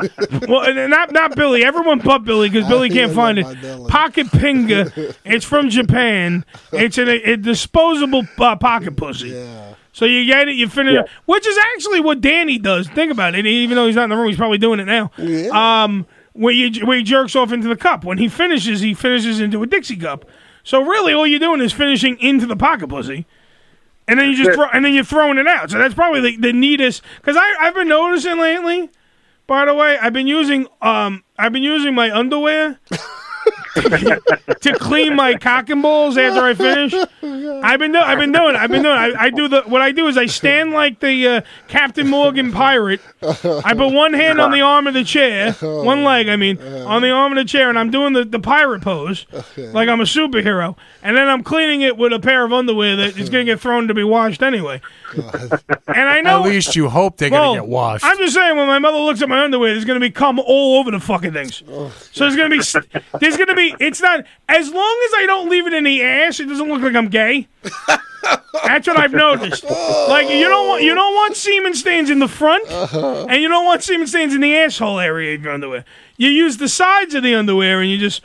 [SPEAKER 9] Well, and not not Billy. Everyone but Billy because Billy can't find it. Pocket Pinga. It's from Japan. It's an, a disposable uh, pocket pussy. Yeah. So you get it. You finish it, which is actually what Danny does. Think about it. Even though he's not in the room, he's probably doing it now. Yeah. Um, where you where he jerks off into the cup. When he finishes, he finishes into a Dixie cup. So really, all you're doing is finishing into the pocket pussy. And then you just throw, and then you're throwing it out. So that's probably the, the neatest. Because I I've been noticing lately By the way, I've been using um I've been using my underwear to clean my cock and balls after I finish. I've been do- I've been doing it. I've been doing it. I, I do the what I do is I stand like the uh, Captain Morgan pirate. I put one hand on the arm of the chair, one leg, I mean, on the arm of the chair, and I'm doing the, the pirate pose like I'm a superhero, and then I'm cleaning it with a pair of underwear that is going to get thrown to be washed anyway. And I know
[SPEAKER 11] At least you hope they're
[SPEAKER 9] Well,
[SPEAKER 11] gonna get washed.
[SPEAKER 9] I'm just saying, when my mother looks at my underwear, there's gonna be cum all over the fucking things. So there's gonna be, there's gonna be. It's not as long as I don't leave it in the ass. It doesn't look like I'm gay. That's what I've noticed. Like you don't want you don't want semen stains in the front, and you don't want semen stains in the asshole area of your underwear. You use the sides of the underwear, and you just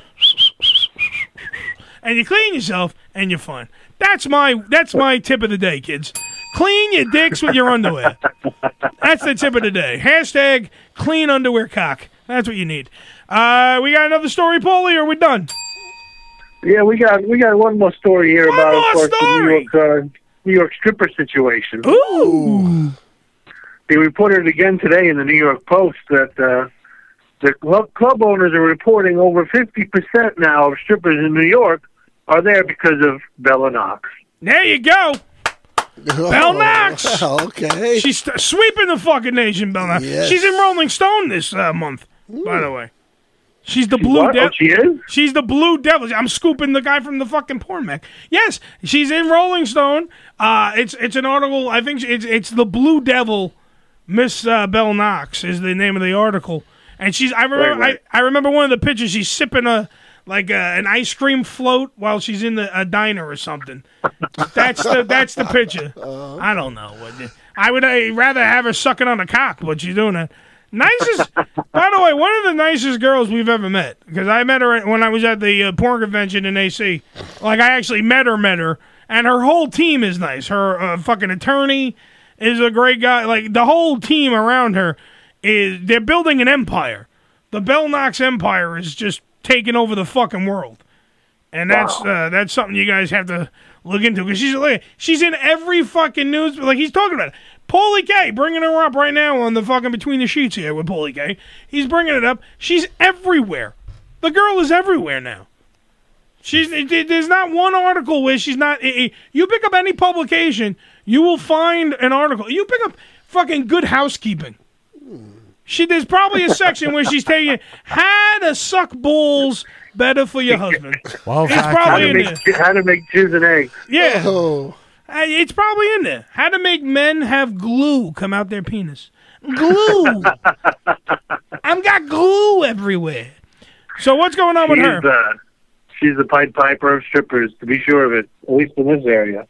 [SPEAKER 9] and you clean yourself, and you're fine. That's my that's my tip of the day, kids. Clean your dicks with your underwear. That's the tip of the day. Hashtag clean underwear cock. That's what you need. Uh, we got another story, Paulie, or we're done.
[SPEAKER 8] Yeah, we got we got one more story here about of course the New York uh, New York stripper situation.
[SPEAKER 9] Ooh.
[SPEAKER 8] They reported again today in the New York Post that uh, the club, club owners are reporting over fifty percent now of strippers in New York are there because of Bella Knox.
[SPEAKER 9] There you go.
[SPEAKER 8] Oh,
[SPEAKER 9] Bell
[SPEAKER 8] *laughs*
[SPEAKER 9] Knox.
[SPEAKER 10] okay.
[SPEAKER 9] She's st- sweeping the fucking nation, Bell Knox.
[SPEAKER 10] Yes.
[SPEAKER 9] She's in Rolling Stone this uh, month, by the way. She's the blue
[SPEAKER 8] what? Oh,
[SPEAKER 9] devil.
[SPEAKER 8] she is?
[SPEAKER 9] She's the blue devil. I'm scooping the guy from the fucking porn mag. Yes, she's in Rolling Stone. Uh, it's it's an article. I think it's it's the blue devil. Miss uh, Bell Knox is the name of the article, and she's. I remember.
[SPEAKER 8] Right, right.
[SPEAKER 9] I, I remember one of the pictures. She's sipping a like a, an ice cream float while she's in the, a diner or something. That's the that's
[SPEAKER 8] *laughs*
[SPEAKER 9] the picture.
[SPEAKER 8] Uh-huh.
[SPEAKER 9] I don't know. What the- I would i rather have her sucking on a cock, but she's doing that. Nicest. by the way, one of the nicest girls we've ever met. Because I met her at- when I was at the uh, porn convention in AC. Like I actually met her, met her, and her whole team is nice. Her uh, fucking attorney is a great guy. Like the whole team around her is they're building an empire. The Bell Knox Empire is just taking over the fucking world and that's uh, that's something you guys have to look into because she's like she's in every fucking news. Like he's talking about it. Paulie K bringing her up right now on the fucking between the sheets here with Paulie K. He's bringing it up. She's everywhere. The girl is everywhere now. She's there- there's not one article where she's not. eh, eh, You pick up any publication, you will find an article. You pick up fucking Good Housekeeping. She there's probably a section where she's taking how to suck balls better for your husband.
[SPEAKER 8] Oh,
[SPEAKER 11] Well,
[SPEAKER 9] it's probably in
[SPEAKER 8] how, to
[SPEAKER 9] there.
[SPEAKER 8] make, chi- how to make jizz and eggs.
[SPEAKER 9] Yeah. Uh, It's probably in there. How to make men have glue come out their penis.
[SPEAKER 8] *laughs*
[SPEAKER 9] Glue. I've got glue everywhere. So what's going on with
[SPEAKER 8] She's,
[SPEAKER 9] her?
[SPEAKER 8] uh, she's the Pied Piper of strippers, to be sure of it, at least in this area.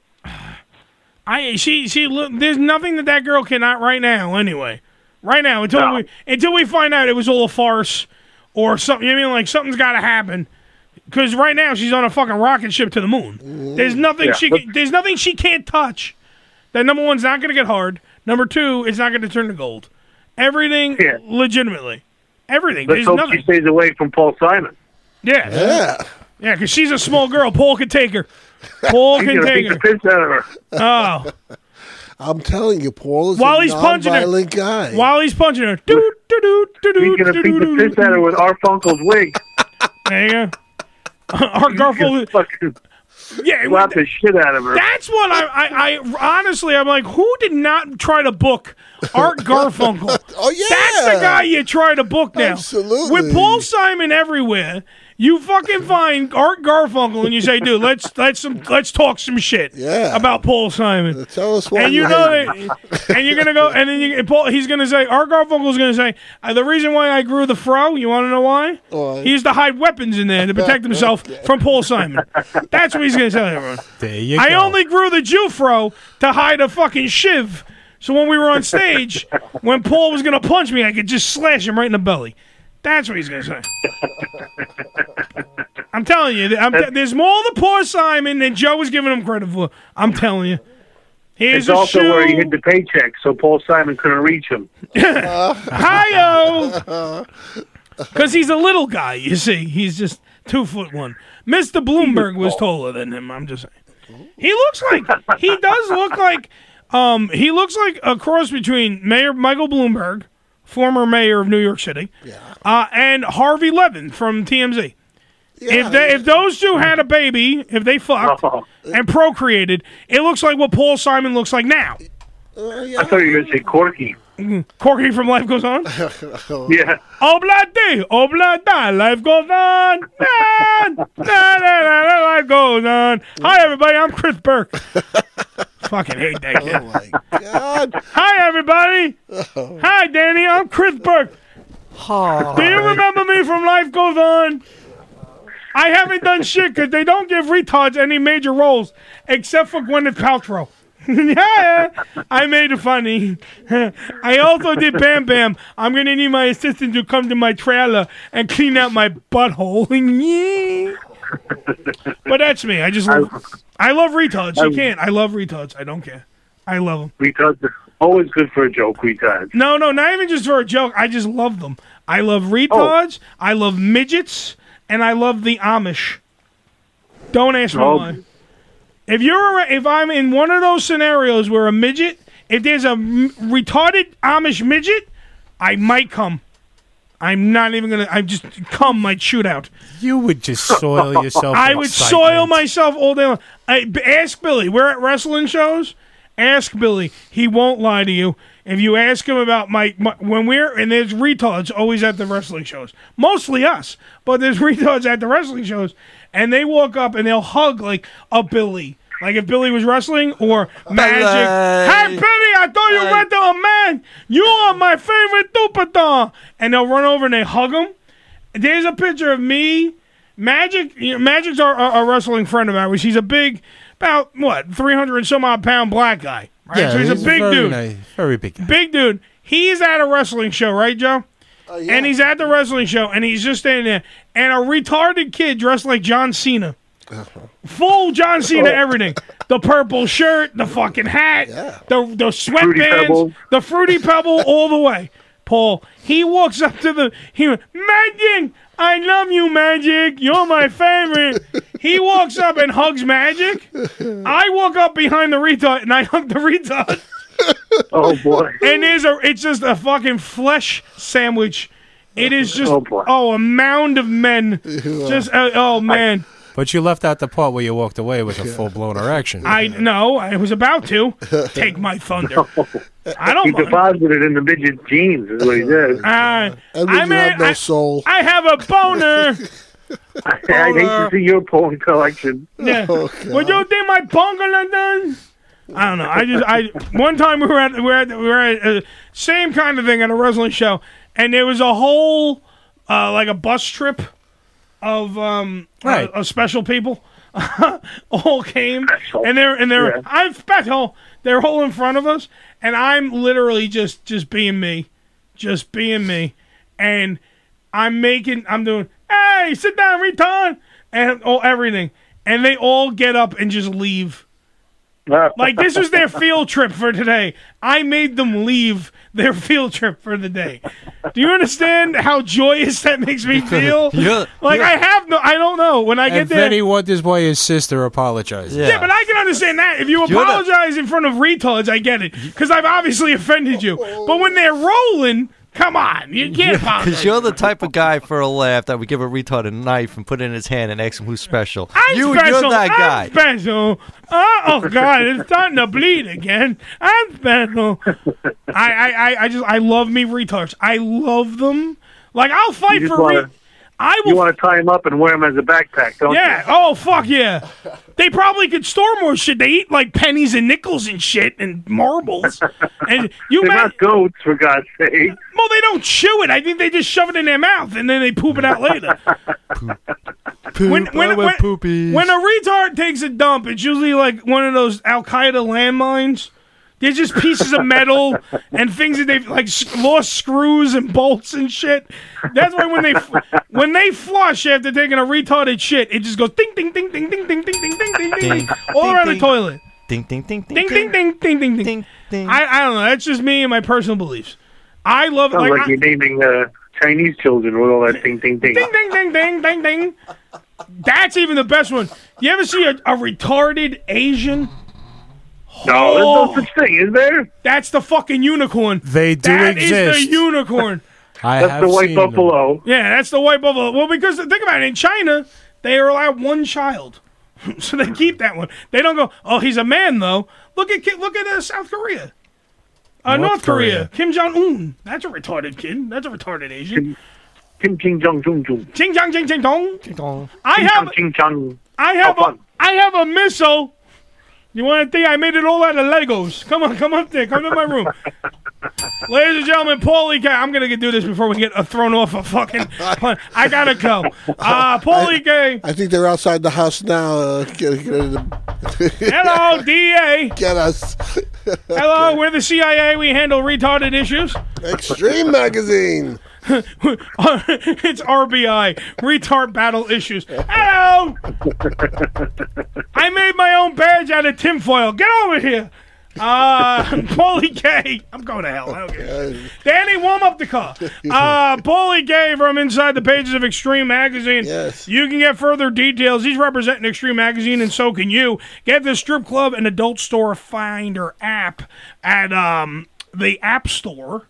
[SPEAKER 9] I she she look, there's nothing that that girl cannot right now anyway. Right now until we until we find out it was all a farce or something. You know what I mean like something's got to happen because right now she's on a fucking rocket ship to the moon. There's nothing
[SPEAKER 8] Mm. Mm-hmm. Yeah,
[SPEAKER 9] she
[SPEAKER 8] but-
[SPEAKER 9] can- there's nothing she can't touch. That number one's not going to get hard. Number two, it's not going to turn to gold. Everything legitimately, everything.
[SPEAKER 8] Let's
[SPEAKER 9] There's
[SPEAKER 8] hope
[SPEAKER 9] nothing.
[SPEAKER 8] she stays away from Paul Simon.
[SPEAKER 9] Yeah. Yeah. Yeah, because she's a small girl. Paul can
[SPEAKER 8] *laughs*
[SPEAKER 9] take her. Paul
[SPEAKER 8] He's
[SPEAKER 9] can
[SPEAKER 8] gonna
[SPEAKER 9] take
[SPEAKER 8] beat
[SPEAKER 9] her.
[SPEAKER 8] the piss out of her.
[SPEAKER 9] Oh.
[SPEAKER 10] I'm telling you, Paul is
[SPEAKER 9] While
[SPEAKER 10] a
[SPEAKER 9] he's punching her.
[SPEAKER 10] nonviolent guy.
[SPEAKER 9] While he's punching her. Doot, doot, doot, doot,
[SPEAKER 8] He's gonna
[SPEAKER 9] doot,
[SPEAKER 8] beat
[SPEAKER 9] doot,
[SPEAKER 8] the
[SPEAKER 9] doot.
[SPEAKER 8] piss out of her with Arfunkel's wig.
[SPEAKER 9] *laughs* There you go. *laughs* Our Garfield.
[SPEAKER 8] Fucking
[SPEAKER 9] Yeah,
[SPEAKER 8] slap the shit out of her.
[SPEAKER 9] That's what I, I, I honestly, I'm like, who did not try to book
[SPEAKER 10] *laughs*
[SPEAKER 9] Art Garfunkel? oh yeah, that's the guy you try to book now. Absolutely. With Paul Simon everywhere, you fucking find Art Garfunkel and you say, dude, let's let's some let's talk some shit. Yeah. About Paul Simon.
[SPEAKER 10] Uh, Tell us why
[SPEAKER 9] And you
[SPEAKER 10] you
[SPEAKER 9] know
[SPEAKER 10] hate him.
[SPEAKER 9] that, *laughs* and you're gonna go, and then you, and Paul, he's gonna say, Art Garfunkel's gonna say, uh, the reason why I grew the fro, you want to know why?
[SPEAKER 10] Why?
[SPEAKER 9] He used to hide weapons in
[SPEAKER 10] *laughs*
[SPEAKER 9] there to protect himself from Paul Simon. That's what he's gonna tell everyone.
[SPEAKER 11] There you
[SPEAKER 9] I
[SPEAKER 11] go.
[SPEAKER 9] only grew the Jufro to hide a fucking shiv. So when we were
[SPEAKER 8] *laughs*
[SPEAKER 9] on stage, when Paul was gonna punch me, I could just slash him right in the belly. That's what he's
[SPEAKER 8] *laughs*
[SPEAKER 9] gonna say. I'm telling you, I'm t- there's more to Paul Simon than Joe was giving him credit for. I'm telling you. Here's
[SPEAKER 8] It's
[SPEAKER 9] a
[SPEAKER 8] also
[SPEAKER 9] shoe.
[SPEAKER 8] where he hid the paycheck, so Paul Simon couldn't reach him.
[SPEAKER 9] Hiyo, because he's a little guy. You see, he's just two foot one. Mister Bloomberg was taller than him. I'm just saying. He looks like he does look like um he looks like a cross between Mayor Michael Bloomberg former mayor of New York City, uh, and Harvey Levin from TMZ. if they, if those two had a baby, if they fucked and procreated, it looks like what Paul Simon looks like now.
[SPEAKER 8] I thought you were going to say Corky.
[SPEAKER 9] Mm, Corky from Life Goes On.
[SPEAKER 8] Yeah.
[SPEAKER 9] *laughs* Oblate, oblata, life goes on. Na, na, na, na, na, life goes on. Hi, everybody. I'm Chris Burke. Fucking hate that kid. God. Hi, everybody. Hi, Danny. I'm Chris Burke. Do you remember me from Life Goes On? I haven't done shit because they don't give retards any major roles except for Gwyneth Paltrow. *laughs* yeah, I made it funny. *laughs* I also did Bam Bam. I'm gonna need my assistant to come to my trailer and clean out my butthole. *laughs* Yeah. but that's me. I just love, I, love retards. You
[SPEAKER 8] I-
[SPEAKER 9] can't. I love retards. I don't care. I love them.
[SPEAKER 8] Retards are always good for a joke, *laughs* retards.
[SPEAKER 9] No, no, not even just for a joke. I just love them. I love retards. I love midgets, and I love the Amish. Don't ask me
[SPEAKER 8] Oh.
[SPEAKER 9] why. If you're, a, if I'm in one of those scenarios where a midget, if there's a m- retarded Amish midget, I might come. I'm not even gonna. I'm just come might shoot out.
[SPEAKER 11] You would just soil yourself.
[SPEAKER 9] I
[SPEAKER 11] with
[SPEAKER 9] would
[SPEAKER 11] excitement.
[SPEAKER 9] soil myself all day long. I, b- ask Billy. We're at wrestling shows. Ask Billy. He won't lie to you. If you ask him about my, my when we're and there's retards always at the wrestling shows, mostly us, but there's *laughs* retards at the wrestling shows, and they walk up and they'll hug like a Billy, like if Billy was wrestling or Magic. Hey Billy, I thought you were the a man. You are my favorite dupaton, and they'll run over and they hug him. There's a picture of me. Magic, you know, Magic's our, our, our wrestling friend of ours. He's a big, about what, 300 and some odd pound black guy. Right?
[SPEAKER 11] Yeah,
[SPEAKER 9] so he's, a big
[SPEAKER 11] very
[SPEAKER 9] dude.
[SPEAKER 11] nice- very big.
[SPEAKER 9] Big dude. He's at a wrestling show, right, Joe? And he's at the wrestling show, and he's just standing there. And a retarded kid dressed like John Cena. Full John Cena, everything. The purple shirt, the fucking hat, the the
[SPEAKER 8] Pebble.
[SPEAKER 9] sweatbands, the fruity pebble, all the way. Paul, he walks up to the he went, Magic, I love you, Magic. You're my favorite. he walks up and hugs Magic. I walk up behind the retard and I hug the retard. *laughs*
[SPEAKER 8] Oh boy.
[SPEAKER 9] And there's a it's just a fucking flesh sandwich. It is just oh, a mound of men. Just uh, oh man.
[SPEAKER 11] But you left out the part where you walked away with a full blown erection.
[SPEAKER 9] I know. I was about to take my thunder. I don't
[SPEAKER 8] He
[SPEAKER 9] mind.
[SPEAKER 8] deposited in the midget jeans, is what he did.
[SPEAKER 9] Uh, I mean,
[SPEAKER 8] have no
[SPEAKER 9] I,
[SPEAKER 10] soul.
[SPEAKER 9] I have a boner.
[SPEAKER 8] I'd hate to see your porn collection.
[SPEAKER 10] *laughs*
[SPEAKER 9] uh, Yeah. Would you think my bungle done? I don't know. I just I one time we were at we were at, we were at uh, same kind of thing at a wrestling show, and there was a whole uh, like a bus trip of um uh,
[SPEAKER 11] Right.
[SPEAKER 9] of special people all came and they're and they're
[SPEAKER 11] Yeah.
[SPEAKER 9] I'm special. They're all in front of us, and I'm literally just just being me, just being me, and I'm making I'm doing hey sit down retard and all everything, and they all get up and just leave. Like this was their field trip for today. I made them leave their field trip for the day. Do you understand how joyous that makes
[SPEAKER 11] *laughs*
[SPEAKER 9] me feel?
[SPEAKER 11] Yeah.
[SPEAKER 9] Like I have no, I don't know. When I get
[SPEAKER 11] and
[SPEAKER 9] there,
[SPEAKER 11] then he wanted his boy his sister apologizes.
[SPEAKER 9] yeah. but I can understand that. If you
[SPEAKER 11] You're the-
[SPEAKER 9] apologize in front of retards, I get it because I've obviously offended you. But when they're rolling, come on, you can't
[SPEAKER 13] Because
[SPEAKER 9] apologize.
[SPEAKER 13] you're the type of guy for a laugh that would give a retard a knife and put it in his hand and ask him who's special.
[SPEAKER 9] I'm
[SPEAKER 13] you,
[SPEAKER 9] special.
[SPEAKER 13] You're that guy.
[SPEAKER 9] I'm special. Oh, oh, God, it's starting to bleed again. I'm special. I, I, I, I just I love me retards. I love them. Like I'll
[SPEAKER 8] You
[SPEAKER 9] fight
[SPEAKER 8] just
[SPEAKER 9] for.
[SPEAKER 8] wanna-
[SPEAKER 9] Re- I will
[SPEAKER 8] You want to tie him up and wear him as a backpack, don't you?
[SPEAKER 9] yeah. Oh fuck yeah. They probably could store more shit. They eat like pennies and nickels and shit and marbles. And you
[SPEAKER 8] They're
[SPEAKER 9] ma-
[SPEAKER 8] not goats, for God's sake.
[SPEAKER 9] well, they don't chew it. I think they just shove it in their mouth and then they poop it out later. when, when, when, when a retard takes a dump, it's usually like one of those Al Qaeda landmines. They're just pieces of *laughs* metal and things that they've like s- lost screws and bolts and shit. That's why when they f- when they flush after taking a retarded shit, it just goes ding ding ding ding ding ding ding ding ding ding ding ding all
[SPEAKER 13] Ding,
[SPEAKER 9] around the
[SPEAKER 13] ding.
[SPEAKER 9] toilet.
[SPEAKER 13] Ding, ding, ding, ding.
[SPEAKER 9] Ding ding ding ding ding ding. I I don't know. That's just me and my personal beliefs. I love
[SPEAKER 8] Sounds
[SPEAKER 9] like,
[SPEAKER 8] like,
[SPEAKER 9] I-
[SPEAKER 8] you're naming uh, Chinese children with all that ding, ding, ding.
[SPEAKER 9] ding ding ding ding ding ding. That's even the best one. You ever see a, a retarded Asian?
[SPEAKER 8] No, there's no such thing, is there?
[SPEAKER 9] Oh! That's the fucking unicorn.
[SPEAKER 11] They do
[SPEAKER 9] That is
[SPEAKER 11] exist.
[SPEAKER 9] the unicorn.
[SPEAKER 11] *laughs* I That's have the white seen them. buffalo.
[SPEAKER 9] Yeah, that's the white buffalo. Well, because think about it, in China they are allowed one child, *laughs* so they keep that one. They don't go, oh, he's a man though. Look at Ki- look at uh, South Korea, uh,
[SPEAKER 8] North
[SPEAKER 9] North, Korea.
[SPEAKER 8] Korea.
[SPEAKER 9] Kim Jong Un. That's a retarded kid. That's a retarded Asian.
[SPEAKER 8] Kim Ching Jong Jung Jung.
[SPEAKER 9] Ching Chong Ching Ching Dong. I
[SPEAKER 8] Ching *laughs*
[SPEAKER 9] have
[SPEAKER 8] Ching Chong.
[SPEAKER 9] I have a, I have a missile. You want to think I made it all out of Legos? Come on, come up there, come to my room, ladies and gentlemen. Paulie, Gay, I'm gonna get- do this before we get uh, thrown off a fucking. plan. I gotta go. Uh, Paulie Gay,
[SPEAKER 10] I think they're outside the house now. Uh, get, get,
[SPEAKER 9] hello, DA.
[SPEAKER 10] Get us.
[SPEAKER 9] *laughs* hello, we're the CIA. We handle retarded issues.
[SPEAKER 10] Extreme magazine.
[SPEAKER 9] *laughs* it's RBI, retard battle issues. Hello. I made my own badge out of tinfoil. Get over here. Uh, *laughs* Paulie Gay. I'm going to hell. I don't care. *laughs* Danny, warm up the car. Uh, Paulie Gay from Inside the Pages of Extreme Magazine. Yes. You can get further details. He's representing Extreme Magazine, and so can you. Get the strip club and adult store finder app at um, the App Store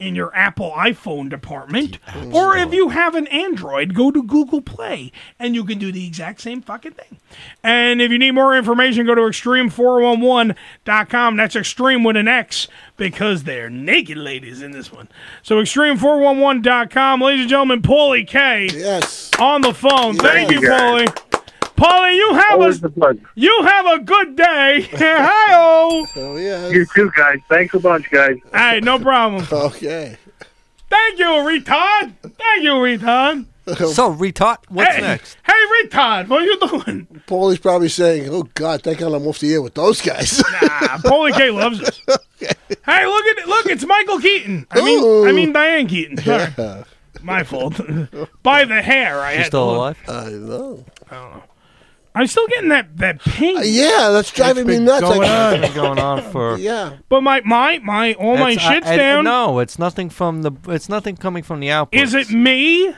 [SPEAKER 9] in your Apple iPhone department. Or if you have an Android, go to Google Play and you can do the exact same fucking thing. And if you need more information, go to extreme411.com. That's extreme with an X because they're naked ladies in this one. So extreme411.com. Ladies and gentlemen, Paulie K.
[SPEAKER 10] Yes.
[SPEAKER 9] On the phone. Thank you,
[SPEAKER 8] Thank you, guys.
[SPEAKER 9] Paulie. Paulie, you have
[SPEAKER 8] Always
[SPEAKER 9] a,
[SPEAKER 8] a pleasure.
[SPEAKER 9] you have a good day. *laughs* Hi-oh.
[SPEAKER 10] Oh,
[SPEAKER 8] You too, guys. Thanks a bunch, guys.
[SPEAKER 9] All right, no problem.
[SPEAKER 10] okay.
[SPEAKER 9] Thank you, retard. Thank you, retard.
[SPEAKER 10] So,
[SPEAKER 13] retard,
[SPEAKER 10] what's
[SPEAKER 9] hey,
[SPEAKER 10] next?
[SPEAKER 9] Hey, retard, what are you doing?
[SPEAKER 10] Paulie's probably saying, "Oh God, thank God I'm off the air with those guys."
[SPEAKER 9] Nah, Paulie K loves us. Hey, look at it. Look, it's Michael Keaton. I mean, I mean Diane Keaton. Sorry. My fault. *laughs* By the hair, I had to look.
[SPEAKER 10] I know.
[SPEAKER 9] I don't know. I'm still getting that that pink.
[SPEAKER 10] yeah, that's driving me nuts.
[SPEAKER 13] going
[SPEAKER 10] I-
[SPEAKER 13] on,
[SPEAKER 10] *laughs*
[SPEAKER 13] been going on for
[SPEAKER 10] yeah.
[SPEAKER 9] But my my my all my
[SPEAKER 13] That's- I-
[SPEAKER 9] shit's
[SPEAKER 13] I-
[SPEAKER 9] down.
[SPEAKER 13] No, it's nothing from the. It's nothing coming from the output.
[SPEAKER 9] Is it me?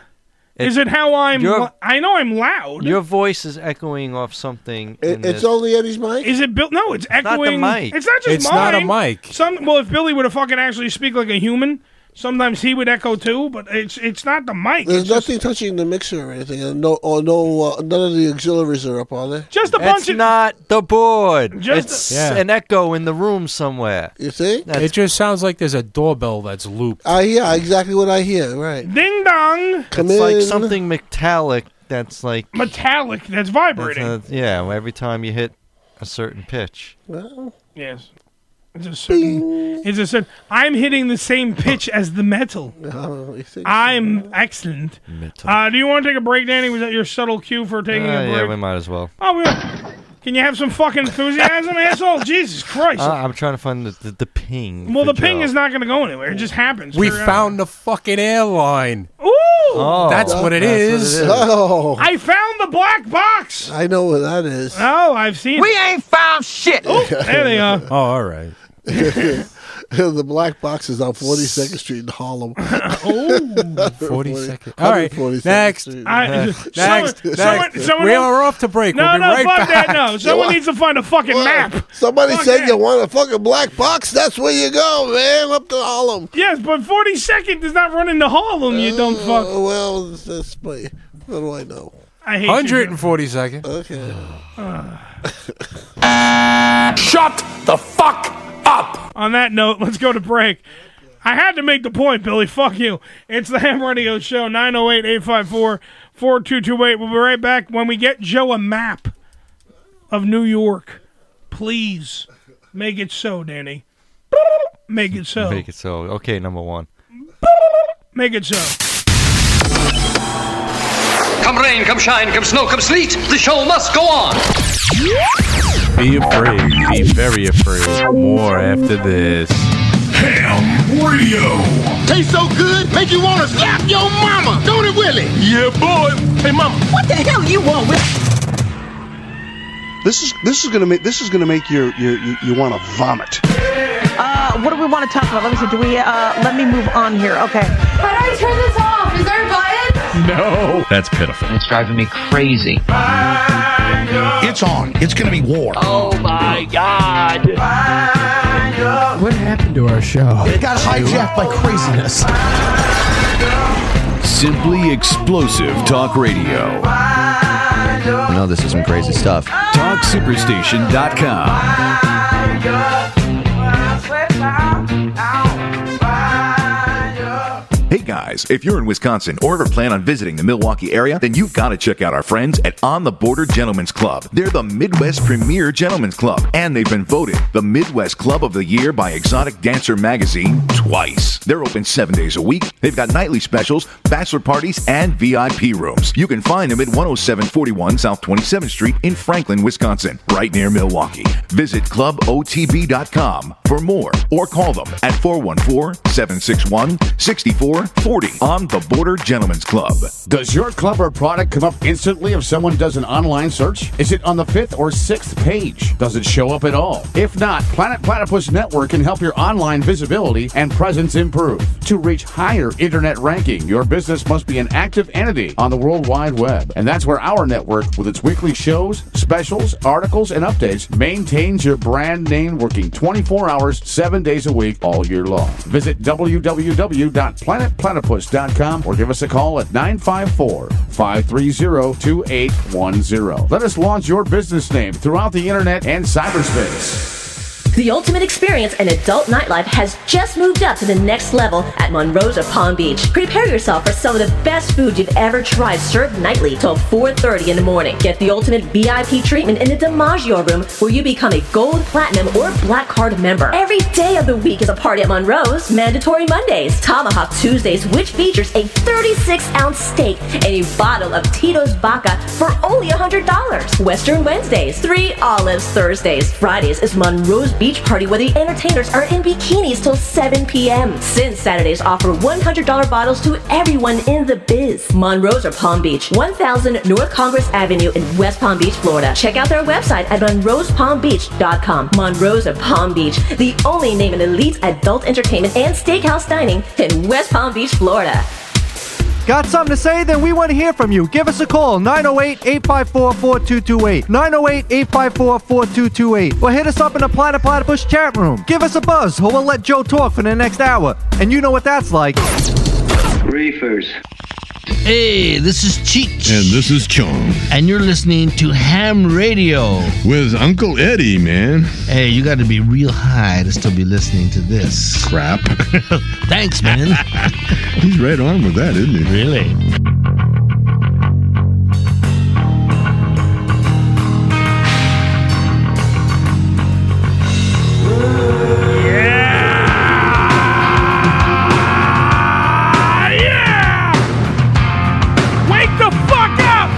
[SPEAKER 9] Is it how I'm?
[SPEAKER 13] Your-
[SPEAKER 9] lo- I know I'm loud.
[SPEAKER 13] Your voice is echoing off something. in this.
[SPEAKER 10] only Eddie's mic.
[SPEAKER 9] Is it Bill? No, it's
[SPEAKER 13] not the
[SPEAKER 9] echoing.
[SPEAKER 13] mic.
[SPEAKER 9] It's not just
[SPEAKER 13] It's not a
[SPEAKER 9] mine.
[SPEAKER 13] mic.
[SPEAKER 9] Some well, if Billy would have fucking actually speak like a human, sometimes he would echo too. But it's it's not the mic.
[SPEAKER 10] There's nothing touching the mixer or anything, and no, or no, uh, none of the auxiliaries are up, are there?
[SPEAKER 9] Just a
[SPEAKER 13] It's not the board.
[SPEAKER 9] Just
[SPEAKER 13] it's
[SPEAKER 9] a- Yeah.
[SPEAKER 13] an echo in the room somewhere.
[SPEAKER 10] You see?
[SPEAKER 11] it just sounds like there's a doorbell that's looped.
[SPEAKER 10] Uh, yeah, exactly what I hear. Right.
[SPEAKER 9] Ding dong.
[SPEAKER 10] Come
[SPEAKER 13] it's like
[SPEAKER 10] in.
[SPEAKER 13] something metallic that's like
[SPEAKER 9] metallic that's
[SPEAKER 13] that's
[SPEAKER 9] vibrating.
[SPEAKER 13] a- yeah. Every time you hit a certain pitch.
[SPEAKER 10] Well,
[SPEAKER 9] yes. It's a certain. It's a certain. I'm hitting the same pitch as the metal.
[SPEAKER 10] *laughs* Oh, you think?
[SPEAKER 9] I'm excellent. Uh, do you want to take a break, Danny? Was that your subtle cue for
[SPEAKER 13] Uh,
[SPEAKER 9] taking a
[SPEAKER 13] yeah,
[SPEAKER 9] break?
[SPEAKER 13] we might as well.
[SPEAKER 9] oh, we were- can you have some fucking enthusiasm, asshole? Jesus Christ!
[SPEAKER 13] Uh, I'm trying to find the the, the ping.
[SPEAKER 9] well, the
[SPEAKER 13] for
[SPEAKER 9] ping
[SPEAKER 13] Joe.
[SPEAKER 9] is not going to go anywhere. It just happens. uh,
[SPEAKER 11] We
[SPEAKER 9] periodically.
[SPEAKER 11] found the fucking airline.
[SPEAKER 9] Ooh!
[SPEAKER 11] Oh, That's what it that's what it is. is.
[SPEAKER 10] Oh,
[SPEAKER 9] I found the black box.
[SPEAKER 10] I know what that is.
[SPEAKER 9] Oh, I've seen. We
[SPEAKER 15] ain't found shit.
[SPEAKER 10] *laughs*
[SPEAKER 9] Oh, there they are.
[SPEAKER 11] Oh, all right.
[SPEAKER 10] the black box is on 42nd Street in Harlem.
[SPEAKER 9] *laughs*
[SPEAKER 10] *laughs*
[SPEAKER 9] Oh.
[SPEAKER 11] 42nd. All right.
[SPEAKER 10] 142nd
[SPEAKER 11] Next. Uh,
[SPEAKER 10] Street.
[SPEAKER 9] I- *laughs*
[SPEAKER 11] next.
[SPEAKER 9] someone-
[SPEAKER 11] next.
[SPEAKER 9] someone- someone
[SPEAKER 11] we
[SPEAKER 9] else-
[SPEAKER 11] are off to break.
[SPEAKER 9] No,
[SPEAKER 11] we'll be
[SPEAKER 9] no,
[SPEAKER 11] right
[SPEAKER 9] fuck
[SPEAKER 11] back.
[SPEAKER 9] that. No,
[SPEAKER 11] *laughs*
[SPEAKER 9] someone needs to find a fucking map.
[SPEAKER 10] Somebody
[SPEAKER 9] Fuck
[SPEAKER 10] said
[SPEAKER 9] that.
[SPEAKER 10] you want a fucking black box. That's where you go, man. Up to Harlem.
[SPEAKER 9] Yes, but 42nd does not run into Harlem, you dumb fuck.
[SPEAKER 10] Oh, well, that's my. What do I know?
[SPEAKER 9] I hate you.
[SPEAKER 11] 140 seconds.
[SPEAKER 10] Okay.
[SPEAKER 14] Ah. Shut the fuck up!
[SPEAKER 9] On that note, let's go to break. I had to make the point, Billy. Fuck you. It's the Ham Radio Show, 908 854 4228. We'll be right back when we get Joe a map of New York. Please make it so, Danny. Make it so.
[SPEAKER 13] Make it so. Okay, number one.
[SPEAKER 9] Make it so.
[SPEAKER 5] Come rain, come shine, come snow, come sleet, the show must go on.
[SPEAKER 12] Be afraid. Be very afraid. More after this. Ham Radio.
[SPEAKER 16] Tastes so good, make you wanna slap your mama, don't it, Willie? Yeah, boy. Hey, mama. What the hell you want with?
[SPEAKER 26] This is this is gonna make this is gonna make your your you, you want to vomit.
[SPEAKER 27] Uh, what do we want to talk about? Let me see. Do we? Uh, let me move on here. Okay.
[SPEAKER 15] How do I turn this off? Is there a button?
[SPEAKER 28] No.
[SPEAKER 6] That's pitiful.
[SPEAKER 28] It's driving me crazy. It's on. It's going to be war.
[SPEAKER 6] Oh my God.
[SPEAKER 23] What happened to our show?
[SPEAKER 28] It got hijacked by craziness.
[SPEAKER 29] Simply explosive talk radio.
[SPEAKER 22] No, this is some crazy stuff.
[SPEAKER 29] TalkSuperstation.com.
[SPEAKER 3] Hey guys, if you're in Wisconsin or ever plan on visiting the Milwaukee area, then you've got to check out our friends at On the Border Gentlemen's Club. They're the Midwest premier gentlemen's club, and they've been voted the Midwest Club of the Year by Exotic Dancer Magazine twice. They're open seven days a week. They've got nightly specials, bachelor parties, and VIP rooms. You can find them at 10741 South 27th Street in Franklin, Wisconsin, right near Milwaukee. Visit clubotb.com for more or call them at 414 761 6440 on the Border Gentlemen's Club.
[SPEAKER 28] Does your club or product come up instantly if someone does an online search? Is it on the fifth or sixth page? Does it show up at all? If not, Planet Platypus Network can help your online visibility and presence improve. To reach higher internet ranking, your business must be an active entity on the World Wide Web. And that's where our network, with its weekly shows, specials, articles, and updates, maintains your brand name working 24 hours, 7 days a week, all year long. Visit www.planetplatypus.com or give us a call at 954 530 2810. Let us launch your business name throughout the internet and cyberspace.
[SPEAKER 1] The ultimate experience in adult nightlife has just moved up to the next level at Monroe's of Palm Beach. Prepare yourself for some of the best food you've ever tried served nightly till 4.30 in the morning. Get the ultimate VIP treatment in the DiMaggio room where you become a gold, platinum, or black card member. Every day of the week is a party at Monroe's. Mandatory Mondays, Tomahawk Tuesdays, which features a 36-ounce steak and a bottle of Tito's Vodka for only $100. Western Wednesdays, Three Olives Thursdays. Fridays is Monroe's beach party where the entertainers are in bikinis till 7 p.m. Sin Saturdays offer $100 bottles to everyone in the biz. Monroe's or Palm Beach, 1000 North Congress Avenue in West Palm Beach, Florida. Check out their website at monroespalmbeach.com. Monroe's of Palm Beach, the only name in elite adult entertainment and steakhouse dining in West Palm Beach, Florida.
[SPEAKER 30] Got something to say? Then we want to hear from you. Give us a call, 908 854 4228. 908 854 4228. Or hit us up in the Planet Platypus chat room. Give us a buzz, or we'll let Joe talk for the next hour. And you know what that's like.
[SPEAKER 31] Reefers. Hey, this is Cheech,
[SPEAKER 32] And this is Chong
[SPEAKER 31] and you're listening to Ham Radio.
[SPEAKER 32] with Uncle Eddie, man.
[SPEAKER 31] Hey, you got to be real high to still be listening to this. Crap. *laughs* Thanks, man.
[SPEAKER 32] *laughs* He's right on with that, isn't he?
[SPEAKER 31] Really?
[SPEAKER 9] Wake the fuck up!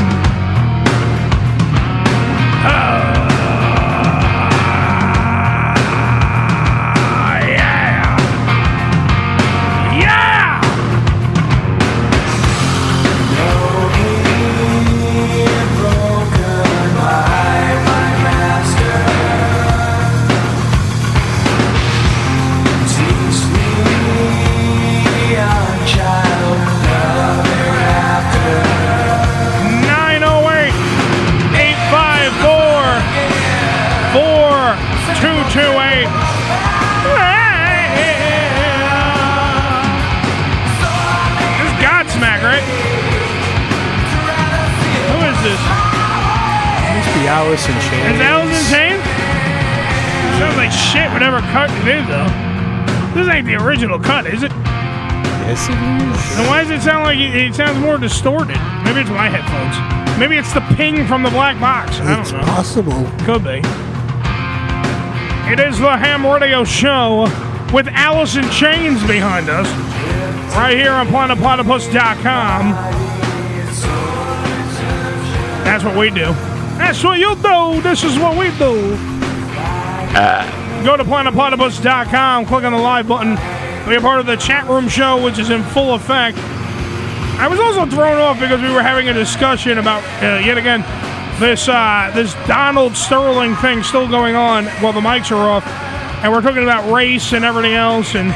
[SPEAKER 9] Oh, Ah, yeah! Yeah! Nine oh eight eight five four four two two eight. This is Godsmack, right? Who is this?
[SPEAKER 11] Must be Alice in Chains.
[SPEAKER 9] Is Alice in Chains? Sounds like shit. Whatever cut it is, though. This ain't the original cut, is it?
[SPEAKER 11] Yes, it is.
[SPEAKER 9] Then why does it sound like it, it sounds more distorted? Maybe it's my headphones. Maybe it's the ping from the black box. I don't know.
[SPEAKER 10] Possible.
[SPEAKER 9] Could be. It is the Ham Radio Show with Alice in Chains behind us, right here on PlanetPlatypus.com. That's what we do. That's what you do. This is what we do. Go to planetplatypus.com, click on the live button. Be a part of the chat room show, which is in full effect. I was also thrown off because we were having a discussion about uh, yet again this uh, this Donald Sterling thing still going on while the mics are off, and we're talking about race and everything else, and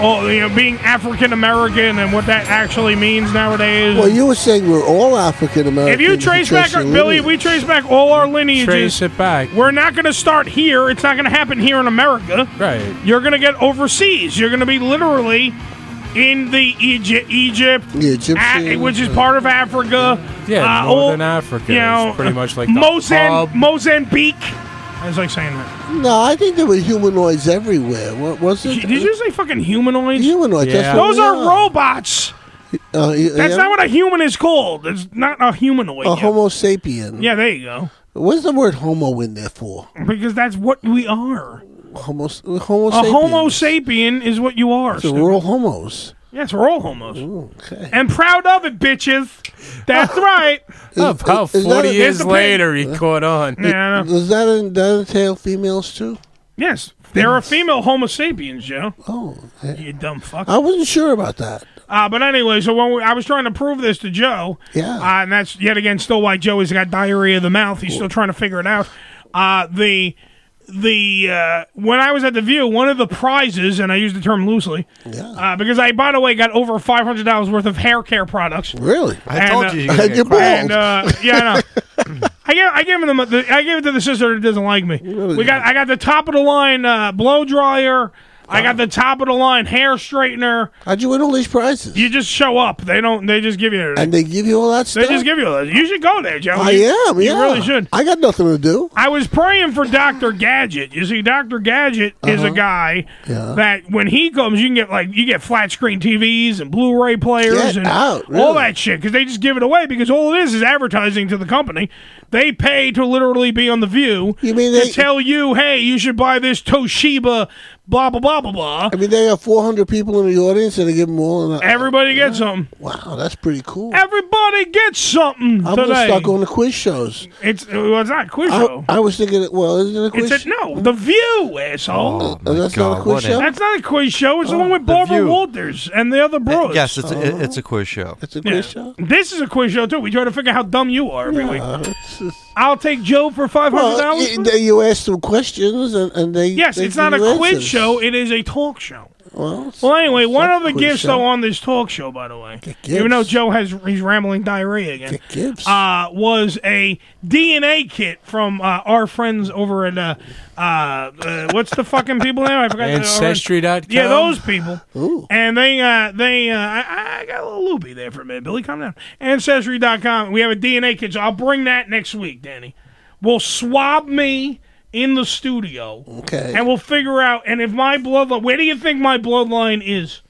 [SPEAKER 9] all you know, being African American and what that actually means nowadays.
[SPEAKER 10] Well, you were saying we're all African American.
[SPEAKER 9] if you trace back our, Billy, we trace back all our lineages.
[SPEAKER 11] Trace
[SPEAKER 9] it back. We're not going to start here. It's not going to happen here in America.
[SPEAKER 11] Right.
[SPEAKER 9] You're going to get overseas. You're going to be literally in the Egypt, Egypt,
[SPEAKER 11] Egyptian,
[SPEAKER 9] uh, which is part of Africa.
[SPEAKER 11] Yeah,
[SPEAKER 9] uh, all-
[SPEAKER 11] Northern Africa
[SPEAKER 9] you know,
[SPEAKER 11] is pretty much like the hub.
[SPEAKER 9] Mozambique. Mozambique. I was like saying that.
[SPEAKER 10] No, I think there were humanoids everywhere. What was it?
[SPEAKER 9] Did you say fucking humanoids?
[SPEAKER 10] Humanoids. That's what
[SPEAKER 9] Those
[SPEAKER 10] we
[SPEAKER 9] are robots.
[SPEAKER 10] Uh, y-
[SPEAKER 9] That's
[SPEAKER 10] yeah.
[SPEAKER 9] not what a human is called. It's not a humanoid.
[SPEAKER 10] A Homo sapien.
[SPEAKER 9] yeah, there you go.
[SPEAKER 10] What's the word homo in there for?
[SPEAKER 9] Because that's what we are.
[SPEAKER 10] Homo, homo
[SPEAKER 9] a
[SPEAKER 10] sapien.
[SPEAKER 9] Homo sapien is what you are.
[SPEAKER 10] So
[SPEAKER 9] stupid.
[SPEAKER 10] we're all homos.
[SPEAKER 9] yes, we're all homos. And proud of it,
[SPEAKER 10] *laughs*
[SPEAKER 9] bitches. That's right.
[SPEAKER 10] Of how Is- is that 40 a- years
[SPEAKER 9] Here's the pig.
[SPEAKER 11] later he caught on.
[SPEAKER 9] Yeah, I know.
[SPEAKER 10] Does that, en- that entail females too?
[SPEAKER 9] Yes, there are female Homo sapiens, Joe.
[SPEAKER 10] Oh,
[SPEAKER 9] you dumb fuck.
[SPEAKER 10] I wasn't sure about that.
[SPEAKER 9] Uh, but anyway, so when we, I was trying to prove this to Joe,
[SPEAKER 10] Yeah.
[SPEAKER 9] uh, and that's yet again still why Joey's got diarrhea of the mouth. He's still trying to figure it out. Uh, the the uh, when I was at the View, one of the prizes, and I use the term loosely, uh, because I by the way got over five hundred dollars worth of hair care products. uh,
[SPEAKER 10] Really?
[SPEAKER 13] I told you
[SPEAKER 10] *laughs*
[SPEAKER 13] you were
[SPEAKER 10] gonna You're get bald.
[SPEAKER 9] And, uh, yeah, I know. I gave, I gave him the, the I gave it to the sister that doesn't like me. We got I got the top of the line uh, blow dryer. I got the top of the line hair straightener.
[SPEAKER 10] How'd you win all these prizes?
[SPEAKER 9] You just show up. They don't. They just give you. everything.
[SPEAKER 10] And they give you all that
[SPEAKER 9] They
[SPEAKER 10] stuff.
[SPEAKER 9] just give you all that. You should go there, Joe.
[SPEAKER 10] I
[SPEAKER 9] You-
[SPEAKER 10] am.
[SPEAKER 9] You
[SPEAKER 10] yeah.
[SPEAKER 9] really should.
[SPEAKER 10] I got nothing to do.
[SPEAKER 9] I was praying for Doctor Gadget. You see, Doctor Gadget is
[SPEAKER 10] Uh-huh.
[SPEAKER 9] a guy that when he comes, you can get like you get flat screen TVs and Blu-ray players
[SPEAKER 10] Get
[SPEAKER 9] and
[SPEAKER 10] out,
[SPEAKER 9] all
[SPEAKER 10] really.
[SPEAKER 9] that shit because they just give it away because all it is is advertising to the company. They pay to literally be on the View. You mean
[SPEAKER 10] they-
[SPEAKER 9] to tell you, hey, you should buy this Toshiba, blah blah blah blah blah.
[SPEAKER 10] I mean, there are 400 people in the audience, and they give them all. An,
[SPEAKER 9] Everybody gets something.
[SPEAKER 10] wow, that's pretty cool.
[SPEAKER 9] Everybody gets something
[SPEAKER 10] I'm
[SPEAKER 9] today.
[SPEAKER 10] just stuck on the quiz shows.
[SPEAKER 9] It's well, it's not a quiz
[SPEAKER 10] I,
[SPEAKER 9] show.
[SPEAKER 10] I was thinking, that- well, isn't it a quiz?
[SPEAKER 9] It's a, no, the View, asshole.
[SPEAKER 10] Oh, my That's not a God, quiz what a- show? Oh.
[SPEAKER 9] That's not a quiz show. It's the one with Barbara
[SPEAKER 13] View.
[SPEAKER 9] Walters and the other bros.
[SPEAKER 13] Yes, it's a, it's a quiz show.
[SPEAKER 10] It's a
[SPEAKER 9] Yeah. This is a quiz show too. We try to figure out how dumb you are every week. I'll take Joe for five hundred
[SPEAKER 10] Well,
[SPEAKER 9] dollars.
[SPEAKER 10] you, you ask them questions, and, and they
[SPEAKER 9] yes,
[SPEAKER 10] they
[SPEAKER 9] it's
[SPEAKER 10] give
[SPEAKER 9] not a
[SPEAKER 10] you
[SPEAKER 9] quiz
[SPEAKER 10] answers.
[SPEAKER 9] show. It is a talk show.
[SPEAKER 10] Well,
[SPEAKER 9] Well, anyway, one
[SPEAKER 10] not
[SPEAKER 9] of the
[SPEAKER 10] quiz
[SPEAKER 9] gifts
[SPEAKER 10] show.
[SPEAKER 9] though on this talk show, by the way, even
[SPEAKER 10] gifts.
[SPEAKER 9] though Joe has he's rambling diarrhea again, Uh, was a DNA kit from uh, our friends over at uh, uh, uh, what's the fucking people now? I forgot. the- over at-
[SPEAKER 11] Ancestry.com?
[SPEAKER 9] Yeah, those people. And they uh, they uh, I, I got a little loopy there for a minute. Billy, calm down. Ancestry.com. We have a DNA kit. So I'll bring that next week, Danny. We'll swab me in the studio.
[SPEAKER 10] Okay.
[SPEAKER 9] And we'll figure out. And if my bloodline, where do you think my bloodline is?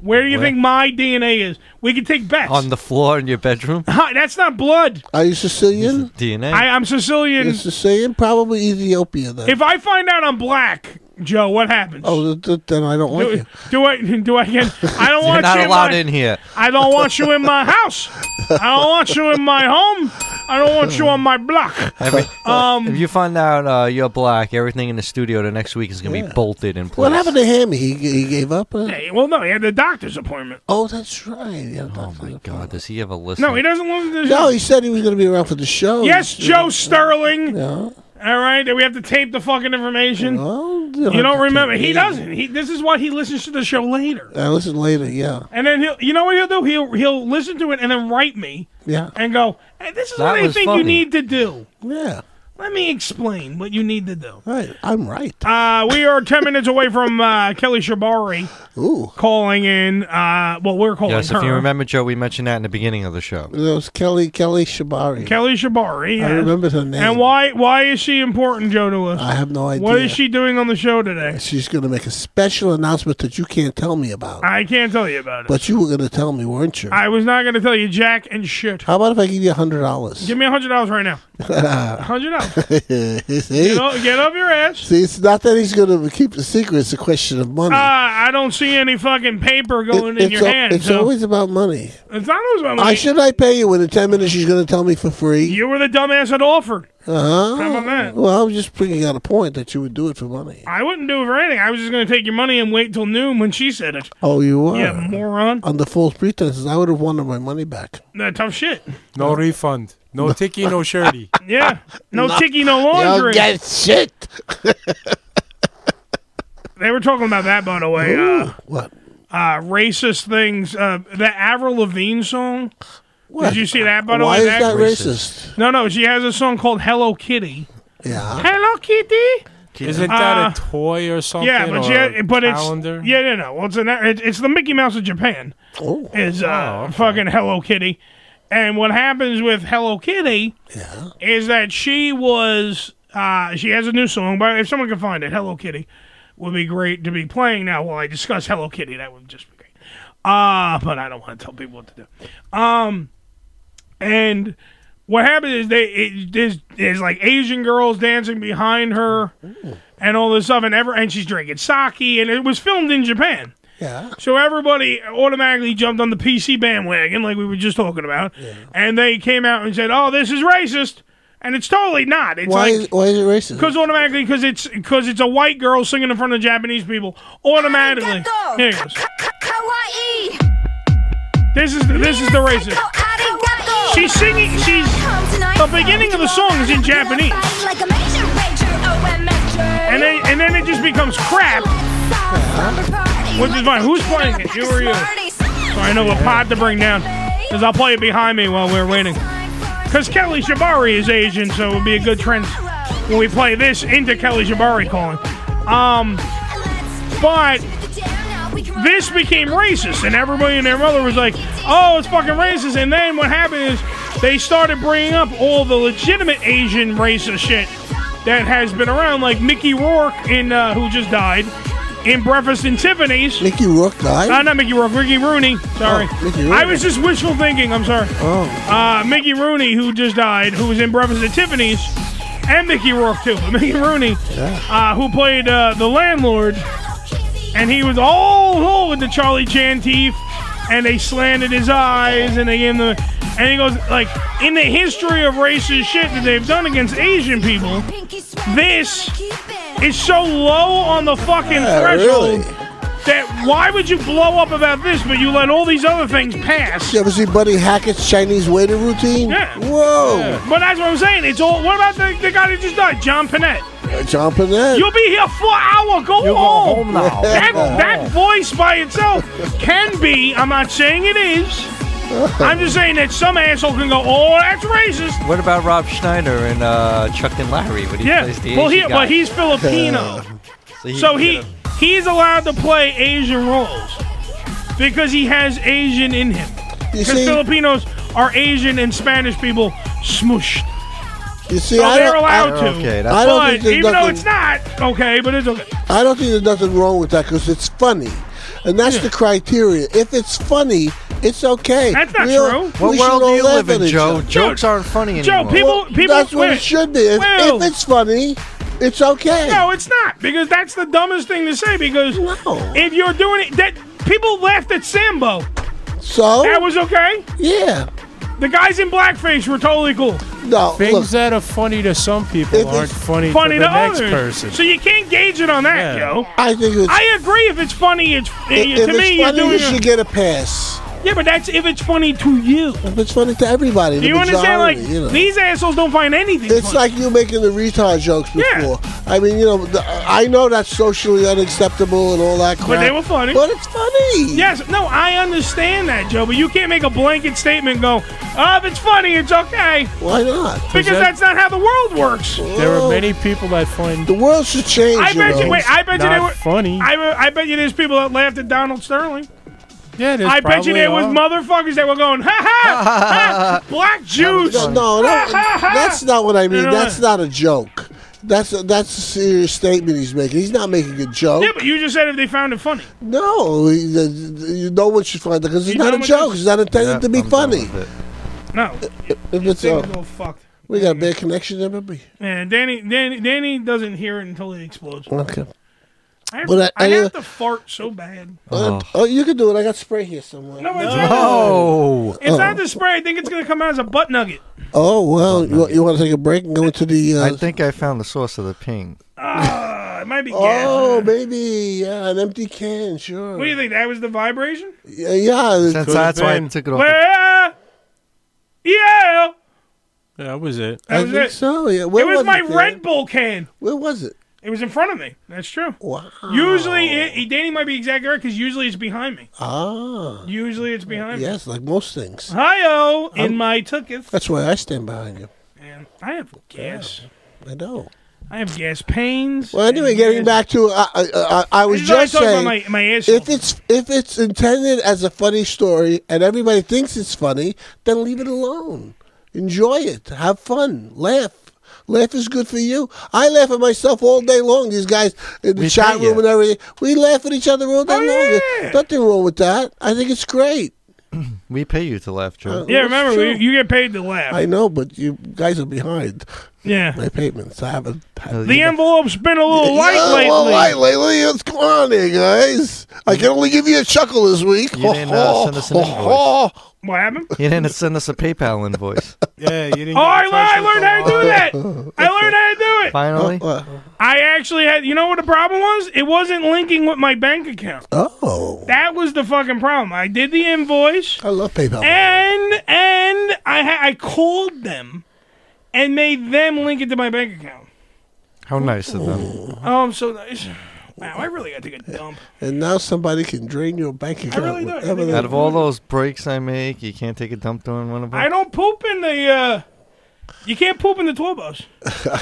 [SPEAKER 9] Where do you
[SPEAKER 13] Where?
[SPEAKER 9] think my DNA is? We can take bets.
[SPEAKER 13] On the floor in your *laughs* bedroom?
[SPEAKER 9] Hi, that's not blood.
[SPEAKER 10] Are you Sicilian?
[SPEAKER 13] DNA?
[SPEAKER 9] I, I'm Sicilian.
[SPEAKER 10] You're Sicilian, probably Ethiopia then.
[SPEAKER 9] If I find out I'm black, Joe, what happens?
[SPEAKER 10] oh, th- th- then I don't like
[SPEAKER 9] do,
[SPEAKER 10] you.
[SPEAKER 9] do I do I get? I don't
[SPEAKER 13] *laughs* You're
[SPEAKER 9] want
[SPEAKER 13] not
[SPEAKER 9] you
[SPEAKER 13] allowed
[SPEAKER 9] in, my,
[SPEAKER 13] in here.
[SPEAKER 9] I don't want you in my house. I don't want you in my home. I don't want you on my block.
[SPEAKER 13] Every-
[SPEAKER 9] Um,
[SPEAKER 13] if you find out uh, you're black, everything in the studio the next week is going to be bolted in place.
[SPEAKER 10] What happened to him? He, he gave up. uh,
[SPEAKER 9] hey, well, no, he had the doctor's appointment.
[SPEAKER 10] Oh, that's right. Yeah,
[SPEAKER 13] Oh my God! Does he ever listen?
[SPEAKER 9] No, he doesn't want to.
[SPEAKER 10] No, he said he was going to be around for the show.
[SPEAKER 9] Yes, Joe Sterling.
[SPEAKER 10] Yeah.
[SPEAKER 9] All right, that we have to tape the fucking information.
[SPEAKER 10] don't
[SPEAKER 9] you
[SPEAKER 10] have
[SPEAKER 9] don't
[SPEAKER 10] to
[SPEAKER 9] remember?
[SPEAKER 10] tape
[SPEAKER 9] He
[SPEAKER 10] it.
[SPEAKER 9] doesn't. He, this is why he listens to the show later,
[SPEAKER 10] I listened later. Yeah,
[SPEAKER 9] and then he'll. You know what he'll do? He'll he'll listen to it and then write me
[SPEAKER 10] yeah.
[SPEAKER 9] and go, hey, "This is
[SPEAKER 10] That
[SPEAKER 9] what I
[SPEAKER 10] was
[SPEAKER 9] think
[SPEAKER 10] funny.
[SPEAKER 9] you need to do."
[SPEAKER 10] Yeah.
[SPEAKER 9] Let me explain what you need to do.
[SPEAKER 10] Right, I'm right.
[SPEAKER 9] Uh, we are 10 minutes away from uh,
[SPEAKER 10] *laughs*
[SPEAKER 9] Kelly Shabari calling in. Uh, well, we're calling
[SPEAKER 13] Yes,
[SPEAKER 9] her.
[SPEAKER 13] if you remember, Joe, we mentioned that in the beginning of the show.
[SPEAKER 10] That was Kelly Kelly Shabari.
[SPEAKER 9] Kelly
[SPEAKER 10] I
[SPEAKER 9] Shabari. yes.
[SPEAKER 10] remembered her name.
[SPEAKER 9] And why why is she important, Joe, to us?
[SPEAKER 10] I have no idea.
[SPEAKER 9] What is she doing on the show today?
[SPEAKER 10] She's going to make a special announcement that you can't tell me about.
[SPEAKER 9] I can't tell you about it.
[SPEAKER 10] But you were going to tell me, weren't you?
[SPEAKER 9] I was not going to tell you jack and shit.
[SPEAKER 10] How about if I give you a hundred dollars? *laughs*
[SPEAKER 9] Give me a $100 right now. $100.
[SPEAKER 10] See,
[SPEAKER 9] get, up, get up your ass.
[SPEAKER 10] see, it's not that he's going to keep the secret; it's a question of
[SPEAKER 9] Uh,
[SPEAKER 10] money.
[SPEAKER 9] I don't see any fucking paper going in
[SPEAKER 10] it's
[SPEAKER 9] your
[SPEAKER 10] al-
[SPEAKER 9] hand.
[SPEAKER 10] it's
[SPEAKER 9] so-
[SPEAKER 10] always about money.
[SPEAKER 9] it's not always about
[SPEAKER 10] Why
[SPEAKER 9] money.
[SPEAKER 10] should I pay you when in ten minutes she's going to tell me for free?
[SPEAKER 9] You were the dumbass that offered. How
[SPEAKER 10] Uh
[SPEAKER 9] about
[SPEAKER 10] huh.
[SPEAKER 9] that?
[SPEAKER 10] Well, I'm just bringing out a point that you would do it for money.
[SPEAKER 9] I wouldn't do it for anything. I was just going to take your money and wait till noon when she said it.
[SPEAKER 10] Oh, you were.
[SPEAKER 9] Yeah, moron.
[SPEAKER 10] Under false pretenses, I would have wanted my money back. Uh-huh.
[SPEAKER 9] No, tough shit.
[SPEAKER 11] No refund.
[SPEAKER 10] *laughs*
[SPEAKER 11] No ticky, no shirty.
[SPEAKER 9] *laughs* Yeah. No,
[SPEAKER 10] No.
[SPEAKER 9] ticky, no
[SPEAKER 10] You don't
[SPEAKER 9] laundry.
[SPEAKER 10] get shit.
[SPEAKER 9] *laughs* They were talking about that, by the way. uh,
[SPEAKER 10] what?
[SPEAKER 9] Uh, racist things. Uh, the Avril Lavigne song.
[SPEAKER 10] What?
[SPEAKER 9] Did you see that? By the
[SPEAKER 10] Why
[SPEAKER 9] way,
[SPEAKER 10] is that Racist.
[SPEAKER 9] No, no. She has a song called "Hello Kitty."
[SPEAKER 10] Yeah.
[SPEAKER 9] Hello Kitty.
[SPEAKER 11] Isn't that
[SPEAKER 9] Uh,
[SPEAKER 11] a toy or something?
[SPEAKER 9] Yeah, but
[SPEAKER 11] or
[SPEAKER 9] yeah,
[SPEAKER 11] a
[SPEAKER 9] but it's
[SPEAKER 11] calendar?
[SPEAKER 9] yeah, no, no. Well, it's an it, it's the Mickey Mouse of Japan. Oh, is uh, fucking Hello Kitty, and what happens with Hello Kitty? is that she was uh, she has a new song, but if someone can find it, Hello Kitty would be great to be playing now while I discuss Hello Kitty. That would just be great. Uh, but I don't want to tell people what to do. Um, and what happened is they it, there's, there's like Asian girls dancing behind her and all this stuff, and ever and she's drinking sake, and it was filmed in Japan.
[SPEAKER 10] Yeah.
[SPEAKER 9] So everybody automatically jumped on the PC bandwagon, like we were just talking about, and they came out and said, "Oh, this is racist," and it's totally not. It's
[SPEAKER 10] Why
[SPEAKER 9] like
[SPEAKER 10] is, why is it racist?
[SPEAKER 9] because automatically, because it's because it's a white girl singing in front of Japanese people. Automatically, here it goes. This is this is the racist. She's singing. She's the beginning of the song is in Japanese, and then and then it just becomes crap. Which is fine. Who's playing it? You or you? So I know a pod to bring down. Cause I'll play it behind me while we're waiting. Cause Kelly Shibari is Asian, so it would be a good trend when we play this into Kelly Shibari calling. Um, but this became racist, and everybody and their mother was like, "Oh, it's fucking racist." And then what happened is they started bringing up all the legitimate Asian racist shit that has been around, like Mickey Rourke in uh, who just died in Breakfast and Tiffany's.
[SPEAKER 10] Mickey Rourke died?
[SPEAKER 9] Uh, not Mickey Rourke, Ricky Rooney. Sorry,
[SPEAKER 10] Oh, Mickey Rooney.
[SPEAKER 9] I was just wishful thinking. I'm sorry.
[SPEAKER 10] Oh.
[SPEAKER 9] Uh, Mickey Rooney, who just died, who was in Breakfast at Tiffany's, and Mickey Rourke too. But Mickey Rooney, uh, who played uh, the landlord, and he was all whole with the Charlie Chan teeth, and they slanted his eyes, and they gave him the. And he goes like, in the history of racist shit that they've done against Asian people, this is so low on the fucking
[SPEAKER 10] Yeah,
[SPEAKER 9] threshold
[SPEAKER 10] really.
[SPEAKER 9] that why would you blow up about this, but you let all these other things pass?
[SPEAKER 10] You ever see Buddy Hackett's Chinese waiter routine?
[SPEAKER 9] Yeah.
[SPEAKER 10] Whoa.
[SPEAKER 9] But that's what I'm saying. It's all. What about the, the guy that just died, John Panette?
[SPEAKER 10] Uh, John Panette.
[SPEAKER 9] You'll be here for an hour. Go home.
[SPEAKER 10] home now.
[SPEAKER 9] *laughs* That,
[SPEAKER 10] Go home.
[SPEAKER 9] that voice by itself can be. I'm not saying it is. I'm just saying that some asshole can go. Oh, that's racist.
[SPEAKER 13] What about Rob Schneider and uh, Chuck and Larry? When he
[SPEAKER 9] Yeah.
[SPEAKER 13] plays the
[SPEAKER 9] Well,
[SPEAKER 13] Asian
[SPEAKER 9] he-
[SPEAKER 13] guy?
[SPEAKER 9] but he's
[SPEAKER 13] *laughs*
[SPEAKER 9] Filipino.
[SPEAKER 13] so he,
[SPEAKER 9] so he he's allowed to play Asian roles because he has Asian in him. Because
[SPEAKER 10] see-
[SPEAKER 9] Filipinos are Asian and Spanish people smooshed.
[SPEAKER 10] You see,
[SPEAKER 9] so
[SPEAKER 10] I
[SPEAKER 9] they're
[SPEAKER 10] don't-
[SPEAKER 9] allowed
[SPEAKER 10] I-
[SPEAKER 9] to.
[SPEAKER 10] okay, that's- I don't
[SPEAKER 9] but
[SPEAKER 10] think there's
[SPEAKER 9] even though
[SPEAKER 10] nothing-
[SPEAKER 9] it's not okay, but it's okay.
[SPEAKER 10] I don't think there's nothing wrong with that because it's funny. And that's the criteria. If it's funny, it's okay.
[SPEAKER 9] That's not
[SPEAKER 10] We all-
[SPEAKER 9] true.
[SPEAKER 10] we should all laugh at each other.
[SPEAKER 9] Joe, people,
[SPEAKER 10] Well,
[SPEAKER 9] people.
[SPEAKER 10] That's what
[SPEAKER 9] wait.
[SPEAKER 10] it should be. If, if
[SPEAKER 9] Will.
[SPEAKER 10] it's funny, it's okay.
[SPEAKER 9] No, it's not because that's the dumbest thing to say. Because if you're doing it, that people laughed at Sambo.
[SPEAKER 10] So
[SPEAKER 9] that was okay.
[SPEAKER 10] Yeah.
[SPEAKER 9] The guys in blackface were totally cool.
[SPEAKER 10] No,
[SPEAKER 11] Things that are funny to some people aren't funny, to the next
[SPEAKER 9] others.
[SPEAKER 11] person.
[SPEAKER 9] So you can't gauge it on that, Joe.
[SPEAKER 10] I think it's,
[SPEAKER 9] I agree. If it's funny, it's
[SPEAKER 10] if,
[SPEAKER 9] to
[SPEAKER 10] if
[SPEAKER 9] me.
[SPEAKER 10] it's funny,
[SPEAKER 9] you're doing
[SPEAKER 10] you
[SPEAKER 9] a-
[SPEAKER 10] should get a pass.
[SPEAKER 9] Yeah, but that's if it's funny to you.
[SPEAKER 10] If it's funny to everybody,
[SPEAKER 9] Do you
[SPEAKER 10] the
[SPEAKER 9] understand? Like
[SPEAKER 10] majority, you know.
[SPEAKER 9] these assholes don't find anything.
[SPEAKER 10] It's like you making the retard jokes before. I mean, you know, the, I know that's socially unacceptable and all that crap.
[SPEAKER 9] But they were funny.
[SPEAKER 10] But it's funny.
[SPEAKER 9] Yes. No, I understand that, Joe. But you can't make a blanket statement. And go, oh, if it's funny, it's okay.
[SPEAKER 10] Why not?
[SPEAKER 9] Because
[SPEAKER 11] Is that-
[SPEAKER 9] that's not how the world works.
[SPEAKER 11] There are many people that find
[SPEAKER 10] the world should change.
[SPEAKER 9] I bet you. Wait, I bet you
[SPEAKER 11] not
[SPEAKER 9] there were
[SPEAKER 11] funny.
[SPEAKER 9] I, be- I bet you there's people that laughed at Donald Sterling.
[SPEAKER 11] Yeah, there's
[SPEAKER 9] I bet you
[SPEAKER 11] probably
[SPEAKER 9] there was
[SPEAKER 11] are.
[SPEAKER 9] motherfuckers that were going, ha
[SPEAKER 13] *laughs*
[SPEAKER 9] ha, ha black Jews.
[SPEAKER 10] No, no,
[SPEAKER 9] ha, *laughs*
[SPEAKER 10] no,
[SPEAKER 9] ha, ha."
[SPEAKER 10] that's not what I mean.
[SPEAKER 9] You know
[SPEAKER 10] That's
[SPEAKER 9] what?
[SPEAKER 10] not a joke. That's a, that's a serious statement he's making. He's not making a joke.
[SPEAKER 9] Yeah, but you just said if they found it funny.
[SPEAKER 10] No, he- the- the- you know what you find because it's
[SPEAKER 9] You
[SPEAKER 10] not
[SPEAKER 9] done
[SPEAKER 10] a
[SPEAKER 9] with
[SPEAKER 10] joke.
[SPEAKER 9] this?
[SPEAKER 10] It's not intended to be funny.
[SPEAKER 9] No.
[SPEAKER 10] If
[SPEAKER 9] Your
[SPEAKER 10] it's,
[SPEAKER 9] thing
[SPEAKER 10] uh,
[SPEAKER 9] is all fucked.
[SPEAKER 10] we got a bad connection, everybody.
[SPEAKER 9] Yeah, Danny, Danny, Danny doesn't hear it until it explodes.
[SPEAKER 10] Okay.
[SPEAKER 9] I have,
[SPEAKER 10] But I-
[SPEAKER 9] I
[SPEAKER 10] I,
[SPEAKER 9] have
[SPEAKER 10] uh,
[SPEAKER 9] to fart so bad.
[SPEAKER 10] Uh, oh, you can do it. I got spray here somewhere.
[SPEAKER 9] No, it's not. It's not the spray. I think it's gonna come out as a butt nugget.
[SPEAKER 10] Oh well, you, you want to take a break and go into the? Uh,
[SPEAKER 13] I think I found the source of the ping.
[SPEAKER 9] Uh, it might be gas.
[SPEAKER 10] oh, maybe yeah, an empty can, sure.
[SPEAKER 9] What do you think? That was the vibration?
[SPEAKER 10] Yeah, yeah
[SPEAKER 13] That's, that's why I took it off. the-
[SPEAKER 9] Well, yeah.
[SPEAKER 11] That was it.
[SPEAKER 9] That was
[SPEAKER 10] think
[SPEAKER 9] it.
[SPEAKER 10] so. Yeah,
[SPEAKER 9] it was, my
[SPEAKER 10] Red
[SPEAKER 9] Red Bull can.
[SPEAKER 10] Where was it?
[SPEAKER 9] It was in front of me. That's true. Wow. Usually, it, Danny might be exactly right because usually it's behind me.
[SPEAKER 10] Ah.
[SPEAKER 9] Usually it's behind
[SPEAKER 10] Yes, like most things.
[SPEAKER 9] me. Hi-yo, in
[SPEAKER 10] I'm-
[SPEAKER 9] my tucketh.
[SPEAKER 10] That's why I stand behind you.
[SPEAKER 9] Man, I have gas.
[SPEAKER 10] I know.
[SPEAKER 9] I have gas pains.
[SPEAKER 10] Well, anyway, getting back to uh, I, I, I was
[SPEAKER 9] This is what I
[SPEAKER 10] just
[SPEAKER 9] talk about
[SPEAKER 10] saying,
[SPEAKER 9] my- my
[SPEAKER 10] if it's if it's intended as a funny story and everybody thinks it's funny, then leave it alone. Enjoy it. Have fun. Laugh. Laugh is good for you. I laugh at myself all day long. These guys in the
[SPEAKER 24] We
[SPEAKER 10] chat
[SPEAKER 24] pay you.
[SPEAKER 10] room and everything, we laugh at each other all
[SPEAKER 9] Oh,
[SPEAKER 10] day long. There's Nothing wrong with that. I think it's great. Uh,
[SPEAKER 13] We pay you *laughs* to laugh, Joe.
[SPEAKER 9] Yeah, remember, we, you get paid to laugh.
[SPEAKER 10] I know, but you guys are behind.
[SPEAKER 9] Yeah.
[SPEAKER 10] my payments. I haven't. had-
[SPEAKER 9] The envelope's been a little
[SPEAKER 10] Yeah,
[SPEAKER 9] light
[SPEAKER 10] a
[SPEAKER 9] lately.
[SPEAKER 10] little light lately. What's going on here, guys? I can only give you a chuckle this week.
[SPEAKER 13] You didn't, uh,
[SPEAKER 10] *laughs*
[SPEAKER 13] send us an
[SPEAKER 9] What happened?
[SPEAKER 13] You didn't send us a PayPal invoice.
[SPEAKER 11] Yeah, you
[SPEAKER 9] Oh, I, le- I learned how to do that. I learned how to do it.
[SPEAKER 13] Finally.
[SPEAKER 9] I actually had. You know what the problem was? It wasn't linking with my bank account.
[SPEAKER 10] Oh.
[SPEAKER 9] That was the fucking problem. I did the invoice.
[SPEAKER 10] I love PayPal.
[SPEAKER 9] And and I ha- I called them, and made them link it to my bank account.
[SPEAKER 13] How nice of them.
[SPEAKER 9] Oh, I'm so nice. Wow, I really got to get dump.
[SPEAKER 10] And now somebody can drain your bank account.
[SPEAKER 9] really do. I
[SPEAKER 10] whatever
[SPEAKER 9] think
[SPEAKER 10] they
[SPEAKER 13] Out of all those breaks I make, you can't take a dump during one of them.
[SPEAKER 9] I don't poop in the. uh You can't poop in the tour bus.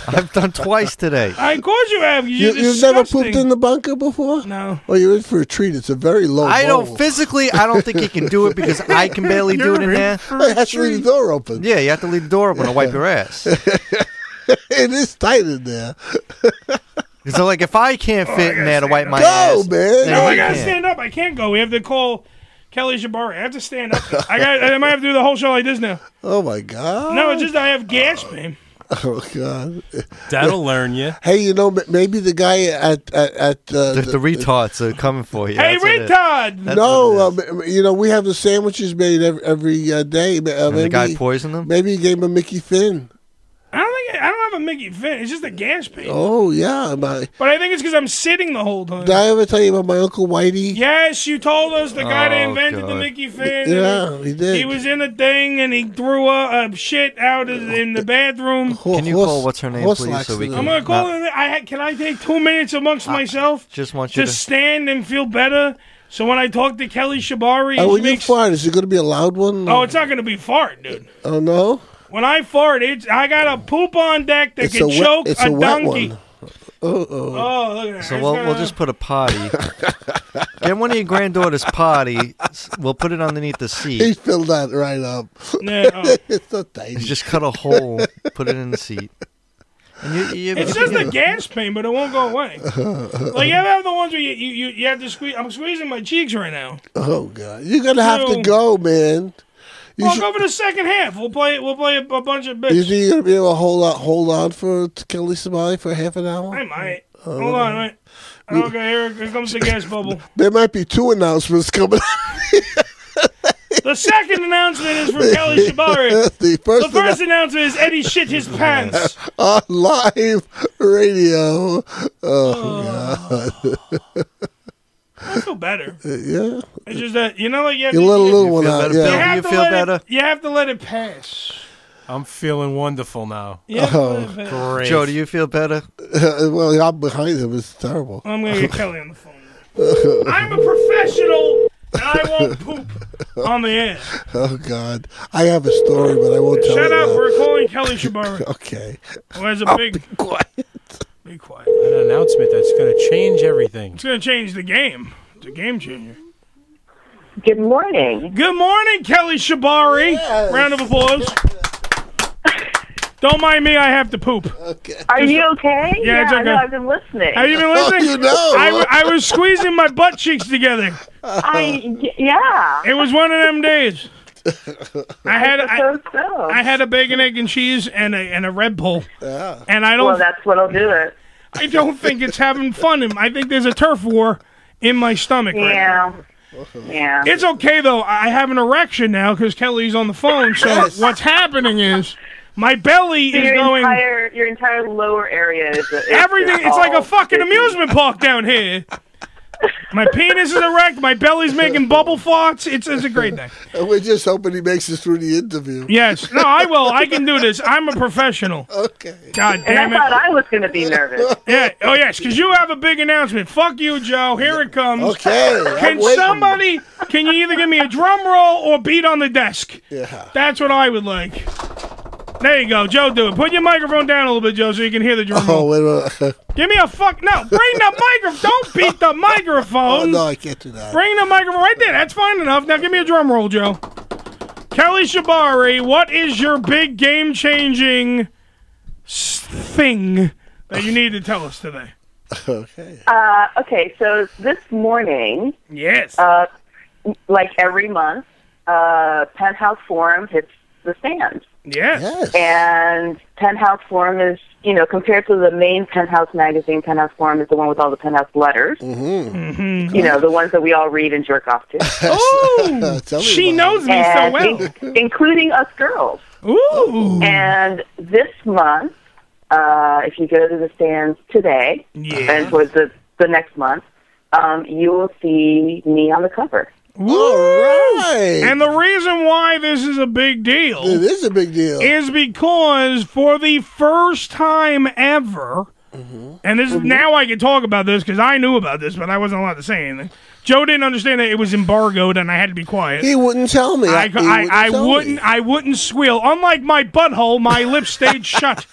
[SPEAKER 13] I've done twice today.
[SPEAKER 9] I of course you have.
[SPEAKER 10] You,
[SPEAKER 9] You're
[SPEAKER 10] you've never pooped
[SPEAKER 9] disgusting.
[SPEAKER 10] in the bunker before?
[SPEAKER 9] No.
[SPEAKER 10] Well, you're in for a treat. It's a very low.
[SPEAKER 13] I
[SPEAKER 10] bowl.
[SPEAKER 13] don't physically. I don't think you
[SPEAKER 10] *laughs*
[SPEAKER 13] can do it because I can
[SPEAKER 9] *laughs*
[SPEAKER 13] barely do
[SPEAKER 10] You're
[SPEAKER 13] it in
[SPEAKER 10] in
[SPEAKER 13] there.
[SPEAKER 10] for *laughs* a I have to leave the door open.
[SPEAKER 13] Yeah, you have to leave the door open
[SPEAKER 10] *laughs*
[SPEAKER 13] to wipe your ass.
[SPEAKER 10] it is tight in there.
[SPEAKER 13] *laughs* so, like, if I
[SPEAKER 9] Oh,
[SPEAKER 13] can't fit in there to wipe my
[SPEAKER 10] Go,
[SPEAKER 13] ass,
[SPEAKER 10] man.
[SPEAKER 13] then
[SPEAKER 9] No,
[SPEAKER 13] you
[SPEAKER 9] Oh, I gotta
[SPEAKER 13] can't.
[SPEAKER 9] stand up. I can't go. We have to call Kelly Jabari. I have to stand up. I got. I might have to do the whole show like this now.
[SPEAKER 10] Oh my *laughs* god.
[SPEAKER 9] No, it's just I have gas, man.
[SPEAKER 10] *laughs* Oh god.
[SPEAKER 11] That'll learn you.
[SPEAKER 10] Hey, you know, m- maybe the guy at at, at uh,
[SPEAKER 13] The, the retards are coming for you.
[SPEAKER 9] Hey,
[SPEAKER 13] That's what it is.
[SPEAKER 9] retard!
[SPEAKER 13] That's
[SPEAKER 10] no, um, you know we have the sandwiches made every, every uh, day. ma- Uh,
[SPEAKER 13] And the guy
[SPEAKER 10] maybe-
[SPEAKER 13] poisoned them?
[SPEAKER 10] Maybe he gave him a Mickey Finn.
[SPEAKER 9] I don't think I don't have a Mickey Finn. It's just a gas pain.
[SPEAKER 10] Oh yeah, my.
[SPEAKER 9] But I think it's because I'm sitting the whole time.
[SPEAKER 10] Did I ever tell you about my uncle Whitey?
[SPEAKER 9] Yes, you told us the guy that
[SPEAKER 10] Oh,
[SPEAKER 9] invented the
[SPEAKER 10] God.
[SPEAKER 9] Mickey Finn.
[SPEAKER 10] Yeah,
[SPEAKER 9] and
[SPEAKER 10] he did.
[SPEAKER 9] He was in a thing and he threw a, a shit out in in the bathroom.
[SPEAKER 13] Can you call what's her name,
[SPEAKER 10] horse
[SPEAKER 13] please, so we can?
[SPEAKER 9] I'm gonna call
[SPEAKER 13] not-
[SPEAKER 9] it. I ha- can I take two minutes amongst myself?
[SPEAKER 13] Just want you
[SPEAKER 9] to stand and feel better. So when I talk to Kelly Shabari,
[SPEAKER 10] Oh,
[SPEAKER 9] she
[SPEAKER 10] when you uh,
[SPEAKER 9] makes
[SPEAKER 10] fart, is it going to be a loud one?
[SPEAKER 9] Oh, it's not gonna be fart, dude.
[SPEAKER 10] Oh no.
[SPEAKER 9] When I fart, it's I got a poop on deck that
[SPEAKER 10] It's
[SPEAKER 9] can
[SPEAKER 10] a wet-
[SPEAKER 9] choke
[SPEAKER 10] it's
[SPEAKER 9] a,
[SPEAKER 10] a wet
[SPEAKER 9] donkey.
[SPEAKER 10] one. Uh-oh.
[SPEAKER 9] Oh, look at that.
[SPEAKER 13] So
[SPEAKER 9] It's
[SPEAKER 13] we'll, we'll
[SPEAKER 9] gonna-
[SPEAKER 13] just put a
[SPEAKER 10] *laughs*
[SPEAKER 13] potty. Get one of your granddaughters' potty. s- We'll put it underneath the
[SPEAKER 10] He
[SPEAKER 13] seat.
[SPEAKER 10] filled that right up.
[SPEAKER 9] Yeah, oh.
[SPEAKER 10] *laughs* it's so tight.
[SPEAKER 13] Just cut a hole, put it in the seat. And you, you,
[SPEAKER 9] It's
[SPEAKER 13] *laughs*
[SPEAKER 9] just a gas pain, but it won't go away.
[SPEAKER 10] Uh-huh.
[SPEAKER 9] Like you ever have the ones where you, you, you, you have to squeeze. I'm squeezing my cheeks right now.
[SPEAKER 10] Oh god, you're gonna have
[SPEAKER 9] Ew.
[SPEAKER 10] to go, man. You
[SPEAKER 9] Well,
[SPEAKER 10] should-
[SPEAKER 9] go for the second half. We'll play. We'll play a, a bunch of
[SPEAKER 10] You think
[SPEAKER 9] bits.
[SPEAKER 10] you're gonna be able to hold on, hold on for to Kelly Somali for half an hour?
[SPEAKER 9] I might.
[SPEAKER 10] Oh,
[SPEAKER 9] Hold on. Wait. Okay, here, here comes the gas bubble.
[SPEAKER 10] There might be two announcements coming.
[SPEAKER 9] The second announcement is from Kelly Shibari.
[SPEAKER 10] *laughs* The first annou-
[SPEAKER 9] announcement is Eddie shit his pants.
[SPEAKER 10] *laughs* on live radio. Oh,
[SPEAKER 9] Oh.
[SPEAKER 10] god. *laughs*
[SPEAKER 9] I feel better.
[SPEAKER 10] yeah.
[SPEAKER 9] It's just that you know, like you have
[SPEAKER 10] You
[SPEAKER 9] to,
[SPEAKER 10] let a little
[SPEAKER 9] you
[SPEAKER 10] one out.
[SPEAKER 9] You
[SPEAKER 10] Yeah.
[SPEAKER 9] have to let it- you have to let it pass.
[SPEAKER 11] I'm feeling wonderful now.
[SPEAKER 9] Yeah, uh,
[SPEAKER 10] Oh.
[SPEAKER 11] great.
[SPEAKER 13] Joe, do you feel better?
[SPEAKER 10] *laughs* well, I'm behind him. It's terrible.
[SPEAKER 9] I'm
[SPEAKER 10] *laughs*
[SPEAKER 9] gonna get Kelly on the phone. I'm a professional, and I won't poop on the air.
[SPEAKER 10] Oh God, I have a story, but I won't tell
[SPEAKER 9] Shut
[SPEAKER 10] it.
[SPEAKER 9] up!
[SPEAKER 10] now.
[SPEAKER 9] We're calling Kelly Shibari.
[SPEAKER 10] *laughs* Okay.
[SPEAKER 9] Where's a big? Be
[SPEAKER 10] quiet.
[SPEAKER 9] Be quiet.
[SPEAKER 11] An announcement that's going to change everything.
[SPEAKER 9] It's gonna change the game. It's a game changer.
[SPEAKER 8] Good morning.
[SPEAKER 9] Good morning, Kelly Shibari. Round of applause. Don't mind me. I have to poop.
[SPEAKER 8] Okay. Are you okay?
[SPEAKER 9] Yeah, it's
[SPEAKER 8] I know,
[SPEAKER 9] okay.
[SPEAKER 8] I've been listening.
[SPEAKER 9] Have
[SPEAKER 23] *laughs* Oh,
[SPEAKER 9] you been listening? I, w- I was squeezing my butt cheeks together.
[SPEAKER 8] I- yeah.
[SPEAKER 9] It was one of them days. I had
[SPEAKER 8] I
[SPEAKER 9] I,
[SPEAKER 8] suppose so.
[SPEAKER 9] I had a bacon, egg, and cheese and a and a Red Bull.
[SPEAKER 8] Yeah.
[SPEAKER 9] And I don't.
[SPEAKER 8] Well, that's what'll do it.
[SPEAKER 9] I don't think it's having fun. in- I think there's a turf war in my stomach right now.
[SPEAKER 8] Yeah. Yeah.
[SPEAKER 9] It's okay though. I I have an erection now because Kelly's on the phone. So what's happening is my belly
[SPEAKER 8] So
[SPEAKER 9] is
[SPEAKER 8] your
[SPEAKER 9] going.
[SPEAKER 8] entire your entire lower area is, is
[SPEAKER 9] everything.
[SPEAKER 8] is
[SPEAKER 10] Oh,
[SPEAKER 9] It's like
[SPEAKER 8] all
[SPEAKER 9] a fucking
[SPEAKER 8] busy.
[SPEAKER 9] amusement park down here. My penis is erect. My belly's making bubble farts. It's, it's a great day.
[SPEAKER 10] We're just hoping he makes it through the interview.
[SPEAKER 9] Yes. No, I will. I can do this. I'm a professional.
[SPEAKER 10] Okay.
[SPEAKER 9] God
[SPEAKER 23] And
[SPEAKER 9] damn
[SPEAKER 23] I thought
[SPEAKER 9] it.
[SPEAKER 23] I was going to be nervous.
[SPEAKER 9] Yeah. Oh, yes. Because you have a big announcement. Fuck you, Joe. Here it comes.
[SPEAKER 23] Okay, I'm
[SPEAKER 9] Can
[SPEAKER 23] waiting.
[SPEAKER 9] somebody? Can you either give me a drum roll or beat on the desk?
[SPEAKER 10] Yeah.
[SPEAKER 9] That's what I would like. There you go, Joe. Do it. Put your microphone down a little bit, Joe, so you can hear the drum roll.
[SPEAKER 10] Oh, wait a minute. *laughs*
[SPEAKER 9] Give me a fuck. No, bring the microphone. Don't beat the microphone.
[SPEAKER 10] Oh, no, I can't do that.
[SPEAKER 9] Bring the microphone right there. That's fine enough. Now give me a drum roll, Joe. Kelly Shabari, what is your big game changing thing that you need to tell us today?
[SPEAKER 10] Okay.
[SPEAKER 23] Uh, okay, so this morning,
[SPEAKER 9] yes,
[SPEAKER 23] uh, like every month, uh, Penthouse Forum hits the stand.
[SPEAKER 9] Yes.
[SPEAKER 23] And Penthouse Forum is, you know, compared to the main Penthouse magazine, Penthouse Forum is the one with all the Penthouse letters.
[SPEAKER 10] Mm-hmm.
[SPEAKER 23] You know, the ones that we all read and jerk off to.
[SPEAKER 9] Oh, she knows me so
[SPEAKER 23] And
[SPEAKER 9] well.
[SPEAKER 23] in- including us girls.
[SPEAKER 9] Ooh.
[SPEAKER 23] And this month, uh, if you go to the stands today,
[SPEAKER 9] Yeah.
[SPEAKER 23] and for the, the next month, um, you will see me on the cover.
[SPEAKER 9] All right. And the reason why this is a big deal
[SPEAKER 10] It is a big deal.
[SPEAKER 9] is because for the first time ever,
[SPEAKER 10] Mm-hmm.
[SPEAKER 9] and this is now I can talk about this because I knew about this, but I wasn't allowed to say anything. Joe didn't understand that it was embargoed, and I had to be quiet.
[SPEAKER 10] He wouldn't tell me.
[SPEAKER 9] I,
[SPEAKER 10] He
[SPEAKER 9] I,
[SPEAKER 10] wouldn't
[SPEAKER 9] I
[SPEAKER 10] tell me.
[SPEAKER 9] wouldn't I wouldn't squeal. Unlike my butthole, my lips stayed *laughs* shut.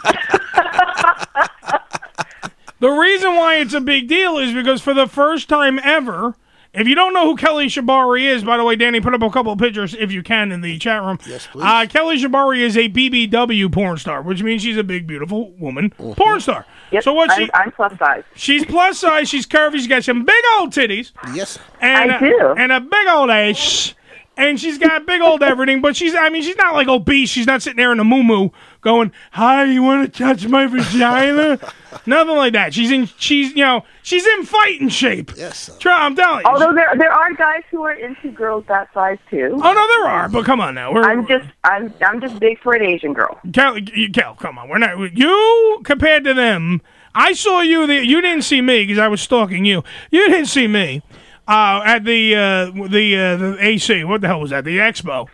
[SPEAKER 9] the reason why it's a big deal is because for the first time ever, if you don't know who Kelly Shabari is, by the way, Danny, put up a couple of pictures if you can in the chat room. Yes, please. Uh, Kelly Shabari is a BBW porn star, which means she's a big, beautiful woman porn star.
[SPEAKER 23] Yep,
[SPEAKER 9] so what
[SPEAKER 23] I'm,
[SPEAKER 9] she?
[SPEAKER 23] I'm plus size.
[SPEAKER 9] She's plus size. She's curvy. She's got some big old titties.
[SPEAKER 10] Yes,
[SPEAKER 9] and
[SPEAKER 23] I do.
[SPEAKER 9] and a big old ass. And she's got big old everything, but she's, I mean, she's not like obese. She's not sitting there in a moo going, Hi, you want to touch my vagina? Nothing like that. She's in, she's, you know, she's in fighting shape. Yes. Try, I'm telling you.
[SPEAKER 23] Although there there are guys who are into girls that size too.
[SPEAKER 9] Oh no, there are. But come on now, we're,
[SPEAKER 23] I'm just I'm I'm just big for an Asian girl.
[SPEAKER 9] Cal, you- Cal, come on. We're not you compared to them. I saw you. The, you didn't see me because I was stalking you. You didn't see me uh, at the uh, the uh, the AC. What the hell was that? The Expo.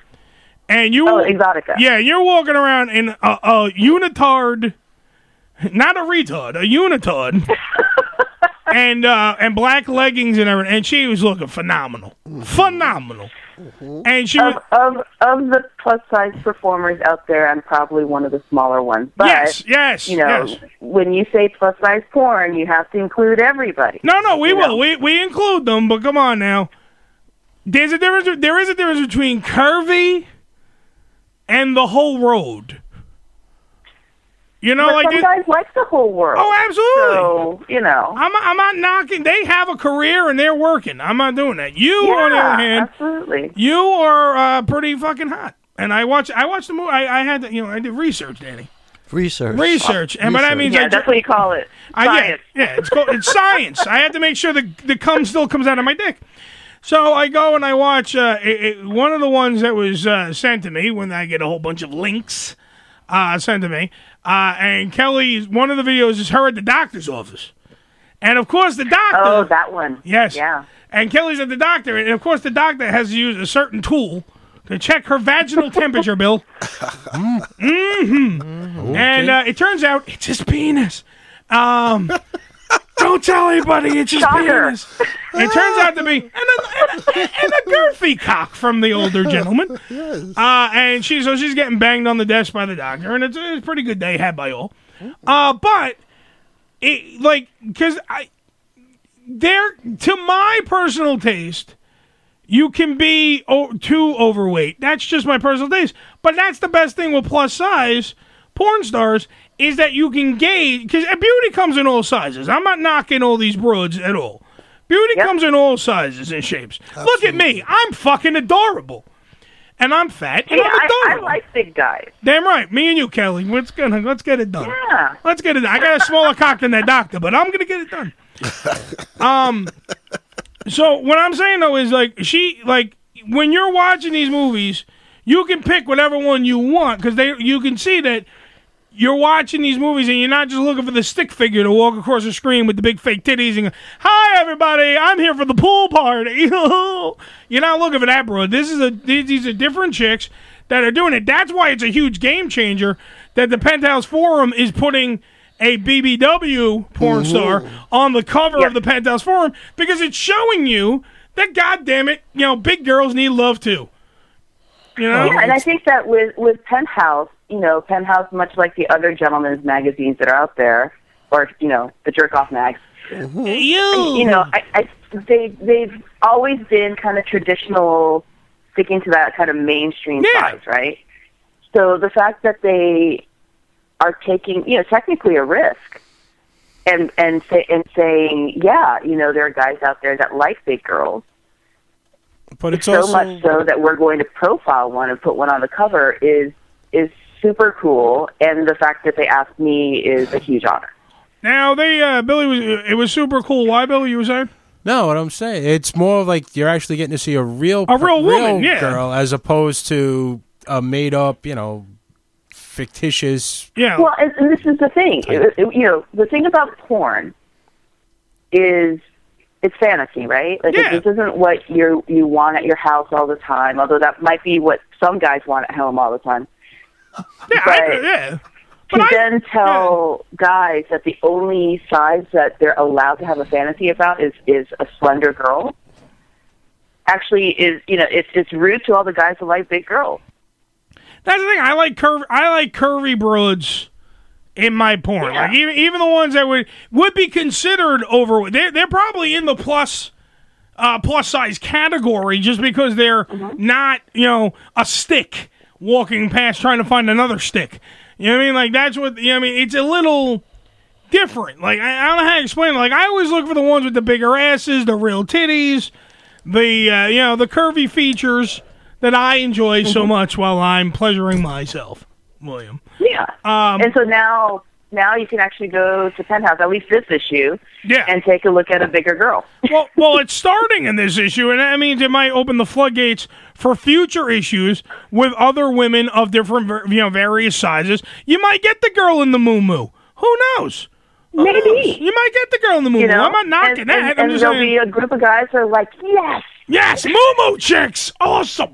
[SPEAKER 9] And you,
[SPEAKER 23] Oh, Exotica.
[SPEAKER 9] Yeah, you're walking around in a, a unitard, *laughs* not a retard, a unitard, and uh, and black leggings and everything. And she was looking phenomenal, phenomenal.
[SPEAKER 23] Mm-hmm.
[SPEAKER 9] And she
[SPEAKER 23] of,
[SPEAKER 9] was,
[SPEAKER 23] of of the plus size performers out there, I'm probably one of the smaller ones. But
[SPEAKER 9] Yes, yes,
[SPEAKER 23] you know,
[SPEAKER 9] yes.
[SPEAKER 23] when you say plus size porn, you have to include everybody.
[SPEAKER 9] No, no, we
[SPEAKER 23] You
[SPEAKER 9] will.
[SPEAKER 23] know?
[SPEAKER 9] We we include them, but come on now. There's a difference. There is a difference between curvy and the whole road. You know,
[SPEAKER 23] But
[SPEAKER 9] like
[SPEAKER 23] some
[SPEAKER 9] this-
[SPEAKER 23] guys like the whole world.
[SPEAKER 9] Oh, absolutely.
[SPEAKER 23] So you know,
[SPEAKER 9] I'm I'm not knocking. They have a career and they're working. I'm not doing that. You, on the
[SPEAKER 23] Yeah,
[SPEAKER 9] other hand,
[SPEAKER 23] absolutely.
[SPEAKER 9] you are uh, pretty fucking hot. And I watch I watched the movie. I, I had to, you know I did research, Danny.
[SPEAKER 13] Research.
[SPEAKER 9] Research, and by that means
[SPEAKER 23] yeah,
[SPEAKER 9] I ju-
[SPEAKER 23] that's what you call it.
[SPEAKER 9] I, yeah,
[SPEAKER 23] Science.
[SPEAKER 9] yeah, it's called it's science. I had to make sure the the cum still comes out of my dick. So I go and I watch uh, it, it- one of the ones that was uh, sent to me when I get a whole bunch of links uh, sent to me. Uh, and Kelly's one of the videos is her at the doctor's office, and of course the doctor.
[SPEAKER 23] Oh, that one.
[SPEAKER 9] Yes.
[SPEAKER 23] Yeah.
[SPEAKER 9] And Kelly's at the doctor, and of course the doctor has to use a certain tool to check her vaginal temperature, Bill. Mm-hmm. And uh, it turns out it's his penis.
[SPEAKER 23] *laughs*
[SPEAKER 9] Um, don't tell anybody it's his
[SPEAKER 23] Shocker.
[SPEAKER 9] penis. It turns out
[SPEAKER 23] *laughs*
[SPEAKER 9] to be and a, and, a, and a girthy cock from the older gentleman. Uh, and she so she's getting banged on the desk by the doctor, and it's, it's a pretty good day had by all. Uh, but it like because I there to my personal taste, you can be o- too overweight. That's just my personal taste. But that's the best thing with plus size porn stars is that you can gauge because beauty comes in all sizes. I'm not knocking all these broads at all. Beauty comes in all sizes and shapes. Look at me. I'm fucking adorable. And I'm fat and
[SPEAKER 23] Hey,
[SPEAKER 9] I'm
[SPEAKER 23] I, I
[SPEAKER 9] adorable.
[SPEAKER 23] like big guys.
[SPEAKER 9] Damn right, me and you, Kelly. Let's get let's get it done.
[SPEAKER 23] Yeah.
[SPEAKER 9] Let's get it. Done. I got a smaller cock than that doctor, but I'm gonna get it done. Um. So what I'm saying though is like she like when you're watching these movies, you can pick whatever one you want because they you can see that you're watching these movies and you're not just looking for the stick figure to walk across the screen with the big fake titties and go, "Hi everybody, I'm here for the pool party." *laughs* you're not looking for that, bro. This is a these these are different chicks that are doing it. That's why it's a huge game changer that the Penthouse Forum is putting a BBW porn star on the cover of the Penthouse Forum because it's showing you that goddamn it, you know, big girls need love too. You know?
[SPEAKER 23] yeah, and I think that with with Penthouse, you know, Penthouse, much like the other gentlemen's magazines that are out there, or you know, the jerk off mags,
[SPEAKER 9] Mm-hmm. you
[SPEAKER 23] you know, I, I they they've always been kind of traditional, sticking to that kind of mainstream size, right? So the fact that they are taking, you know, technically a risk, and and say and saying, yeah, you know, there are guys out there that like big girls.
[SPEAKER 11] But it's
[SPEAKER 23] so
[SPEAKER 11] also
[SPEAKER 23] much so that we're going to profile one and put one on the cover is is super cool, and the fact that they asked me is a huge honor.
[SPEAKER 9] Now they uh, Billy was it was super cool. Why Billy? You were saying
[SPEAKER 11] No, what I'm saying, it's more like you're actually getting to see a real, a
[SPEAKER 9] real woman, yeah.
[SPEAKER 11] girl, as opposed to a made up, you know, fictitious.
[SPEAKER 23] Well, and, and this is the thing. It- it- you know, the thing about porn is it's fantasy, right? Like
[SPEAKER 33] Yeah.
[SPEAKER 23] this isn't what you you want at your house all the time. Although that might be what some guys want at home all the time.
[SPEAKER 9] Yeah,
[SPEAKER 23] but
[SPEAKER 9] yeah.
[SPEAKER 23] to then tell guys that the only size that they're allowed to have a fantasy about is is a slender girl. Actually, is you know it's it's rude to all the guys who like big girls.
[SPEAKER 9] That's the thing. I like curvy. I like curvy broads in my porn. Like even even the ones that would would be considered over. They're they're probably in the plus. Uh, plus size category just because they're not you know a stick walking past trying to find another stick you know what i mean like that's what you know what i mean it's a little different like I, I don't know how to explain it like i always look for the ones with the bigger asses the real titties the uh, you know the curvy features that i enjoy so
[SPEAKER 23] Mm-hmm.
[SPEAKER 9] much while i'm pleasuring myself William.
[SPEAKER 23] Yeah.
[SPEAKER 9] Um,
[SPEAKER 23] and so now now you can actually go to Penthouse, at least this issue,
[SPEAKER 9] yeah.
[SPEAKER 23] and take a look at a bigger girl.
[SPEAKER 9] well, well, it's starting in this issue, and that means it might open the floodgates for future issues with other women of different, ver- you know, various sizes. You might get the girl in the moo moo. Who knows? Who
[SPEAKER 23] Maybe.
[SPEAKER 9] knows? you might get the girl in the moo
[SPEAKER 23] You
[SPEAKER 9] moo.
[SPEAKER 23] know?
[SPEAKER 9] I'm not knocking
[SPEAKER 23] and,
[SPEAKER 9] that.
[SPEAKER 23] And,
[SPEAKER 9] I'm
[SPEAKER 23] and
[SPEAKER 9] just
[SPEAKER 23] there'll
[SPEAKER 9] saying,
[SPEAKER 23] be a group of guys that are like, yes.
[SPEAKER 9] yes, moo moo chicks, awesome.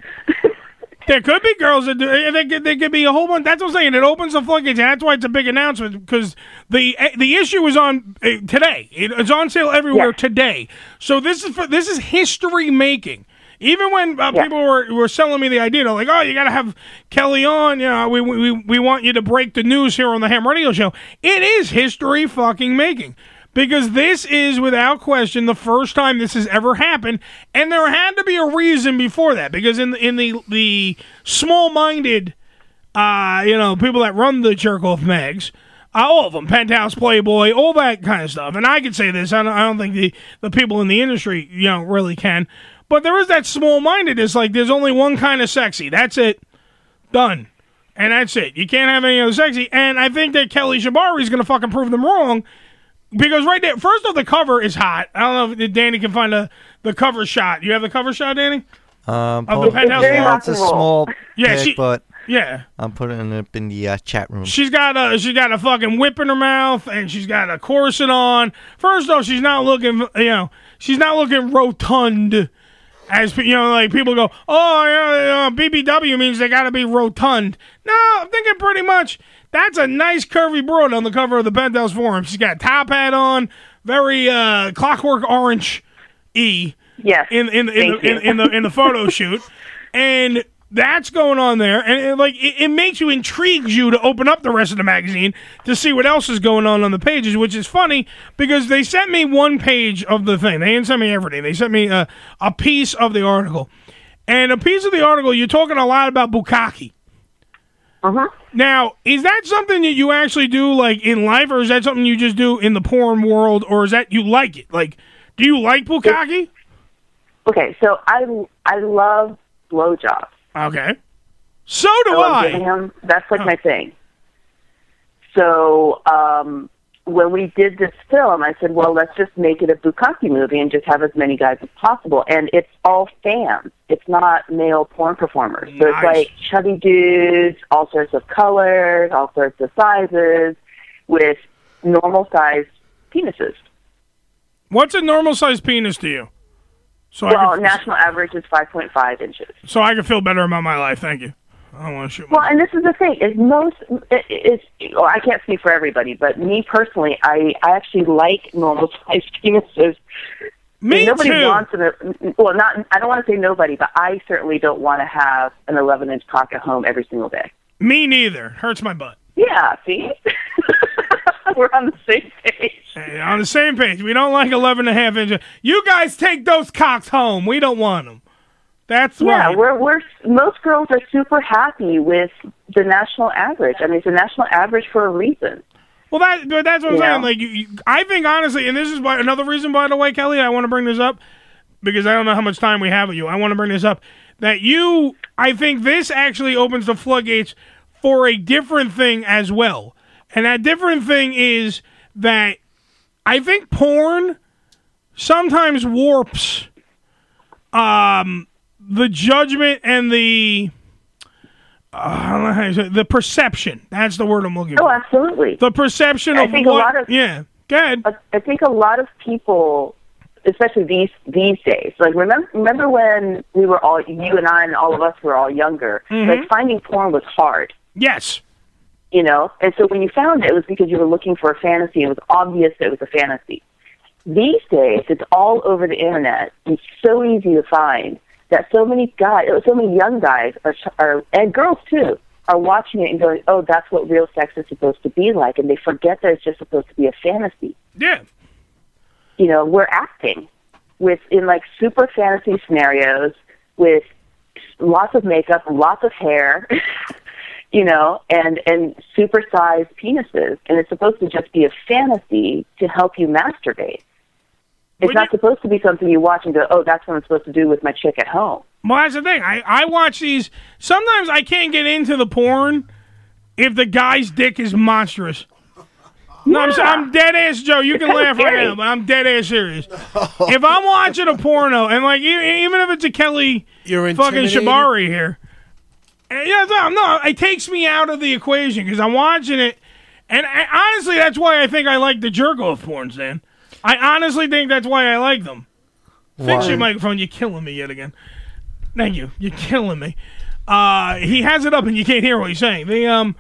[SPEAKER 9] There could be girls that do. eh, There could, there could be a whole bunch. That's what I'm saying. It opens the floodgates, and that's why it's a big announcement because the eh, the issue is on eh, today. It- It's on sale everywhere today. So this is for, this is history making. Even when uh, people were, were selling me the idea, they're like, "Oh, you got to have Kelly on. You know, we, we we want you to break the news here on the Ham Radio Show." It is history fucking making because this is without question the first time this has ever happened and there had to be a reason before that because in in the the small-minded uh you know people that run the jerk off mags uh, all of them penthouse playboy all that kind of stuff and i could say this i don't, I don't think the the people in the industry you know really can but there is that small-mindedness like there's only one kind of sexy that's it Done. And that's it. You can't have any other sexy. And I think that Kelly Shabari is going to fucking prove them wrong. Because right there, first off, the cover is hot. I don't know if Danny can find the, the cover shot. You have the cover shot, Danny?
[SPEAKER 13] Um,
[SPEAKER 9] Of the penthouse? Very
[SPEAKER 13] yeah,
[SPEAKER 9] rock
[SPEAKER 13] it's a
[SPEAKER 9] and roll.
[SPEAKER 13] small
[SPEAKER 9] Yeah,
[SPEAKER 13] pic,
[SPEAKER 9] she-
[SPEAKER 13] but
[SPEAKER 9] Yeah.
[SPEAKER 13] I'm putting it up in the uh, chat room.
[SPEAKER 9] She's got a she's got a fucking whip in her mouth, and she's got a corset on. First off, she's not looking you know she's not looking rotund, as pe- you know like people go oh yeah, yeah BBW means they got to be rotund. No, I'm thinking pretty much that's a nice curvy broad on the cover of the Penthouse Forum. She's got a top hat on, very uh, clockwork orange e
[SPEAKER 23] yes
[SPEAKER 9] in in in,
[SPEAKER 23] Thank
[SPEAKER 9] the, in,
[SPEAKER 23] you.
[SPEAKER 9] in the in the
[SPEAKER 23] *laughs*
[SPEAKER 9] photo shoot and that's going on there and, and, like it, it makes you intrigues you to open up the rest of the magazine to see what else is going on on the pages which is funny because they sent me one page of the thing they didn't send me everything they sent me a, a piece of the article and a piece of the article you're talking a lot about bukkake
[SPEAKER 23] uh-huh
[SPEAKER 9] now is that something that you actually do like in life or is that something you just do in the porn world or is that you like it like do you like bukkake
[SPEAKER 23] Okay, so I I love blowjobs.
[SPEAKER 9] Okay. So do
[SPEAKER 23] I. love
[SPEAKER 9] I.
[SPEAKER 23] giving 'em. That's like my thing. So um, when we did this film, I said, well, let's just make it a bukkake movie and just have as many guys as possible. And it's all fans. It's not male porn performers. So it's like chubby dudes, all sorts of colors, all sorts of sizes, with normal sized penises.
[SPEAKER 9] What's a normal sized penis to you? So
[SPEAKER 23] well,
[SPEAKER 9] I can,
[SPEAKER 23] national average is 5.5 inches.
[SPEAKER 9] so I can feel better about my life. Thank you. I don't want to shoot.
[SPEAKER 23] Well, and this is the thing is most is well, I can't speak for everybody, but me personally, I I actually like normal sized *laughs* penises.
[SPEAKER 9] Me
[SPEAKER 23] nobody
[SPEAKER 9] too.
[SPEAKER 23] wants an well, not I don't want to say nobody, but I certainly don't want to have an 11 inch cock at home every single day.
[SPEAKER 9] Me neither. Hurts my butt.
[SPEAKER 23] Yeah, see, *laughs* we're on the same page.
[SPEAKER 9] Hey, on the same page. We don't like 11 and a half inches. You guys take those cocks home. We don't want them. That's
[SPEAKER 23] yeah,
[SPEAKER 9] right.
[SPEAKER 23] we're we're most girls are super happy with the national average. I mean, it's a national average for a reason.
[SPEAKER 9] Well, that but that's what I'm
[SPEAKER 23] You
[SPEAKER 9] saying.
[SPEAKER 23] know?
[SPEAKER 9] Like, you, you, I think honestly, and this is why, another reason, by the way, Kelly, I want to bring this up because I don't know how much time we have with you. I want to bring this up that you, I think this actually opens the floodgates for a different thing as well, and that different thing is that I think porn sometimes warps um, the judgment and the uh, I don't know how you say it, the perception. That's the word I'm looking for.
[SPEAKER 23] Oh, absolutely.
[SPEAKER 9] The perception
[SPEAKER 23] I
[SPEAKER 9] of
[SPEAKER 23] think a
[SPEAKER 9] what?
[SPEAKER 23] lot of-
[SPEAKER 9] yeah, go ahead.
[SPEAKER 23] I think a lot of people, especially these these days, like remember remember when we were all you and I and all of us were all younger.
[SPEAKER 6] Mhm.
[SPEAKER 23] Like finding porn was hard.
[SPEAKER 9] Yes.
[SPEAKER 23] You know, and so when you found it, it was because you were looking for a fantasy. It was obvious that it was a fantasy. These days, it's all over the internet. It's so easy to find that so many guys, so many young guys are, are and girls too, are watching it and going, "Oh, that's what real sex is supposed to be like," and they forget that it's just supposed to be a fantasy
[SPEAKER 9] Yeah.
[SPEAKER 23] you know, we're acting with in like super fantasy scenarios with lots of makeup, lots of hair, *laughs* you know, and and super sized penises, and it's supposed to just be a fantasy to help you masturbate. It's not supposed to be something you watch and go, oh, that's what I'm supposed to do with my chick at home.
[SPEAKER 9] Well, that's the thing. I, I watch these. Sometimes I can't get into the porn if the guy's dick is monstrous. No, I'm, so- I'm dead ass, Joe. You
[SPEAKER 6] It's
[SPEAKER 9] can
[SPEAKER 6] kinda
[SPEAKER 9] laugh right
[SPEAKER 6] scary.
[SPEAKER 9] now, but I'm dead ass serious. if I'm watching a porno, and like e- even if it's a Kelly fucking
[SPEAKER 6] intimidated?
[SPEAKER 9] Shibari here, and yeah, no, no, it takes me out of the equation because I'm watching it, and I, honestly, that's why I think I like the jerk off porns, Dan. I honestly think that's why I like them. Fix
[SPEAKER 6] Why?
[SPEAKER 9] your microphone. You're killing me yet again. Thank you. You're killing me. Uh, he has it up and you can't hear what he's saying. The um,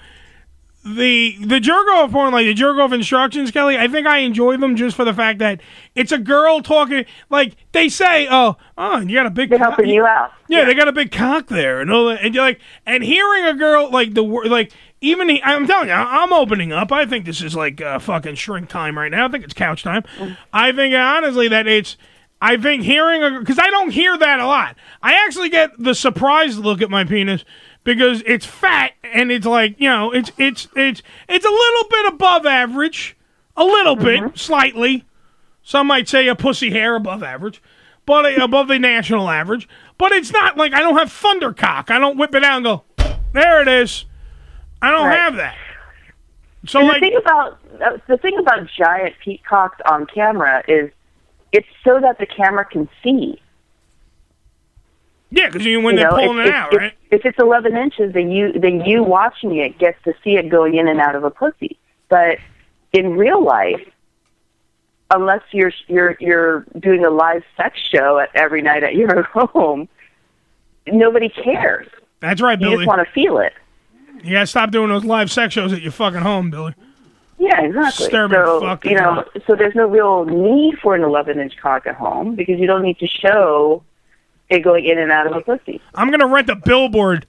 [SPEAKER 9] the the Jergov porn, like the Jergov instructions, Kelly. I think I enjoy them just for the fact that it's a girl talking. Like they say, oh, oh, you got a big. They're
[SPEAKER 23] helping you out.
[SPEAKER 9] Yeah, they got a big cock there, and all that. And you're like, and hearing a girl like the wor- like even he, I'm telling you, I- I'm opening up. I think this is like uh, fucking shrink time right now. I think it's couch time.
[SPEAKER 23] Mm.
[SPEAKER 9] I think honestly that it's. I think hearing because I don't hear that a lot. I actually get the surprised look at my penis because it's fat and it's like you know it's it's it's it's a little bit above average, a little bit slightly. Some might say a pussy hair above average, but uh, above the national average. But it's not like I don't have thundercock. I don't whip it out and go, there it is. I don't
[SPEAKER 23] Right.
[SPEAKER 9] have that. So
[SPEAKER 23] and
[SPEAKER 9] like,
[SPEAKER 23] the thing about uh, the thing about giant peacocks on camera is it's so that the camera can see.
[SPEAKER 9] yeah, because when
[SPEAKER 23] you
[SPEAKER 9] they're
[SPEAKER 23] know,
[SPEAKER 9] pulling
[SPEAKER 23] if,
[SPEAKER 9] it
[SPEAKER 23] if-
[SPEAKER 9] out,
[SPEAKER 23] if-
[SPEAKER 9] right?
[SPEAKER 23] If it's 11 inches, then you then you watching it gets to see it going in and out of a pussy. But in real life, unless you're you're you're doing a live sex show at, every night at your *laughs* home, nobody cares.
[SPEAKER 9] That's right,
[SPEAKER 23] You
[SPEAKER 9] Billy.
[SPEAKER 23] just want to feel it.
[SPEAKER 9] You gotta stop doing those live sex shows at your fucking home, Billy.
[SPEAKER 23] Yeah, exactly.
[SPEAKER 9] Disturbing
[SPEAKER 23] so
[SPEAKER 9] fucking
[SPEAKER 23] you know,
[SPEAKER 9] up.
[SPEAKER 23] so there's no real need for an 11 inch cock at home because you don't need to show it going in and out of a pussy.
[SPEAKER 9] I'm gonna rent a billboard,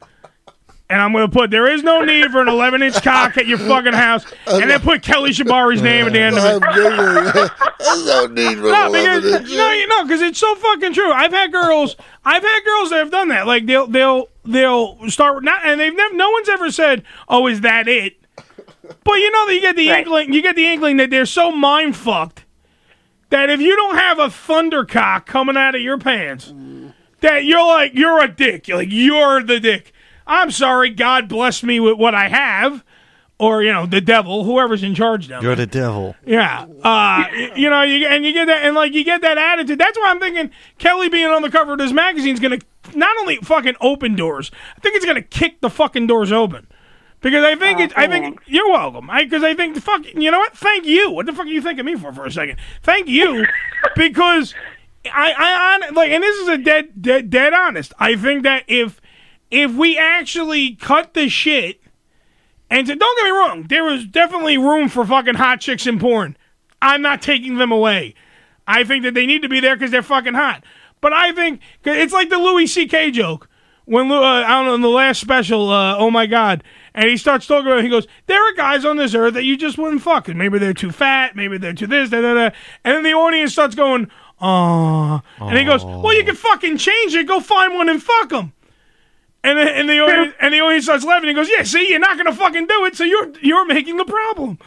[SPEAKER 9] and I'm gonna put there is no need for an 11 inch cock at your fucking house, and then put Kelly Shibari's name at the end of it.
[SPEAKER 6] *laughs* no need for
[SPEAKER 9] No, because no, you know, because it's so fucking true. I've had girls, I've had girls that have done that. Like they'll they'll they'll start not, and they've never. No one's ever said, "Oh, is that it?" But you know that you get the inkling, you get the inkling that they're so mind fucked that if you don't have a thundercock coming out of your pants, that you're like you're a dick. You're like you're the dick. I'm sorry. God bless me with what I have. or you know the devil, whoever's in charge down there.
[SPEAKER 13] You're the devil.
[SPEAKER 9] Yeah, uh, y- you know, you and you get that, and like you get that attitude. That's why I'm thinking Kelly being on the cover of this magazine is gonna not only fucking open doors. I think it's gonna kick the fucking doors open because I think it's. I think you're welcome. I because I think the fuck. You know what? Thank you. What the fuck are you thinking me for for a second? Thank you because I I on like and this is a dead dead dead honest. I think that if if we actually cut the shit and so, don't get me wrong, there was definitely room for fucking hot chicks in porn. I'm not taking them away. I think that they need to be there because they're fucking hot. But I think 'cause it's like the Louis C.K. joke when Lou- uh, I don't know in the last special, uh, oh my god, and he starts talking about. He goes, "There are guys on this earth that you just wouldn't fuck. 'cause Maybe they're too fat. Maybe they're too this, da da da." And then the audience starts going, "Aw," and he goes, "Well, you can fucking change it. Go find one and fuck them." And the, and the audience, and the audience starts laughing. He goes, "Yeah, see, you're not gonna fucking do it. So you're you're making the problem.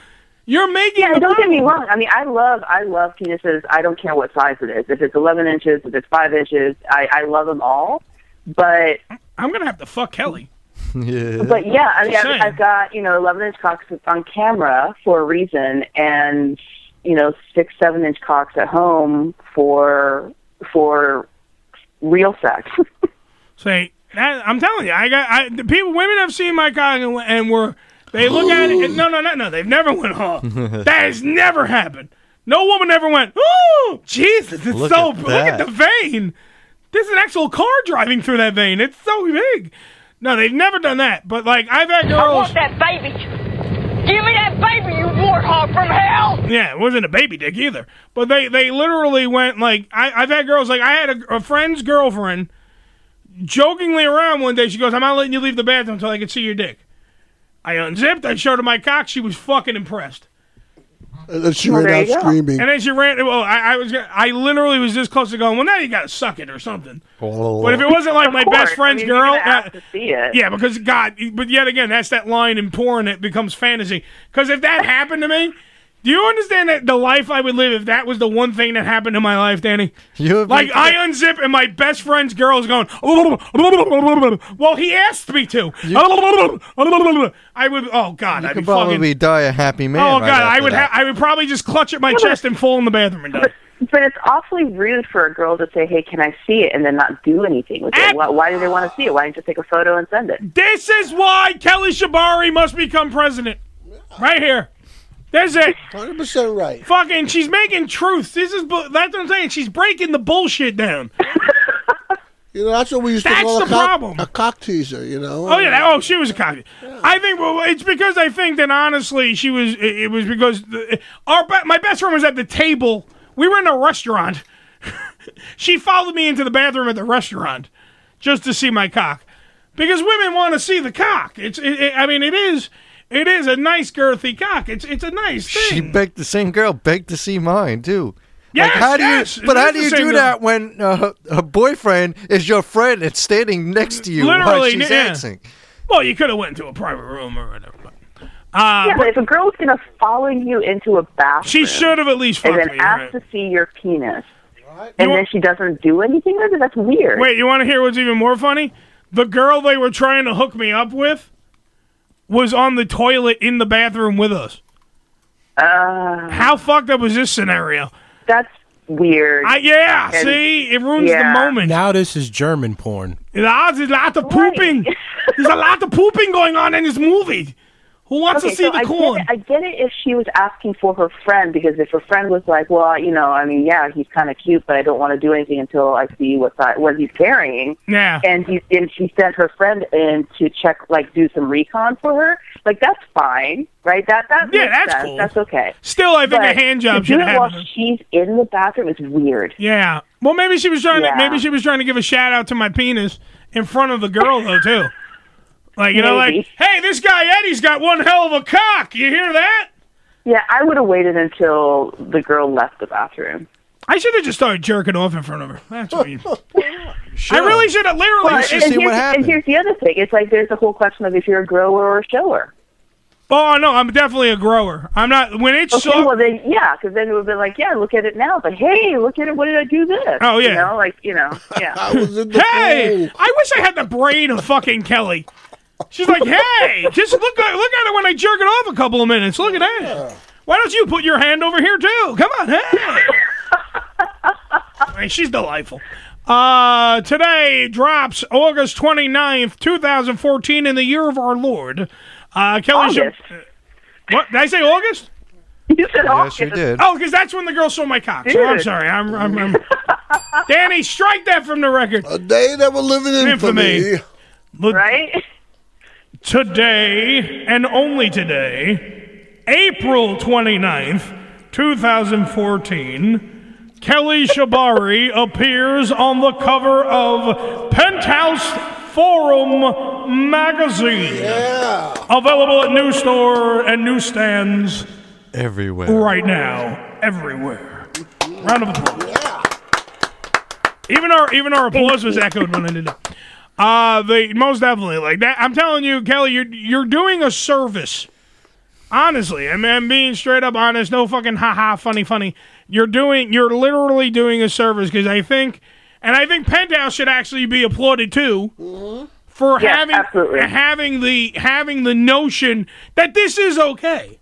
[SPEAKER 9] You're making
[SPEAKER 23] Yeah,
[SPEAKER 9] the
[SPEAKER 23] don't get
[SPEAKER 9] problem."
[SPEAKER 23] me wrong. I mean, I love, I love penises. I don't care what size it is. If it's 11 inches, if it's five inches, I, I love them all. But
[SPEAKER 9] I'm gonna have to fuck Kelly.
[SPEAKER 13] yeah.
[SPEAKER 9] Mm-hmm.
[SPEAKER 23] But yeah, I mean,
[SPEAKER 9] Just
[SPEAKER 23] I've,
[SPEAKER 9] saying.
[SPEAKER 23] I've got you know eleven inch cocks on camera for a reason, and you know six seven inch cocks at home for for real sex. *laughs*
[SPEAKER 9] Say that I'm telling you, I got I, the people, women have seen my cock and, and were they look at it? And, no, no, no, no. They've never went
[SPEAKER 13] *laughs*
[SPEAKER 9] off. that has never happened. No woman ever went. Ooh, Jesus! It's
[SPEAKER 13] Look
[SPEAKER 9] so
[SPEAKER 13] at
[SPEAKER 9] look at
[SPEAKER 13] that."
[SPEAKER 9] the vein. There's an actual car driving through that vein. It's so big. No, they've never done that. But like I've had girls.
[SPEAKER 6] I want that baby. Give me that baby, you warthog from hell.
[SPEAKER 9] Yeah, it wasn't a baby dick either. But they they literally went like I, I've had girls like I had a, a friend's girlfriend jokingly around one day. She goes, "I'm not letting you leave the bathroom until I can see your dick." I unzipped. I showed her my cock. She was fucking impressed.
[SPEAKER 10] And then she ran out screaming.
[SPEAKER 9] And then she ran. Well, I, I was I literally was this close to going. Well, now you got to suck it or something. But if it wasn't like
[SPEAKER 23] Of
[SPEAKER 9] my
[SPEAKER 23] course.
[SPEAKER 9] best friend's
[SPEAKER 23] I mean, you're
[SPEAKER 9] girl,
[SPEAKER 23] gonna have
[SPEAKER 9] that-
[SPEAKER 23] to see it.
[SPEAKER 9] yeah, because God, but yet again, that's that line in porn that becomes fantasy. Because if that happened to me, do you understand that the life I would live if that was the one thing that happened in my life, Danny?
[SPEAKER 13] You would be-
[SPEAKER 9] like I unzip and my best friend's girl is going. *laughs* Well, he asked me to. I would. Oh God, I'd be
[SPEAKER 13] could probably
[SPEAKER 9] fucking.
[SPEAKER 13] die a happy man.
[SPEAKER 9] oh
[SPEAKER 13] right
[SPEAKER 9] God, I
[SPEAKER 13] after
[SPEAKER 9] would.
[SPEAKER 13] that.
[SPEAKER 9] Ha- I would probably just clutch at my
[SPEAKER 23] Yeah, but-
[SPEAKER 9] chest and fall in the bathroom and die.
[SPEAKER 23] but it's awfully rude for a girl to say, "Hey, can I see it?" and then not do anything with it. Why, why do they want to see it? Why don't you take a photo and send it?
[SPEAKER 9] This is why Kelly Shabari must become president. Right here. That's it.
[SPEAKER 10] 100% right.
[SPEAKER 9] Fucking, she's making truth. This is, bu- that's what I'm saying. She's breaking the bullshit down.
[SPEAKER 10] You know, that's what we used
[SPEAKER 9] That's
[SPEAKER 10] to call
[SPEAKER 9] the
[SPEAKER 10] a, cock,
[SPEAKER 9] problem.
[SPEAKER 10] a cock teaser, you know?
[SPEAKER 9] Oh yeah, that, oh she was a cocky. I think well, it's because I think that honestly she was. It, it was because the, our be- my best friend was at the table. We were in a restaurant. *laughs* she followed me into the bathroom at the restaurant just to see my cock, because women want to see the cock. It's. It, it, I mean, it is. It is a nice girthy cock. It's. It's a nice thing.
[SPEAKER 13] She begged the same girl begged to see mine too.
[SPEAKER 9] Yes,
[SPEAKER 13] how do
[SPEAKER 9] yes,
[SPEAKER 13] you? But
[SPEAKER 9] it
[SPEAKER 13] how
[SPEAKER 9] is
[SPEAKER 13] do
[SPEAKER 9] the
[SPEAKER 13] you
[SPEAKER 9] same
[SPEAKER 13] do
[SPEAKER 9] girl.
[SPEAKER 13] that when uh, her, her boyfriend is your friend and standing next to you while
[SPEAKER 9] Literally,
[SPEAKER 13] she's
[SPEAKER 9] yeah.
[SPEAKER 13] dancing?
[SPEAKER 9] Well, you could have went to a private room or whatever. But, uh,
[SPEAKER 23] yeah,
[SPEAKER 9] but-
[SPEAKER 23] but if a girl's gonna follow you into a bathroom,
[SPEAKER 9] She should have at least
[SPEAKER 23] and
[SPEAKER 9] fucked
[SPEAKER 23] then
[SPEAKER 9] me,
[SPEAKER 23] asked
[SPEAKER 9] right.
[SPEAKER 23] to see your penis, and
[SPEAKER 9] You-
[SPEAKER 23] then she doesn't do anything with it. That's weird.
[SPEAKER 9] Wait, you want to hear what's even more funny? The girl they were trying to hook me up with was on the toilet in the bathroom with us.
[SPEAKER 23] Uh,
[SPEAKER 9] How fucked up was this scenario?
[SPEAKER 23] That's weird.
[SPEAKER 9] I, yeah,
[SPEAKER 23] And-
[SPEAKER 9] see, it ruins
[SPEAKER 23] yeah.
[SPEAKER 9] the moment.
[SPEAKER 34] Now this is German porn.
[SPEAKER 9] There's a lot of pooping.
[SPEAKER 23] *laughs*
[SPEAKER 9] There's a lot of pooping going on in this movie. Who wants
[SPEAKER 23] okay,
[SPEAKER 9] to see
[SPEAKER 23] so
[SPEAKER 9] the
[SPEAKER 23] I
[SPEAKER 9] corn?
[SPEAKER 23] Get it, I get it if she was asking for her friend because if her friend was like, "Well, you know, I mean, yeah, he's kind of cute, but I don't want to do anything until I see what si- what he's carrying."
[SPEAKER 9] Yeah.
[SPEAKER 23] And he and she sent her friend in to check, like, do some recon for her. Like that's fine, right? That that
[SPEAKER 9] Yeah,
[SPEAKER 23] makes
[SPEAKER 9] that's
[SPEAKER 23] sense.
[SPEAKER 9] cool.
[SPEAKER 23] That's okay.
[SPEAKER 9] Still, I think a
[SPEAKER 23] But
[SPEAKER 9] hand
[SPEAKER 23] to
[SPEAKER 9] job
[SPEAKER 23] do
[SPEAKER 9] should
[SPEAKER 23] it
[SPEAKER 9] happen.
[SPEAKER 23] while she's in the bathroom is weird.
[SPEAKER 9] Yeah. Well, maybe she was trying
[SPEAKER 23] Yeah.
[SPEAKER 9] to maybe she was trying to give a shout out to my penis in front of the girl though too. Like you know,
[SPEAKER 23] Maybe.
[SPEAKER 9] like hey, this guy Eddie's got one hell of a cock. You hear that?
[SPEAKER 23] Yeah, I would have waited until the girl left the bathroom.
[SPEAKER 9] I should have just started jerking off in front of her. That's
[SPEAKER 23] *laughs*
[SPEAKER 9] mean. I really should have literally.
[SPEAKER 23] Well, and, here's, and here's the other thing. It's like there's the whole question of if you're a grower or a shower.
[SPEAKER 9] oh no, I'm definitely a grower. I'm not when it's
[SPEAKER 23] Okay, well then, yeah, because then it would be like, yeah, look at it now. But hey, look at it. What did I do this?
[SPEAKER 9] Oh, yeah.
[SPEAKER 23] you know, like you know, yeah.
[SPEAKER 9] hey, I wish I had the brain of fucking Kelly. She's like, hey, just look at, look at it when I jerk it off a couple of minutes. Look at that. Why don't you put your hand over here too? Come on, hey. I mean, she's delightful. Uh, today drops August 29th, 2014, in the year of our Lord. Uh, Kelly, Sha-
[SPEAKER 8] August.
[SPEAKER 9] what did I say? August?
[SPEAKER 23] You said
[SPEAKER 8] Yes, you August. did.
[SPEAKER 9] Oh, because that's when the girl saw my cock. So I'm
[SPEAKER 8] Dude.
[SPEAKER 9] sorry. I'm, I'm, I'm- Danny, strike that from the record. A
[SPEAKER 10] day that we're living in infamy.
[SPEAKER 9] right? Today, and only today, April 29th, 2014, Kelly
[SPEAKER 10] *laughs*
[SPEAKER 9] Shabari appears on the cover of Penthouse Forum magazine. Available at new store and newsstands
[SPEAKER 6] Everywhere.
[SPEAKER 9] right now, everywhere. Round of applause. Even our even our applause was echoed when I did that. Uh, the most definitely like that. I'm telling you, Kelly, you're you're doing a service. Honestly, I mean, I'm being straight up honest. No fucking ha ha, funny, funny. You're doing, you're literally doing a service because I think, and I think Penthouse should actually be applauded too for
[SPEAKER 8] Mm-hmm. Yeah,
[SPEAKER 9] having
[SPEAKER 8] absolutely.
[SPEAKER 9] having the having the notion that this is okay.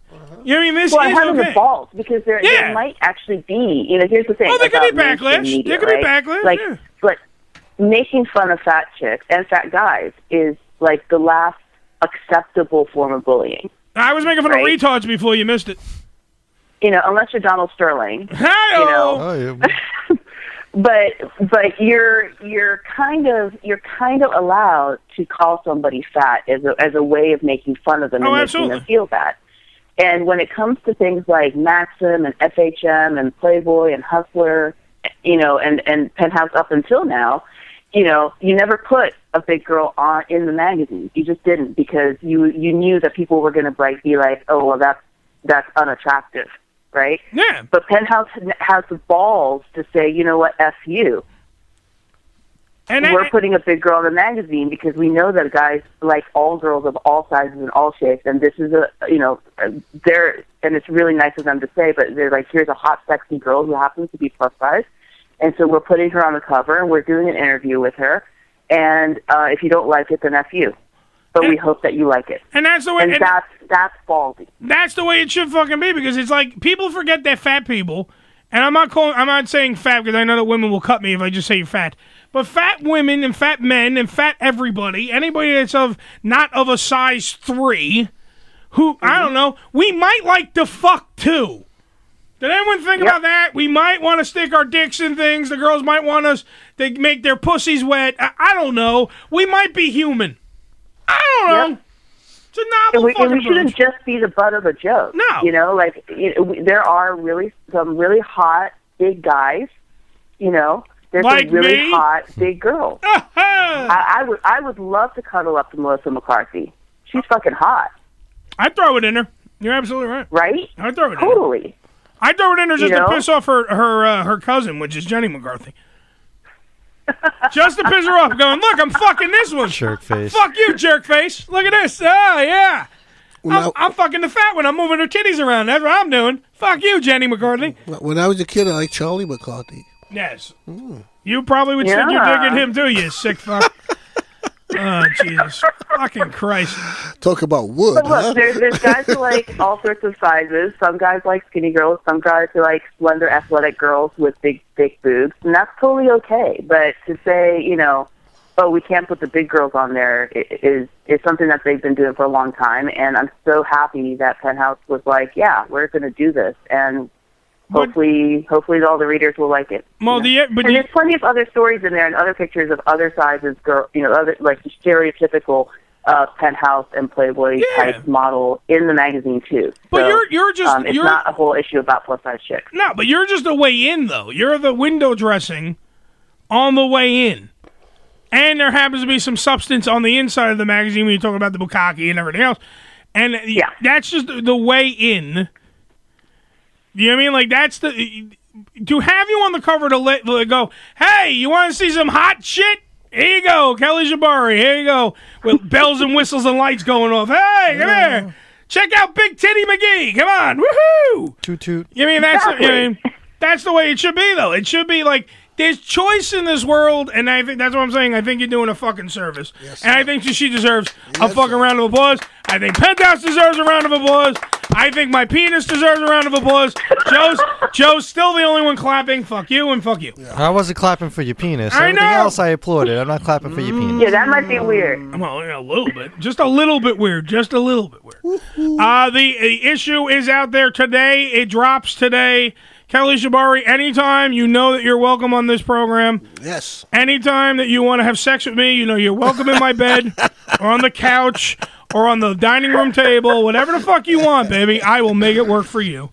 [SPEAKER 9] You know what I mean? This
[SPEAKER 23] well,
[SPEAKER 9] is
[SPEAKER 23] having
[SPEAKER 9] okay.
[SPEAKER 23] the balls because there,
[SPEAKER 9] Yeah.
[SPEAKER 23] there might actually be. You know, here's the thing.
[SPEAKER 9] Oh, there could be
[SPEAKER 23] about mainstream
[SPEAKER 9] backlash.
[SPEAKER 23] media,
[SPEAKER 9] There could be
[SPEAKER 23] right?
[SPEAKER 9] backlash,
[SPEAKER 23] Like,
[SPEAKER 9] yeah.
[SPEAKER 23] but making fun of fat chicks and fat guys is like the last acceptable form of bullying.
[SPEAKER 9] I was making fun
[SPEAKER 23] Right.
[SPEAKER 9] of retards before you missed it.
[SPEAKER 23] You know, unless you're Donald Sterling.
[SPEAKER 9] Hi-oh.
[SPEAKER 23] You know. *laughs* but but you're you're kind of you're kind of allowed to call somebody fat as a as a way of making fun of them
[SPEAKER 8] Oh,
[SPEAKER 23] and making
[SPEAKER 8] absolutely.
[SPEAKER 23] them feel bad. And when it comes to things like Maxim and FHM and Playboy and Hustler, you know, and and Penthouse up until now, you know, you never put a big girl on in the magazine. You just didn't because you you knew that people were going to like be like, oh well, that's that's unattractive, right?
[SPEAKER 9] Yeah.
[SPEAKER 23] But Penthouse has the balls to say, you know what, f you.
[SPEAKER 9] And
[SPEAKER 23] we're putting a big girl in the magazine because we know that guys like all girls of all sizes and all shapes, and this is a you know they're and it's really nice of them to say, but they're like here's a hot, sexy girl who happens to be plus size, and so we're putting her on the cover and we're doing an interview with her, and uh, if you don't like it, then f you, but we hope that you like it.
[SPEAKER 9] And that's the way.
[SPEAKER 23] And that's that's ballsy.
[SPEAKER 9] That's the way it should fucking be because it's like people forget that fat people, and I'm not calling, I'm not saying fat because I know that women will cut me if I just say you're fat. But fat women and fat men and fat everybody, anybody that's of not of a size three, who I don't know, we might like to fuck too. Did anyone think about that? We might want to stick our dicks in things. The girls might want us to make their pussies wet. I, I don't know. We might be human. I don't know. It's a
[SPEAKER 23] And
[SPEAKER 9] novel
[SPEAKER 23] we, and
[SPEAKER 9] fucking
[SPEAKER 23] we shouldn't
[SPEAKER 9] approach.
[SPEAKER 23] just be the butt of a joke.
[SPEAKER 9] No.
[SPEAKER 23] You know, like, you know, we- there are really some really hot, big guys, you know. There's
[SPEAKER 8] Like
[SPEAKER 23] some really
[SPEAKER 8] me?
[SPEAKER 23] hot,
[SPEAKER 9] *laughs*
[SPEAKER 23] big girls.
[SPEAKER 9] Uh-huh.
[SPEAKER 23] I, I, would, I would love to cuddle up to Melissa McCarthy. She's fucking hot,
[SPEAKER 9] I'd throw it in her. You're absolutely right.
[SPEAKER 23] right?
[SPEAKER 9] I'd throw it in her.
[SPEAKER 23] Totally.
[SPEAKER 9] I'd throw it in her just
[SPEAKER 23] You know?
[SPEAKER 9] to piss off her her uh, her cousin, which is Jenny McCarthy. just to piss her off, going, look, I'm fucking this one. Jerk
[SPEAKER 6] face.
[SPEAKER 9] Fuck you, jerk face. Look at this. Oh, yeah. I'm, I'm fucking the fat one. I'm moving her titties around. That's what I'm doing. Fuck you, Jenny McCarthy.
[SPEAKER 10] When I was a kid, I liked Charlie McCarthy.
[SPEAKER 9] Yes. You probably would stick your dick
[SPEAKER 10] Yeah.
[SPEAKER 9] in him, too, you sick fuck. oh, Jesus. Fucking Christ.
[SPEAKER 10] Talk about wood. *laughs*
[SPEAKER 23] But
[SPEAKER 10] huh?
[SPEAKER 23] look, there's, there's guys who like all sorts of sizes. Some guys like skinny girls. Some guys who like slender, athletic girls with big, big boobs, and that's totally okay. But to say, you know, oh, we can't put the big girls on there i- is is something that they've been doing for a long time. And I'm so happy that Penthouse was like, yeah, we're going to do this, and hopefully, hopefully, all the readers will like it.
[SPEAKER 9] Well, the, but
[SPEAKER 23] and
[SPEAKER 9] you-
[SPEAKER 23] there's plenty of other stories in there and other pictures of other sizes, girl, you know, other like stereotypical uh, penthouse and Playboy type model in the magazine too.
[SPEAKER 9] But
[SPEAKER 23] So,
[SPEAKER 9] you're- you're just-
[SPEAKER 23] um, it's
[SPEAKER 9] you're-
[SPEAKER 23] not a whole issue about plus size chicks.
[SPEAKER 9] No, but you're just a way in, though. You're the window dressing on the way in. And there happens to be some substance on the inside of the magazine when you're talking about the bukkake and everything else. And yeah. that's just the way in. You know what I mean? Like, that's the. To have you on the cover to let, let go, hey, you want to see some hot shit? Here you go, Kelly Jabari. Here you go. With *laughs* bells and whistles and lights going off. Hey, come here. Check out Big Titty McGee. Come on. Woohoo.
[SPEAKER 6] Toot toot.
[SPEAKER 9] You mean that's
[SPEAKER 6] Exactly.
[SPEAKER 9] you mean, that's the way it should be though. It should be like There's choice in this world, and I think that's what I'm saying. I think you're doing a fucking service, and I think that she deserves a fucking round of applause. I think Penthouse deserves a round of applause. I think my penis deserves a round of applause. Joe's Joe's still the only one clapping. Fuck you and fuck you.
[SPEAKER 13] I wasn't clapping for your penis.
[SPEAKER 9] I
[SPEAKER 13] Everything
[SPEAKER 9] know.
[SPEAKER 13] else I applauded. I'm not clapping for your penis.
[SPEAKER 8] Yeah, that might be weird.
[SPEAKER 9] Well, yeah, a little bit. Just a little bit weird. Just a little bit weird. Uh, the, the issue is out there today. It drops today. Kelly Shabari, anytime you know that you're welcome on this program.
[SPEAKER 10] Yes.
[SPEAKER 9] Anytime that you want to have sex with me, you know you're welcome in
[SPEAKER 8] *laughs*
[SPEAKER 9] my bed or on the couch or on the dining room table, whatever the fuck you want, baby. I will make it work for you.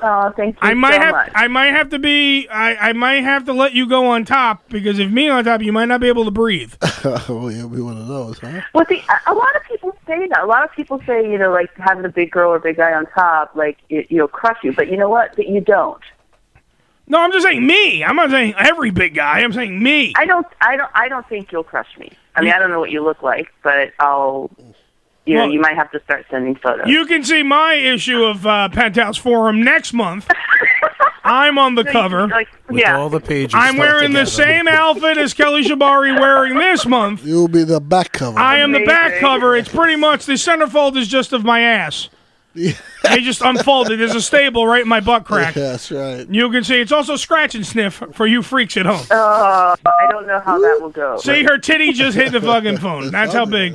[SPEAKER 8] Oh, thank you
[SPEAKER 9] I might
[SPEAKER 8] so
[SPEAKER 9] have
[SPEAKER 8] much.
[SPEAKER 9] I might have to be I, I might have to let you go on top because if me on top, you might not be able to breathe.
[SPEAKER 10] oh, yeah, be one of those, huh?
[SPEAKER 8] Well, see, a- a lot of people say that. A lot of people say, you know, like having a big girl or big guy on top, like it, you'll crush you. But you know what? That you don't.
[SPEAKER 9] No, I'm just saying me. I'm not saying every big guy. I'm saying me.
[SPEAKER 8] I don't. I don't. I don't think you'll crush me. I mean, I don't know what you look like, but I'll. You know,
[SPEAKER 9] Well-
[SPEAKER 8] you might have to start sending photos.
[SPEAKER 9] You can see my issue of uh, Penthouse Forum
[SPEAKER 8] *laughs*
[SPEAKER 9] next month. I'm on the cover.
[SPEAKER 11] With all the pages.
[SPEAKER 9] I'm
[SPEAKER 11] stuck
[SPEAKER 9] wearing the
[SPEAKER 11] together.
[SPEAKER 9] same outfit as Kelly Shabari wearing this month.
[SPEAKER 10] You'll be the back cover.
[SPEAKER 9] I am the back
[SPEAKER 10] *laughs*
[SPEAKER 9] cover. It's pretty much the centerfold is just of my ass. they just unfolded. There's a stable right in my butt crack.
[SPEAKER 10] That's right.
[SPEAKER 9] You can see it's also scratch and sniff for you freaks at home.
[SPEAKER 8] Oh, I don't know how that will go.
[SPEAKER 9] See her titty just hit the fucking phone. That's how big.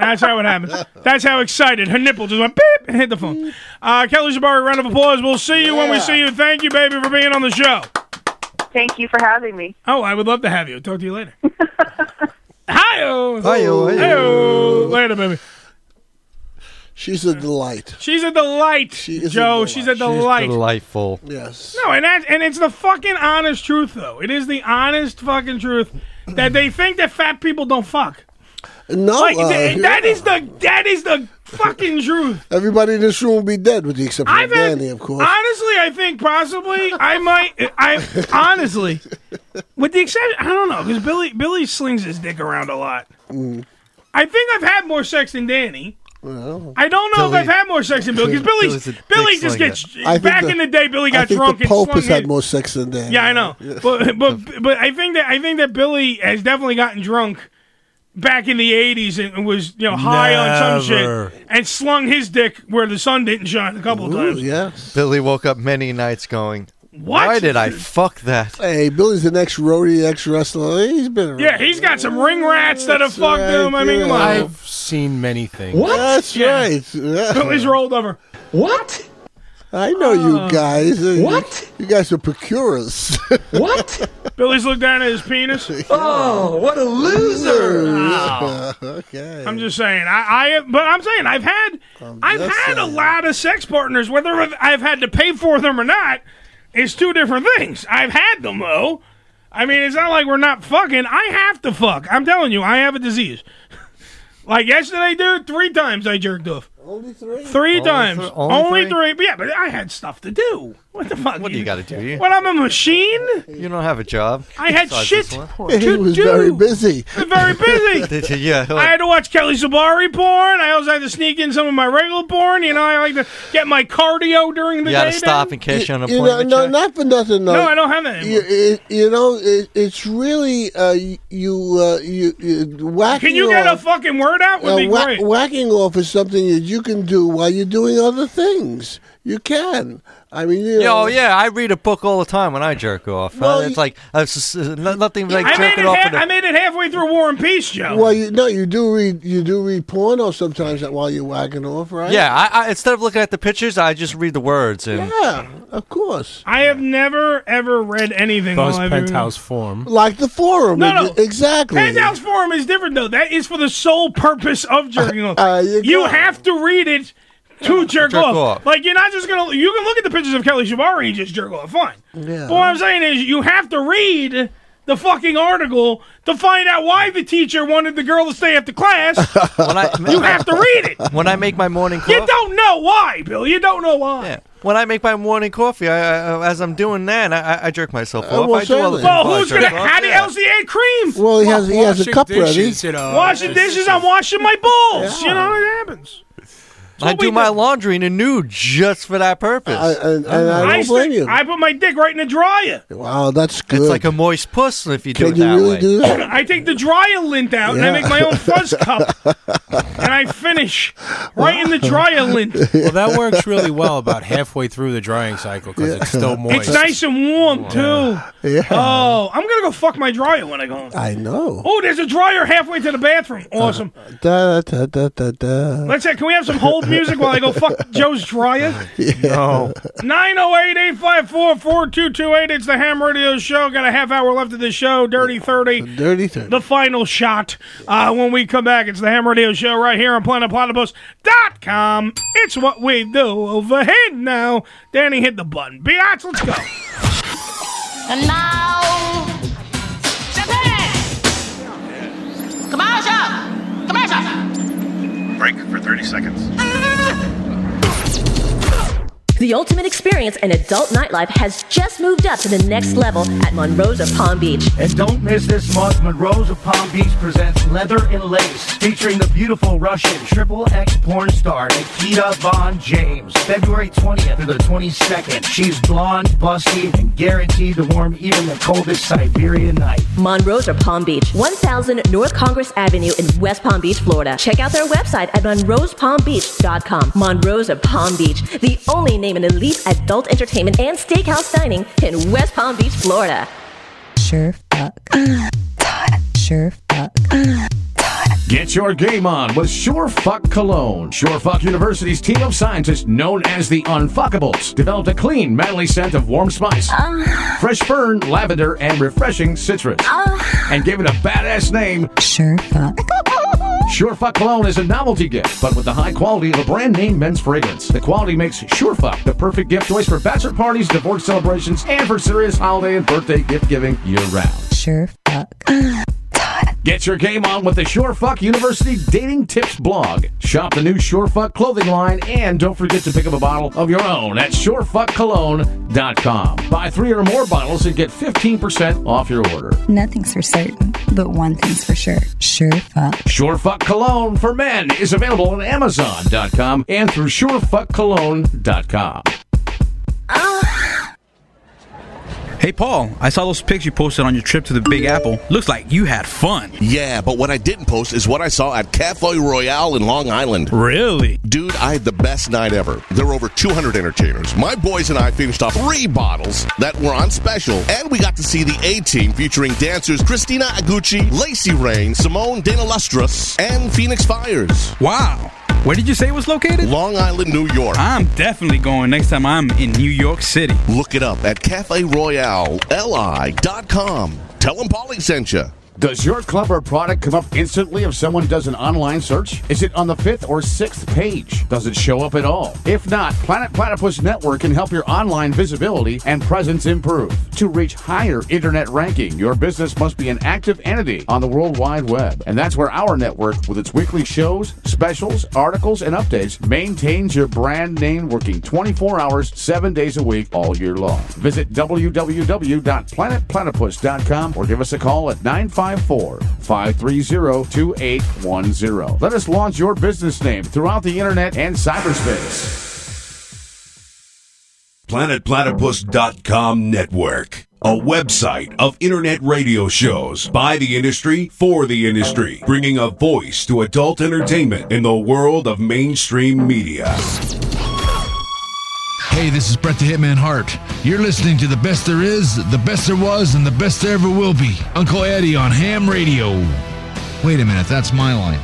[SPEAKER 9] That's how it happened. That's how excited her nipple just went beep and hit the phone. Uh, Kelly Jabari, round of applause. We'll see you when we see you. Thank you, baby, for being on the show.
[SPEAKER 8] Thank you for having me.
[SPEAKER 9] Oh, I would love to have you. Talk to you later. Hi-oh.
[SPEAKER 10] Hi-oh, hi-oh.
[SPEAKER 9] Hi-oh. Later, baby.
[SPEAKER 10] She's a delight.
[SPEAKER 9] She's a delight,
[SPEAKER 10] is a
[SPEAKER 9] Joe. She's a delight.
[SPEAKER 13] Delightful.
[SPEAKER 10] Yes.
[SPEAKER 9] No, and that's and it's the fucking honest truth though. It is the honest fucking truth that they think that fat people don't fuck.
[SPEAKER 10] No,
[SPEAKER 9] like,
[SPEAKER 10] uh,
[SPEAKER 9] th- that is the that is the fucking truth.
[SPEAKER 10] *laughs* Everybody in this room will be dead, with the exception
[SPEAKER 9] I've
[SPEAKER 10] of
[SPEAKER 9] had-
[SPEAKER 10] Danny, of course.
[SPEAKER 9] Honestly, I think possibly I might. I honestly, with the exception, I don't know because Billy Billy slings his dick around a lot.
[SPEAKER 10] Mm.
[SPEAKER 9] I think I've had more sex than Danny.
[SPEAKER 10] Well,
[SPEAKER 9] I don't know
[SPEAKER 10] Billy-
[SPEAKER 9] if I've had more sex than Billy because
[SPEAKER 10] Billy's a
[SPEAKER 9] Billy
[SPEAKER 10] dick
[SPEAKER 9] Billy just
[SPEAKER 10] slinger.
[SPEAKER 9] gets
[SPEAKER 10] I think
[SPEAKER 9] back
[SPEAKER 10] the-
[SPEAKER 9] in the day. Billy
[SPEAKER 10] I
[SPEAKER 9] got
[SPEAKER 10] think
[SPEAKER 9] drunk
[SPEAKER 10] the Pope
[SPEAKER 9] and slung
[SPEAKER 10] has
[SPEAKER 9] his,
[SPEAKER 10] had more sex than Danny.
[SPEAKER 9] yeah, I
[SPEAKER 10] *laughs*
[SPEAKER 9] know. but but but I think that I think that Billy has definitely gotten drunk back in the '80s and was you know high on some
[SPEAKER 13] Never.
[SPEAKER 9] shit and slung his dick where the sun didn't shine a couple times.
[SPEAKER 10] Yes.
[SPEAKER 13] Billy woke up many nights going,
[SPEAKER 9] What?
[SPEAKER 13] Why did I fuck that?
[SPEAKER 10] Hey, Billy's the next roadie, ex wrestler. He's been around.
[SPEAKER 9] Yeah, he's got some ring rats that have
[SPEAKER 10] That's
[SPEAKER 9] fucked him. I mean,
[SPEAKER 10] yeah.
[SPEAKER 9] come on.
[SPEAKER 11] I've seen many things.
[SPEAKER 10] What? That's right. Yeah.
[SPEAKER 9] Billy's rolled over.
[SPEAKER 10] What? I know
[SPEAKER 9] Uh,
[SPEAKER 10] you guys. Uh,
[SPEAKER 9] what?
[SPEAKER 10] You guys are procurers.
[SPEAKER 9] What? *laughs* Billy's looked down at his penis.
[SPEAKER 10] Oh, what a loser. okay.
[SPEAKER 9] I'm just saying. I, I, but I'm saying I've had, I've
[SPEAKER 10] just
[SPEAKER 9] had a lot of sex partners. Whether I've had to pay for them or not, it's two different things. I've had them though. I mean, it's not like we're not fucking. I have to fuck. I'm telling you, I have a disease. *laughs* like yesterday, dude, three times I jerked off.
[SPEAKER 10] *laughs* Only three.
[SPEAKER 9] Three times.
[SPEAKER 13] thr- only
[SPEAKER 9] only
[SPEAKER 13] three?
[SPEAKER 9] three. But yeah, but I had stuff to do. What the fuck?
[SPEAKER 13] What do you got to do? You,
[SPEAKER 9] What? I'm a machine.
[SPEAKER 13] you don't have a job.
[SPEAKER 9] I had
[SPEAKER 13] Besides
[SPEAKER 9] shit
[SPEAKER 13] this one.
[SPEAKER 10] He
[SPEAKER 9] to
[SPEAKER 10] was
[SPEAKER 9] do.
[SPEAKER 10] very busy.
[SPEAKER 9] Very
[SPEAKER 13] *laughs*
[SPEAKER 9] busy.
[SPEAKER 13] Did you? Yeah.
[SPEAKER 9] I had to watch Kelly Sabari porn. I also had to sneak in some of my regular porn. You know, I like to get my cardio during the
[SPEAKER 13] You
[SPEAKER 9] day.
[SPEAKER 13] gotta stop
[SPEAKER 9] then.
[SPEAKER 13] and cash on a
[SPEAKER 10] You know,
[SPEAKER 13] point.
[SPEAKER 10] no, not for nothing. No,
[SPEAKER 9] No, I don't have that
[SPEAKER 10] You, it, you know, it, it's really uh, you. Uh, you, you whacking
[SPEAKER 9] Can you get a
[SPEAKER 10] off,
[SPEAKER 9] fucking word out? Would
[SPEAKER 10] uh,
[SPEAKER 9] be
[SPEAKER 10] wha-
[SPEAKER 9] great.
[SPEAKER 10] whacking off is something that you can do while you're doing other things. You can. I mean, you know,
[SPEAKER 13] Yo, yeah, I read a book all the time when I jerk off.
[SPEAKER 10] Well,
[SPEAKER 13] Uh, it's like uh, it's just, uh, no- nothing like
[SPEAKER 9] I made
[SPEAKER 13] jerking
[SPEAKER 9] it.
[SPEAKER 13] off.
[SPEAKER 9] Ha-
[SPEAKER 13] in a-
[SPEAKER 9] I made it halfway through War and Peace, Joe.
[SPEAKER 10] Well, you no, you do read you do read porno sometimes while you're whacking off, right?
[SPEAKER 13] yeah, I, I, instead of looking at the pictures, I just read the words and
[SPEAKER 10] yeah, of course.
[SPEAKER 9] I have never ever read anything.
[SPEAKER 11] Thus,
[SPEAKER 9] while I've been-
[SPEAKER 11] penthouse form.
[SPEAKER 10] Like the forum,
[SPEAKER 9] No, no.
[SPEAKER 10] exactly.
[SPEAKER 9] Penthouse forum is different though. That is for the sole
[SPEAKER 10] *laughs*
[SPEAKER 9] purpose of jerking off.
[SPEAKER 10] Uh,
[SPEAKER 9] you have to read it to jerk,
[SPEAKER 13] Jerk
[SPEAKER 9] off.
[SPEAKER 13] off.
[SPEAKER 9] Like you're not just gonna. You can look at the pictures of Kelly Shabari and just jerk off. Fine.
[SPEAKER 10] Yeah.
[SPEAKER 9] But what I'm saying is, you have to read the fucking article to find out why the teacher wanted the girl to stay after class.
[SPEAKER 13] *laughs* when I
[SPEAKER 9] you have to read it.
[SPEAKER 13] when I make my morning
[SPEAKER 9] You
[SPEAKER 13] coffee.
[SPEAKER 9] don't know why, Bill. You don't know why.
[SPEAKER 13] When I make my morning coffee, I, I, as I'm doing that, I, I- I jerk myself off.
[SPEAKER 10] well,
[SPEAKER 13] I do all
[SPEAKER 10] certainly.
[SPEAKER 13] the
[SPEAKER 9] Well, who's
[SPEAKER 13] I
[SPEAKER 9] gonna?
[SPEAKER 13] jerk off,
[SPEAKER 9] How the
[SPEAKER 13] yeah.
[SPEAKER 9] hell's he add cream?
[SPEAKER 10] Well, he has he has a cup ready.
[SPEAKER 9] washing dishes. I'm washing my balls. You know it happens.
[SPEAKER 13] I do my laundry in a nude just for that purpose.
[SPEAKER 9] I stick- I put my dick right in the dryer.
[SPEAKER 10] Wow, that's good.
[SPEAKER 13] It's like a moist puss if you do
[SPEAKER 10] Can
[SPEAKER 13] it
[SPEAKER 10] you
[SPEAKER 13] that
[SPEAKER 10] really
[SPEAKER 13] way.
[SPEAKER 10] do that?
[SPEAKER 9] I take the dryer lint out and *laughs* I
[SPEAKER 10] Yeah.
[SPEAKER 9] make my own fuzz cup, and I finish right
[SPEAKER 11] *laughs*
[SPEAKER 9] in the dryer lint.
[SPEAKER 11] well, that works really well about halfway through the drying cycle because it's still moist.
[SPEAKER 9] It's nice and warm too.
[SPEAKER 10] Yeah.
[SPEAKER 9] Oh, I'm gonna go fuck my dryer when I go home.
[SPEAKER 10] I know.
[SPEAKER 9] Oh, there's a dryer halfway to the bathroom. Awesome.
[SPEAKER 10] Da, da, da, da, da.
[SPEAKER 9] Let's say, can we have some hold music while I go fuck Joe's dryer?
[SPEAKER 10] No.
[SPEAKER 9] 908-854-4228. It's the Ham Radio Show. Got a half hour left of the show. Dirty 30.
[SPEAKER 10] Dirty thing.
[SPEAKER 9] The final shot. Uh, when we come back, it's the Ham Radio Show right here on planetplatypus.com. It's what we do over here now. Danny, hit the button. Biatch, let's go.
[SPEAKER 35] And now, commercial, commercial.
[SPEAKER 36] Break for 30 seconds.
[SPEAKER 1] The ultimate experience in adult nightlife has just moved up to the next level at Monroe's of Palm Beach.
[SPEAKER 6] And don't miss this month when Rose of Palm Beach presents Leather and Lace, featuring the beautiful Russian triple X porn star Nikita Von James. February 20th through the 22nd. She's blonde, busty, and guaranteed to warm even the coldest Siberian night.
[SPEAKER 1] Monroe's or Palm Beach, 1000 North Congress Avenue in West Palm Beach, Florida. Check out their website at monroespalmbeach.com. Monroe's of Palm Beach, the only name in elite adult entertainment and steakhouse dining in West Palm Beach, Florida.
[SPEAKER 17] Sure fuck. Sure fuck.
[SPEAKER 28] Get your game on with SureFuck Cologne. SureFuck University's team of scientists known as the Unfuckables developed a clean, manly scent of warm spice, fresh fern, lavender, and refreshing citrus, and gave it a badass name.
[SPEAKER 17] SureFuck.
[SPEAKER 28] SureFuck Cologne is a novelty gift, but with the high quality of a brand name men's fragrance. The quality makes SureFuck the perfect gift choice for bachelor parties, divorce celebrations, and for serious holiday and birthday gift giving year round.
[SPEAKER 17] Sure fuck.
[SPEAKER 28] Get your game on with the SureFuck University Dating Tips blog. Shop the new SureFuck clothing line and don't forget to pick up a bottle of your own at surefuckcologne.com. Buy three or more bottles and get 15% off your order.
[SPEAKER 17] Nothing's for certain, but one thing's for sure. Sure fuck.
[SPEAKER 28] SureFuck Cologne for men is available on Amazon.com and through surefuckcologne.com.
[SPEAKER 5] Hey, Paul, I saw those pics you posted on your trip to the Big Apple. Looks like you had fun.
[SPEAKER 3] Yeah, but what I didn't post is what I saw at Cafe Royale in Long Island.
[SPEAKER 5] Really?
[SPEAKER 3] Dude, I had the best night ever. There were over 200 entertainers. My boys and I finished off three bottles that were on special, and we got to see the A Team featuring dancers Christina Aguchi, Lacey Rain, Simone De La Lustris, and Phoenix Fires.
[SPEAKER 5] Wow. Where did you say it was located?
[SPEAKER 3] Long Island, New York.
[SPEAKER 5] I'm definitely going next time I'm in New York City.
[SPEAKER 3] Look it up at Cafe Royale, li.com. Tell them Polly sent you.
[SPEAKER 28] Does your club or product come up instantly if someone does an online search? Is it on the fifth or sixth page? Does it show up at all? If not, Planet Platypus Network can help your online visibility and presence improve. To reach higher internet ranking, your business must be an active entity on the World Wide Web. And that's where our network, with its weekly shows, specials, articles, and updates, maintains your brand name working 24 hours, 7 days a week, all year long. Visit www.planetplatypus.com or give us a call at 954 530 2810. Let us launch your business name throughout the internet and cyberspace.
[SPEAKER 4] PlanetPlatypus.com Network, a website of internet radio shows by the industry for the industry, bringing a voice to adult entertainment in the world of mainstream media.
[SPEAKER 18] Hey, this is Brett the Hitman Hart. You're listening to the best there is, the best there was, and the best there ever will be. Uncle Eddie on Ham Radio. Wait a minute, that's my line.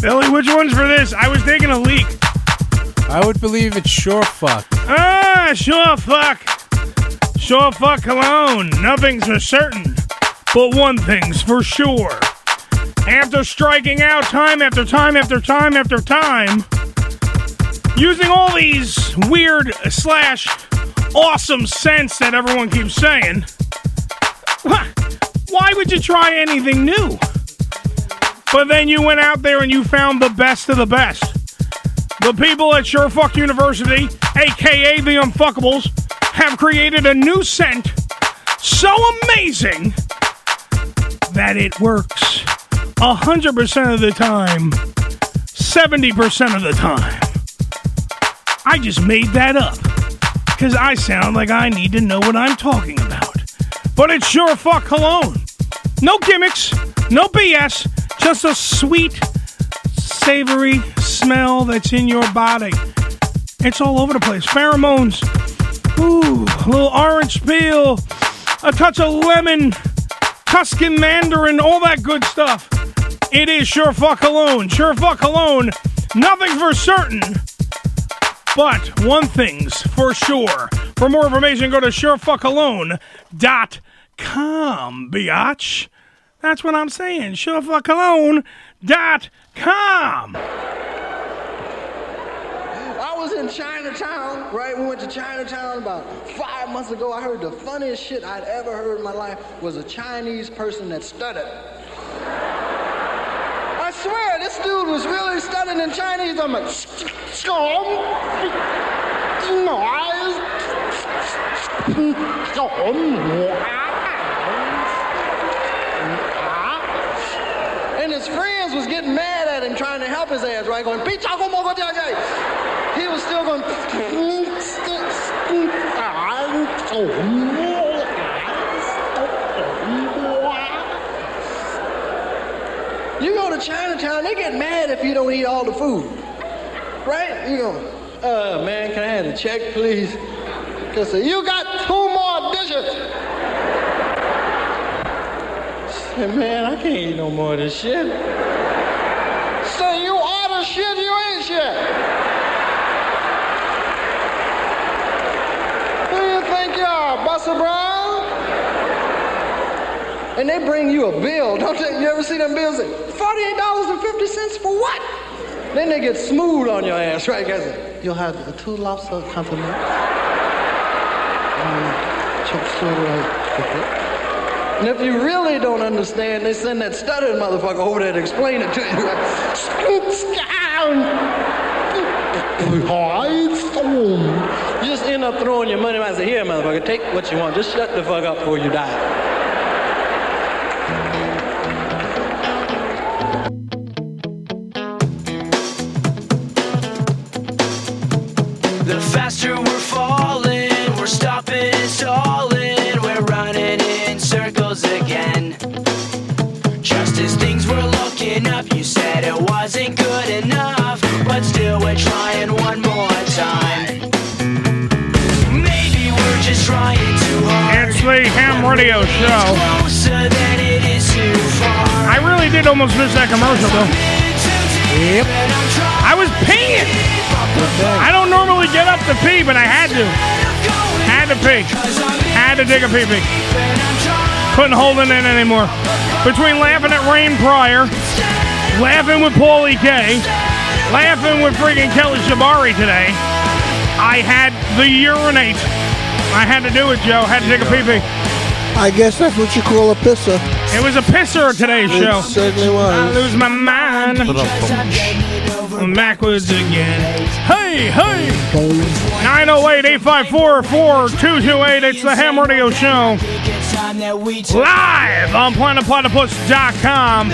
[SPEAKER 9] Billy, which one's for this? I was taking a leak.
[SPEAKER 11] I would believe it's sure fuck.
[SPEAKER 9] Ah, sure fuck. Sure fuck cologne. Nothing's for certain, but one thing's for sure. After striking out time after time after time after time, using all these weird slash awesome scents that everyone keeps saying, huh, why would you try anything new? But then you went out there and you found the best of the best. The people at SureFuck University, aka the Unfuckables, have created a new scent so amazing that it works 100% of the time, 70% of the time. I just made that up because I sound like I need to know what I'm talking about. But it's sure fuck cologne. No gimmicks, no BS, just a sweet, savory smell that's in your body. It's all over the place. Pheromones, ooh, a little orange peel, a touch of lemon, Tuscan mandarin, all that good stuff. It is sure fuck alone, sure fuck alone. Nothing for certain, but one thing's for sure. For more information, go to surefuckalone.com, biatch. That's what I'm saying. Surefuckalone.com.
[SPEAKER 6] I was in Chinatown, right? We went to Chinatown about five months ago. I heard the funniest shit I'd ever heard in my life was a Chinese person that stuttered. I swear, this dude was really stuttering in Chinese. I'm like, and his friends was getting mad at him, trying to help his ass, right? Going, "Bitch, I go mogo the other day." He was still going. You go to Chinatown, they get mad if you don't eat all the food, right? You go, uh, man, can I have the check, please? They say, you got two more dishes. Hey, man, I can't eat no more of this shit. Say you order shit, you ain't shit. Who you think you are, Buster Brown? And they bring you a bill, don't they? You ever see them bills? Say, Forty-eight dollars and fifty cents for what? Then they get smooth on your ass, right? Guys, you'll have a two lobster compliment. Um, chop suey. And if you really don't understand, they send that stuttering motherfucker over there to explain it to you. You just end up throwing your money. I say, here, motherfucker, take what you want. Just shut the fuck up before you die.
[SPEAKER 23] The faster we're falling, we're stopping and stalling, we're running in circles again. Just as things were looking up, you said it wasn't good enough, but still we're trying one more time. Maybe we're just trying too hard.
[SPEAKER 9] It's the Ham Radio Show.
[SPEAKER 23] Closer than it is too far.
[SPEAKER 9] I really did almost miss that commercial, though. Yep. I was peeing. I don't normally get up to pee, but I had to. Had to pee. Had to dig a pee pee. Couldn't hold it in anymore. Between laughing at Rain Pryor, laughing with Paulie K, laughing with freaking Kelly Shabari today, I had the urinate. I had to do it, Joe. Had to dig a pee pee.
[SPEAKER 10] I guess that's what you call a pisser.
[SPEAKER 9] It was a pisser today's
[SPEAKER 10] It
[SPEAKER 9] show.
[SPEAKER 10] certainly was.
[SPEAKER 9] I lose my mind. I'm backwards again. Hey, hey! 908 854 4228. It's the Ham Radio Show. Live on planetplatypus.com.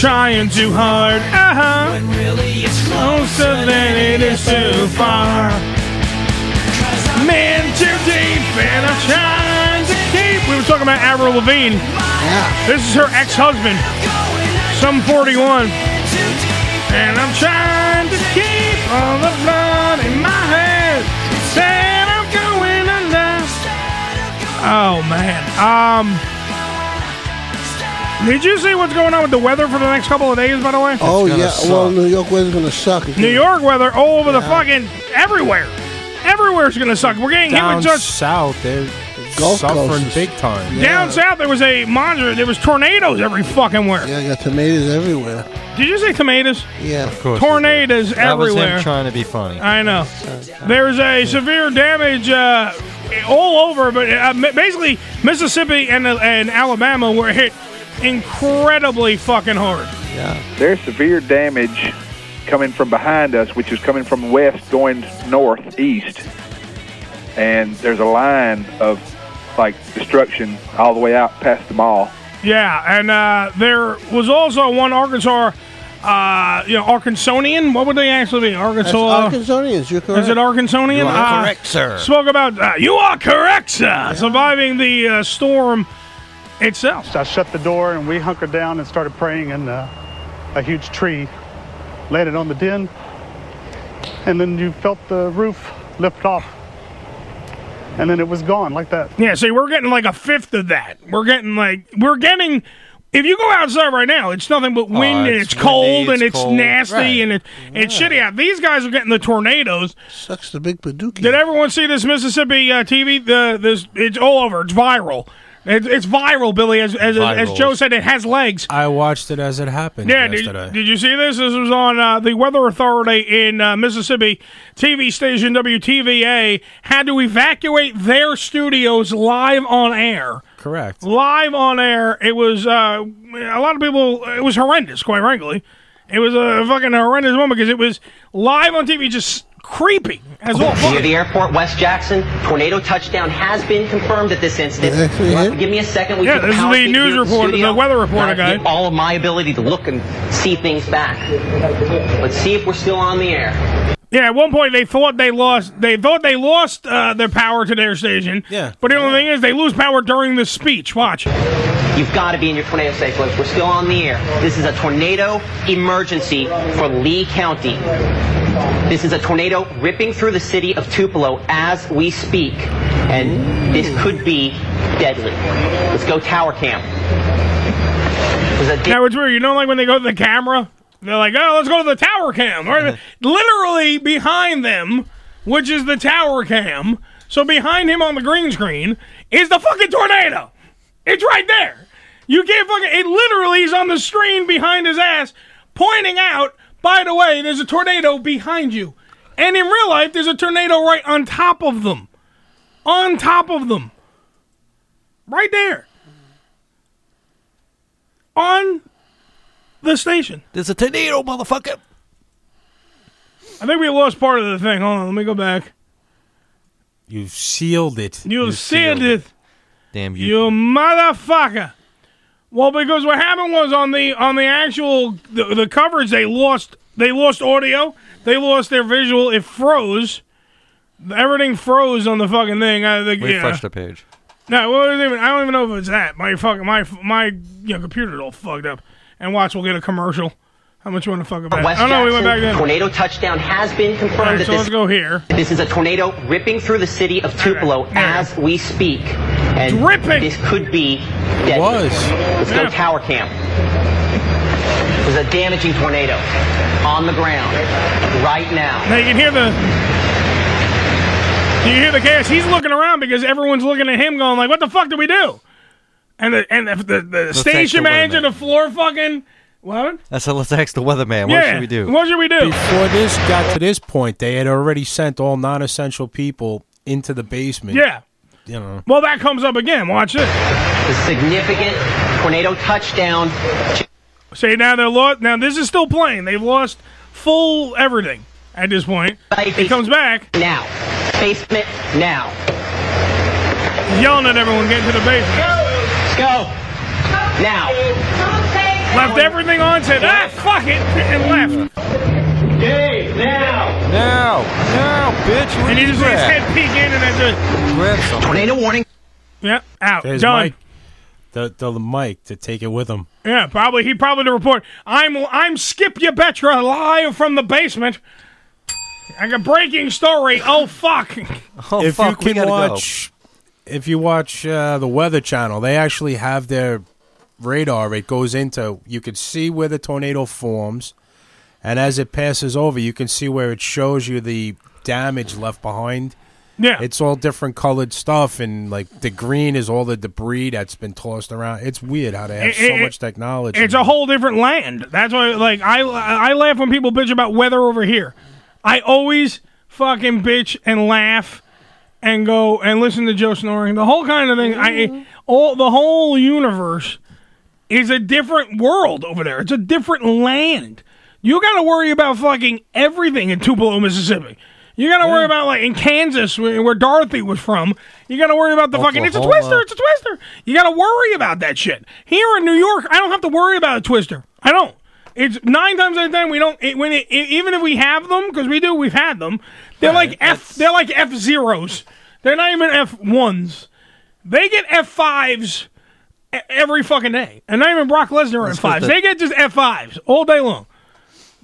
[SPEAKER 9] Trying too hard. Uh huh. Closer than it is too far. Man, too deep, and I'm trying to keep. We were talking about Avril Lavigne. This is her ex husband, some 41. And I'm trying to keep all the blood in my head. Said I'm going under. Oh, man. Um, Did you see what's going on with the weather for the next couple of days? By the way.
[SPEAKER 10] Oh yeah, well New York weather's gonna suck.
[SPEAKER 9] New York weather all over the fucking everywhere. Everywhere's gonna suck. We're getting hit
[SPEAKER 11] Down
[SPEAKER 9] with just
[SPEAKER 11] south, they're
[SPEAKER 10] Gulf
[SPEAKER 11] suffering
[SPEAKER 10] Coast is-
[SPEAKER 11] big time.
[SPEAKER 9] down south. There was a monster. There was tornadoes every fucking where.
[SPEAKER 10] Yeah, I got tomatoes everywhere.
[SPEAKER 9] Did you say tomatoes?
[SPEAKER 10] Yeah,
[SPEAKER 13] Of course.
[SPEAKER 9] Tornadoes
[SPEAKER 13] That was
[SPEAKER 9] everywhere.
[SPEAKER 13] him trying to be funny.
[SPEAKER 9] I know. There's a severe damage uh, all over, but uh, ma- basically Mississippi and, uh, and Alabama were hit incredibly fucking hard.
[SPEAKER 3] There's severe damage coming from behind us, which is coming from west going northeast. And there's a line of like destruction all the way out past the mall.
[SPEAKER 9] Yeah, and uh, there was also one Arkansas, uh, you know, Arkansonian. What would they actually be? Arkansas.
[SPEAKER 10] That's Arkansonians. You're correct.
[SPEAKER 9] Is it Arkansonian?
[SPEAKER 10] You are
[SPEAKER 9] Uh,
[SPEAKER 10] correct, sir.
[SPEAKER 9] Spoke about uh, you are correct, sir. Surviving the uh, storm itself.
[SPEAKER 16] I shut the door and we hunkered down and started praying, and uh, a huge tree landed on the den. And then you felt the roof lift off, and then it was gone like that.
[SPEAKER 9] Yeah, see, we're getting like a fifth of that. We're getting like we're getting. If you go outside right now, it's nothing but wind and
[SPEAKER 10] Oh, it's
[SPEAKER 9] it's cold
[SPEAKER 10] windy,
[SPEAKER 9] and
[SPEAKER 10] it's
[SPEAKER 9] it's
[SPEAKER 10] cold.
[SPEAKER 9] nasty
[SPEAKER 10] Right.
[SPEAKER 9] and it, it's shitty out. These guys are getting the tornadoes.
[SPEAKER 10] Sucks the big Paducah.
[SPEAKER 9] Did everyone see this Mississippi uh, TV? The this it's all over. It's viral. It, it's viral, Billy. As as, as
[SPEAKER 11] Viral.
[SPEAKER 9] Joe said, it has legs.
[SPEAKER 11] I watched it as it happened
[SPEAKER 9] Yeah,
[SPEAKER 11] yesterday.
[SPEAKER 9] did, did you see this? This was on uh, the Weather Authority in uh, Mississippi TV station WTVA had to evacuate their studios live on air.
[SPEAKER 11] Correct.
[SPEAKER 9] Live on air. It was uh, a lot of people. It was horrendous, quite frankly. It was a fucking horrendous moment because it was live on TV, just creepy as all. fuck.
[SPEAKER 26] Near the airport, West Jackson, tornado touchdown has been confirmed at this incident. Give me a second. We
[SPEAKER 9] Yeah,
[SPEAKER 26] took a
[SPEAKER 9] this is
[SPEAKER 26] power
[SPEAKER 9] the
[SPEAKER 26] peek
[SPEAKER 9] news
[SPEAKER 26] here at
[SPEAKER 9] reporter,
[SPEAKER 26] studio.
[SPEAKER 9] the weather reporter
[SPEAKER 26] Gotta get
[SPEAKER 9] guy.
[SPEAKER 26] All of my ability to look and see things back. Let's see if we're still on the air.
[SPEAKER 9] Yeah, at one point they thought they lost. They thought they lost uh, their power to their station. Yeah. But the only thing is, they lose power during the speech. Watch.
[SPEAKER 26] You've got to be in your tornado safe list. We're still on the air. This is a tornado emergency for Lee County. This is a tornado ripping through the city of Tupelo as we speak, and this could be deadly. Let's go tower cam.
[SPEAKER 9] Now it's weird. You know, like when they go to the camera, they're like, "Oh, let's go to the tower cam." Right? Literally behind them, which is the tower cam. So behind him on the green screen is the fucking tornado. It's right there. You can't fucking. It literally is on the screen behind his ass, pointing out. By the way, there's a tornado behind you, and in real life, there's a tornado right on top of them, on top of them, right there, on the station.
[SPEAKER 13] There's a tornado, motherfucker.
[SPEAKER 9] I think we lost part of the thing. Hold on, let me go back.
[SPEAKER 11] You've sealed it.
[SPEAKER 9] You sealed it,
[SPEAKER 13] Damn you.
[SPEAKER 9] you motherfucker. Well, because what happened was on the on the actual the, the coverage, they lost they lost audio, they lost their visual. It froze. Everything froze on the fucking thing. I think yeah.
[SPEAKER 13] Refresh the page.
[SPEAKER 9] No, well, it was even, I don't even know if it's that. My fucking my my you know, computer's all fucked up. And watch, we'll get a commercial. How much you want to fuck about?
[SPEAKER 26] West
[SPEAKER 9] oh no, we went back
[SPEAKER 26] Jackson,
[SPEAKER 9] then.
[SPEAKER 26] tornado touchdown has been confirmed.
[SPEAKER 9] All right,
[SPEAKER 26] at
[SPEAKER 9] so
[SPEAKER 26] this,
[SPEAKER 9] let's go here.
[SPEAKER 26] This is a tornado ripping through the city of Tupelo as we speak, and this could be deadly.
[SPEAKER 11] was.
[SPEAKER 26] Let's go tower cam. There's a damaging tornado on the ground right now.
[SPEAKER 9] Now you can hear the. You hear the chaos. He's looking around because everyone's looking at him, going like, "What the fuck do we do?" And the and the, the, the
[SPEAKER 13] Let's
[SPEAKER 9] station
[SPEAKER 13] take the
[SPEAKER 9] manager, the floor fucking what?
[SPEAKER 13] I said, let's ask the weatherman. What
[SPEAKER 9] Yeah.
[SPEAKER 13] should we do?
[SPEAKER 9] What should we do?
[SPEAKER 11] Before this got to this point, they had already sent all non-essential people into the basement.
[SPEAKER 9] Yeah.
[SPEAKER 11] You know.
[SPEAKER 9] Well, that comes up again. Watch this.
[SPEAKER 26] The significant tornado touchdown.
[SPEAKER 9] See now they're lost. Now this is still playing. They've lost full everything at this point. It comes back
[SPEAKER 26] now. Basement now.
[SPEAKER 9] Yelling at everyone, get to the basement.
[SPEAKER 26] Let's go now.
[SPEAKER 9] Left everything on. Said ah fuck it and left.
[SPEAKER 26] Dave now.
[SPEAKER 13] Now, now, bitch.
[SPEAKER 9] And you just see his
[SPEAKER 13] grab?
[SPEAKER 9] head peek in and that's it.
[SPEAKER 13] Grab something.
[SPEAKER 26] Tornado warning.
[SPEAKER 9] Yep, out.
[SPEAKER 11] There's
[SPEAKER 9] Done.
[SPEAKER 11] Mike. The, the mic to take it with him.
[SPEAKER 9] Yeah, probably. He probably to report. I'm I'm Skip Yabetra live from the basement. I got breaking story. Oh fuck!
[SPEAKER 11] if you can watch, if you watch uh, the Weather Channel, they actually have their radar, it goes into you can see where the tornado forms, and as it passes over, you can see where it shows you the damage left behind.
[SPEAKER 9] Yeah,
[SPEAKER 11] it's all different colored stuff, and like the green is all the debris that's been tossed around. It's weird how they have
[SPEAKER 9] It-
[SPEAKER 11] so
[SPEAKER 9] it-
[SPEAKER 11] much technology.
[SPEAKER 9] It's a whole different land. That's why, like, I I laugh when people bitch about weather over here. I always fucking bitch and laugh and go and listen to Joe snoring. The whole kind of thing. I all the whole universe is a different world over there. It's a different land. You got to worry about fucking everything in Tupelo, Mississippi. You got to worry about like in Kansas, where, where Dorothy was from. You got to worry about the fucking. It's a
[SPEAKER 24] Oklahoma.
[SPEAKER 9] twister. It's a twister. You got to worry about that shit. Here in New York, I don't have to worry about a twister. I don't. It's nine times out of ten we don't. It, when it, it- even if we have them, because we do, we've had them. They're like F. They're like F zeros. They're not even F ones. They get F fives E-, every fucking day, and not even Brock Lesnar F fives.
[SPEAKER 24] the-
[SPEAKER 9] They get just F fives all day long.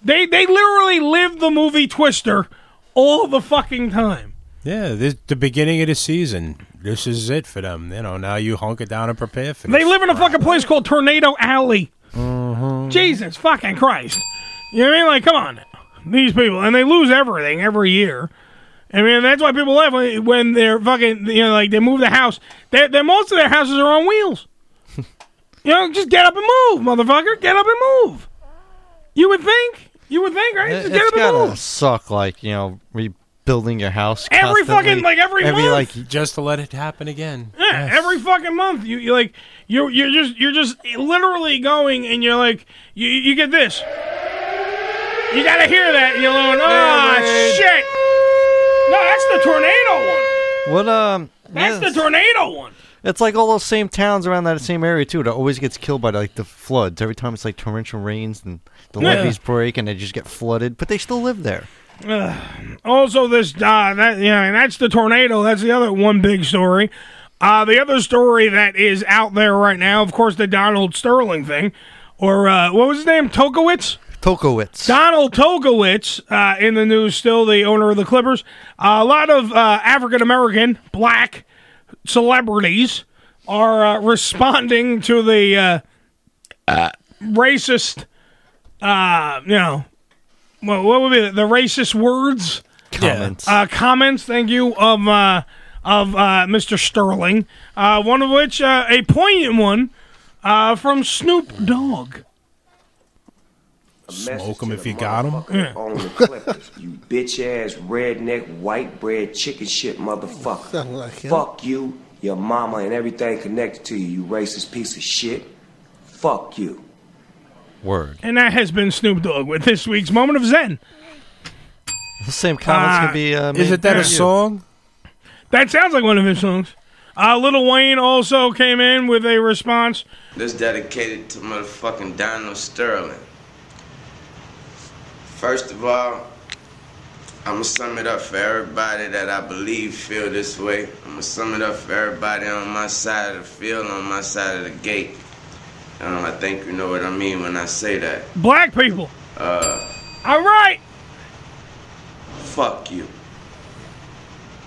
[SPEAKER 9] They they literally live the movie Twister all the fucking time.
[SPEAKER 11] Yeah, this, the beginning of the season. This is it for them. You know, now you hunker down and prepare for.
[SPEAKER 9] They live in a fucking place called Tornado Alley. Mm-hmm. Jesus fucking Christ! You know what I mean? Like, come on, these people, and they lose everything every year. I mean, that's why people laugh when- when they're fucking, you know, like they move the house. They, they most of their houses are on
[SPEAKER 13] *laughs*
[SPEAKER 9] wheels. you know, just get up and move, motherfucker. Get up and move. You would think. You would think, right? Just get
[SPEAKER 13] It's
[SPEAKER 9] up and
[SPEAKER 13] gotta
[SPEAKER 9] move.
[SPEAKER 13] suck, like you know, rebuilding your house.
[SPEAKER 9] Every fucking-
[SPEAKER 13] constantly.
[SPEAKER 9] like, every month.
[SPEAKER 13] like
[SPEAKER 11] just to let it happen again.
[SPEAKER 9] Yeah, every fucking month you you like you you're just you're just literally going and you're like you you get this. You gotta hear that and you're going, ah
[SPEAKER 24] Airway."
[SPEAKER 9] shit. No, that's the tornado one.
[SPEAKER 13] What um?
[SPEAKER 9] That's
[SPEAKER 13] yes.
[SPEAKER 9] the tornado one.
[SPEAKER 13] It's like all those same towns around that same area too. That always gets killed by like the floods. Every time it's like torrential rains and the
[SPEAKER 9] Yeah.
[SPEAKER 13] levees break and they just get flooded, but they still live there.
[SPEAKER 9] Ugh. also, this uh, that yeah, and that's the tornado. That's the other one big story. Uh, the other story that is out there right now, of course, the Donald Sterling thing, or uh, what was his name, Tokowitz.
[SPEAKER 13] Tokowitz.
[SPEAKER 9] Donald Tokowitz uh, in the news. Still the owner of the Clippers. Uh, a lot of uh, African American, black celebrities are uh, responding to the uh, uh, racist. Uh, you know, well, what would be the, the racist words?
[SPEAKER 13] Comments.
[SPEAKER 9] Uh, comments. Thank you of uh, of uh, Mr. Sterling. Uh, one of which uh, a poignant one uh, from Snoop Dogg.
[SPEAKER 11] Smoke them if you got them.
[SPEAKER 19] on the Clippers, you bitch ass redneck white bread chicken shit motherfucker. Fuck you, your mama, and everything connected to you, you racist piece of shit. Fuck you.
[SPEAKER 13] Word.
[SPEAKER 9] And that has been Snoop Dogg with this week's Moment of Zen.
[SPEAKER 13] The same comments
[SPEAKER 9] Uh,
[SPEAKER 13] can be. Uh,
[SPEAKER 9] is it that a song? That sounds like one of his songs. Uh, Little Wayne also came in with a response.
[SPEAKER 20] This dedicated to motherfucking Donald Sterling. First of all, I'ma sum it up for everybody that I believe feel this way. I'ma sum it up for everybody on my side of the field, on my side of the gate. Um, I think you know what I mean when I say that.
[SPEAKER 9] Black people.
[SPEAKER 20] Uh,
[SPEAKER 9] All right.
[SPEAKER 20] fuck you.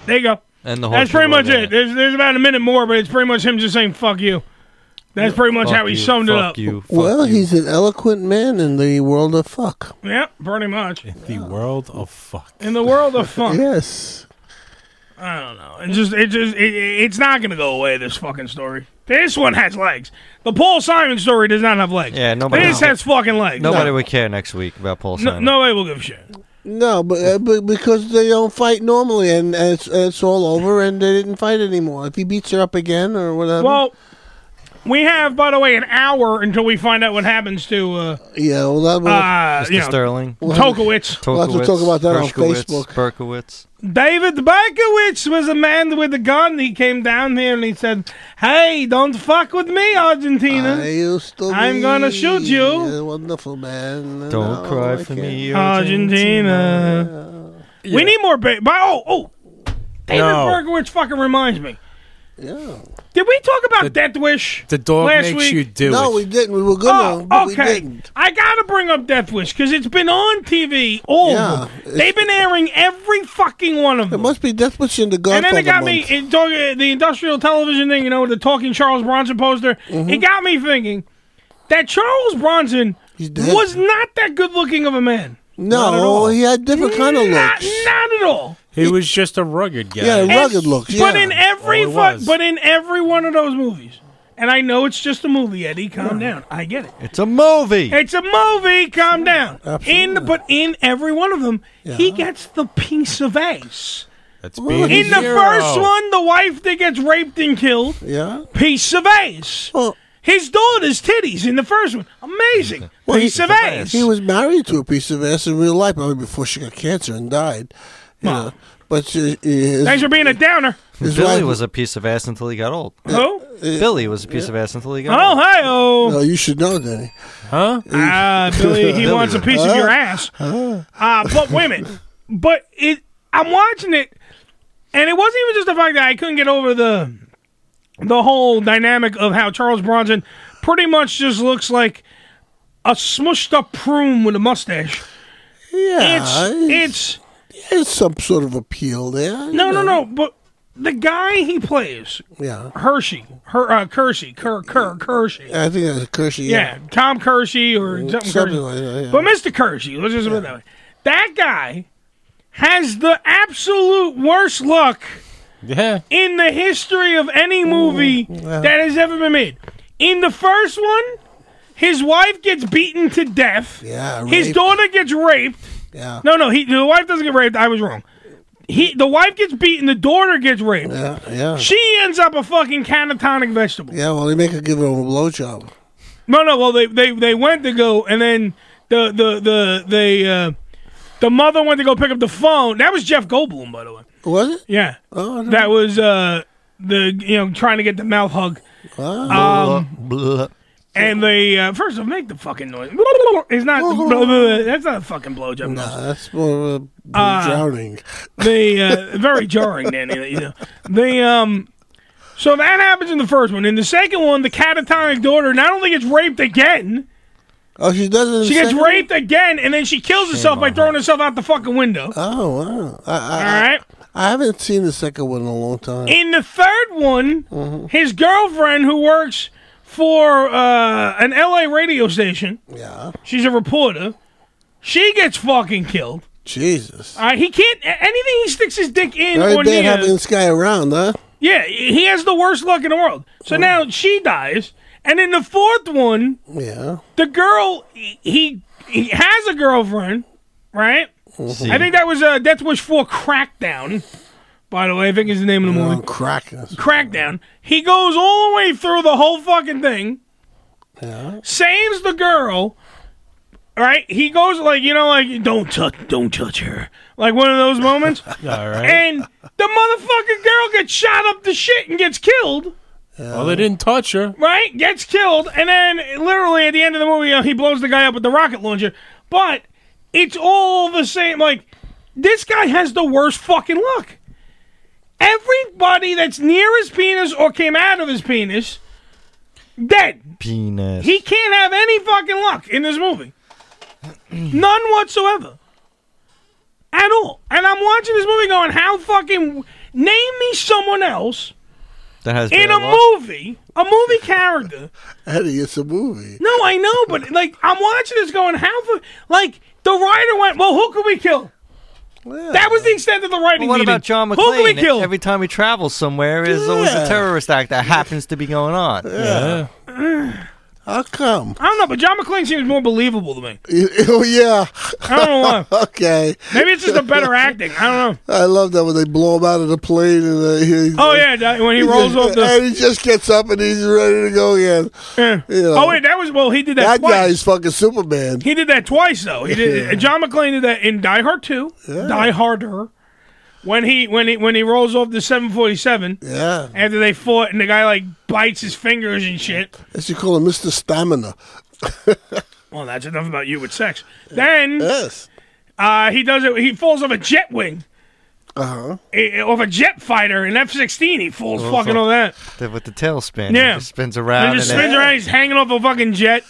[SPEAKER 9] There you go.
[SPEAKER 13] And
[SPEAKER 9] That's pretty much it. There's, there's about a minute more, but it's pretty much him just saying "fuck you." That's pretty much
[SPEAKER 10] Fuck
[SPEAKER 9] how he
[SPEAKER 10] you,
[SPEAKER 9] summed it
[SPEAKER 10] fuck
[SPEAKER 9] up.
[SPEAKER 13] You.
[SPEAKER 10] Well, he's an eloquent man in the world of fuck.
[SPEAKER 9] Yeah, pretty much.
[SPEAKER 11] The world of fuck.
[SPEAKER 9] In the world
[SPEAKER 10] *laughs*
[SPEAKER 9] of fun.
[SPEAKER 10] yes.
[SPEAKER 9] I don't know. It just, it just, it, it's not gonna go away. This fucking story. This one has legs. The Paul Simon story does not have legs.
[SPEAKER 13] Yeah, nobody.
[SPEAKER 9] This has fucking legs.
[SPEAKER 13] Nobody would care next week about Paul
[SPEAKER 9] No,
[SPEAKER 13] Simon.
[SPEAKER 9] nobody will give a shit.
[SPEAKER 10] No, but, uh, but because they don't fight normally, and, and it's, and it's all over, and they didn't fight anymore. If he beats her up again or whatever,
[SPEAKER 9] Well, we have, by the way, an hour until we find out what happens to uh,
[SPEAKER 10] yeah, well, that,
[SPEAKER 9] uh, you know, Tokowitz.
[SPEAKER 10] We'll have to talk about that on
[SPEAKER 13] Bershkowitz,
[SPEAKER 10] Facebook.
[SPEAKER 13] Berkowitz.
[SPEAKER 9] David Berkowitz was a man with a gun. He came down here and he said, "Hey, don't fuck with me, Argentina. I
[SPEAKER 10] used to
[SPEAKER 9] I'm gonna
[SPEAKER 10] be
[SPEAKER 9] shoot you,
[SPEAKER 10] a wonderful man.
[SPEAKER 13] Don't cry for me,
[SPEAKER 9] Argentina." We need more. Ba- but, oh, oh, David
[SPEAKER 11] No.
[SPEAKER 9] Berkowitz fucking reminds me.
[SPEAKER 10] Yeah.
[SPEAKER 9] Did we talk about Death Wish?
[SPEAKER 11] The dog
[SPEAKER 9] last
[SPEAKER 11] makes
[SPEAKER 9] week?
[SPEAKER 11] you do
[SPEAKER 10] No,
[SPEAKER 11] it.
[SPEAKER 10] we didn't. We were good
[SPEAKER 9] Oh,
[SPEAKER 10] on, but
[SPEAKER 9] okay.
[SPEAKER 10] we didn't.
[SPEAKER 9] I gotta bring up Death Wish because it's been on TV. All of them. They've been airing every fucking one of them. It
[SPEAKER 10] must be Death Wish in the
[SPEAKER 9] And then
[SPEAKER 10] Godfather
[SPEAKER 9] it got me
[SPEAKER 10] month. Mm-hmm.
[SPEAKER 9] in, talk- uh, the industrial television thing. You know, with the talking Charles Bronson poster. It got me thinking. that Charles Bronson was not that good looking of a man.
[SPEAKER 11] Not at all.
[SPEAKER 10] he had different kind of
[SPEAKER 9] Not-
[SPEAKER 10] looks.
[SPEAKER 9] Not at all.
[SPEAKER 11] He was just a rugged guy.
[SPEAKER 10] Yeah, rugged looks.
[SPEAKER 9] But
[SPEAKER 10] yeah.
[SPEAKER 9] in every
[SPEAKER 11] Oh, he
[SPEAKER 9] fu-
[SPEAKER 11] was.
[SPEAKER 9] but in every one of those movies, and I know it's just a movie, Eddie. Calm down. I get it.
[SPEAKER 13] It's a movie.
[SPEAKER 9] It's a movie. Calm down. In but in every one of them, he gets the piece of ace.
[SPEAKER 11] That's
[SPEAKER 10] being a
[SPEAKER 9] in the
[SPEAKER 10] hero.
[SPEAKER 9] first one, the wife that gets raped and killed.
[SPEAKER 10] Yeah.
[SPEAKER 9] Piece of ace. His daughter's titties in the first one. Amazing. piece
[SPEAKER 10] he,
[SPEAKER 9] of ass.
[SPEAKER 10] He was married to a piece of ass in real life, probably before she got cancer and died. You know. But she, his,
[SPEAKER 9] Thanks for being a downer.
[SPEAKER 13] Billy was a piece of ass until he got old.
[SPEAKER 9] Who?
[SPEAKER 13] Billy was a piece of ass until he got
[SPEAKER 9] Oh,
[SPEAKER 13] old.
[SPEAKER 9] hi, oh.
[SPEAKER 10] No, you should know, Danny.
[SPEAKER 13] Huh?
[SPEAKER 10] *laughs*
[SPEAKER 9] Ah, Billy, he wants a piece of your ass.
[SPEAKER 10] Ah.
[SPEAKER 9] Uh, but wait a minute. But it, I'm watching it, and it wasn't even just the fact that I couldn't get over the the whole dynamic of how Charles Bronson pretty much just looks like a smushed up prune with a mustache.
[SPEAKER 10] Yeah, it's
[SPEAKER 9] it's
[SPEAKER 10] there's some sort of appeal there. you
[SPEAKER 9] No, no,
[SPEAKER 10] know.
[SPEAKER 9] no. But the guy he plays,
[SPEAKER 10] Yeah,
[SPEAKER 9] Hershey, her, uh, Kersey, Ker, Ker, Kersey.
[SPEAKER 10] I think that's Kershey.
[SPEAKER 9] Yeah,
[SPEAKER 10] Yeah,
[SPEAKER 9] Tom Kersey or something,
[SPEAKER 10] something
[SPEAKER 9] Kersey.
[SPEAKER 10] like that, yeah.
[SPEAKER 9] But Mr. Kersey, let's just put it that way. That guy has the absolute worst luck
[SPEAKER 11] yeah.
[SPEAKER 9] in the history of any movie that has ever been made. In the first one, his wife gets beaten to death.
[SPEAKER 10] Yeah,
[SPEAKER 9] his
[SPEAKER 10] raped.
[SPEAKER 9] daughter gets raped.
[SPEAKER 10] Yeah.
[SPEAKER 9] No, no, he the wife doesn't get raped. I was wrong. He the wife gets beaten. The daughter gets raped.
[SPEAKER 10] yeah, yeah.
[SPEAKER 9] She ends up a fucking catatonic vegetable.
[SPEAKER 10] yeah, well, they make her give him a blowjob.
[SPEAKER 9] No, no. Well, they they, they went to go, and then the the the they uh, the mother went to go pick up the phone. That was Jeff Goldblum, by the way.
[SPEAKER 10] Was it?
[SPEAKER 9] Yeah,
[SPEAKER 10] Oh, no.
[SPEAKER 9] that was uh, the you know trying to get the mouth hug.
[SPEAKER 10] Ah. Oh.
[SPEAKER 9] Um, and they uh, first of all make the fucking noise. It's not *laughs* that's not a fucking blowjob. noise.
[SPEAKER 10] Nah, that's more of a
[SPEAKER 9] Uh,
[SPEAKER 10] drowning.
[SPEAKER 9] They uh, very jarring, Danny. You know. They um. So that happens in the first one. In the second one, the catatonic daughter not only gets raped again,
[SPEAKER 10] Oh, she doesn't.
[SPEAKER 9] she gets raped again, and then she kills herself by throwing herself out the fucking window.
[SPEAKER 10] Oh wow! I, I,
[SPEAKER 9] All right.
[SPEAKER 10] I haven't seen the second one in a long time.
[SPEAKER 9] In the third one,
[SPEAKER 10] Mm-hmm.
[SPEAKER 9] his girlfriend, who works for uh, an LA radio station,
[SPEAKER 10] yeah,
[SPEAKER 9] she's a reporter. She gets fucking killed.
[SPEAKER 10] Jesus.
[SPEAKER 9] Uh, he can't a- anything he sticks his dick in
[SPEAKER 10] Very
[SPEAKER 9] or
[SPEAKER 10] bad
[SPEAKER 9] near.
[SPEAKER 10] having this guy around, huh?
[SPEAKER 9] Yeah, he has the worst luck in the world. So now she dies, and in the fourth one,
[SPEAKER 10] Yeah.
[SPEAKER 9] the girl he he has a girlfriend, right?
[SPEAKER 10] Mhm.
[SPEAKER 9] I think that was uh, Death Wish Four Crackdown. By the way, I think is the name of the movie.
[SPEAKER 10] Crack.
[SPEAKER 9] Crackdown. He goes all the way through the whole fucking thing. Saves the girl. Right? He goes like, you know, like don't touch don't touch her. Like one of those moments.
[SPEAKER 11] All right.
[SPEAKER 9] And the motherfucking girl gets shot up the shit and gets killed.
[SPEAKER 11] well, they didn't touch her.
[SPEAKER 9] Right? Gets killed. And then literally at the end of the movie, uh, he blows the guy up with the rocket launcher. But it's all the same. Like, this guy has the worst fucking luck. Everybody that's near his penis or came out of his penis, dead.
[SPEAKER 13] Penis.
[SPEAKER 9] He can't have any fucking luck in this movie. *clears throat* None whatsoever. At all. And I'm watching this movie going, how fucking. Name me someone else
[SPEAKER 13] That has
[SPEAKER 9] in
[SPEAKER 13] been
[SPEAKER 9] a
[SPEAKER 13] loss.
[SPEAKER 9] movie, a movie character.
[SPEAKER 10] Eddie, it's a movie. *laughs*
[SPEAKER 9] No, I know, but like I'm watching this going, how? fu- Like the writer went, well, who could we kill? That was the extent of the writing.
[SPEAKER 13] Well, what
[SPEAKER 9] needed.
[SPEAKER 13] about John
[SPEAKER 9] Who could we
[SPEAKER 13] McClane?
[SPEAKER 9] kill? *sighs*
[SPEAKER 13] Every time he travels somewhere, is always
[SPEAKER 9] Yeah.
[SPEAKER 13] a terrorist act that happens to be going on.
[SPEAKER 10] Yeah. How come?
[SPEAKER 9] I don't know, but John McClane seems more believable to me.
[SPEAKER 10] oh yeah.
[SPEAKER 9] I don't know why.
[SPEAKER 10] *laughs* okay.
[SPEAKER 9] Maybe it's just a better acting. I don't know.
[SPEAKER 10] I love that when they blow him out of the plane and uh, he,
[SPEAKER 9] Oh yeah, that- when he
[SPEAKER 10] He
[SPEAKER 9] rolls
[SPEAKER 10] just- *laughs*
[SPEAKER 9] off the.
[SPEAKER 10] and he just gets up and he's ready to go again. You know.
[SPEAKER 9] Oh wait, that was well. He did that.
[SPEAKER 10] that
[SPEAKER 9] twice.
[SPEAKER 10] guy's fucking Superman.
[SPEAKER 9] He did that twice though. He did.
[SPEAKER 10] Yeah.
[SPEAKER 9] John McClane did that in Die Hard Two, Die Harder, when he when he when he rolls off the seven forty seven.
[SPEAKER 10] Yeah.
[SPEAKER 9] After they fought, and the guy like bites his fingers and shit.
[SPEAKER 10] As you call him, Mister Stamina.
[SPEAKER 9] Well, that's enough about you with sex. Then uh, he does it. He falls off a jet wing,
[SPEAKER 10] Uh huh.
[SPEAKER 9] eh, off a jet fighter, an F sixteen. He falls fucking off that.
[SPEAKER 13] The- with the tailspin.
[SPEAKER 9] Yeah.
[SPEAKER 13] He just spins around.
[SPEAKER 9] he just
[SPEAKER 13] and then-
[SPEAKER 9] spins around. He's hanging off a fucking jet.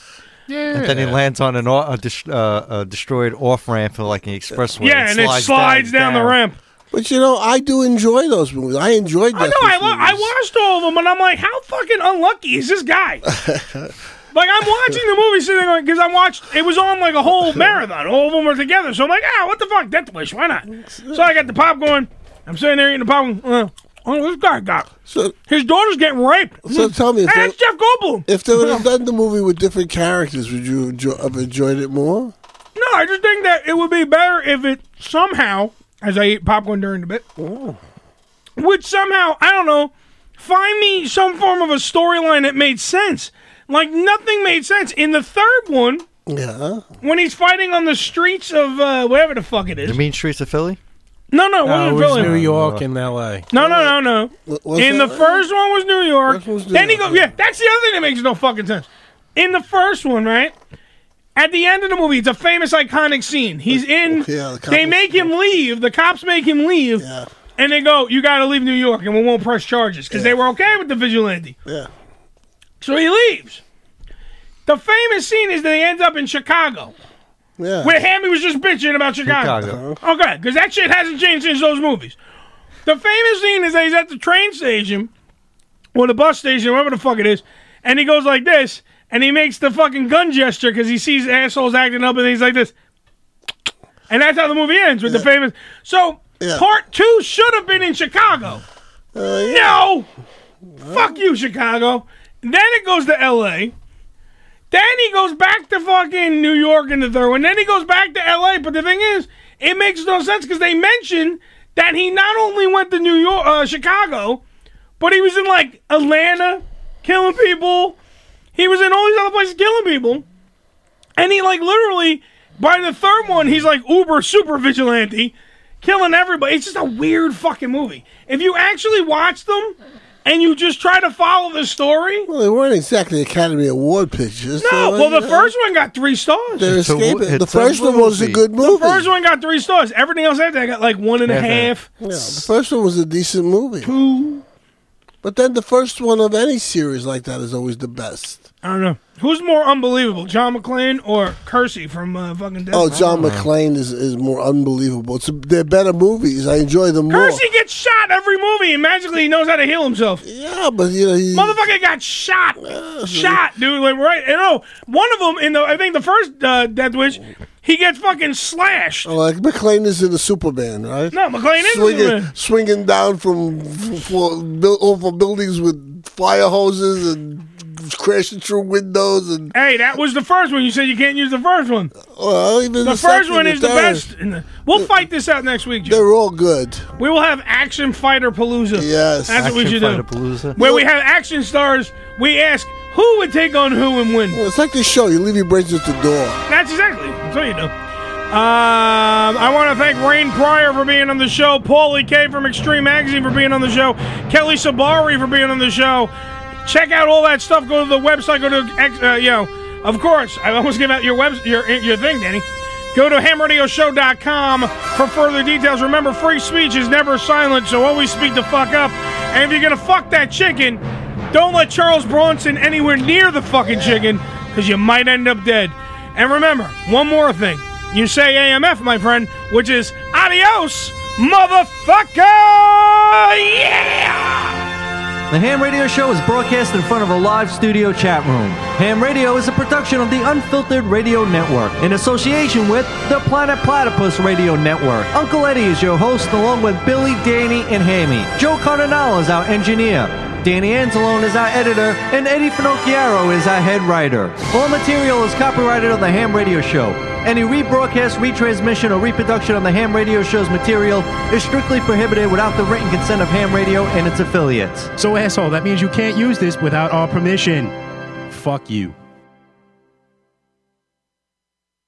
[SPEAKER 9] Yeah.
[SPEAKER 13] And then he lands on an au- a, dis- uh, a destroyed off ramp for like an expressway.
[SPEAKER 9] Yeah, and it slides down the ramp.
[SPEAKER 10] But you know, I do enjoy those movies. I enjoyed that. *laughs*
[SPEAKER 9] No, I, lo- I watched all of them, and I'm like, how fucking unlucky is this guy? Like I'm watching the movie sitting on because I watched it was on like a
[SPEAKER 10] *laughs*
[SPEAKER 9] whole marathon. All of them were together, so I'm like, ah, what the fuck, Death Wish? Why not? So I got the popcorn. I'm sitting there eating the popcorn. Uh, oh, this guy got his daughter's getting raped.
[SPEAKER 10] So
[SPEAKER 9] Mm.
[SPEAKER 10] tell me, if
[SPEAKER 9] Hey,
[SPEAKER 10] they-
[SPEAKER 9] that's Jeff Goldblum.
[SPEAKER 10] If they would have done the movie with different characters, would you enjo- have enjoyed it more?
[SPEAKER 9] No, I just think that it would be better if it somehow, as I eat popcorn during the bit, would somehow, I don't know, find me some form of a storyline that made sense. Like nothing made sense. In the third one,
[SPEAKER 10] yeah,
[SPEAKER 9] when he's fighting on the streets of uh, whatever the fuck it is.
[SPEAKER 13] The mean streets of Philly?
[SPEAKER 9] No, *laughs* no, it
[SPEAKER 11] No,
[SPEAKER 9] wasn't
[SPEAKER 11] it was
[SPEAKER 9] Philly.
[SPEAKER 11] Uh, New York and L.A.
[SPEAKER 9] No, no, no, no.
[SPEAKER 11] was
[SPEAKER 9] In the
[SPEAKER 11] that-
[SPEAKER 9] first one was New York. Then he goes, yeah, that's the other thing that makes no fucking sense. In the first one, right? At the end of the movie, it's a famous iconic scene. He's in. they make him leave. The cops make him leave. And they go, "You got to leave New York, and we won't press charges because they were okay with the vigilante."
[SPEAKER 10] Yeah.
[SPEAKER 9] So he leaves. The famous scene is that he ends up in Chicago,
[SPEAKER 10] Yeah.
[SPEAKER 9] where Hammy was just bitching about Chicago. Uh-huh. Okay, because that shit hasn't changed since those movies. The famous scene is that he's at the train station or the bus station, wherever the fuck it is, and he goes like this, and he makes the fucking gun gesture because he sees assholes acting up, and he's like this, and that's how the movie ends with the famous. So part two should have been in Chicago. No, fuck you, Chicago. Then it goes to L.A. Then he goes back to fucking New York in the third one. Then he goes back to LA. But the thing is, it makes no sense because they mention that he not only went to New York, uh, Chicago, but he was in like Atlanta killing people. He was in all these other places killing people. And he like literally by the third one, he's like uber super vigilante, killing everybody. It's just a weird fucking movie. If you actually watch them and you just try to follow the story,
[SPEAKER 10] Well, they weren't exactly Academy Award pictures.
[SPEAKER 9] no,
[SPEAKER 10] so,
[SPEAKER 9] well, the
[SPEAKER 10] you know,
[SPEAKER 9] first one got three stars.
[SPEAKER 10] They're It's a wo- escaping. The it's a first one was a movie. good
[SPEAKER 9] The
[SPEAKER 10] movie.
[SPEAKER 9] first one got three stars. Everything else after that got like one and a
[SPEAKER 10] Yeah.
[SPEAKER 9] half.
[SPEAKER 10] Yeah, the first one was a decent movie.
[SPEAKER 9] Two.
[SPEAKER 10] But then the first one of any series like that is always the best.
[SPEAKER 9] I don't know. Who's more unbelievable, John McClane or Kersey from uh, fucking Death
[SPEAKER 10] Oh,
[SPEAKER 9] Note?
[SPEAKER 10] John McClane is, is more unbelievable. It's, they're better movies. I enjoy them more.
[SPEAKER 9] Kersey gets shot every movie and magically he knows how to heal himself.
[SPEAKER 10] Yeah, but you know, he,
[SPEAKER 9] Motherfucker got shot. shot, dude. Like, right. And oh, one of them in the, I think the first uh, Death Wish, he gets fucking slashed.
[SPEAKER 10] Oh, like McClane is in the Superman, right?
[SPEAKER 9] No, McClane is in
[SPEAKER 10] swinging,
[SPEAKER 9] Superman.
[SPEAKER 10] swinging down from f- for, buil- over buildings with fire hoses and crashing through windows and.
[SPEAKER 9] Hey, that was the first one. You said you can't use the first one.
[SPEAKER 10] Well, even
[SPEAKER 9] the,
[SPEAKER 10] the
[SPEAKER 9] first
[SPEAKER 10] second
[SPEAKER 9] one
[SPEAKER 10] and
[SPEAKER 9] is the
[SPEAKER 10] third.
[SPEAKER 9] best. in the- We'll fight this out next week. Jim.
[SPEAKER 10] They're all good.
[SPEAKER 9] We will have Action Fighter Palooza.
[SPEAKER 10] Yes.
[SPEAKER 9] That's what we should do.
[SPEAKER 10] Palooza.
[SPEAKER 9] Where we have action stars, we ask who would take on who and win.
[SPEAKER 10] Well, it's like this show. You leave your brains at the door.
[SPEAKER 9] That's exactly. That's what you do. Um, I want to thank Rain Pryor for being on the show, Paulie K from Extreme Magazine for being on the show, Kelly Sabari for being on the show. Check out all that stuff. Go to the website. Go to ex- uh, you know, of course. I almost give out your webs your your thing, Danny. Go to hamradioshow.com for further details. Remember, free speech is never silent, so always speak the fuck up. And if you're gonna fuck that chicken, don't let Charles Bronson anywhere near the fucking chicken because you might end up dead. And remember, one more thing. You say AMF, my friend, which is adios, motherfucker! Yeah!
[SPEAKER 15] The Ham Radio Show is broadcast in front of a live studio chat room. Ham Radio is a production of the Unfiltered Radio Network in association with the Planet Platypus Radio Network. Uncle Eddie is your host, along with Billy, Danny, and Hammy. Joe Cardinale is our engineer. Danny Anzalone is our editor, and Eddie Finocchiaro is our head writer. All material is copyrighted on the Ham Radio Show. Any rebroadcast, retransmission, or reproduction of the Ham Radio Show's material is strictly prohibited without the written consent of Ham Radio and its affiliates.
[SPEAKER 11] So asshole, that means you can't use this without our permission. Fuck you.